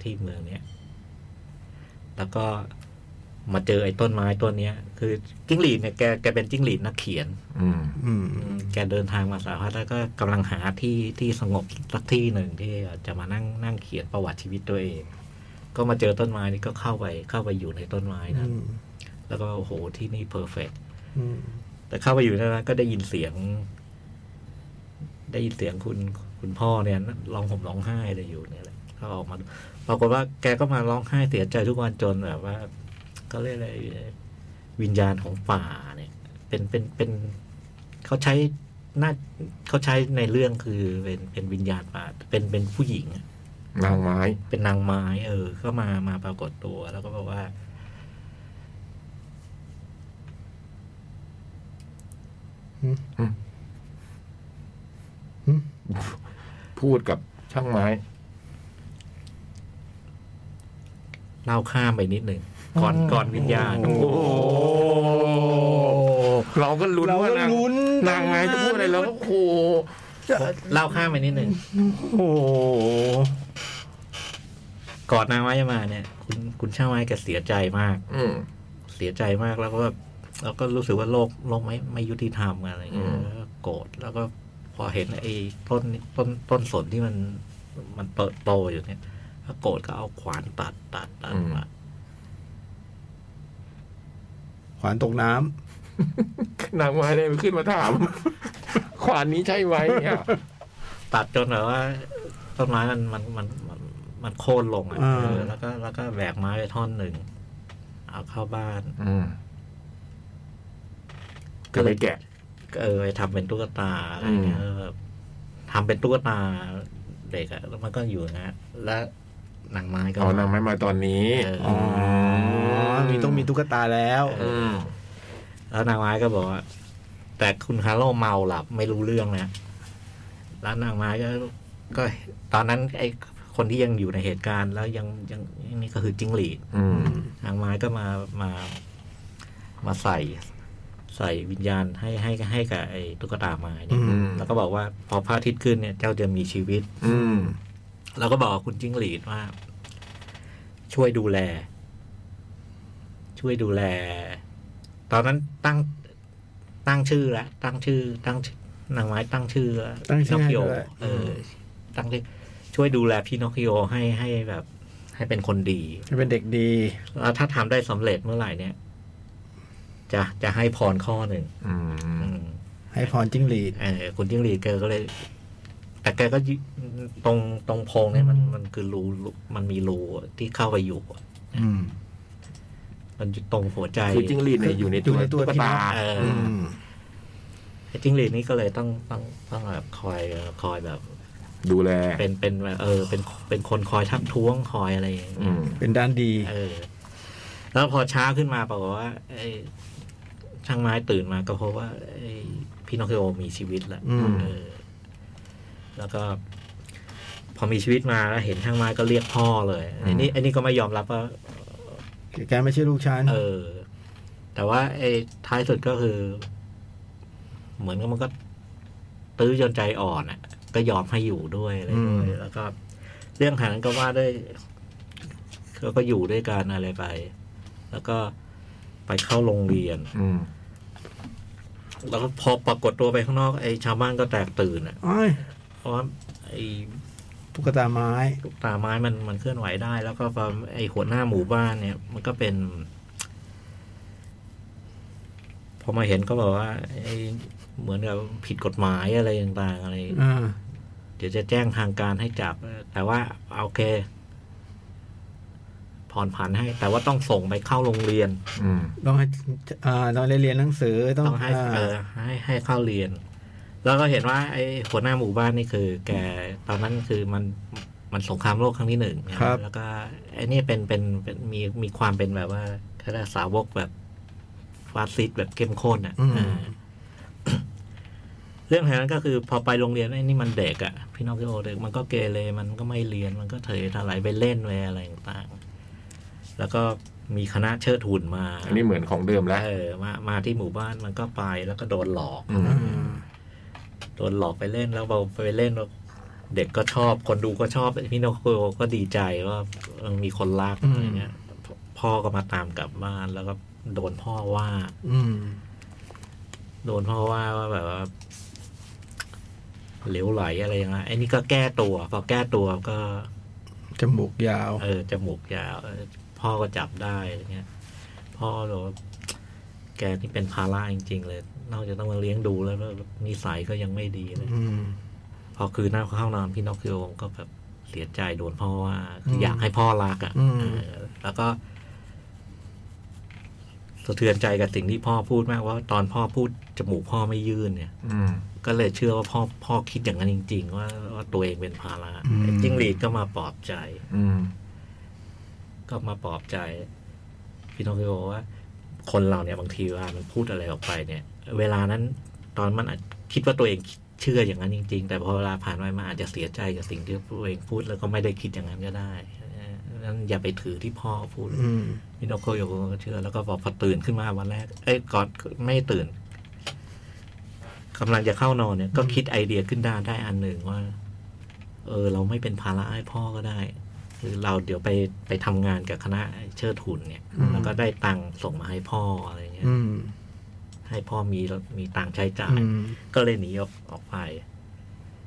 Speaker 5: ที่เมืองเนี่ย แล้วก็มาเจอไอ้ต้นไม้ต้นเนี้ย คือจิ้งหรีดเนี่ยแกแกเป็นจิ้งหรีดนักเขียน
Speaker 3: อืม
Speaker 4: อืม
Speaker 5: แกเดินทางมาสารพัดแล้วก็กำลังหาที่ที่สงบสักที่หนึ่งที่จะมานั่งนั่งเขียนประวัติชีวิตตัวเอง ก็มาเจอต้นไม้นี่ก็เข้าไปเข้าไปอยู่ในต้นไม้นั้น แล้วก็โอ้โหที่นี่เพอร์เฟก
Speaker 4: อืม
Speaker 5: แต่เข้าไปอยู่ในนั้นก็ได้ยินเสียง ได้ยินเสียงคุณคุณพ่อเนี่ยร้องห่มร้องไห้อะไรอยู่เนี่ยแหละก็ออกมาดูปรากฏว่าแกก็มาร้องไห้เสียใจทุกวันจนแบบว่าก็เรียกอะไรวิญญาณของป่าเนี่ย เป็นเป็นเป็นเขาใช้น่าเขาใช้ในเรื่องคือเป็นเป็นวิญญาณป่า เป็นเป็นผู้หญิงอะ
Speaker 3: นางไม้
Speaker 5: เป็นนางไม้ เออ ก็มามาปรากฏตัว แล้วก็บอกว่า
Speaker 4: หึหึ
Speaker 3: พูดกับช่างไม้
Speaker 5: เล่าข้ามไปนิดหนึ่งก่อนก่อนวิญญาณ
Speaker 4: โอ้โห
Speaker 3: โอ้โหเราก็ลุ้น
Speaker 4: เรา
Speaker 3: ว่า
Speaker 4: ก็
Speaker 3: นาง
Speaker 4: ลุ้น
Speaker 3: นางไม้จะพูดอะไรแล้วโอ้โห
Speaker 5: เล่าข้ามไปนิดหนึ่ง
Speaker 4: โอ้โห
Speaker 5: ก่อนนางไม้จะมาเนี่ย คุณคุณช่างไม้แกเสียใจมาก
Speaker 3: อืม
Speaker 5: เสียใจมากแล้วก็แบบแล้วก็รู้สึกว่าโลกโลกไม่ไม่ยุติธรรมอะไรเงี้ย
Speaker 3: อืม
Speaker 5: แล้วก็โกรธแล้วก็พอเห็นไอ้ต้นต้นต้นสนที่มันมันเติบโตอยู่เนี่ยก็โกรธก็เอาขวานตัดตัดตัดตัด
Speaker 4: ขวานตกน้ำ
Speaker 3: นางไม้เลยขึ้นมาถ *laughs* าม ขวานนี้ใช่ไหมเนี่ย
Speaker 5: ตัดจนแบบว่าต้นไม้มันมันมันมันมันโค่นลงอ่ะเออแล้วก็แล้วก็แบกไม้ไปท่อนหนึ่งเอาเข้าบ้าน
Speaker 3: อืมก็ไปแกะ
Speaker 5: ก็เออไปทำเป็นตุ๊กตาอะไรเงี้ย
Speaker 3: อืม
Speaker 5: เออแบบทำเป็นตุ๊กตาเด็กอะแล้วมันก็อยู่อย่างเงี้ยและหนังไม้ก็
Speaker 3: เอานางไม้มาตอนนี้
Speaker 5: เออ
Speaker 4: อ๋อมีต้องมีตุ๊กตาแล้ว
Speaker 3: อืม
Speaker 5: แล้วนางไม้ก็บอกว่าแต่คุณคาร์โลเมาหลับไม่รู้เรื่องนะแล้วนางไม้ก็ก็ตอนนั้นไอ้คนที่ยังอยู่ในเหตุการณ์ แล้วยังยังนี่ก็คือจิ้งหรีด
Speaker 3: อืม
Speaker 5: นางไม้ก็มา มา มาใส่ ใส่วิญญาณให้ให้ให้กับไอ้ตุ๊กตาไม้เนี่ย
Speaker 4: อื
Speaker 3: อืม
Speaker 5: แล้วก็บอกว่าพอพระอาทิตย์ขึ้นเนี่ยเจ้าจะมีชีวิต
Speaker 3: อืม
Speaker 5: แล้วก็บอกกับคุณจิ้งหรีดว่า ช่วยดูแล ช่วยดูแล ตอนนั้นตั้ง ตั้งชื่อแล้วตั้งชื่อ ตั้งชื่อนางไม้ตั้งชื่อ
Speaker 4: ตั้งชื่อ
Speaker 5: พินอคคิโอ
Speaker 4: ให้ด้วย
Speaker 5: เออ ตั้งชื่อช่วยดูแลพี่นอคคิโอให้ให้แบบ ให้เป็นคนดี
Speaker 4: จะเป็นเด็กดี
Speaker 5: แล้วถ้าทำได้สำเร็จเมื่อไหร่เนี่ย จะจะให้พรข้อหนึ่ง
Speaker 3: อืม
Speaker 5: อืม
Speaker 4: ให้พรจิ้งหรีด
Speaker 5: เออคุณจิ้งหรีดแกก็เลย แต่แกก็ยิตรงตรงโพรงเนี่ยมันมันคือรูรูมันมีรูที่เข้าไปอยู่อะ
Speaker 4: อืม
Speaker 5: มันอยู่ตรงหัวใจ
Speaker 3: คือจิ้งหรีดเนี่ยอยู่ใน
Speaker 4: อ
Speaker 3: ตัว
Speaker 4: ยู่ในตัว
Speaker 3: ตุ๊กตา
Speaker 5: เออ
Speaker 3: อืม
Speaker 5: ไอ้จิ้งหรีดนี่ก็เลยต้องต้องต้องแบบคอยเอ่อคอยแบบ
Speaker 3: ดูแล
Speaker 5: เป็นเป็นแบบเออเป็นเป็นคนคอยทักท้วงคอยอะไรอย่างเงี้ย
Speaker 3: อืม
Speaker 4: เป็นด้านดี
Speaker 5: เออ แล้วพอเช้าขึ้นมาปรากฏว่าไอ้ช่างไม้ตื่นมาก็พบว่าไอ้พี่นอคคิโอมีชีวิตแล้ว
Speaker 4: อืม
Speaker 5: เออ แล้วก็ พอมีชีวิตมาแล้วเห็นช่างไม้ก็เรียกพ่อเลยไอ้นี่ไอ้นี่ก็ไม่ยอมรับว่า
Speaker 4: แกไม่ใช่ลูกฉัน
Speaker 5: เออ แต่ว่าไอ้ท้ายสุดก็คือ เหมือนกับมันก็ ตื้อจนใจอ่อนอ่ะ ก็ยอมให้อยู่ด้วยอะไรด้วย
Speaker 3: อืม
Speaker 5: แล้วก็ เรื่องหางก็ว่าด้วยเขาก็อยู่ด้วยกันอะไรไป แล้วก็ไปเข้าโรงเรียน
Speaker 3: อืม
Speaker 5: แล้วก็พอปรากฏตัวไปข้างนอกไอ้ชาวบ้านก็แตกตื่นอ่ะ
Speaker 4: โอ้ย
Speaker 5: เพราะว่าไอ้
Speaker 4: ตุ๊กตาไม้
Speaker 5: ลูกตาไม้มันมันเคลื่อนไหวได้ แล้วก็พอไอ้หัวหน้าหมู่บ้านเนี่ย มันก็เป็น พอมาเห็นก็บอกว่าไอ้เหมือนกับผิดกฎหมายอะไรต่างๆอะไร
Speaker 4: อ่า
Speaker 5: เดี๋ยวจะแจ้งทางการให้จับเออแต่ว่าโอเค ผ่อนผันให้ แต่ว่าต้องส่งไปเข้าโรงเรียน
Speaker 3: อืม
Speaker 4: ต้องให้อ่าต้องได้เรียนหนังสือต้อง
Speaker 5: ต้องให้
Speaker 4: า
Speaker 5: เออให้ให้เข้าเรียน แล้วก็เห็นว่า ไอ้หัวหน้าหมู่บ้านนี่คือ แกตอนนั้นคือมันมันสงครามโลกครั้งที่หนึ่งนะแล้วก็ไอ้นี่เป็นเป็นเป็นมีมีความเป็นแบบว่าคณะสาวกแบบฟาสซิสต์แบบเข้มข้นอ่ะ
Speaker 4: อืม
Speaker 5: เออเรื่องแห่งนั้นก็คือพอไปโรงเรียนไอ้นี่มันเด็กอ่ะพี่น้องพี่โอเด็กมันก็เกเรมันก็ไม่เรียนมันก็เถยถลายไปเล่นไปอะไรต่างๆแล้วก็มีคณะเชิดหุ่นมา
Speaker 3: อันนี้เหมือนของเดิมแล้ว
Speaker 5: เออมามาที่หมู่บ้านมันก็ไปแล้วก็โดนหลอก
Speaker 3: อืม
Speaker 4: อ่า
Speaker 5: โดนหลอกไปเล่นแล้วเราไปเล่นแล้วเด็กก็ชอบ คนดูก็ชอบพี่นกโกก็ดีใจว่าเออมีคนรักอะไรเงี้ยพพ่อก็มาตามกลับบ้านแล้วก็โดนพ่อว่า
Speaker 4: อืม
Speaker 5: โดนพ่อว่าว่าแบบว่าเหลวไหลอะไรอย่างเงี้ยไอ้นี่ก็แก้ตัวพอแก้ตัวก็
Speaker 4: จมูกยาว
Speaker 5: เออจมูกยาวเออพ่อก็จับได้อะไรเงี้ยพ่อบอกว่าแกนี่เป็นภาระจริง ๆ เลยนอกจากต้องมาเลี้ยงดูแล้วแล้วนิสัยก็ยังไม่ดีเลย
Speaker 4: อืม
Speaker 5: พอคืนหน้าเข้านอนพี่นกคิโอก็แบบเสียใจโดนพ่อว่าคืออ
Speaker 4: ม
Speaker 5: อยากให้พ่อรักอะ
Speaker 4: อืม
Speaker 5: ่ะแล้วก็สะเทือนใจกับสิ่งที่พ่อพูดมากว่าตอนพ่อพูดจมูกพ่อไม่ยื่นเนี่ย
Speaker 3: อืม
Speaker 5: ก็เลยเชื่อว่าพ่อพ่อคิดอย่างนั้นจริง ๆ ว่าว่าตัวเองเป็นภาระ
Speaker 4: อืม
Speaker 5: จิ้งหรีดก็มาปลอบใจ
Speaker 3: อืม
Speaker 5: ก็มาปลอบใจ พี่น้องก็บอกว่า คนเราเนี่ยบางทีเวลามันพูดอะไรออกไปเนี่ย เวลานั้นตอนมันอาจคิดว่าตัวเองเชื่ออย่างนั้นจริง ๆ แต่พอเวลาผ่านไปมันอาจจะเสียใจกับสิ่งที่ตัวเองพูดแล้วก็ไม่ได้คิดอย่างนั้นก็ได้นั้นอย่าไปถือที่พ่อพูด
Speaker 4: อืม
Speaker 5: พี่น้องก็ยก็เชื่อแล้วก็บอกพอตื่นขึ้นมาวันแรกเอ้ยก่อนไม่ตื่นกำลังจะเข้านอนเนี่ย ก็คิดไอเดียขึ้นได้ได้อันหนึ่งว่า เออ เราไม่เป็นภาระให้พ่อก็ได้ คือเราเดี๋ยวไปไปทำงานกับคณะเชิดทุนเนี่ย
Speaker 4: อืม
Speaker 5: แล้วก็ได้ตังค์ส่งมาให้พ่ออะไรเงี้ย
Speaker 4: อืม
Speaker 5: ให้พ่อมีมีตังค์ใช้จ่า
Speaker 4: อื
Speaker 5: ย
Speaker 4: ม
Speaker 5: ก็เลยหนีออกออกไป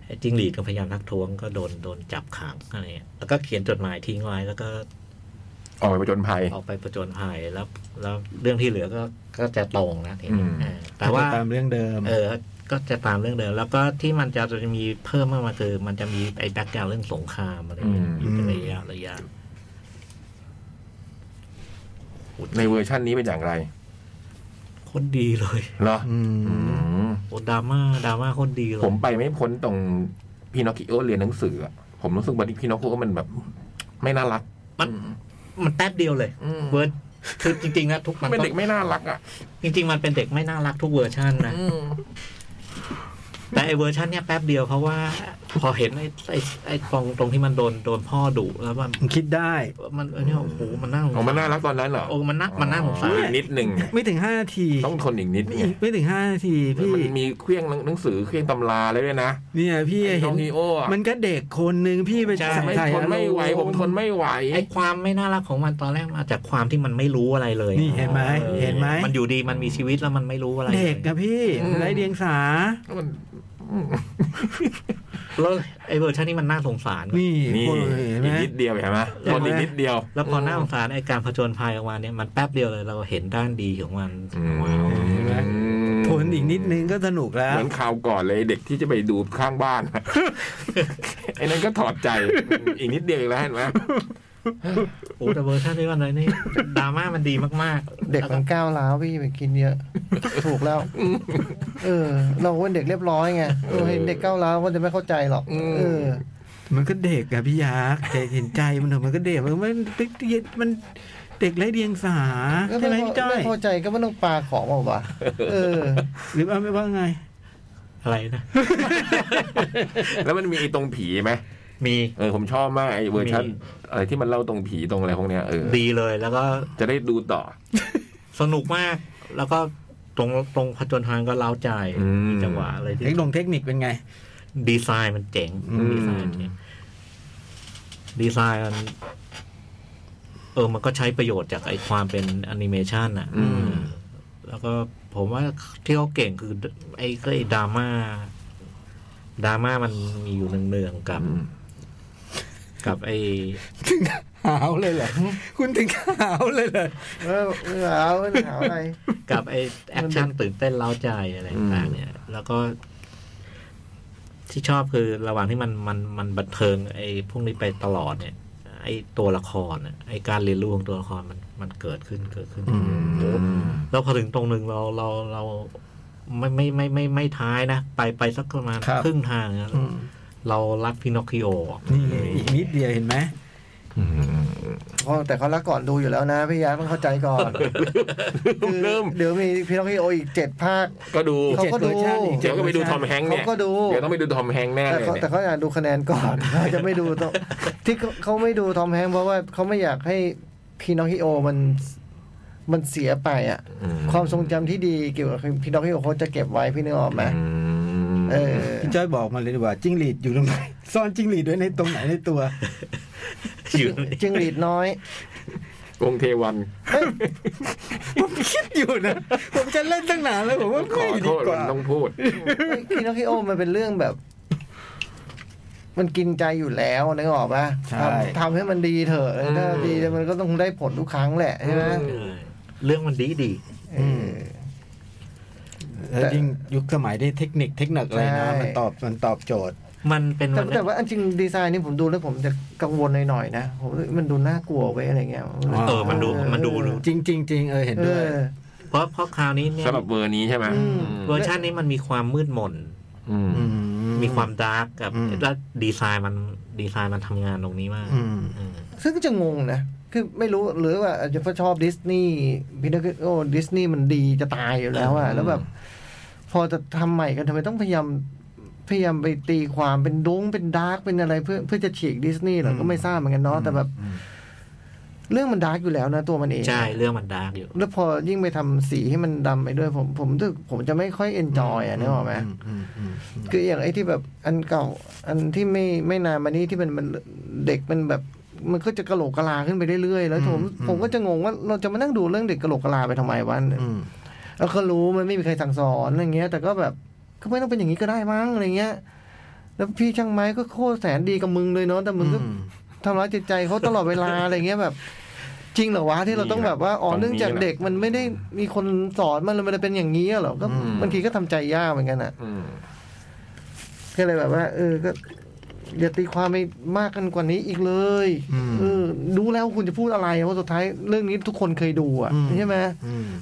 Speaker 5: ไอ้จิ้งหรีดก็พยายามทักท้วงก็โดนโดนจับขังอะไรเงี้ยแล้วก็เขียนจดหมายทิ้งไว้แล้วก็
Speaker 3: ออกไปประจนภัย
Speaker 5: ออกไปประจนภัยแล้ว แล้วเรื่องที่เหลือก็ก็จะตรงนะทีนี้
Speaker 3: อืม
Speaker 5: เออแต่ว่า
Speaker 4: ตามเรื่องเดิม
Speaker 5: เออ ก็จะตามเรื่องเดิม แล้วก็ที่มันจะจะมีเพิ่มเข้ามาคือ มันจะมีไอ้แบ็กกราวเรื่องสงครามอะไรอย่างเงี้ย
Speaker 3: อืม
Speaker 5: อยู่เป็นระยะระยะ
Speaker 3: ในเวอร์ชั่นนี้เป็นอย่างไร
Speaker 5: โคตรดีเลย
Speaker 3: เหรอ
Speaker 4: ม
Speaker 3: อืม
Speaker 5: โอ้ดราม่าดราม่าโคตรดีเลย
Speaker 3: ผมไปไม่พ้นตรงพี่นอคกิโอเรียนหนังสืออะผมรู้สึกว่าพี่นอคกิโอมันแบบ ไม่น่ารัก
Speaker 5: มันมันแป๊บเดียวเลย
Speaker 3: อืม
Speaker 5: เวิร์ดคือจริงๆนะทุกมัน
Speaker 3: เป็น
Speaker 5: ก็
Speaker 3: เด็กไม่น่ารักอ่ะ
Speaker 5: จริง ๆ มันเป็นเด็กไม่น่ารักทุกเวอร์ชันนะ
Speaker 3: อืม
Speaker 5: แต่ไอเวอร์ชันเนี้ยแป๊บเดียวเพราะว่า พอเห็นไอ้ไอ้ไอ้ตรงตรงที่มันโดนโดนพ่อดุแล้วมัน
Speaker 4: มันคิดได้
Speaker 5: มันเออเนี่ยโอ้โหมันน่าสงส
Speaker 3: ของมันน่ารักตอนนั้นเหรอ
Speaker 5: โอ้มันน่ามันน่าสงสาร
Speaker 3: อีกนิดหนึ่ง
Speaker 4: ไม่ถึงห้านาที
Speaker 3: ต้องทนอีกนิด
Speaker 4: ไม่
Speaker 3: ไง
Speaker 4: ไม่ถึงห้านาทีพี่
Speaker 3: มันมีเครื่องหนังสือเครื่องตำราแล้วด้วยนะ
Speaker 4: เนี่ยพี่
Speaker 3: ไอ้
Speaker 4: เห็
Speaker 3: น้อนงฮีโออะ
Speaker 4: มันก็เด็กคนหนึ่งพี่ไป
Speaker 5: ใช่
Speaker 4: ใส่
Speaker 3: ไม่
Speaker 4: ใส่
Speaker 3: ทน
Speaker 4: อารณ์
Speaker 3: ไม่ไหวผมทนไม่ไหว
Speaker 5: ไอ้ความไม่น่ารักของมันตอนแรกมาจากความที่มันไม่รู้อะไรเลย
Speaker 4: นี่เห็นไหม
Speaker 5: ออ
Speaker 4: เห็นไหม
Speaker 5: มันอยู่ดีมันมีชีวิตแล้วมันไม่รู้อะไร
Speaker 4: เด็ก
Speaker 5: ลย
Speaker 4: อะพี่
Speaker 3: อืม
Speaker 4: ไร้เดียงสา
Speaker 3: มัน
Speaker 5: แล้วไอ้เวอร์ชันนี้มันน่าสงสาร
Speaker 4: นี่
Speaker 3: นี่
Speaker 4: คนเห็นไหม
Speaker 3: อีกนิดเดียวเห็นไหมทนอีกนิดเดียว
Speaker 5: แล้วพอหน้าสงสารไอ้การผจญภัยออกมาเนี่ยมันแป๊บเดียวเลยเราเห็นด้านดีของมัน
Speaker 3: อืม
Speaker 4: เห็นไหม ทนอีกนิดนึงก็สนุกแล้ว
Speaker 3: เหมือนข่าวก่อนเลยเด็กที่จะไปดูข้างบ้าน ไอ้นั่นก็ถอดใจอีกนิดเดียวอีกแล้วเห็นไหม
Speaker 5: โอ้แต่เวอร์ชันนี้มันเลยนี่ดราม่ามันดีมากๆ
Speaker 2: เด็กมันก้าวร้าวพี่ไปกินเยอะ ถูกแล้ว เออ เราเป็นเด็กเรียบร้อยไงเออเห็นเด็กก้าวร้าวก็จะไม่เข้าใจหรอกเออ
Speaker 4: มันก็เด็กอะพี่ยักษ์ใจเห็นใจมันเถอะมันก็เด็กมันไม่มันเด็กไร้เดียงสา
Speaker 2: ก็
Speaker 4: ใช่ไหม
Speaker 2: ไม่
Speaker 4: พี่จ้
Speaker 2: พอ
Speaker 4: อย
Speaker 2: ไม่พอใจก็ไม่ต้องปลาของออกมาเออ
Speaker 4: หรือว่าไม่ว่าไง
Speaker 5: อะไรนะ
Speaker 3: แล้วมันมีไอ้ตรงผีไหม
Speaker 5: มี
Speaker 3: เออผมชอบมากไอ้เวอร์ชัน
Speaker 5: มี
Speaker 3: อะไรที่มันเล่าตรงผีตรงอะไรพวกเนี้ยเออ
Speaker 5: ดีเลยแล้วก็
Speaker 3: จะได้ดูต่อ
Speaker 5: สนุกมาก แล้วก็ตรงตรงผจญภัยก็เล้าใจ
Speaker 3: อืม
Speaker 5: มีจังหวะอะไร
Speaker 4: เทค
Speaker 5: ที่
Speaker 4: นิคเทคนิคเป็นไง
Speaker 5: ดีไซน์มันเจ๋ง
Speaker 4: อืม
Speaker 5: ดีไซน์มันเจ๋งดีไซน์มันเออมันก็ใช้ประโยชน์จากไอ้ความเป็นแอนิเมชันอ่ะ
Speaker 3: อืม
Speaker 5: แล้วก็ผมว่าที่เขาเก่งคือ ไอ้ก็ไอ้ดราม่าดราม่ามันมีอยู่เนืองๆกับ กับไอ้
Speaker 4: *laughs* หาวเลยเหรอคุณถึง *laughs* หาวเลยเหรอ
Speaker 2: เออเออเอาเอาเอาอะไร
Speaker 5: กับไอ้แอคชั่นตื่นเต้นเล้าใจอะไรต่างๆเนี่ย แล้วก็ ที่ชอบคือระหว่างที่มันมันมันบันเทิง ไอ้พวกนี้ไปตลอดเนี่ย ไอ้ตัวละครน่ะไอ้การเรียนรู้ของตัวละครมันมันเกิดขึ้นเกิดขึ้น แล้วพอถึงตรงหนึ่งเราเราเราไม่ไม่ไม่ไม่ไม่ท้ายนะ ไปไปสักประมาณ
Speaker 3: ครับ
Speaker 5: ครึ่งทางนะ
Speaker 4: อืม
Speaker 5: เรารักพินอคคิโอ
Speaker 4: นี่ไงอีกนิดเดียวเห็นไหม
Speaker 3: อืม
Speaker 2: เพราะแต่เขารักก่อนดูอยู่แล้วนะพี่ยาต้องเข้าใจก่อนคือ
Speaker 3: เริ่ม
Speaker 2: เดี๋ยวมีพี่น้องพี่โออีกเจ็ดภาค
Speaker 3: ก็ดู
Speaker 2: เขาก็ดู
Speaker 3: เดี๋ยวก็ไปดูทอมแฮงค์เนี่ย
Speaker 2: เขาก็ดู
Speaker 3: เดี๋ยวต้องไปดูทอมแฮงค์แน่
Speaker 2: แต่
Speaker 3: เลย
Speaker 2: เขา
Speaker 3: เนี่
Speaker 2: แต่
Speaker 3: ย
Speaker 2: เขาอยากดูคะแนนก่อน เขาจะไม่ดูตรงที่เขาเขาไม่ดูทอมแฮงค์เพราะว่าเขาไม่อยากให้พี่น้องฮิโอมันมันเสียไปอ่ะ
Speaker 3: อื
Speaker 2: ความทรงจำที่ดีเกี่ยวกับพี่น้องฮิโอเขาจะเก็บไว้พี่นึกออกไหม
Speaker 3: อืม
Speaker 2: เออ
Speaker 4: พี่จ้อยบอกมาเลยดีกว่าจิ้งหรีดอยู่ตรงไหนซ่อนจิ้งหรีดไว้ในตรงไหนในตัว
Speaker 5: อยู่
Speaker 2: จึงหลีดน้อย
Speaker 3: วงเทวัน
Speaker 4: ผมคิดอยู่นะ ผมจะเล่นตั้งนานแล้วผมว่า
Speaker 3: ขอ
Speaker 4: ไม่
Speaker 3: โท
Speaker 4: ดีก
Speaker 3: ษมั
Speaker 4: ว่า
Speaker 3: นต้องพูด
Speaker 2: พี่น้องฮิโอมันเป็นเรื่องแบบ มันกินใจอยู่แล้วนึกออกปะ
Speaker 4: ใช่
Speaker 2: ทำทำให้มันดีเถอะถ้า
Speaker 3: อืม
Speaker 2: ดีแต่มันก็ต้องได้ผลทุกครั้งแหละใช่ไหม
Speaker 5: เออเรื่องมันดีดี
Speaker 2: เออ
Speaker 4: แล้วยิ่งยุคสมัยได้เทคนิคเทคนิคอะไร
Speaker 2: ใช่
Speaker 4: นะมันตอบมันตอบโจทย์
Speaker 5: มันเป็น
Speaker 2: แต่
Speaker 5: วัน
Speaker 2: แต่ว่าอันจริงดีไซน์นี่ผมดูแล้วผมจะกังวลหน่อยๆนะผมรู้สึกมันดูน่ากลัวไว้ยอะไรเงี้ย
Speaker 5: เออมันดูมันดูดู
Speaker 4: จริงจริงจริงเออเห็น
Speaker 2: เอ
Speaker 4: ด้วย
Speaker 2: อ
Speaker 5: เพราะเพราะคราวนี้เนี่ย
Speaker 3: สำหรับเวอร์นี้ใช่ไหม
Speaker 2: อืม
Speaker 5: เวอร์ชันนี้มันมีความมืดมน
Speaker 3: อืม
Speaker 5: มีความดาร์กกับ
Speaker 4: อืม
Speaker 5: แล้วดีไซน์มันดีไซน์มันทำงานตรงนี้มาก
Speaker 4: อืม
Speaker 5: เออ
Speaker 2: ซึ่งก็จะงงนะ คือไม่รู้หรือว่าอาจจะเพราะชอบดิสนีย์พินาโอดิสนีย์มันดีจะตายอยู่แล้วอะแล้วแบบ พอจะทำใหม่กันทำไมต้องพยายามพยายามไปตีความเป็นดงเป็นดาร์กเป็นอะไรเพื่อเพื่อจะฉีกดิสนีย์เหรอก็ไม่ทราบเหมือนกันเนาะแต่แบบ เรื่องมันดาร์กอยู่แล้วนะตัวมันเอง
Speaker 5: ใช่เรื่องมันดาร์กอยู่
Speaker 2: แล้วพอยิ่งไปทำสีให้มันดำไปด้วย ผมผมรู้สึกผมจะไม่ค่อยเอนจอยอ่ะนึกออกไหม คืออย่างไอ้ที่แบบอันเก่า อันที่ไม่ไม่นานมานี้ที่มันมันเด็กมันแบบ มันก็จะกระโหลกกะลาขึ้นไปเรื่อยๆแล้วผม
Speaker 4: อืมอืม
Speaker 2: ผมก็จะงงว่าเราจะมานั่งดูเรื่องเด็กกระโหลกกะลาไปทำไมวะแล้วก็รู้มันไม่มีใครสั่งสอนอะไรเงี้ย แต่ก็แบบก็ไม่ต้องเป็นอย่างนี้ก็ได้มั้งอะไรเงี้ย แล้วพี่ช่างไม้ก็โคตรแสนดีกับมึงเลยเนาะแต่มึงก็ทำร้ายจิตใจเขาตลอดเวลาอะไรเงี้ยแบบ จริงเหรอวะที่เราต้องแบบว่าอ๋อ
Speaker 3: ตรงนี้
Speaker 2: เนื่องจาก
Speaker 3: แหละ
Speaker 2: เด็กมันไม่ได้มีคนสอนมันเลยมันเลยเป็นอย่างนี้เหรอก็
Speaker 3: อืม
Speaker 2: บางทีก็ทำใจยากเหมือนกันอะ
Speaker 3: อืม
Speaker 2: ก็เลยแบบว่า เออ ก็อย่าตีความไปมากกันกว่านี้อีกเลย
Speaker 4: อืม
Speaker 2: เออดูแล้วคุณจะพูดอะไรเพราะสุดท้ายเรื่องนี้ทุกคนเคยดูอ่ะ
Speaker 4: อืม
Speaker 2: ใช่ไหม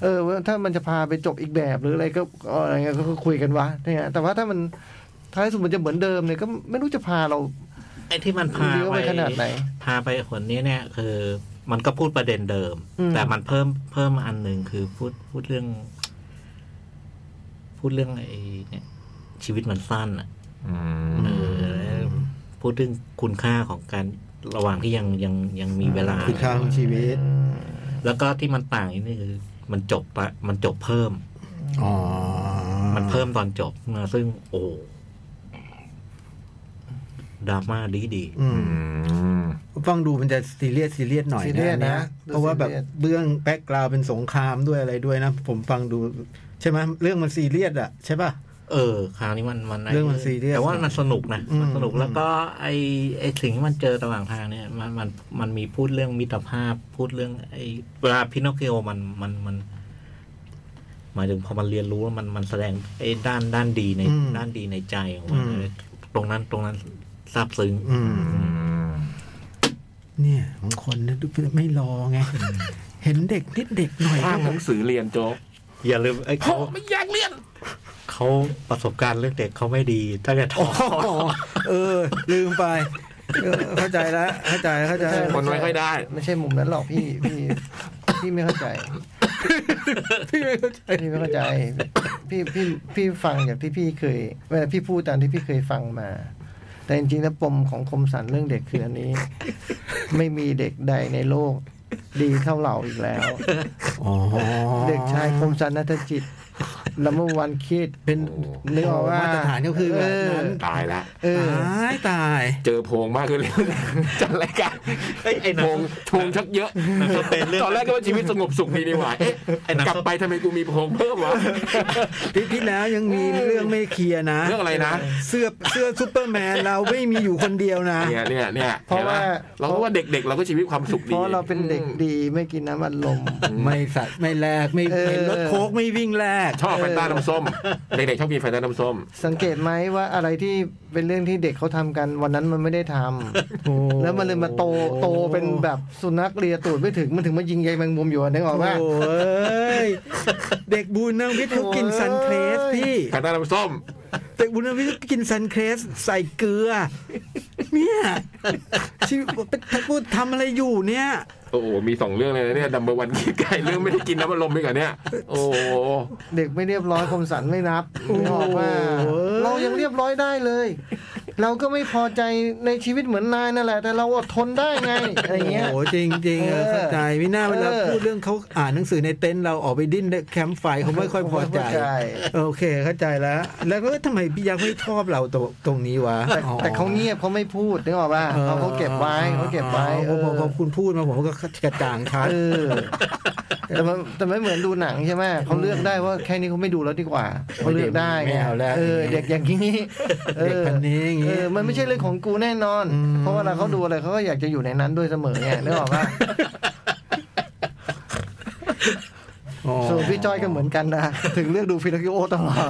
Speaker 2: เออว่าถ้ามันจะพาไปจบอีกแบบหรืออะไรก็ก็อะไรเงี้ยก็คุยกันวะเนี่ยแต่ว่าถ้ามันท้ายสุดมันจะเหมือนเดิมเนี่ยก็ไม่รู้จะพาเรา
Speaker 5: ไอ้ที่มันพา
Speaker 2: เลี้ยว
Speaker 5: ไป
Speaker 2: ไปขนาดไหน
Speaker 5: พาไปขนนี้เนี่ย คือ มันก็พูดประเด็นเดิม
Speaker 2: อืม
Speaker 5: แต่มันเพิ่มเพิ่มอันหนึ่งคือพูดพูดเรื่อง พูดเรื่องไอ้เนี่ยชีวิตมันสั้นอ่ะ
Speaker 3: อืม
Speaker 5: เออ พูดถึงคุณค่าของการระหว่างที่ยังยังยังมีเวลา
Speaker 4: คุณค่าของชีวิต
Speaker 5: แล้วก็ที่มันต่างอีกนี่คือ มันจบปะมันจบเพิ่ม
Speaker 4: อ๋อ
Speaker 5: มันเพิ่มตอนจบมาซึ่งโอ้ดราม่าดีดี
Speaker 4: อื
Speaker 3: อื
Speaker 4: ม
Speaker 3: ม
Speaker 4: ฟังดูมันจะซีเรียสซีเรียสหน่อย
Speaker 2: ซี
Speaker 4: นะ
Speaker 2: เรียส
Speaker 4: อันเนี้ย
Speaker 2: นะดู
Speaker 4: เพราะว่าแบบ
Speaker 2: ซีเรียส
Speaker 4: เบื้องแบ็กกราวเป็นสงครามด้วยอะไรด้วยนะ ผมฟังดู ใช่ไหมเรื่องมันซีเรียสอ่ะใช่ป่ะ
Speaker 5: ๆเออ คราวนี้มันมันไ
Speaker 4: เรื่องมันซีเรียส
Speaker 5: แต่ว่ามันสนุกนะ
Speaker 4: อืม
Speaker 5: มันสนุก
Speaker 4: อืม
Speaker 5: แล้วก็ไอไอสิ่งที่มันเจอระหว่างทางเนี่ยมันมันมันมีพูดเรื่องมิตรภาพ พูดเรื่อง ไอเวลาพินอคคิโอมันมันมันหมายถึงพอมันเรียนรู้ว่ามันมันแสดงไอด้านด้านดีใน
Speaker 4: อืม
Speaker 5: ด้านดีในใจของมัน
Speaker 4: อืม
Speaker 5: ตรงนั้นตรงนั้นซาบซึ้ง
Speaker 4: อืม
Speaker 3: อืม
Speaker 4: เนี่ยบางคนนะดูไม่รอไง เห็นเด็กนิดเด็กหน่อย
Speaker 3: ข้างหนังสือเรียนโจ๊ก
Speaker 5: อย่าลืมไอ้
Speaker 3: เพราะ
Speaker 5: เขา
Speaker 3: ไม่อยากเรียน
Speaker 5: เขาประสบการณ์เรื่องเด็กเขาไม่ดีตั้งแต่ท้อง
Speaker 4: อ๋อเออ ลืมไปเออเข้าใจแล้วเข้าใจเข้าใจ
Speaker 3: คนไม่ค่อยได้
Speaker 2: ไม่ใช่มุมนั้นหรอกพี่พี่พี่ไม่เข้าใจ
Speaker 4: พี่ไม่เข้าใจ
Speaker 2: พี่ไม่เข้าใจ พี่พี่พี่ฟังจากที่พี่เคยเวลาพี่พูดตามที่พี่เคยฟังมา แต่จริงๆแล้วปมของคมสันเรื่องเด็กคืออันนี้ ไม่มีเด็กใดในโลก ดีเท่าเราอีกแล้ว
Speaker 4: อ๋อ
Speaker 2: เด็กชายคมสันนัทจิตละเมื่อวันคิด
Speaker 4: เป็น
Speaker 2: นึกออกว่า
Speaker 4: มาตรฐานก็คือแบบนั้น
Speaker 3: ตายละ
Speaker 2: เออ
Speaker 4: ตายตาย
Speaker 3: เจอโพงมากขึ้นเรื่อยๆจัดรายการ
Speaker 5: ไอ้ยไอ้หนั
Speaker 3: โพ
Speaker 5: ง
Speaker 3: งโพงชักเยอะ
Speaker 5: มันก็เป็นเรื่อง
Speaker 3: ตอนแรกก็ว่าชีวิตสงบสุขดีดีหว่าเอ๊ะกลับไปทำไมกูมีโพงเพิ่มวะ
Speaker 4: ทริปที่แล้วยังมีเรื่องไม่เคลียร์นะ
Speaker 3: เรื่องอะไรนะ
Speaker 4: เสื้อเสื้อซูเปอร์แมนเราไม่มีอยู่คนเดียวนะ
Speaker 3: เนี่ยเนี่ยเนี่ย
Speaker 2: เพราะว่า
Speaker 3: ห็นไหมเราก็ว่าเด็กๆ เราก็ชีวิตความสุข
Speaker 2: เพ
Speaker 3: ดี
Speaker 2: ราะเราเป็นเด็กดีไม่กินน้ำอัดลม
Speaker 4: ไม่สัตว์ไม่แลกไม่
Speaker 2: เออ
Speaker 4: ไม่รถโค้กไม่วิ่งแลก
Speaker 3: ชอบแฟนต้าน้ำส้ม เด็กๆชอบกินแฟนต้าน้ำส้ม
Speaker 2: สังเกตไหมว่าอะไรที่เป็นเรื่องที่เด็กเขาทำกันวันนั้นมันไม่ได้ทำ
Speaker 4: โอ้
Speaker 2: แล้วมันเลยมาโตโตเป็นแบบสุนัขเลียตูดไม่ถึงมันถึงมายิงใยแมงมุมอยู่อะนึกออกว่า
Speaker 4: โอ้ยเด็กบูนนังวิทย์เขากินซันเครสพี่
Speaker 3: แฟนต้าน้ำส้ม
Speaker 4: เด็กบูนนังวิทย์เขากินซันเครสใส่เกลือ เนี่ยชีวิตถ้าพูดทำอะไรอยู่เนี่ย
Speaker 3: โอ้โหมีสองเรื่องเลยนะเนี่ยดัมเบลวันกินไก่เรื่องไม่ได้กินน้ำมันลมด้วยกันเนี่ย โอ้โห
Speaker 2: เด็กไม่เรียบร้อยคมสันไม่นับนึกออกว่า
Speaker 4: โอ้โห
Speaker 2: เรายังเรียบร้อยได้เลย เราก็ไม่พอใจในชีวิตเหมือนนายนั่นแหละ แต่เราอดทนได้ไงอะไรเงี้ย
Speaker 4: โอ้โหจริงจริงๆเออ
Speaker 2: เออ
Speaker 4: เข้าใจไม่น่าเวลา
Speaker 2: เออ
Speaker 4: พูดเรื่องเขาอ่านหนังสือในเต็นท์เราออกไปดิ้นแคมป์ไฟเขาไม่ค่อยพอใจ โอเคเข้าใจแล้ว แล้วก็ทำไมพี่ยักษ์ไม่ชอบเราตรงตรงนี้วะ
Speaker 2: แต่
Speaker 4: อ๋อ
Speaker 2: แต่เขาเงียบเขาไม่พูดนึกออกป่ะ
Speaker 4: ออ
Speaker 2: เขาเขาเก็บไว้เขาเก็บไว้
Speaker 4: อ๋อพอพ
Speaker 2: เอ
Speaker 4: อ
Speaker 2: อ
Speaker 4: คุณพูดมาผมก็กระจ่างชัด
Speaker 2: เออแต่มันแต่ไม่เหมือนดูหนังใช่ไหมเขาเลือกได้ว่าแค่นี้เขาไม่ดูแล้วดีกว่าเขาเลือกได้ไง
Speaker 4: ม่เอาแล้ว
Speaker 2: เออ เด็กอย่างนี้ออ
Speaker 4: เด็กพันนี้อย่าง
Speaker 2: เอ
Speaker 4: งี้
Speaker 2: อมันไม่ใช่เรื่องของกูแน่นอน
Speaker 4: อืม
Speaker 2: เพราะเวลาเขาดูอะไรเขาก็อยากจะอยู่ในนั้นด้วยเสมอ
Speaker 4: *laughs*
Speaker 2: ไงนึกออกป่ะ
Speaker 4: อ๋อ
Speaker 2: ส่วนพี่จ้อยก็เหมือนกันนะถึงเลือกดูฟิลคิโอตลอด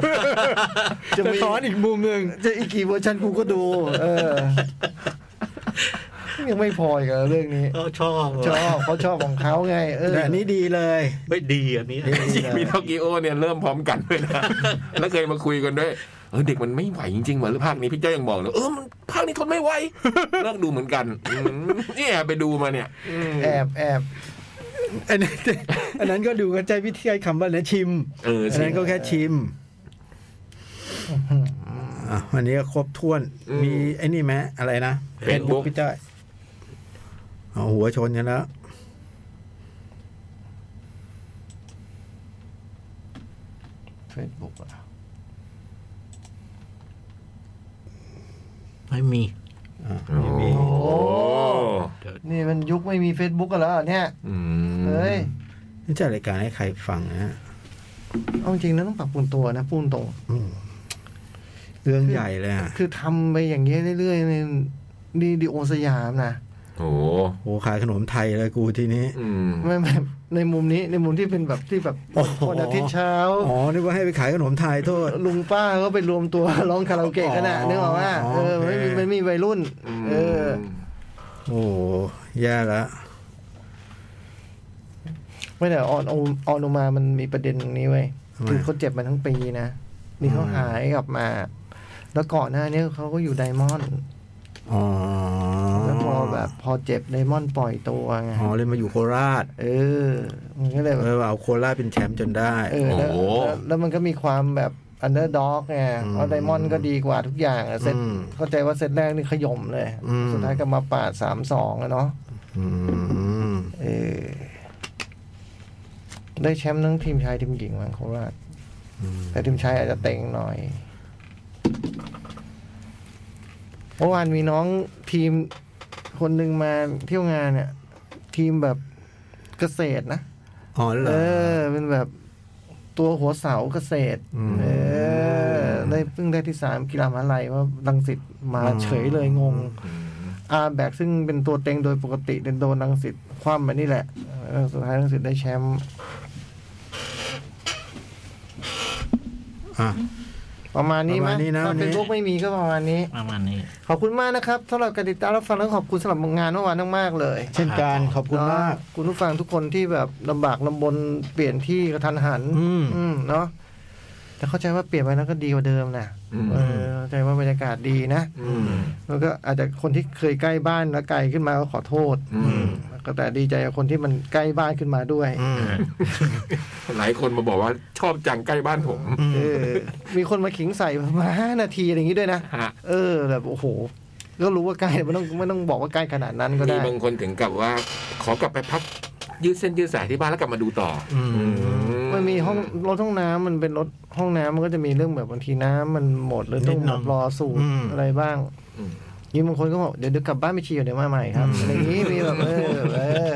Speaker 4: *laughs*
Speaker 2: จะ
Speaker 4: จะ
Speaker 2: มี
Speaker 4: สอนอีกมุมหนึ่ง
Speaker 2: จะอีกกี่เวอร์ชันกูก็ดู เออ ยังไม่พออีกเหรอเรื่องนี้
Speaker 5: เออชอบ
Speaker 2: ชอบเขาชอบของเขาไง เออ
Speaker 4: แต่อันนี้ดีเลย
Speaker 5: ไม่ดีอันนี้
Speaker 3: มีโทกิโอเนี่ยเริ่มพร้อมกันด้วยนะ แล้วเคยมาคุยกันด้วย เออเด็กมันไม่ไหวจริงๆเหมือนภาคนี้พี่เจ้ายังบอกเลยเออมันภาคนี้ทนไม่ไหว *laughs* เลิกดูเหมือนกันอืมเนี่ยไปดูมาเนี่ย
Speaker 2: แอบแอบ
Speaker 4: อันนั้นอันนั้นก็ดูกันใจวิทยาคำว่านะชิม
Speaker 3: เออ
Speaker 4: อั
Speaker 3: ชิ
Speaker 4: น
Speaker 3: ม
Speaker 4: นั้นก็แค่ชิมอ่ะวันนี้ก็ครบถ้วน
Speaker 3: อืม
Speaker 4: มีไอ้นี่ไหมอะไรนะ
Speaker 3: Facebook
Speaker 4: พี่จ้อยเอาหัวชนกันแล้ว
Speaker 2: เฟซบุ๊กอะ
Speaker 5: ไม่มี
Speaker 3: โอ้
Speaker 2: นี่มันยุคไม่มี Facebook กันแล้วเหรอเนี่ย
Speaker 3: อืม
Speaker 2: เฮ้ย
Speaker 4: นี่จะรายการให้ใครฟังนะฮะ
Speaker 2: เอาจริงนะต้องปรับปรุงตัวนะพูดตรง
Speaker 4: อืมเรื่องใหญ่เลยอ่ะ
Speaker 2: คือทำไปอย่างเงี้ยเรื่อยๆในดีดีโอสยามนะ
Speaker 3: โอ้
Speaker 4: โอ้ขายขนมไทยเลยกูทีนี้
Speaker 3: อืม
Speaker 2: ไม่ไม่ในมุมนี้ในมุมที่เป็นแบบที่แบบ
Speaker 4: โอ้โห
Speaker 2: วันอาทิตย์เช้า
Speaker 4: อ๋อนึกว่าให้ไปขายขนมไทยโทษ
Speaker 2: ลุงป้าก็ไปรวมตัว *laughs* ร้องคาราโอเกะกันนะ
Speaker 4: อ๋อ
Speaker 2: นึกออกว่าเออ
Speaker 4: โอเค
Speaker 2: ไม่มีมันมีวัยรุ่น เออ
Speaker 4: โอ้แย่ละ
Speaker 2: ไม่แต่ออนออนออกมามันมีประเด็นตรงนี้เว้ย
Speaker 4: ทำไม
Speaker 2: คือเขาเจ็บมาทั้งปีนะ นี่เขาหายกลับมา แล้วก่อนหน้านี้เขาก็อยู่ไดมอนด์
Speaker 4: อ๋อ
Speaker 2: แล้วพอแบบพอเจ็บไดมอนด์ปล่อยตัวไง
Speaker 4: อ๋อเลยมาอยู่โคราช
Speaker 2: เออ มันก็เลยแบ
Speaker 4: เอบ อเอาโคราชเป็นแชมป์จนได้
Speaker 2: เออแล้วแล้วแล้วมันก็มีความแบบ อันเดอร์ด็อกไงเพราะไดมอนด์ก็ดีกว่าทุกอย่างอะเซต
Speaker 4: อืม
Speaker 2: เข้าใจว่าเซตแรกนี่ขย่มเลย
Speaker 4: อืม
Speaker 2: สุดท้ายก็มาปาดสามสองอะเนาะ
Speaker 4: อืม
Speaker 2: เออได้แชมป์ทั้งทีมชายทีมหญิงมั้งโคราชแต่ทีมชายอาจจะเต็งหน่อยเมื่อวานมีน้องทีมคนหนึ่งมาเที่ยวงานเนี่ย ทีมแบบเกษตรนะ
Speaker 4: อ๋อเหร
Speaker 2: เอ
Speaker 4: อ
Speaker 2: อ เป็นแบบตัวหัวเสาเกษตร
Speaker 4: อืม
Speaker 2: เออ ได้เพิ่งได้ที่สามกีฬามหาลัยว่าลังสิตมา
Speaker 4: อืม
Speaker 2: เฉยเลยงง อาแบกซึ่งเป็นตัวเต็งโดยปกติเดนโดนลังสิตคว่ำไปนี่แหละเออสุดท้ายลังสิตได้แชมป์
Speaker 4: อ่ะ
Speaker 2: ประมาณนี้
Speaker 4: ประ
Speaker 2: มั้
Speaker 4: มาย ณนี้นะ
Speaker 2: ถ้า
Speaker 4: วันนี้
Speaker 2: เป็นลูกไม่มีก็ประมาณนี้
Speaker 5: ประมาณนี้
Speaker 2: ขอบคุณมากนะครับสำหรับการติดตามรับฟังและขอบคุณสำหรับงานเมื่อวานมากๆเลย
Speaker 4: เช่นกันขอบคุณมาก
Speaker 2: เนะคุณผู้ฟังทุกคนที่แบบลำบากลำบนเปลี่ยนที่กระทันหัน
Speaker 4: อืม
Speaker 2: มเนาะแต่เข้าใจว่าเปลี่ยนไปแล้วก็ดีกว่าเดิมนะ
Speaker 3: อืม
Speaker 2: เออเข้าใจว่าบรรยากาศดีนะ
Speaker 3: อืม
Speaker 2: แล้วก็อาจจะคนที่เคยใกล้บ้านแล้วไกลขึ้นมาก็ขอโทษ
Speaker 3: อืม
Speaker 2: ก็แต่ดีใจกับคนที่มันใกล้บ้านขึ้นมาด้วย
Speaker 4: อืม
Speaker 3: หลายคนมาบอกว่าชอบจังใกล้บ้านผม
Speaker 2: เออมีคนมาขิงใส่ประมาณห้านาทีอะไรอย่างงี้ด้วยนะ
Speaker 3: ฮะ
Speaker 2: เออแบบโอ้โห ก็รู้ว่าใกล้แต่ไม่ต้องไม่ต้องบอกว่าใกล้ขนาดนั้นก็
Speaker 3: มี
Speaker 2: ได้
Speaker 3: บางคนถึงกับว่า ขอกลับไปพัก ยืดเส้นยืดสายที่บ้านแล้วกลับมาดูต่ออ
Speaker 2: มันมีห้องรถห้องน้ำมันเป็นรถห้องน้ำมันก็จะมีเรื่องแบบบางทีน้ำมันหมดหรือต้อง
Speaker 4: นิดหน่อย
Speaker 2: แบบรอสูตร
Speaker 4: อืม
Speaker 2: อะไรบ้าง
Speaker 3: อืม
Speaker 2: นี่บางคนก็บอกเดี๋ยวเดี๋ยวกลับบ้านไปฉี่ก่อนเดี๋ยวมาใหม่ครับอะไรอย่างนี้มีแบบเออเออ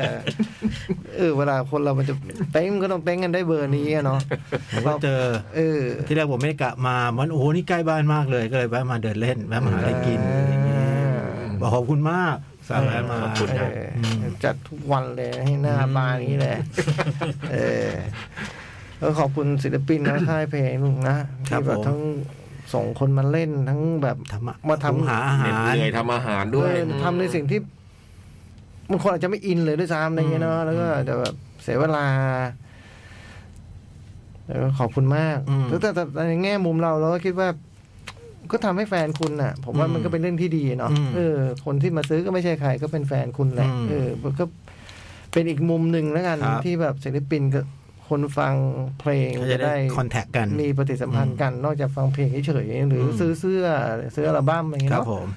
Speaker 2: เออ เวลาคนเรามันจะเต้งก็ต้องเต้งกันได้เบอร์นี้อะเนาะ
Speaker 4: ผมก็เจอ
Speaker 2: เออ
Speaker 4: ที่แรกผมไม่ได้กะมามันโอ้โหนี่ใกล้บ้านมากเลยก็เลยแวะมาเดินเล่นแวะมาหาอะไรกินอะไรอย่างเงี้ยบอกขอบคุณมากสามแวะมา
Speaker 5: ขอบคุณ
Speaker 2: เอ
Speaker 5: นะ
Speaker 2: ออจัดทุกวันเลยให้หน้าบานอย่างนี้แหละเออแล้วขอบคุณศิลปินนะค่ายเพลงลุงนะครับที่แบบ
Speaker 4: ผม
Speaker 2: ทั้งส่งคนมาเล่นทั้งแบบ
Speaker 4: ทำอะ
Speaker 2: มาทำ
Speaker 4: หุงหาอา
Speaker 3: เหน็ด
Speaker 4: หาร
Speaker 3: เหนื่อยทำอาหารด้วย
Speaker 2: เออทำในสิ่งที่บางคนอาจจะไม่อินเลยด้วยซ้ำอะไรเงี้ยเนาะแล้วก็อาจจะแบบเสียเวลาแล้วก็ขอบคุณมาก
Speaker 4: อืม
Speaker 2: แต่แต่แต่ในแง่มุมเราเราก็คิดว่า ก็ทำให้แฟนคุณน่ะ ผมว่า
Speaker 4: อืม
Speaker 2: มันก็เป็นเรื่องที่ดีเนาะ
Speaker 4: อืม
Speaker 2: เออ คนที่มาซื้อก็ไม่ใช่ใคร ก็เป็นแฟนคุณแหละ
Speaker 4: อืม
Speaker 2: เออมันก็เป็นอีกมุมหนึ่งแล้วกัน
Speaker 4: ครับ
Speaker 2: ที่แบบศิลปินกับคนฟังเพลง
Speaker 4: เขา
Speaker 2: จะ
Speaker 4: จะได้
Speaker 2: ได้
Speaker 4: คอนแทคกัน
Speaker 2: มีปฏิสัมพันธ์กัน นอกจากฟังเพลงเฉยๆหรืออ
Speaker 4: ม
Speaker 2: ซื้อเสื้อซื้ออัลบั้มอะไรเงี้ย
Speaker 4: ครับ
Speaker 2: เนาะ
Speaker 4: ผม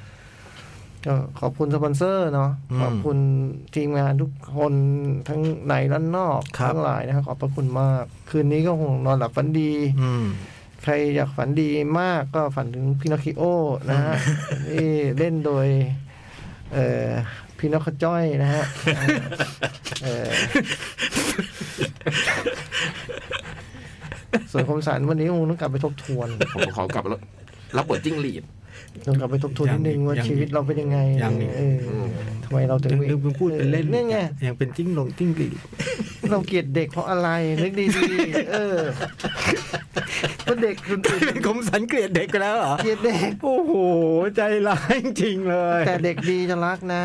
Speaker 2: ก็ขอบคุณสปอนเซอร์เนาะ
Speaker 4: อืม
Speaker 2: ขอบคุณทีมงานทุกคนทั้งในและนอก
Speaker 4: ครับ
Speaker 2: ทั้งหลายนะครับขอบพระคุณมาก คืนนี้ก็คงนอนหลับฝันดี
Speaker 4: อืม
Speaker 2: ใครอยากฝันดีมากก็ฝันถึงพินอคคิโอนะฮะที่เล่นโดย เอ่อพินอคจ้อยนะฮะ
Speaker 4: *laughs*
Speaker 2: เอ่อส่วนคมสันวันนี้คงต้องกลับไปทบทวน
Speaker 3: ผมขอกลับแล้วรับบทจิ้งหรีด
Speaker 2: ต้องกลับไปทบทวนนิดนึงว่า
Speaker 4: ยัง
Speaker 2: ชีวิตเราเป็นยังไง
Speaker 4: ยังอีก
Speaker 2: เออทำไมเราถึง
Speaker 4: ถึงลืมพูดเป็นเล่น
Speaker 2: เนี่ยไง
Speaker 4: ยังเป็นจิ้งหลงจิ้งหรีด
Speaker 2: เราเกลียดเด็กเพราะอะไร นึกดีๆ เออเพราะเด็กคนอื่น
Speaker 4: *laughs* คมสันเกลียดเด็กไปแล้วเหรอ
Speaker 2: เกลียดเด็ก
Speaker 4: โอ้โห ใจร้ายจริงเลย
Speaker 2: แต่เด็กดีจะรักนะ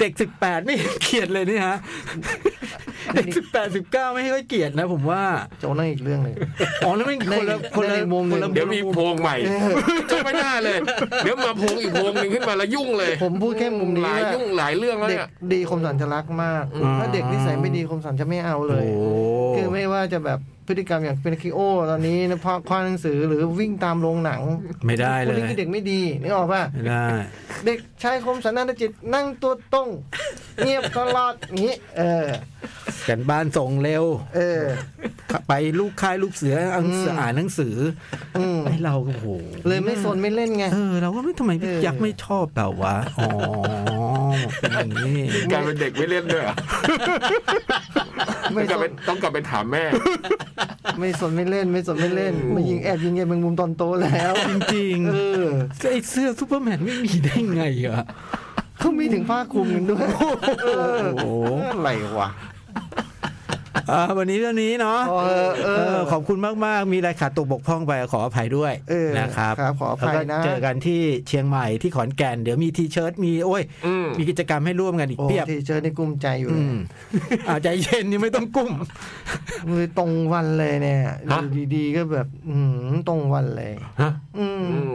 Speaker 4: เด็กสิบแปดไม่เกลียดเลยนี่ฮะ เด็กสิบแปดสิบเก้าไม่ค่อยเกลียดนะผมว่า
Speaker 2: โจนั่นอีกเรื่องหนึ่ง
Speaker 4: อ๋อแล้วมันคนละ
Speaker 2: ใน
Speaker 4: คนละ
Speaker 2: ในมุมหนึ่ง
Speaker 4: คนละ
Speaker 3: เดี๋ยวมีโพงใหม่ก็ไม่น่าเลย เดี๋ยวมาโพงอีกโพงหนึ่งขึ้นมาแล้วยุ่งเลย
Speaker 2: ผมพูดแค่มุมนี้
Speaker 3: หลาย
Speaker 2: ว่า
Speaker 3: ยุ่งหลายเรื่องแล้ว
Speaker 2: เด็ก
Speaker 3: เนี่ย
Speaker 2: ดีคมสันจะรักมาก ถ้าเด็กนิสัยไม่ดีคมสันจะไม่เอาเล
Speaker 4: โอ้
Speaker 2: ย
Speaker 4: โห
Speaker 2: คือไม่ว่าจะแบบพฤติกรรมอย่างเป็นคิโอ ตอนนี้นะพอคว้างหนังสือหรือวิ่งตามโรงหนัง
Speaker 4: ไม่ได้
Speaker 2: พ
Speaker 4: เล
Speaker 2: วก
Speaker 4: ย
Speaker 2: นี้คือเด็กไม่ดีนึกออกป่ะ
Speaker 4: ไม่ได้
Speaker 2: เด็กชายคมสันนันจิตนั่งตัวตรงเงียบตลอดอย่างนี้ เออ
Speaker 4: กันบ้านส่งเร็ว
Speaker 2: เออ
Speaker 4: ไปลูกค่ายลูกเสืออ่านหนังสือ
Speaker 2: อืม
Speaker 4: อ่านหนังสือ
Speaker 2: อืม
Speaker 4: ไอ้เราก็โอ้โห
Speaker 2: เลยไม่สนไม่เล่นไง
Speaker 4: เออ เราก็ไม่ทำไม
Speaker 2: เออ
Speaker 4: ยักษ์ไม่ชอบแบบวะ อ๋อเป็นอย่างนี้
Speaker 3: กลายเป็นเด็กไม่เล่นด้วยเหรอ
Speaker 2: ไม่
Speaker 3: ต้องกลับ
Speaker 2: ส
Speaker 3: ไป
Speaker 2: น
Speaker 3: ต้องกลับไปถามแม่
Speaker 2: ไม่สนไม่เล่น ไม่สนไม่เล่นมายิงแอบยิงแอบมึงมุมตอนโตแล้ว
Speaker 4: จริง
Speaker 2: เออ
Speaker 4: ๆไอ้เสื้อซูเปอร์แมนไม่มีได้ไงอ่ะ
Speaker 2: เขามีถึงผ้าคลุมกันด้วยเออ
Speaker 4: โอ้โห
Speaker 2: อะไรวะ
Speaker 4: อ่าวันนี้เท่านี้เนาะ
Speaker 2: เออเออ
Speaker 4: เออขอบคุณมาก ๆ มีอะไรขาดตกบกพร่องไปขออภัยด้วย
Speaker 2: เออ
Speaker 4: นะครับ
Speaker 2: ครับขออภัยนะ
Speaker 4: แล้วก็เจอกันที่เชียงใหม่ที่ขอนแก่น เดี๋ยวมีทีเชิร์ตมีโอ้ย
Speaker 3: อืม
Speaker 4: มีกิจกรรมให้ร่วมกันอีก
Speaker 2: โอ้
Speaker 4: เพียบ
Speaker 2: ทีเจอในกลุ่มใจอยู่
Speaker 4: อืมอาใจเย็นยังไม่ต้องกุ้ม
Speaker 2: มือตรงวันเลยเนี่ย
Speaker 3: ฮะ
Speaker 2: อยู่ดีๆก็แบบ อือหือตรงวันเลย
Speaker 3: ฮะ
Speaker 2: อืม
Speaker 3: อืม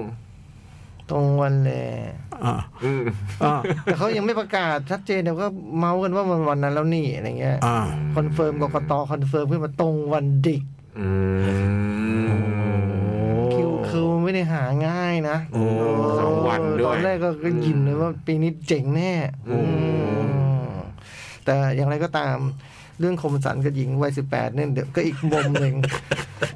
Speaker 2: ตรงวันเลย
Speaker 4: อ่า
Speaker 3: อืม
Speaker 4: อ่า
Speaker 2: แต่เขายังไม่ประกาศชัดเจนเดี๋ยวก็เมาส์กันว่ามันวันนั้นแล้วนี่อะไรเงี้ย
Speaker 4: อ่า
Speaker 2: คอนเฟิร์มกกตคอนเฟิร์มขึ้นมาตรงวันดิก
Speaker 3: อืม
Speaker 4: โอ้
Speaker 2: คิว ง่ายนะ
Speaker 3: โอ้สองวันด้วย
Speaker 2: ตอนแรกก็ก็ยินเลยว่าปีนี้เจ๋งแน่อืมแต่อย่างไรก็ตามเรื่องคมสันกับหญิงวัยสิบแปดเนี่ยเดี๋ยวก็อีกมุม
Speaker 4: *laughs*
Speaker 2: หนึ่ง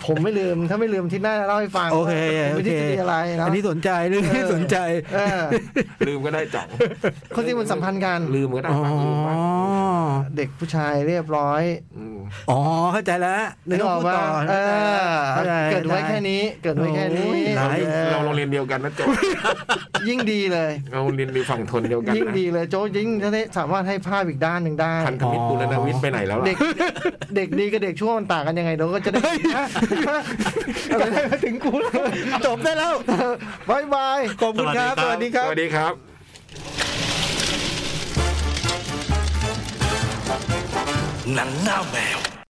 Speaker 2: ผมไม่ลืมถ้าไม่ลืมที่หน้าเล่าให้ฟัง
Speaker 4: โอเค
Speaker 2: ว่า
Speaker 4: โอ
Speaker 2: ไม่
Speaker 4: เค
Speaker 2: ได้จะมีอะไรนะ
Speaker 4: อันนี้สนใจเรื่องนี้สนใจ
Speaker 2: เออ
Speaker 3: ลืมก็ได้จ่อง
Speaker 2: เขาที่มันสัมพันธ์กัน
Speaker 3: ลืมก็ได้
Speaker 4: อ๋อ
Speaker 3: ฟังลืมไป
Speaker 2: เด็กผู้ชายเรียบร้อย
Speaker 3: อืม
Speaker 4: อ๋อเข้าใจแล้วไม่
Speaker 2: นึก
Speaker 4: ต้อง
Speaker 2: ออก
Speaker 4: พูด
Speaker 2: ว่า
Speaker 4: ต่อ
Speaker 2: เอ
Speaker 4: เข้าใจ
Speaker 2: อเกิดไว้แค่นี้ เกิดไว้แค่นี้
Speaker 4: โอ้ยหลาย
Speaker 3: เราโรงเรียนเดียวกันนะโจ๊ก
Speaker 2: ยิ่งดีเลย
Speaker 3: เราโรงเรียนมีฝั่งทนเดียวกัน
Speaker 2: ยิ่ง
Speaker 3: นะ
Speaker 2: ดีเลยโจ๊กยิ่งจะได้สามารถให้ภาพอีกด้านหนึ่งได้
Speaker 3: พันธมิตรบุรณวิทย์ไปไหนแล้วล่ะ
Speaker 2: เด็กเด็กดีกับเด็กชั่วมันต่างกันยังไงเราก็จะได้ *laughs*
Speaker 4: ถึงกูแล้วจบได้แล้ว
Speaker 2: บายบาย
Speaker 4: ขอบคุณครับส
Speaker 5: สวั
Speaker 4: วัส
Speaker 5: สดี
Speaker 4: ดี
Speaker 5: ค
Speaker 4: ค
Speaker 5: รั
Speaker 4: รับ บ
Speaker 3: สวัสดีครับ
Speaker 1: หนังหน้าแมว